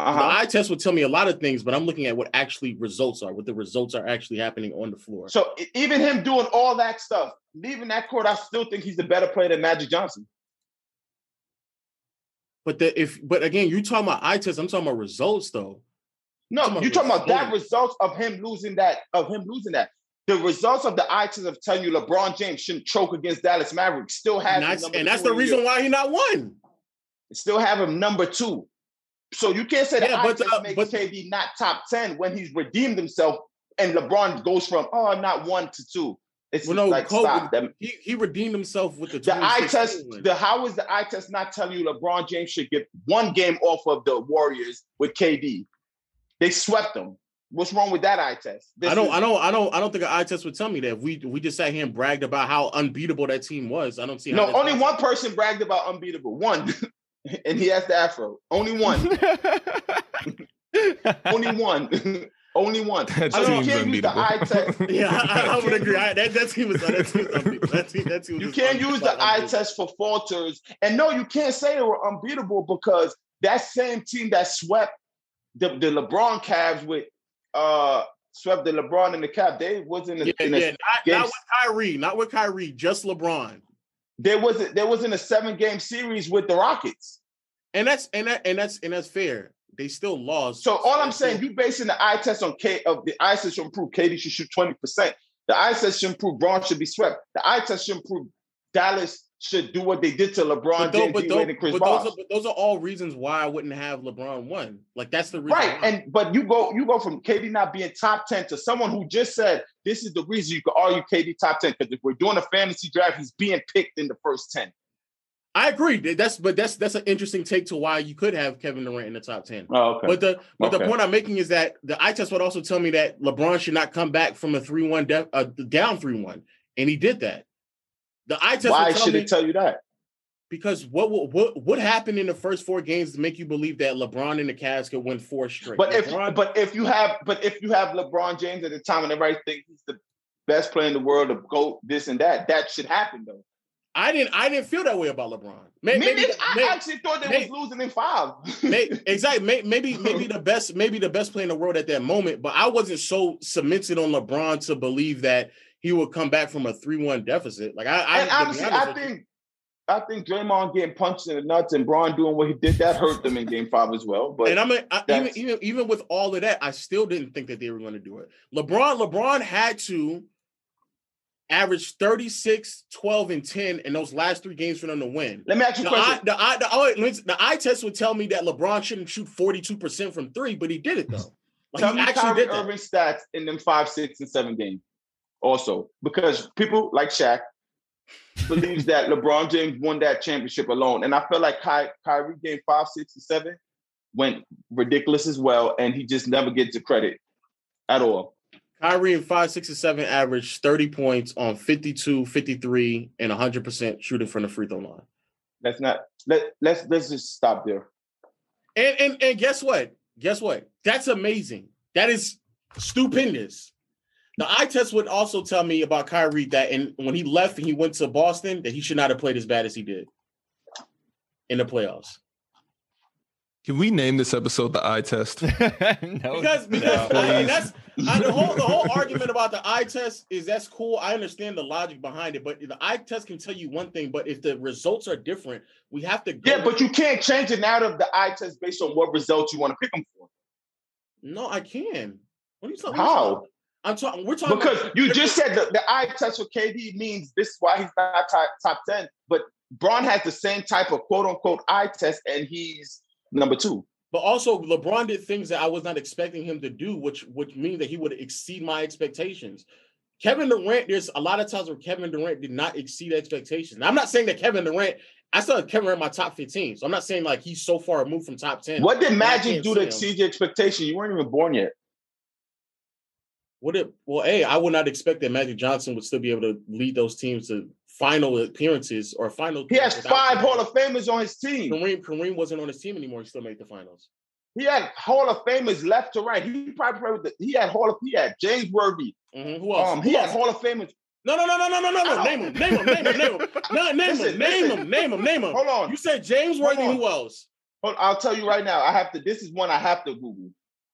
[SPEAKER 2] Uh-huh.
[SPEAKER 3] The eye test would tell me a lot of things, but I'm looking at what actually results are, what the results are actually happening on the floor.
[SPEAKER 2] So e- even him doing all that stuff, leaving that court, I still think he's the better player than Magic Johnson.
[SPEAKER 3] But the, if but again, you're talking about eye test. I'm talking about results though. Come
[SPEAKER 2] No,
[SPEAKER 3] on,
[SPEAKER 2] you're talking about that
[SPEAKER 3] Chris.
[SPEAKER 2] results of him losing that, of him losing that. The results of the eye test of telling you LeBron James shouldn't choke against Dallas Mavericks still has
[SPEAKER 3] And
[SPEAKER 2] him
[SPEAKER 3] that's,
[SPEAKER 2] number
[SPEAKER 3] and that's
[SPEAKER 2] two
[SPEAKER 3] the
[SPEAKER 2] in
[SPEAKER 3] reason
[SPEAKER 2] league.
[SPEAKER 3] why he not won.
[SPEAKER 2] still have him number two. So you can't say that
[SPEAKER 3] Yeah,
[SPEAKER 2] I
[SPEAKER 3] but
[SPEAKER 2] just
[SPEAKER 3] the-
[SPEAKER 2] make
[SPEAKER 3] but-
[SPEAKER 2] KD not top ten when he's redeemed himself and LeBron goes from oh I'm not one to two. It's
[SPEAKER 3] Well, no,
[SPEAKER 2] like
[SPEAKER 3] Kobe-
[SPEAKER 2] stop them.
[SPEAKER 3] He he redeemed himself with the
[SPEAKER 2] The eye
[SPEAKER 3] 2016
[SPEAKER 2] test.
[SPEAKER 3] win.
[SPEAKER 2] The how is the eye test not telling you LeBron James should get one game off of the Warriors with KD? They swept them. What's wrong with that eye test? This
[SPEAKER 3] I don't,
[SPEAKER 2] is-
[SPEAKER 3] I don't, I don't, I don't think an eye test would tell me that. If we if we just sat here and bragged about how unbeatable that team was. I don't see. how
[SPEAKER 2] No,
[SPEAKER 3] that's
[SPEAKER 2] only
[SPEAKER 3] possible.
[SPEAKER 2] one person bragged about unbeatable. One, and he has the afro. Only one. only one. only one.
[SPEAKER 1] That
[SPEAKER 2] So you
[SPEAKER 1] team's
[SPEAKER 2] can't use the
[SPEAKER 1] unbeatable.
[SPEAKER 2] eye test.
[SPEAKER 3] Yeah, I, I would agree. I, that, that team was that team was unbeatable. That team, that team was
[SPEAKER 2] You
[SPEAKER 3] just
[SPEAKER 2] can't use the
[SPEAKER 3] unbeatable.
[SPEAKER 2] eye test for falters. And no, you can't say they were unbeatable because that same team that swept the, the LeBron Cavs with uh swept the LeBron and the Cavs, they wasn't
[SPEAKER 3] Yeah,
[SPEAKER 2] in a,
[SPEAKER 3] yeah. Not,
[SPEAKER 2] game-
[SPEAKER 3] not with Kyrie. Not with Kyrie. Just LeBron.
[SPEAKER 2] there wasn't there wasn't a seven game series with the Rockets.
[SPEAKER 3] And that's and that and that's and that's fair. They still lost.
[SPEAKER 2] So all I'm saying, you basing the eye test on K of the eye test should prove KD should shoot 20%. The eye test should prove Braun should be swept. The eye test should prove Dallas should do what they did to LeBron
[SPEAKER 3] But, though,
[SPEAKER 2] James,
[SPEAKER 3] but,
[SPEAKER 2] D.
[SPEAKER 3] though,
[SPEAKER 2] Wade, and Chris
[SPEAKER 3] but
[SPEAKER 2] Bosh.
[SPEAKER 3] those, are, but those are all reasons why I wouldn't have LeBron won. Like that's the reason.
[SPEAKER 2] Right,
[SPEAKER 3] why.
[SPEAKER 2] and but you go you go from KD not being top ten to someone who just said this is the reason you could argue KD top ten because if we're doing a fantasy draft, he's being picked in the first ten.
[SPEAKER 3] I agree. That- That's but that's that's an interesting take to why you could have Kevin Durant in the top ten.
[SPEAKER 2] Oh, okay.
[SPEAKER 3] But the but the
[SPEAKER 2] Okay.
[SPEAKER 3] point I'm making is that the eye test would also tell me that LeBron should not come back from a three one de- uh, down three one, and he did that. The eye test
[SPEAKER 2] Why
[SPEAKER 3] would tell
[SPEAKER 2] should
[SPEAKER 3] me
[SPEAKER 2] it tell you that?
[SPEAKER 3] because what, will- what what happened in the first four games to make you believe that LeBron and the Cavs could win four straight?
[SPEAKER 2] But if
[SPEAKER 3] LeBron,
[SPEAKER 2] but if you have but if you have LeBron James at the time and everybody thinks he's the best player in the world to go this and that, that should happen though.
[SPEAKER 3] I didn't I didn't feel that way about LeBron. May-
[SPEAKER 2] Maybe, I
[SPEAKER 3] may-
[SPEAKER 2] actually thought they
[SPEAKER 3] may-
[SPEAKER 2] was losing in five.
[SPEAKER 3] May- exactly. May- Maybe maybe the best maybe the best player in the world at that moment, but I wasn't so cemented on LeBron to believe that he would come back from a three-one deficit. Like I, I
[SPEAKER 2] and
[SPEAKER 3] to be
[SPEAKER 2] honestly,
[SPEAKER 3] honest
[SPEAKER 2] I
[SPEAKER 3] with you,
[SPEAKER 2] think I think Draymond getting punched in the nuts and Braun doing what he did that hurt them in Game Five as well. But
[SPEAKER 3] and I'm a, I, even
[SPEAKER 2] that's-
[SPEAKER 3] even even with all of that, I still didn't think that they were going to do it. LeBron LeBron had to average 36, 12, and 10 in those last three games for them to win.
[SPEAKER 2] let me ask you a
[SPEAKER 3] The
[SPEAKER 2] question.
[SPEAKER 3] eye, the, eye, the, eye, lens- the eye test would tell me that LeBron shouldn't shoot 42% from three, but he did it though. Like
[SPEAKER 2] Tell
[SPEAKER 3] he
[SPEAKER 2] me
[SPEAKER 3] actually
[SPEAKER 2] Kyrie
[SPEAKER 3] did that.
[SPEAKER 2] Irving stats in them five, six, and seven games. Also, because people like Shaq believes that LeBron James won that championship alone, and I feel like Ky- Kyrie game five, six, and seven went ridiculous as well, and he just never gets the credit at all.
[SPEAKER 3] Kyrie in five, six, and seven averaged 30 points on 52, 53, and 100% shooting from the free throw line.
[SPEAKER 2] That's not let let's let's just stop there.
[SPEAKER 3] And, and, and guess what? Guess what? That's amazing. That is stupendous. The eye test would also tell me about Kyrie that and when he left and he went to Boston, that he should not have played as bad as he did in the playoffs.
[SPEAKER 1] Can we name this episode the eye test?
[SPEAKER 4] no,
[SPEAKER 3] Because because
[SPEAKER 1] no.
[SPEAKER 3] I mean, that's I, the whole the whole argument about the eye test is that's cool. I understand the logic behind it, but the eye test can tell you one thing, but if the results are different, we have to go.
[SPEAKER 2] Yeah, but you can't change it out of the eye test based on what results you want to pick them for.
[SPEAKER 3] no, I can. What are you talking
[SPEAKER 2] How?
[SPEAKER 3] I'm talking. We're talking
[SPEAKER 2] Because you just said the, the eye touch with KD means this is why he's not top, top 10. But Braun has the same type of quote unquote eye test and he's number two.
[SPEAKER 3] But also, LeBron did things that I was not expecting him to do, which which means that he would exceed my expectations. Kevin Durant, there's a lot of times where Kevin Durant did not exceed expectations. Now, I'm not saying that Kevin Durant, I still have Kevin Durant in my top 15, so I'm not saying like he's so far removed from top 10.
[SPEAKER 2] What did
[SPEAKER 3] And I
[SPEAKER 2] Magic
[SPEAKER 3] can't
[SPEAKER 2] do
[SPEAKER 3] see
[SPEAKER 2] to
[SPEAKER 3] him.
[SPEAKER 2] exceed your expectation? You weren't even born yet.
[SPEAKER 3] What it? Well, a I would not expect that Magic Johnson would still be able to lead those teams to final appearances or final.
[SPEAKER 2] He has five Hall of Famers on his team.
[SPEAKER 3] Kareem. Kareem wasn't on his team anymore. He still made the finals.
[SPEAKER 2] He had Hall of Famers left to right. He probably played with the, he had Hall of he had James Worthy.
[SPEAKER 3] Mhm. Who else?
[SPEAKER 2] Um, he
[SPEAKER 3] Who
[SPEAKER 2] had
[SPEAKER 3] else?
[SPEAKER 2] Hall of Famers.
[SPEAKER 3] No, no, no, no, no, no, no, no.
[SPEAKER 2] Ow.
[SPEAKER 3] Name him. Name him. Name him. Name him. No, name
[SPEAKER 2] Listen,
[SPEAKER 3] him. Name
[SPEAKER 2] listen.
[SPEAKER 3] him. Name him. Name him.
[SPEAKER 2] Hold on.
[SPEAKER 3] You said James Worthy.
[SPEAKER 2] Hold on.
[SPEAKER 3] Who else?
[SPEAKER 2] Hold, I'll tell you right now. I have to. This is one I have to Google.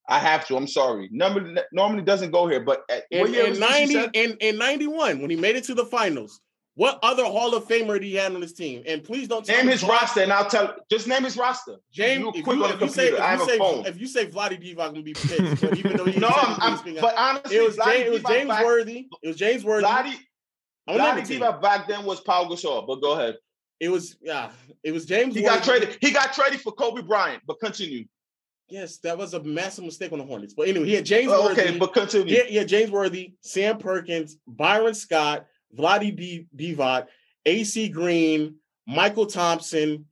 [SPEAKER 2] I have to. I'm sorry. Number normally doesn't go here, but at, what
[SPEAKER 3] In,
[SPEAKER 2] year
[SPEAKER 3] in
[SPEAKER 2] was this you
[SPEAKER 3] ninety
[SPEAKER 2] said?
[SPEAKER 3] in, in ninety one when he made it to the finals. What other Hall of Famer did he have on his team? And please don't tell
[SPEAKER 2] Name
[SPEAKER 3] me
[SPEAKER 2] his roster, and I'll tell. Just name his roster.
[SPEAKER 3] James,
[SPEAKER 2] you
[SPEAKER 3] if
[SPEAKER 2] quick
[SPEAKER 3] you,
[SPEAKER 2] on the
[SPEAKER 3] if you say
[SPEAKER 2] computer. I have
[SPEAKER 3] if you
[SPEAKER 2] a
[SPEAKER 3] say,
[SPEAKER 2] phone.
[SPEAKER 3] if you say Vladi Divac, I'm gonna be pissed. But even though he
[SPEAKER 2] No,
[SPEAKER 3] didn't say
[SPEAKER 2] I'm, I'm-
[SPEAKER 3] Vlade Divac,
[SPEAKER 2] but honestly,
[SPEAKER 3] it was
[SPEAKER 2] Vlade
[SPEAKER 3] James, it was
[SPEAKER 2] Divac
[SPEAKER 3] James
[SPEAKER 2] back-
[SPEAKER 3] Worthy. It was James Worthy.
[SPEAKER 2] Vlade,
[SPEAKER 3] I'm not
[SPEAKER 2] Vlade Divac back then was Paul Gasol, but go ahead.
[SPEAKER 3] It was yeah. It was James.
[SPEAKER 2] He got
[SPEAKER 3] Worthy.
[SPEAKER 2] traded. He got traded for Kobe Bryant, but continue.
[SPEAKER 3] Yes, that was a massive mistake on the Hornets. But anyway, he had James
[SPEAKER 2] Oh,
[SPEAKER 3] Worthy.
[SPEAKER 2] okay, but continue.
[SPEAKER 3] yeah, yeah, James Worthy, Sam Perkins, Byron Scott, Vladi D- Divac, AC Green, Michael Thompson,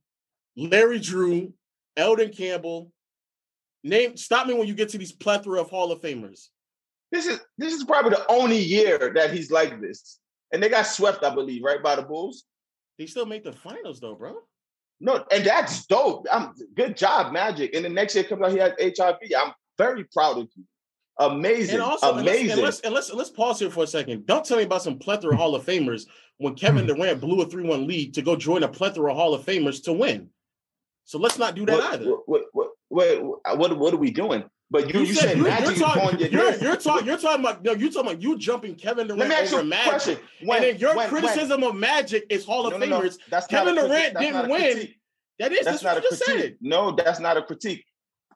[SPEAKER 3] Larry Drew, Eldon Campbell. Name stop me when you get to these plethora of Hall of Famers.
[SPEAKER 2] This is this is probably the only year that he's like this, and they got swept, I believe, right by the Bulls.
[SPEAKER 3] They still make the finals though, bro.
[SPEAKER 2] No, and that's dope. I'm good job, Magic. And the next year comes out, he has HIV. I'm very proud of you. Amazing,
[SPEAKER 3] And also, and let's-
[SPEAKER 2] amazing.
[SPEAKER 3] And let's, and let's and let's pause here for a second. Don't tell me about some plethora of Hall of Famers when Kevin
[SPEAKER 2] Hmm.
[SPEAKER 3] Durant blew a three-one lead to go join a plethora of Hall of Famers to win. So let's not do that
[SPEAKER 2] what,
[SPEAKER 3] either.
[SPEAKER 2] What, what, what, what, what, what are we doing? But you, you, said,
[SPEAKER 3] you're,
[SPEAKER 2] Magic
[SPEAKER 3] you're
[SPEAKER 2] going
[SPEAKER 3] talking,
[SPEAKER 2] your
[SPEAKER 3] you're,
[SPEAKER 2] neck.
[SPEAKER 3] you're talking, you're talking about no, you're talking about you jumping Kevin Durant
[SPEAKER 2] Let me ask you
[SPEAKER 3] over
[SPEAKER 2] a
[SPEAKER 3] Magic,
[SPEAKER 2] question.
[SPEAKER 3] and then your criticism of Magic is Hall of
[SPEAKER 2] No, no, no.
[SPEAKER 3] Famers.
[SPEAKER 2] That's
[SPEAKER 3] Kevin
[SPEAKER 2] not a
[SPEAKER 3] Durant
[SPEAKER 2] criti- that's
[SPEAKER 3] didn't
[SPEAKER 2] not a
[SPEAKER 3] win.
[SPEAKER 2] critique.
[SPEAKER 3] That
[SPEAKER 2] That's
[SPEAKER 3] is that's,
[SPEAKER 2] not a
[SPEAKER 3] what you just
[SPEAKER 2] critique.
[SPEAKER 3] said.
[SPEAKER 2] No, that's not a critique.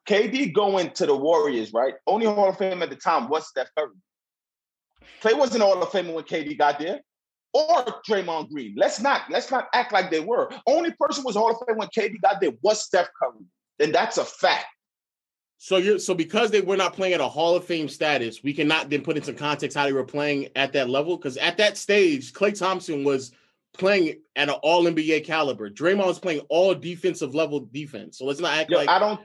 [SPEAKER 2] KD going to the Warriors, right? Only Hall of Fame at the time was Steph Curry. Clay wasn't Hall of Famer when KD got there, or Draymond Green. Let's not let's not act like they were. Only person was Hall of Fame when KD got there was Steph Curry, and that's a fact.
[SPEAKER 3] So you're so because they were not playing at a Hall of Fame status, we cannot then put into context how they were playing at that level. Because at that stage, Clay Thompson was playing at an All NBA caliber. Draymond was playing all defensive level defense. So let's not act
[SPEAKER 2] Yo,
[SPEAKER 3] like
[SPEAKER 2] I don't,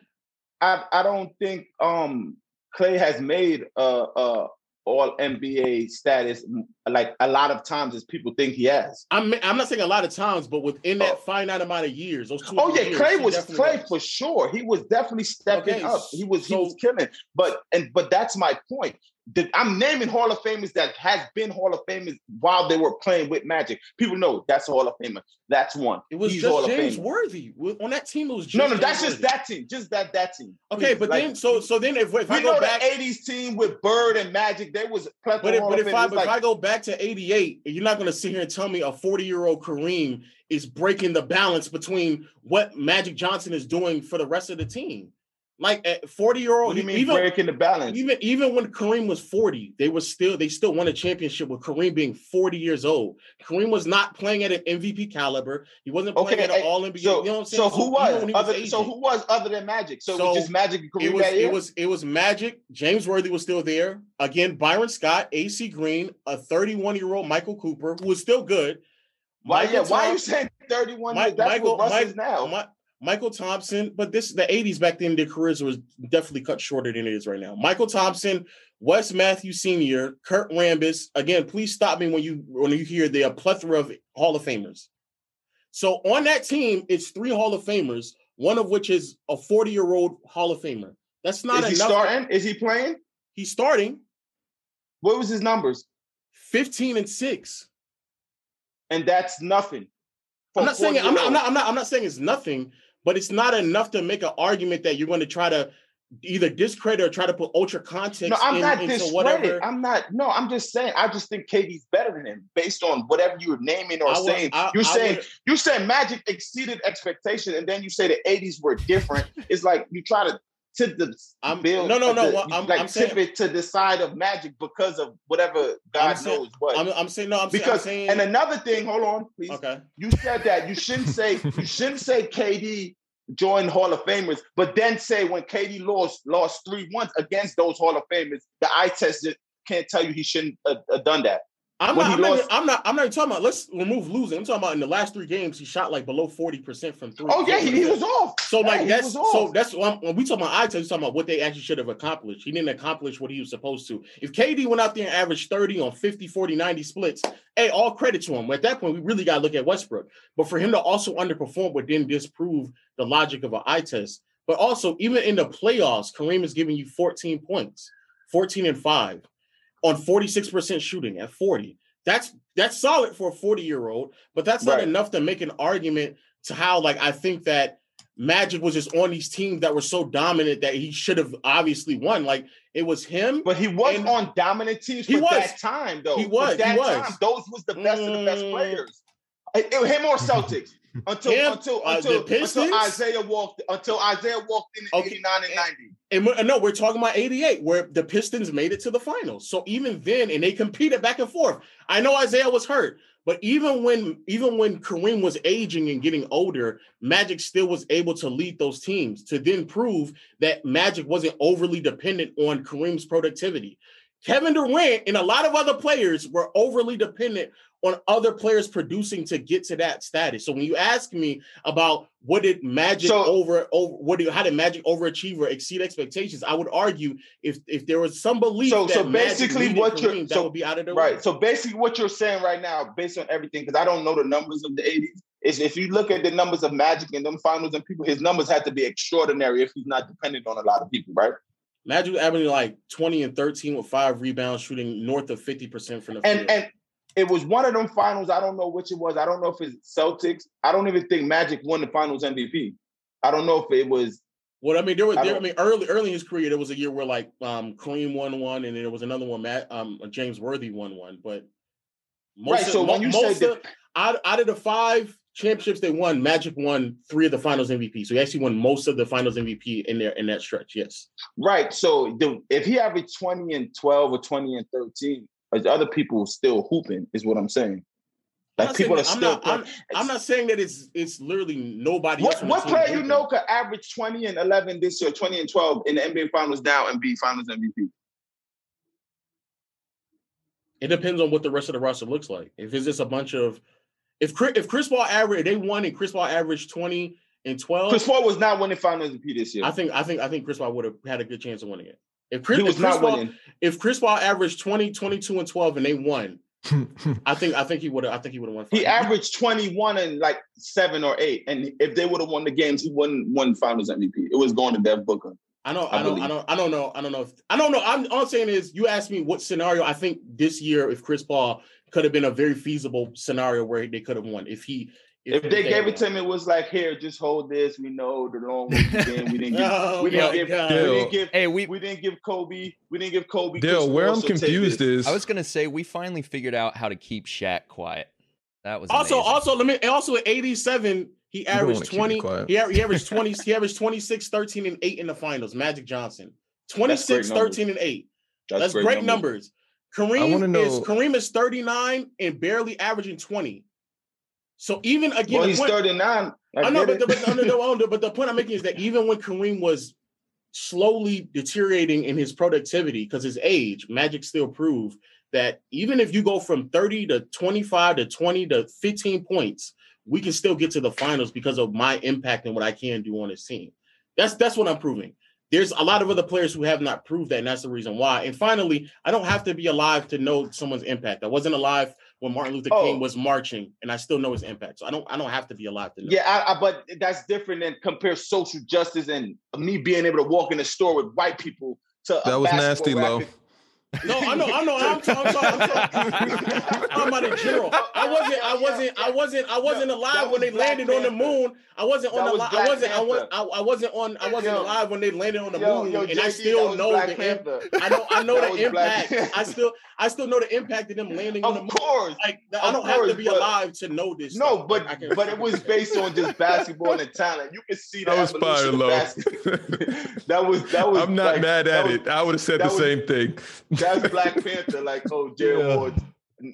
[SPEAKER 2] I, I don't think um Clay has made uh uh all NBA status m- like a lot of times as people think he has.
[SPEAKER 3] I'm I'm not saying a lot of times, but within
[SPEAKER 2] Oh.
[SPEAKER 3] that finite amount of years, those two. or
[SPEAKER 2] Oh
[SPEAKER 3] three
[SPEAKER 2] yeah,
[SPEAKER 3] years,
[SPEAKER 2] Clay
[SPEAKER 3] he
[SPEAKER 2] was
[SPEAKER 3] definitely
[SPEAKER 2] Clay
[SPEAKER 3] was.
[SPEAKER 2] for sure. He was definitely stepping
[SPEAKER 3] Okay,
[SPEAKER 2] up. He was he was
[SPEAKER 3] so-
[SPEAKER 2] killing. But and but that's my point. The- I'm naming Hall of Famers that has been Hall of Famers while they were playing with Magic. People know that's a Hall of Famer. That's one.
[SPEAKER 3] It was
[SPEAKER 2] He's Hall
[SPEAKER 3] just
[SPEAKER 2] of
[SPEAKER 3] James
[SPEAKER 2] Famer.
[SPEAKER 3] Worthy With- on that team. It was just
[SPEAKER 2] No, no,
[SPEAKER 3] James
[SPEAKER 2] that's just
[SPEAKER 3] Worthy.
[SPEAKER 2] that team. Just that that team.
[SPEAKER 3] Okay, but
[SPEAKER 2] Like,
[SPEAKER 3] then so so then if, if I
[SPEAKER 2] we know
[SPEAKER 3] go back,
[SPEAKER 2] the '80s team with Bird and Magic. They was plethora
[SPEAKER 3] but if,
[SPEAKER 2] Hall
[SPEAKER 3] but
[SPEAKER 2] of
[SPEAKER 3] if
[SPEAKER 2] Famers.
[SPEAKER 3] I
[SPEAKER 2] It's
[SPEAKER 3] but
[SPEAKER 2] like,
[SPEAKER 3] if I go back to '88, you're not going to sit here and tell me a 40 year old Kareem is breaking the balance between what Magic Johnson is doing for the rest of the team. Like at 40 year
[SPEAKER 2] what
[SPEAKER 3] old,
[SPEAKER 2] do you mean
[SPEAKER 3] even
[SPEAKER 2] breaking the balance?
[SPEAKER 3] even even when Kareem was 40, they were still they still won a championship with Kareem being 40 years old. Kareem was not playing at an MVP caliber. He wasn't playing
[SPEAKER 2] Okay,
[SPEAKER 3] at an
[SPEAKER 2] eh,
[SPEAKER 3] All NBA.
[SPEAKER 2] so,
[SPEAKER 3] you know what I'm
[SPEAKER 2] so
[SPEAKER 3] saying?
[SPEAKER 2] who
[SPEAKER 3] even
[SPEAKER 2] was,
[SPEAKER 3] when he
[SPEAKER 2] other? So
[SPEAKER 3] aging-
[SPEAKER 2] who was other than Magic? So, it
[SPEAKER 3] So
[SPEAKER 2] was just Magic and Kareem
[SPEAKER 3] it was
[SPEAKER 2] that year.
[SPEAKER 3] it was it was magic. James Worthy was still there. Again, Byron Scott, AC Green, a 31 year old Michael Cooper who was still good.
[SPEAKER 2] why?
[SPEAKER 3] Michael
[SPEAKER 2] Yeah. Why are you
[SPEAKER 3] Thom-
[SPEAKER 2] saying thirty-one?
[SPEAKER 3] Mi-
[SPEAKER 2] years? That's
[SPEAKER 3] Michael-
[SPEAKER 2] what Russ
[SPEAKER 3] Mike-
[SPEAKER 2] is now.
[SPEAKER 3] Mi- Michael Thompson, but this the 80s back then their careers was definitely cut shorter than it is right now. Michael Thompson, Wes Matthews Sr., Kurt Rambis. Again, please stop me when you when you hear the plethora of Hall of Famers. So on that team, it's three Hall of Famers, one of which is a 40-year-old Hall of Famer. That's not
[SPEAKER 2] is he
[SPEAKER 3] enough.
[SPEAKER 2] starting? Is he playing?
[SPEAKER 3] He's starting
[SPEAKER 2] What was his numbers?
[SPEAKER 3] 15 and 6.
[SPEAKER 2] And that's nothing. For
[SPEAKER 3] I'm not saying I'm not,
[SPEAKER 2] 40-year-old.
[SPEAKER 3] I'm not I'm not I'm not saying it's nothing, but it's not enough to make an argument that you're going to try to either discredit or try to put ultra context
[SPEAKER 2] No, I'm
[SPEAKER 3] in,
[SPEAKER 2] not
[SPEAKER 3] into
[SPEAKER 2] discredited.
[SPEAKER 3] whatever.
[SPEAKER 2] I'm not. No, I'm just saying. I just think KD's better than him based on whatever you're naming or
[SPEAKER 3] I would-
[SPEAKER 2] saying.
[SPEAKER 3] I-
[SPEAKER 2] you're
[SPEAKER 3] I
[SPEAKER 2] saying
[SPEAKER 3] would-
[SPEAKER 2] you said Magic exceeded expectation, and then you say the '80s were different. it's like you try to tip the
[SPEAKER 3] I'm-
[SPEAKER 2] bill-
[SPEAKER 3] no, no, no,
[SPEAKER 2] the-
[SPEAKER 3] well,
[SPEAKER 2] you
[SPEAKER 3] I'm-
[SPEAKER 2] like
[SPEAKER 3] I'm
[SPEAKER 2] tip
[SPEAKER 3] saying-
[SPEAKER 2] it to the side of Magic because of whatever God
[SPEAKER 3] I'm saying-
[SPEAKER 2] knows what.
[SPEAKER 3] I'm, I'm saying no. I'm
[SPEAKER 2] because
[SPEAKER 3] saying,
[SPEAKER 2] and another thing, hold on, please.
[SPEAKER 3] okay.
[SPEAKER 2] You said that you shouldn't say you shouldn't say KD joined Hall of Famers, but then say when KD lost lost three ones against those Hall of Famers, the eye test just can't tell you he shouldn't have have done that.
[SPEAKER 3] I'm
[SPEAKER 2] when
[SPEAKER 3] not,
[SPEAKER 2] he
[SPEAKER 3] I'm, not,
[SPEAKER 2] lost-
[SPEAKER 3] even- I'm not. I'm not even talking about. Let's remove losing. I'm talking about in the last three games, he shot like below forty percent from three.
[SPEAKER 2] Oh yeah, he, he was off.
[SPEAKER 3] So
[SPEAKER 2] Yeah,
[SPEAKER 3] like
[SPEAKER 2] he
[SPEAKER 3] that's
[SPEAKER 2] was off.
[SPEAKER 3] so that's when, when we talk about I tell you talking about what they actually should have accomplished. He didn't accomplish what he was supposed to. If KD went out there and averaged 30 on 50, 40, 90 splits, hey, all credit to him. At that point, we really got to look at Westbrook. But for him to also underperform would then disprove the logic of an eye test. But also, even in the playoffs, Kareem is giving you 14 points, 14 and 5 on 46% shooting at 40. That's that's solid for a 40 year old, but that's not
[SPEAKER 2] Right.
[SPEAKER 3] enough to make an argument to how like I think that Magic was just on these teams that were so dominant that he should have obviously won. Like it was him.
[SPEAKER 2] But he was
[SPEAKER 3] And-
[SPEAKER 2] on dominant teams
[SPEAKER 3] He
[SPEAKER 2] for
[SPEAKER 3] was.
[SPEAKER 2] that time, though.
[SPEAKER 3] He
[SPEAKER 2] For
[SPEAKER 3] was, he
[SPEAKER 2] that
[SPEAKER 3] was.
[SPEAKER 2] time, those was the best of the best
[SPEAKER 3] Mm.
[SPEAKER 2] players. It- it- him or Celtics. Until
[SPEAKER 3] Him,
[SPEAKER 2] until
[SPEAKER 3] uh, the
[SPEAKER 2] until,
[SPEAKER 3] Pistons?
[SPEAKER 2] until Isaiah walked until Isaiah walked in in
[SPEAKER 3] Okay,
[SPEAKER 2] 89 and 90.
[SPEAKER 3] And we're- no, we're talking about 88, where the Pistons made it to the finals. So even then, and they competed back and forth. I know Isaiah was hurt, but even when even when Kareem was aging and getting older, Magic still was able to lead those teams to then prove that Magic wasn't overly dependent on Kareem's productivity. Kevin Durant and a lot of other players were overly dependent on other players producing to get to that status. So when you ask me about what did Magic
[SPEAKER 2] So-
[SPEAKER 3] over over what do how did Magic overachieve or exceed expectations, I would argue if if there was some belief
[SPEAKER 2] So-
[SPEAKER 3] that
[SPEAKER 2] so
[SPEAKER 3] Magic
[SPEAKER 2] basically
[SPEAKER 3] needed
[SPEAKER 2] what you're-
[SPEAKER 3] Kareem, that
[SPEAKER 2] so-
[SPEAKER 3] would be out of the way.
[SPEAKER 2] Right. So basically, what you're saying right now, based on everything, because I don't know the numbers of the 80s, is if you look at the numbers of Magic and them finals and people, his numbers have to be extraordinary if he's not dependent on a lot of people, right?
[SPEAKER 3] Magic averaging like 20 and 13 with five rebounds, shooting north of 50% from the
[SPEAKER 2] And
[SPEAKER 3] field.
[SPEAKER 2] and it was one of them finals. I don't know which it was. I don't know if it's Celtics. I don't even think Magic won the Finals MVP. I don't know if it was
[SPEAKER 3] well, I mean, there was
[SPEAKER 2] I
[SPEAKER 3] there, I
[SPEAKER 2] don't-
[SPEAKER 3] mean, early early in his career, there was a year where like um Kareem won one, and then there was another one, Matt um James Worthy won one. But most
[SPEAKER 2] right.
[SPEAKER 3] of-
[SPEAKER 2] So when
[SPEAKER 3] mo-
[SPEAKER 2] you
[SPEAKER 3] most
[SPEAKER 2] say
[SPEAKER 3] of- out, out of the five championships they won, Magic won three of the finals MVP. So he actually won most of the finals MVP in there in that stretch. Yes.
[SPEAKER 2] Right. So the, if he averaged 20 and 12 or 20 and 13, as other people still hooping, is what I'm saying.
[SPEAKER 3] I'm
[SPEAKER 2] Like
[SPEAKER 3] not
[SPEAKER 2] people are
[SPEAKER 3] saying
[SPEAKER 2] still
[SPEAKER 3] that- I'm
[SPEAKER 2] playing.
[SPEAKER 3] not- I'm not saying that it's it's literally nobody else.
[SPEAKER 2] what
[SPEAKER 3] on
[SPEAKER 2] what
[SPEAKER 3] the team
[SPEAKER 2] player you
[SPEAKER 3] hooping.
[SPEAKER 2] know could average 20 and 11 this year, 20 and 12 in the NBA Finals now and be Finals MVP?
[SPEAKER 3] It depends on what the rest of the roster looks like. If it's just a bunch of if Chris, if Chris Paul average they won and Chris Paul averaged twenty and twelve,
[SPEAKER 2] Chris Paul was not winning Finals MVP this year.
[SPEAKER 3] Oh. I think I think I think Chris Paul would have had a good chance of winning it. If Chris,
[SPEAKER 2] he
[SPEAKER 3] if
[SPEAKER 2] was
[SPEAKER 3] Chris
[SPEAKER 2] not
[SPEAKER 3] Paul,
[SPEAKER 2] winning.
[SPEAKER 3] if Chris Paul averaged 20, 22, and twelve and they won, I think I think he would have I think he would have won.
[SPEAKER 2] He
[SPEAKER 3] finals.
[SPEAKER 2] averaged 21 and like seven or eight. And if they would have won the games, he wouldn't won Finals MVP. It was going to Dev Booker.
[SPEAKER 3] I don't,
[SPEAKER 2] I
[SPEAKER 3] I, don't,
[SPEAKER 2] believe.
[SPEAKER 3] I don't, I don't know, I don't know. If, I don't know. I'm all I'm saying is, you asked me what scenario. I think this year, if Chris Paul could have been a very feasible scenario where they could have won, if he,
[SPEAKER 2] If they gave it to him, it was like, here, just hold this. We know the long way we've been. We didn't give
[SPEAKER 3] oh
[SPEAKER 2] we didn't
[SPEAKER 3] my
[SPEAKER 2] give-
[SPEAKER 3] God.
[SPEAKER 2] we
[SPEAKER 1] Dale.
[SPEAKER 2] didn't give
[SPEAKER 4] Hey, we
[SPEAKER 2] we didn't give Kobe. We didn't give Kobe.
[SPEAKER 1] Dale,
[SPEAKER 2] Chris
[SPEAKER 1] where
[SPEAKER 2] Paul,
[SPEAKER 1] I'm
[SPEAKER 2] so take
[SPEAKER 1] confused
[SPEAKER 2] this.
[SPEAKER 1] is
[SPEAKER 4] I was gonna say we finally figured out how to keep Shaq quiet. That was
[SPEAKER 3] Also,
[SPEAKER 4] amazing.
[SPEAKER 3] also, let me. And also, at 87, he
[SPEAKER 1] don't wanna
[SPEAKER 3] averaged
[SPEAKER 1] keep it
[SPEAKER 3] 20.
[SPEAKER 1] quiet.
[SPEAKER 3] He, aver- he averaged 20. he averaged 26, 13, and eight in the finals. Magic Johnson,
[SPEAKER 2] That's great
[SPEAKER 3] 26, 13, and eight.
[SPEAKER 2] That's,
[SPEAKER 3] That's, great, numbers.
[SPEAKER 1] I
[SPEAKER 3] Kareem
[SPEAKER 1] wanna
[SPEAKER 3] is
[SPEAKER 1] know-
[SPEAKER 3] Kareem is 39 and barely averaging 20. So even again,
[SPEAKER 2] Well,
[SPEAKER 3] the
[SPEAKER 2] he's
[SPEAKER 3] point-
[SPEAKER 2] 39. I,
[SPEAKER 3] I know,
[SPEAKER 2] get
[SPEAKER 3] but the,
[SPEAKER 2] it.
[SPEAKER 3] but, the, no, no, no, but the point I'm making is that even when Kareem was slowly deteriorating in his productivity because his age, Magic still proved that even if you go from 30 to 25 to 20 to 15 points, we can still get to the finals because of my impact and what I can do on this team. That's that's what I'm proving. There's a lot of other players who have not proved that, and that's the reason why. And finally, I don't have to be alive to know someone's impact. I wasn't alive when Martin Luther
[SPEAKER 2] Oh.
[SPEAKER 3] King was marching, and I still know his impact. So I don't I don't have to be alive to know.
[SPEAKER 2] yeah, I, I, but that's different than compare social justice and me being able to walk in the store with white people to a
[SPEAKER 1] that was nasty,
[SPEAKER 2] basketball
[SPEAKER 1] low.
[SPEAKER 2] racket.
[SPEAKER 3] No, I know, I know. I'm, t- I'm sorry. I'm sorry. I'm talking about in general. I wasn't. I wasn't. I wasn't. I wasn't alive
[SPEAKER 2] That
[SPEAKER 3] when they
[SPEAKER 2] was Black
[SPEAKER 3] landed on the
[SPEAKER 2] Panther.
[SPEAKER 3] moon. I wasn't on
[SPEAKER 2] That
[SPEAKER 3] the.
[SPEAKER 2] was
[SPEAKER 3] Li- I
[SPEAKER 2] Black
[SPEAKER 3] wasn't. I was.
[SPEAKER 2] Panther.
[SPEAKER 3] I, I wasn't on. I wasn't
[SPEAKER 2] Yo.
[SPEAKER 3] alive when they landed on the
[SPEAKER 2] Yo,
[SPEAKER 3] moon,
[SPEAKER 2] yo,
[SPEAKER 3] and
[SPEAKER 2] JD,
[SPEAKER 3] I
[SPEAKER 2] that
[SPEAKER 3] still
[SPEAKER 2] was
[SPEAKER 3] know
[SPEAKER 2] Black
[SPEAKER 3] the. Imp-
[SPEAKER 2] Panther.
[SPEAKER 3] I know. I know
[SPEAKER 2] That was
[SPEAKER 3] the
[SPEAKER 2] Black
[SPEAKER 3] impact. I
[SPEAKER 2] Panther.
[SPEAKER 3] still. I still know the impact of them landing on the
[SPEAKER 2] Of
[SPEAKER 3] moon.
[SPEAKER 2] course.
[SPEAKER 3] Like I
[SPEAKER 2] of
[SPEAKER 3] don't have
[SPEAKER 2] course,
[SPEAKER 3] to be
[SPEAKER 2] but-
[SPEAKER 3] alive to know this.
[SPEAKER 2] No,
[SPEAKER 3] stuff.
[SPEAKER 2] but
[SPEAKER 3] I can-
[SPEAKER 2] but it was based on just basketball and talent. You can see the
[SPEAKER 1] That was fire,
[SPEAKER 2] evolution of
[SPEAKER 1] low.
[SPEAKER 2] basketball. That was that was.
[SPEAKER 1] I'm not
[SPEAKER 2] like,
[SPEAKER 1] mad at
[SPEAKER 2] that was-
[SPEAKER 1] it. I would have said
[SPEAKER 2] that
[SPEAKER 1] the
[SPEAKER 2] was-
[SPEAKER 1] same thing.
[SPEAKER 2] That's Black Panther. Like, oh, Jerry
[SPEAKER 1] Yeah.
[SPEAKER 2] Ward's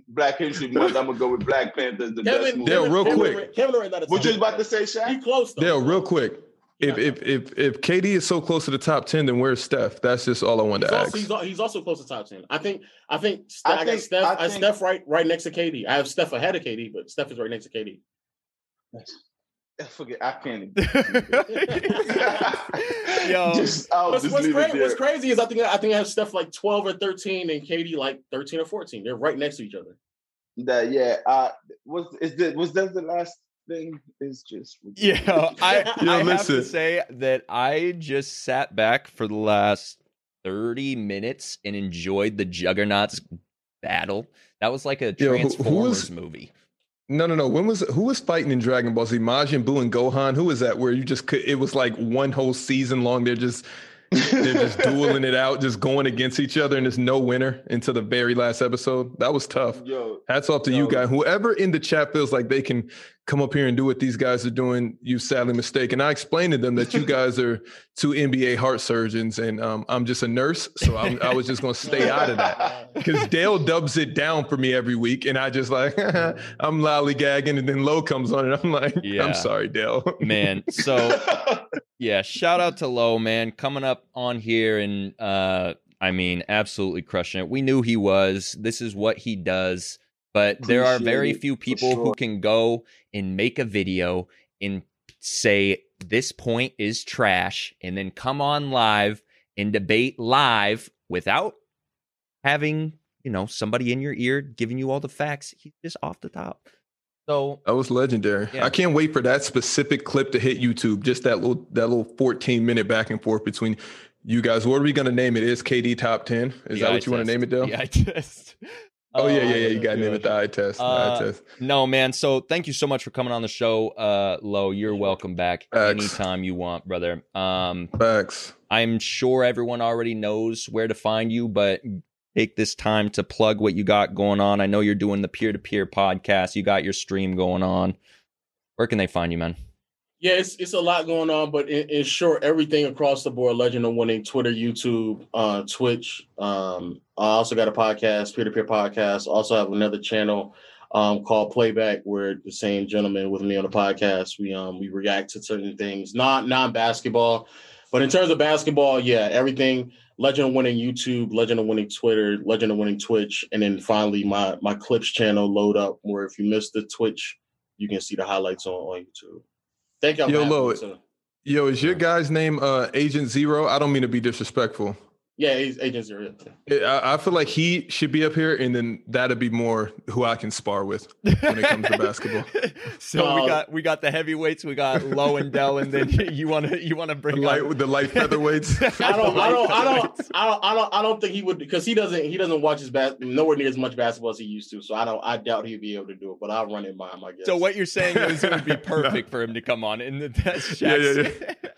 [SPEAKER 2] Black History Month. I'm gonna go with Black Panther as the best
[SPEAKER 3] Kevin,
[SPEAKER 2] movie.
[SPEAKER 1] Dale, real
[SPEAKER 3] Kevin,
[SPEAKER 1] quick.
[SPEAKER 3] Durant- Kevin Durant not a
[SPEAKER 2] What you was
[SPEAKER 3] top
[SPEAKER 2] about to say, Shaq?
[SPEAKER 3] ten. He close though.
[SPEAKER 1] Dale, real quick. If if if if KD is so close to the top ten, then where's Steph? That's just all I wanted
[SPEAKER 3] He's
[SPEAKER 1] to
[SPEAKER 3] also,
[SPEAKER 1] ask.
[SPEAKER 3] he's, al- he's also close to top ten. I think. I think. Ste-
[SPEAKER 2] I
[SPEAKER 3] I, got
[SPEAKER 2] think-
[SPEAKER 3] Steph.
[SPEAKER 2] I
[SPEAKER 3] I, have
[SPEAKER 2] think-
[SPEAKER 3] Steph right right next to KD. I have Steph ahead of KD, but Steph is right next to KD.
[SPEAKER 2] I forget. I can't.
[SPEAKER 6] Yo.
[SPEAKER 2] just, I'll
[SPEAKER 3] What's,
[SPEAKER 2] just
[SPEAKER 3] what's,
[SPEAKER 2] leave it
[SPEAKER 3] cra-
[SPEAKER 2] there.
[SPEAKER 3] what's crazy is I think I think I have Steph like twelve or thirteen, and KD like thirteen or fourteen. They're right next to each other.
[SPEAKER 2] That yeah. Uh, was is the was that the last thing? Is just
[SPEAKER 4] Yeah, I,
[SPEAKER 1] Yo,
[SPEAKER 4] I have
[SPEAKER 1] listen.
[SPEAKER 4] to say that I just sat back for the last 30 minutes and enjoyed the Juggernauts battle. That was like a
[SPEAKER 1] Yo, who- who
[SPEAKER 4] Transformers
[SPEAKER 1] was-
[SPEAKER 4] movie.
[SPEAKER 1] No, no, no. When was who was fighting in Dragon Ball Z? Majin Buu and Gohan. Who was that? Where you just could? It was like one whole season long. They're just they're just dueling it out, just going against each other, and there's no winner until the very last episode. That was tough.
[SPEAKER 2] Yo,
[SPEAKER 1] Hats off to you
[SPEAKER 2] Yo.
[SPEAKER 1] guy. Whoever in the chat feels like they can come up here and do what these guys are doing, you sadly mistaken. I explained to them that you guys are two NBA heart surgeons, and um, I'm just a nurse, so I'm, I was just going to stay out of that
[SPEAKER 2] Uh,
[SPEAKER 1] because Dale dubs it down for me every week, and I just like I'm lollygagging, and then Low comes on, and I'm like,
[SPEAKER 4] Yeah.
[SPEAKER 1] I'm sorry, Dale.
[SPEAKER 4] man. So yeah, shout out to Low, man, coming up on here and uh I mean, absolutely crushing it. We knew he was. This is what he does. But there are
[SPEAKER 2] Appreciate
[SPEAKER 4] very
[SPEAKER 2] it,
[SPEAKER 4] few
[SPEAKER 2] for
[SPEAKER 4] people who
[SPEAKER 2] sure.
[SPEAKER 4] can go and make a video and say this point is trash and then come on live and debate live without having, you know, somebody in your ear giving you all the facts. He's just off the top. So
[SPEAKER 1] That was legendary.
[SPEAKER 4] Yeah.
[SPEAKER 1] I can't wait for that specific clip to hit YouTube. Just that little that little 14 minute back and forth between you guys. What are we gonna name it? Is KD top 10? Is
[SPEAKER 4] the
[SPEAKER 1] that
[SPEAKER 4] eye
[SPEAKER 1] what you want
[SPEAKER 4] test.
[SPEAKER 1] to name it, Dale?
[SPEAKER 4] The eye test.
[SPEAKER 1] Oh yeah, yeah, yeah. You
[SPEAKER 4] my
[SPEAKER 1] gotta name it the
[SPEAKER 4] gosh.
[SPEAKER 1] eye test. the eye
[SPEAKER 4] Uh,
[SPEAKER 1] test.
[SPEAKER 4] No, man. So thank you so much for coming on the show, uh, Lo. You're welcome back
[SPEAKER 1] Thanks.
[SPEAKER 4] anytime you want, brother. Um,
[SPEAKER 1] Facts.
[SPEAKER 4] I'm sure everyone already knows where to find you, but take this time to plug what you got going on. I know you're doing the peer to peer podcast. You got your stream going on. Where can they find you, man?
[SPEAKER 3] Yeah, it's it's a lot going on, but in, in short, everything across the board. Legend of Winning, Twitter, YouTube, uh, Twitch. Um, I also got a podcast, peer to peer podcast. Also have another channel um, called Playback, where the same gentleman with me on the podcast, we um we react to certain things, not non basketball, but in terms of basketball, yeah, everything. Legend of Winning YouTube, Legend of Winning Twitter, Legend of Winning Twitch, and then finally my my clips channel, Load Up, where if you miss the Twitch, you can see the highlights on on YouTube. Thank y'all. for
[SPEAKER 1] Yo,
[SPEAKER 3] having me,
[SPEAKER 1] Lloyd.
[SPEAKER 3] sir.
[SPEAKER 1] Yo, is your guy's name uh Agent Zero? I don't mean to be disrespectful.
[SPEAKER 3] Yeah, he's Agent Zero.
[SPEAKER 1] It, I, I feel like he should be up here, and then that'd be more who I can spar with. it comes to basketball.
[SPEAKER 4] so we
[SPEAKER 3] Well-
[SPEAKER 4] got we got the heavyweights, we got Low and Dell, and then you want to you want to
[SPEAKER 1] The
[SPEAKER 4] bring
[SPEAKER 1] light,
[SPEAKER 4] up-
[SPEAKER 1] the light featherweights.
[SPEAKER 3] I don't, I don't, I don't, I don't, I don't, I don't think he would because he doesn't, he doesn't watch his bas- nowhere near as much basketball as he used to. So I don't, I doubt he'd be able to do it. But I'll run it by him, I guess.
[SPEAKER 4] So what you're saying is it would be perfect for him to come on in the that's
[SPEAKER 1] Yeah, yeah,
[SPEAKER 4] Shaq's-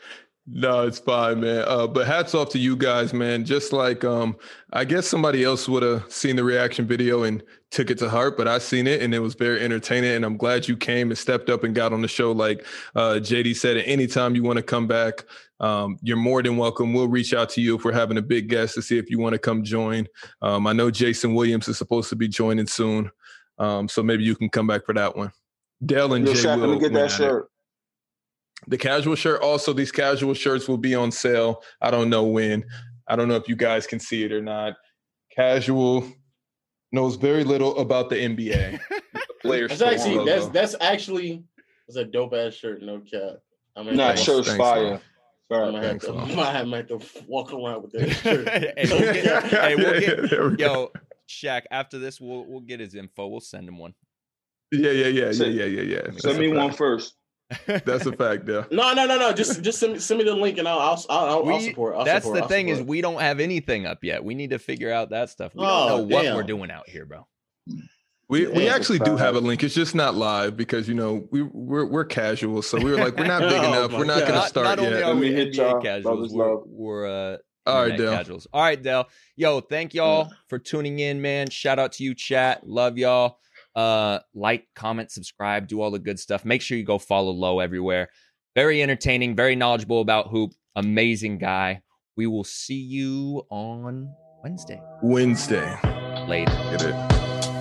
[SPEAKER 1] No, it's fine, man. Uh, but hats off to you guys, man. Just like um, I guess somebody else would have seen the reaction video and took it to heart, but I seen it and it was very entertaining. And I'm glad you came and stepped up and got on the show. Like uh, JD said, at any time you want to come back, um, you're more than welcome. We'll reach out to you if we're having a big guest to see if you want to come join. Um, I know Jason Williams is supposed to be joining soon, um, so maybe you can come back for that one. Dell and
[SPEAKER 2] Yo,
[SPEAKER 1] Jay
[SPEAKER 2] Shaq,
[SPEAKER 1] will
[SPEAKER 2] let me get
[SPEAKER 1] went
[SPEAKER 2] that
[SPEAKER 1] at it.
[SPEAKER 2] shirt.
[SPEAKER 1] The casual shirt. Also, these casual shirts will be on sale. I don't know when. I don't know if you guys can see it or not. Casual knows very little about the NBA. Players.
[SPEAKER 3] That's actually, that's that's actually, that's a dope ass shirt. No cap. I mean,
[SPEAKER 2] Nah,
[SPEAKER 1] Thanks,
[SPEAKER 2] shirt's
[SPEAKER 1] thanks,
[SPEAKER 2] fire.
[SPEAKER 1] man.
[SPEAKER 3] I
[SPEAKER 2] Fire.
[SPEAKER 3] might have
[SPEAKER 1] Thanks,
[SPEAKER 3] to, I
[SPEAKER 1] man.
[SPEAKER 3] might have to walk around with that shirt.
[SPEAKER 4] Hey,
[SPEAKER 3] Yeah,
[SPEAKER 4] we'll get- hey, we'll get-
[SPEAKER 1] there we go.
[SPEAKER 4] Yo, Shaq, after this, we'll we'll get his info. We'll send him one.
[SPEAKER 1] yeah, yeah, yeah, yeah,
[SPEAKER 2] Send-
[SPEAKER 1] yeah, yeah, yeah. That's
[SPEAKER 2] Send me
[SPEAKER 1] a
[SPEAKER 2] one
[SPEAKER 1] fact.
[SPEAKER 2] first.
[SPEAKER 1] That's a fact, though.
[SPEAKER 3] No, no, no, no. Just, just send, me- send me the link and I'll, I'll, I'll, I'll, I'll
[SPEAKER 4] We-
[SPEAKER 3] support. I'll
[SPEAKER 4] That's
[SPEAKER 3] support,
[SPEAKER 4] the
[SPEAKER 3] I'll
[SPEAKER 4] thing is
[SPEAKER 3] support.
[SPEAKER 4] we don't have anything up yet. We need to figure out that stuff. We don't
[SPEAKER 3] Oh,
[SPEAKER 4] know what we're
[SPEAKER 3] damn.
[SPEAKER 4] doing out here, bro.
[SPEAKER 1] We we
[SPEAKER 2] Yeah,
[SPEAKER 1] actually
[SPEAKER 2] that's
[SPEAKER 1] do
[SPEAKER 2] a
[SPEAKER 1] have a
[SPEAKER 2] fact.
[SPEAKER 1] link. It's just not live because you know we we're we're casual, so we were like we're not big
[SPEAKER 3] Oh
[SPEAKER 1] enough.
[SPEAKER 3] my
[SPEAKER 1] We're not
[SPEAKER 3] God.
[SPEAKER 1] going to
[SPEAKER 4] Not,
[SPEAKER 1] start
[SPEAKER 4] not only
[SPEAKER 1] yet.
[SPEAKER 4] are
[SPEAKER 2] Let me
[SPEAKER 4] we
[SPEAKER 2] hit
[SPEAKER 4] NBA
[SPEAKER 2] y'all.
[SPEAKER 4] casuals,
[SPEAKER 2] Brothers
[SPEAKER 4] we're,
[SPEAKER 2] love.
[SPEAKER 4] we're uh,
[SPEAKER 1] All right,
[SPEAKER 4] internet
[SPEAKER 1] Dale. Mm.
[SPEAKER 4] casuals. All right, Dell. Yo, thank y'all for tuning in, man. Shout out to you, chat. Love y'all. Uh, like, comment, subscribe, do all the good stuff. Make sure you go follow Low everywhere. Very entertaining, very knowledgeable about hoop. Amazing guy. We will see you on Wednesday.
[SPEAKER 1] Wednesday.
[SPEAKER 4] Later.
[SPEAKER 1] Get it.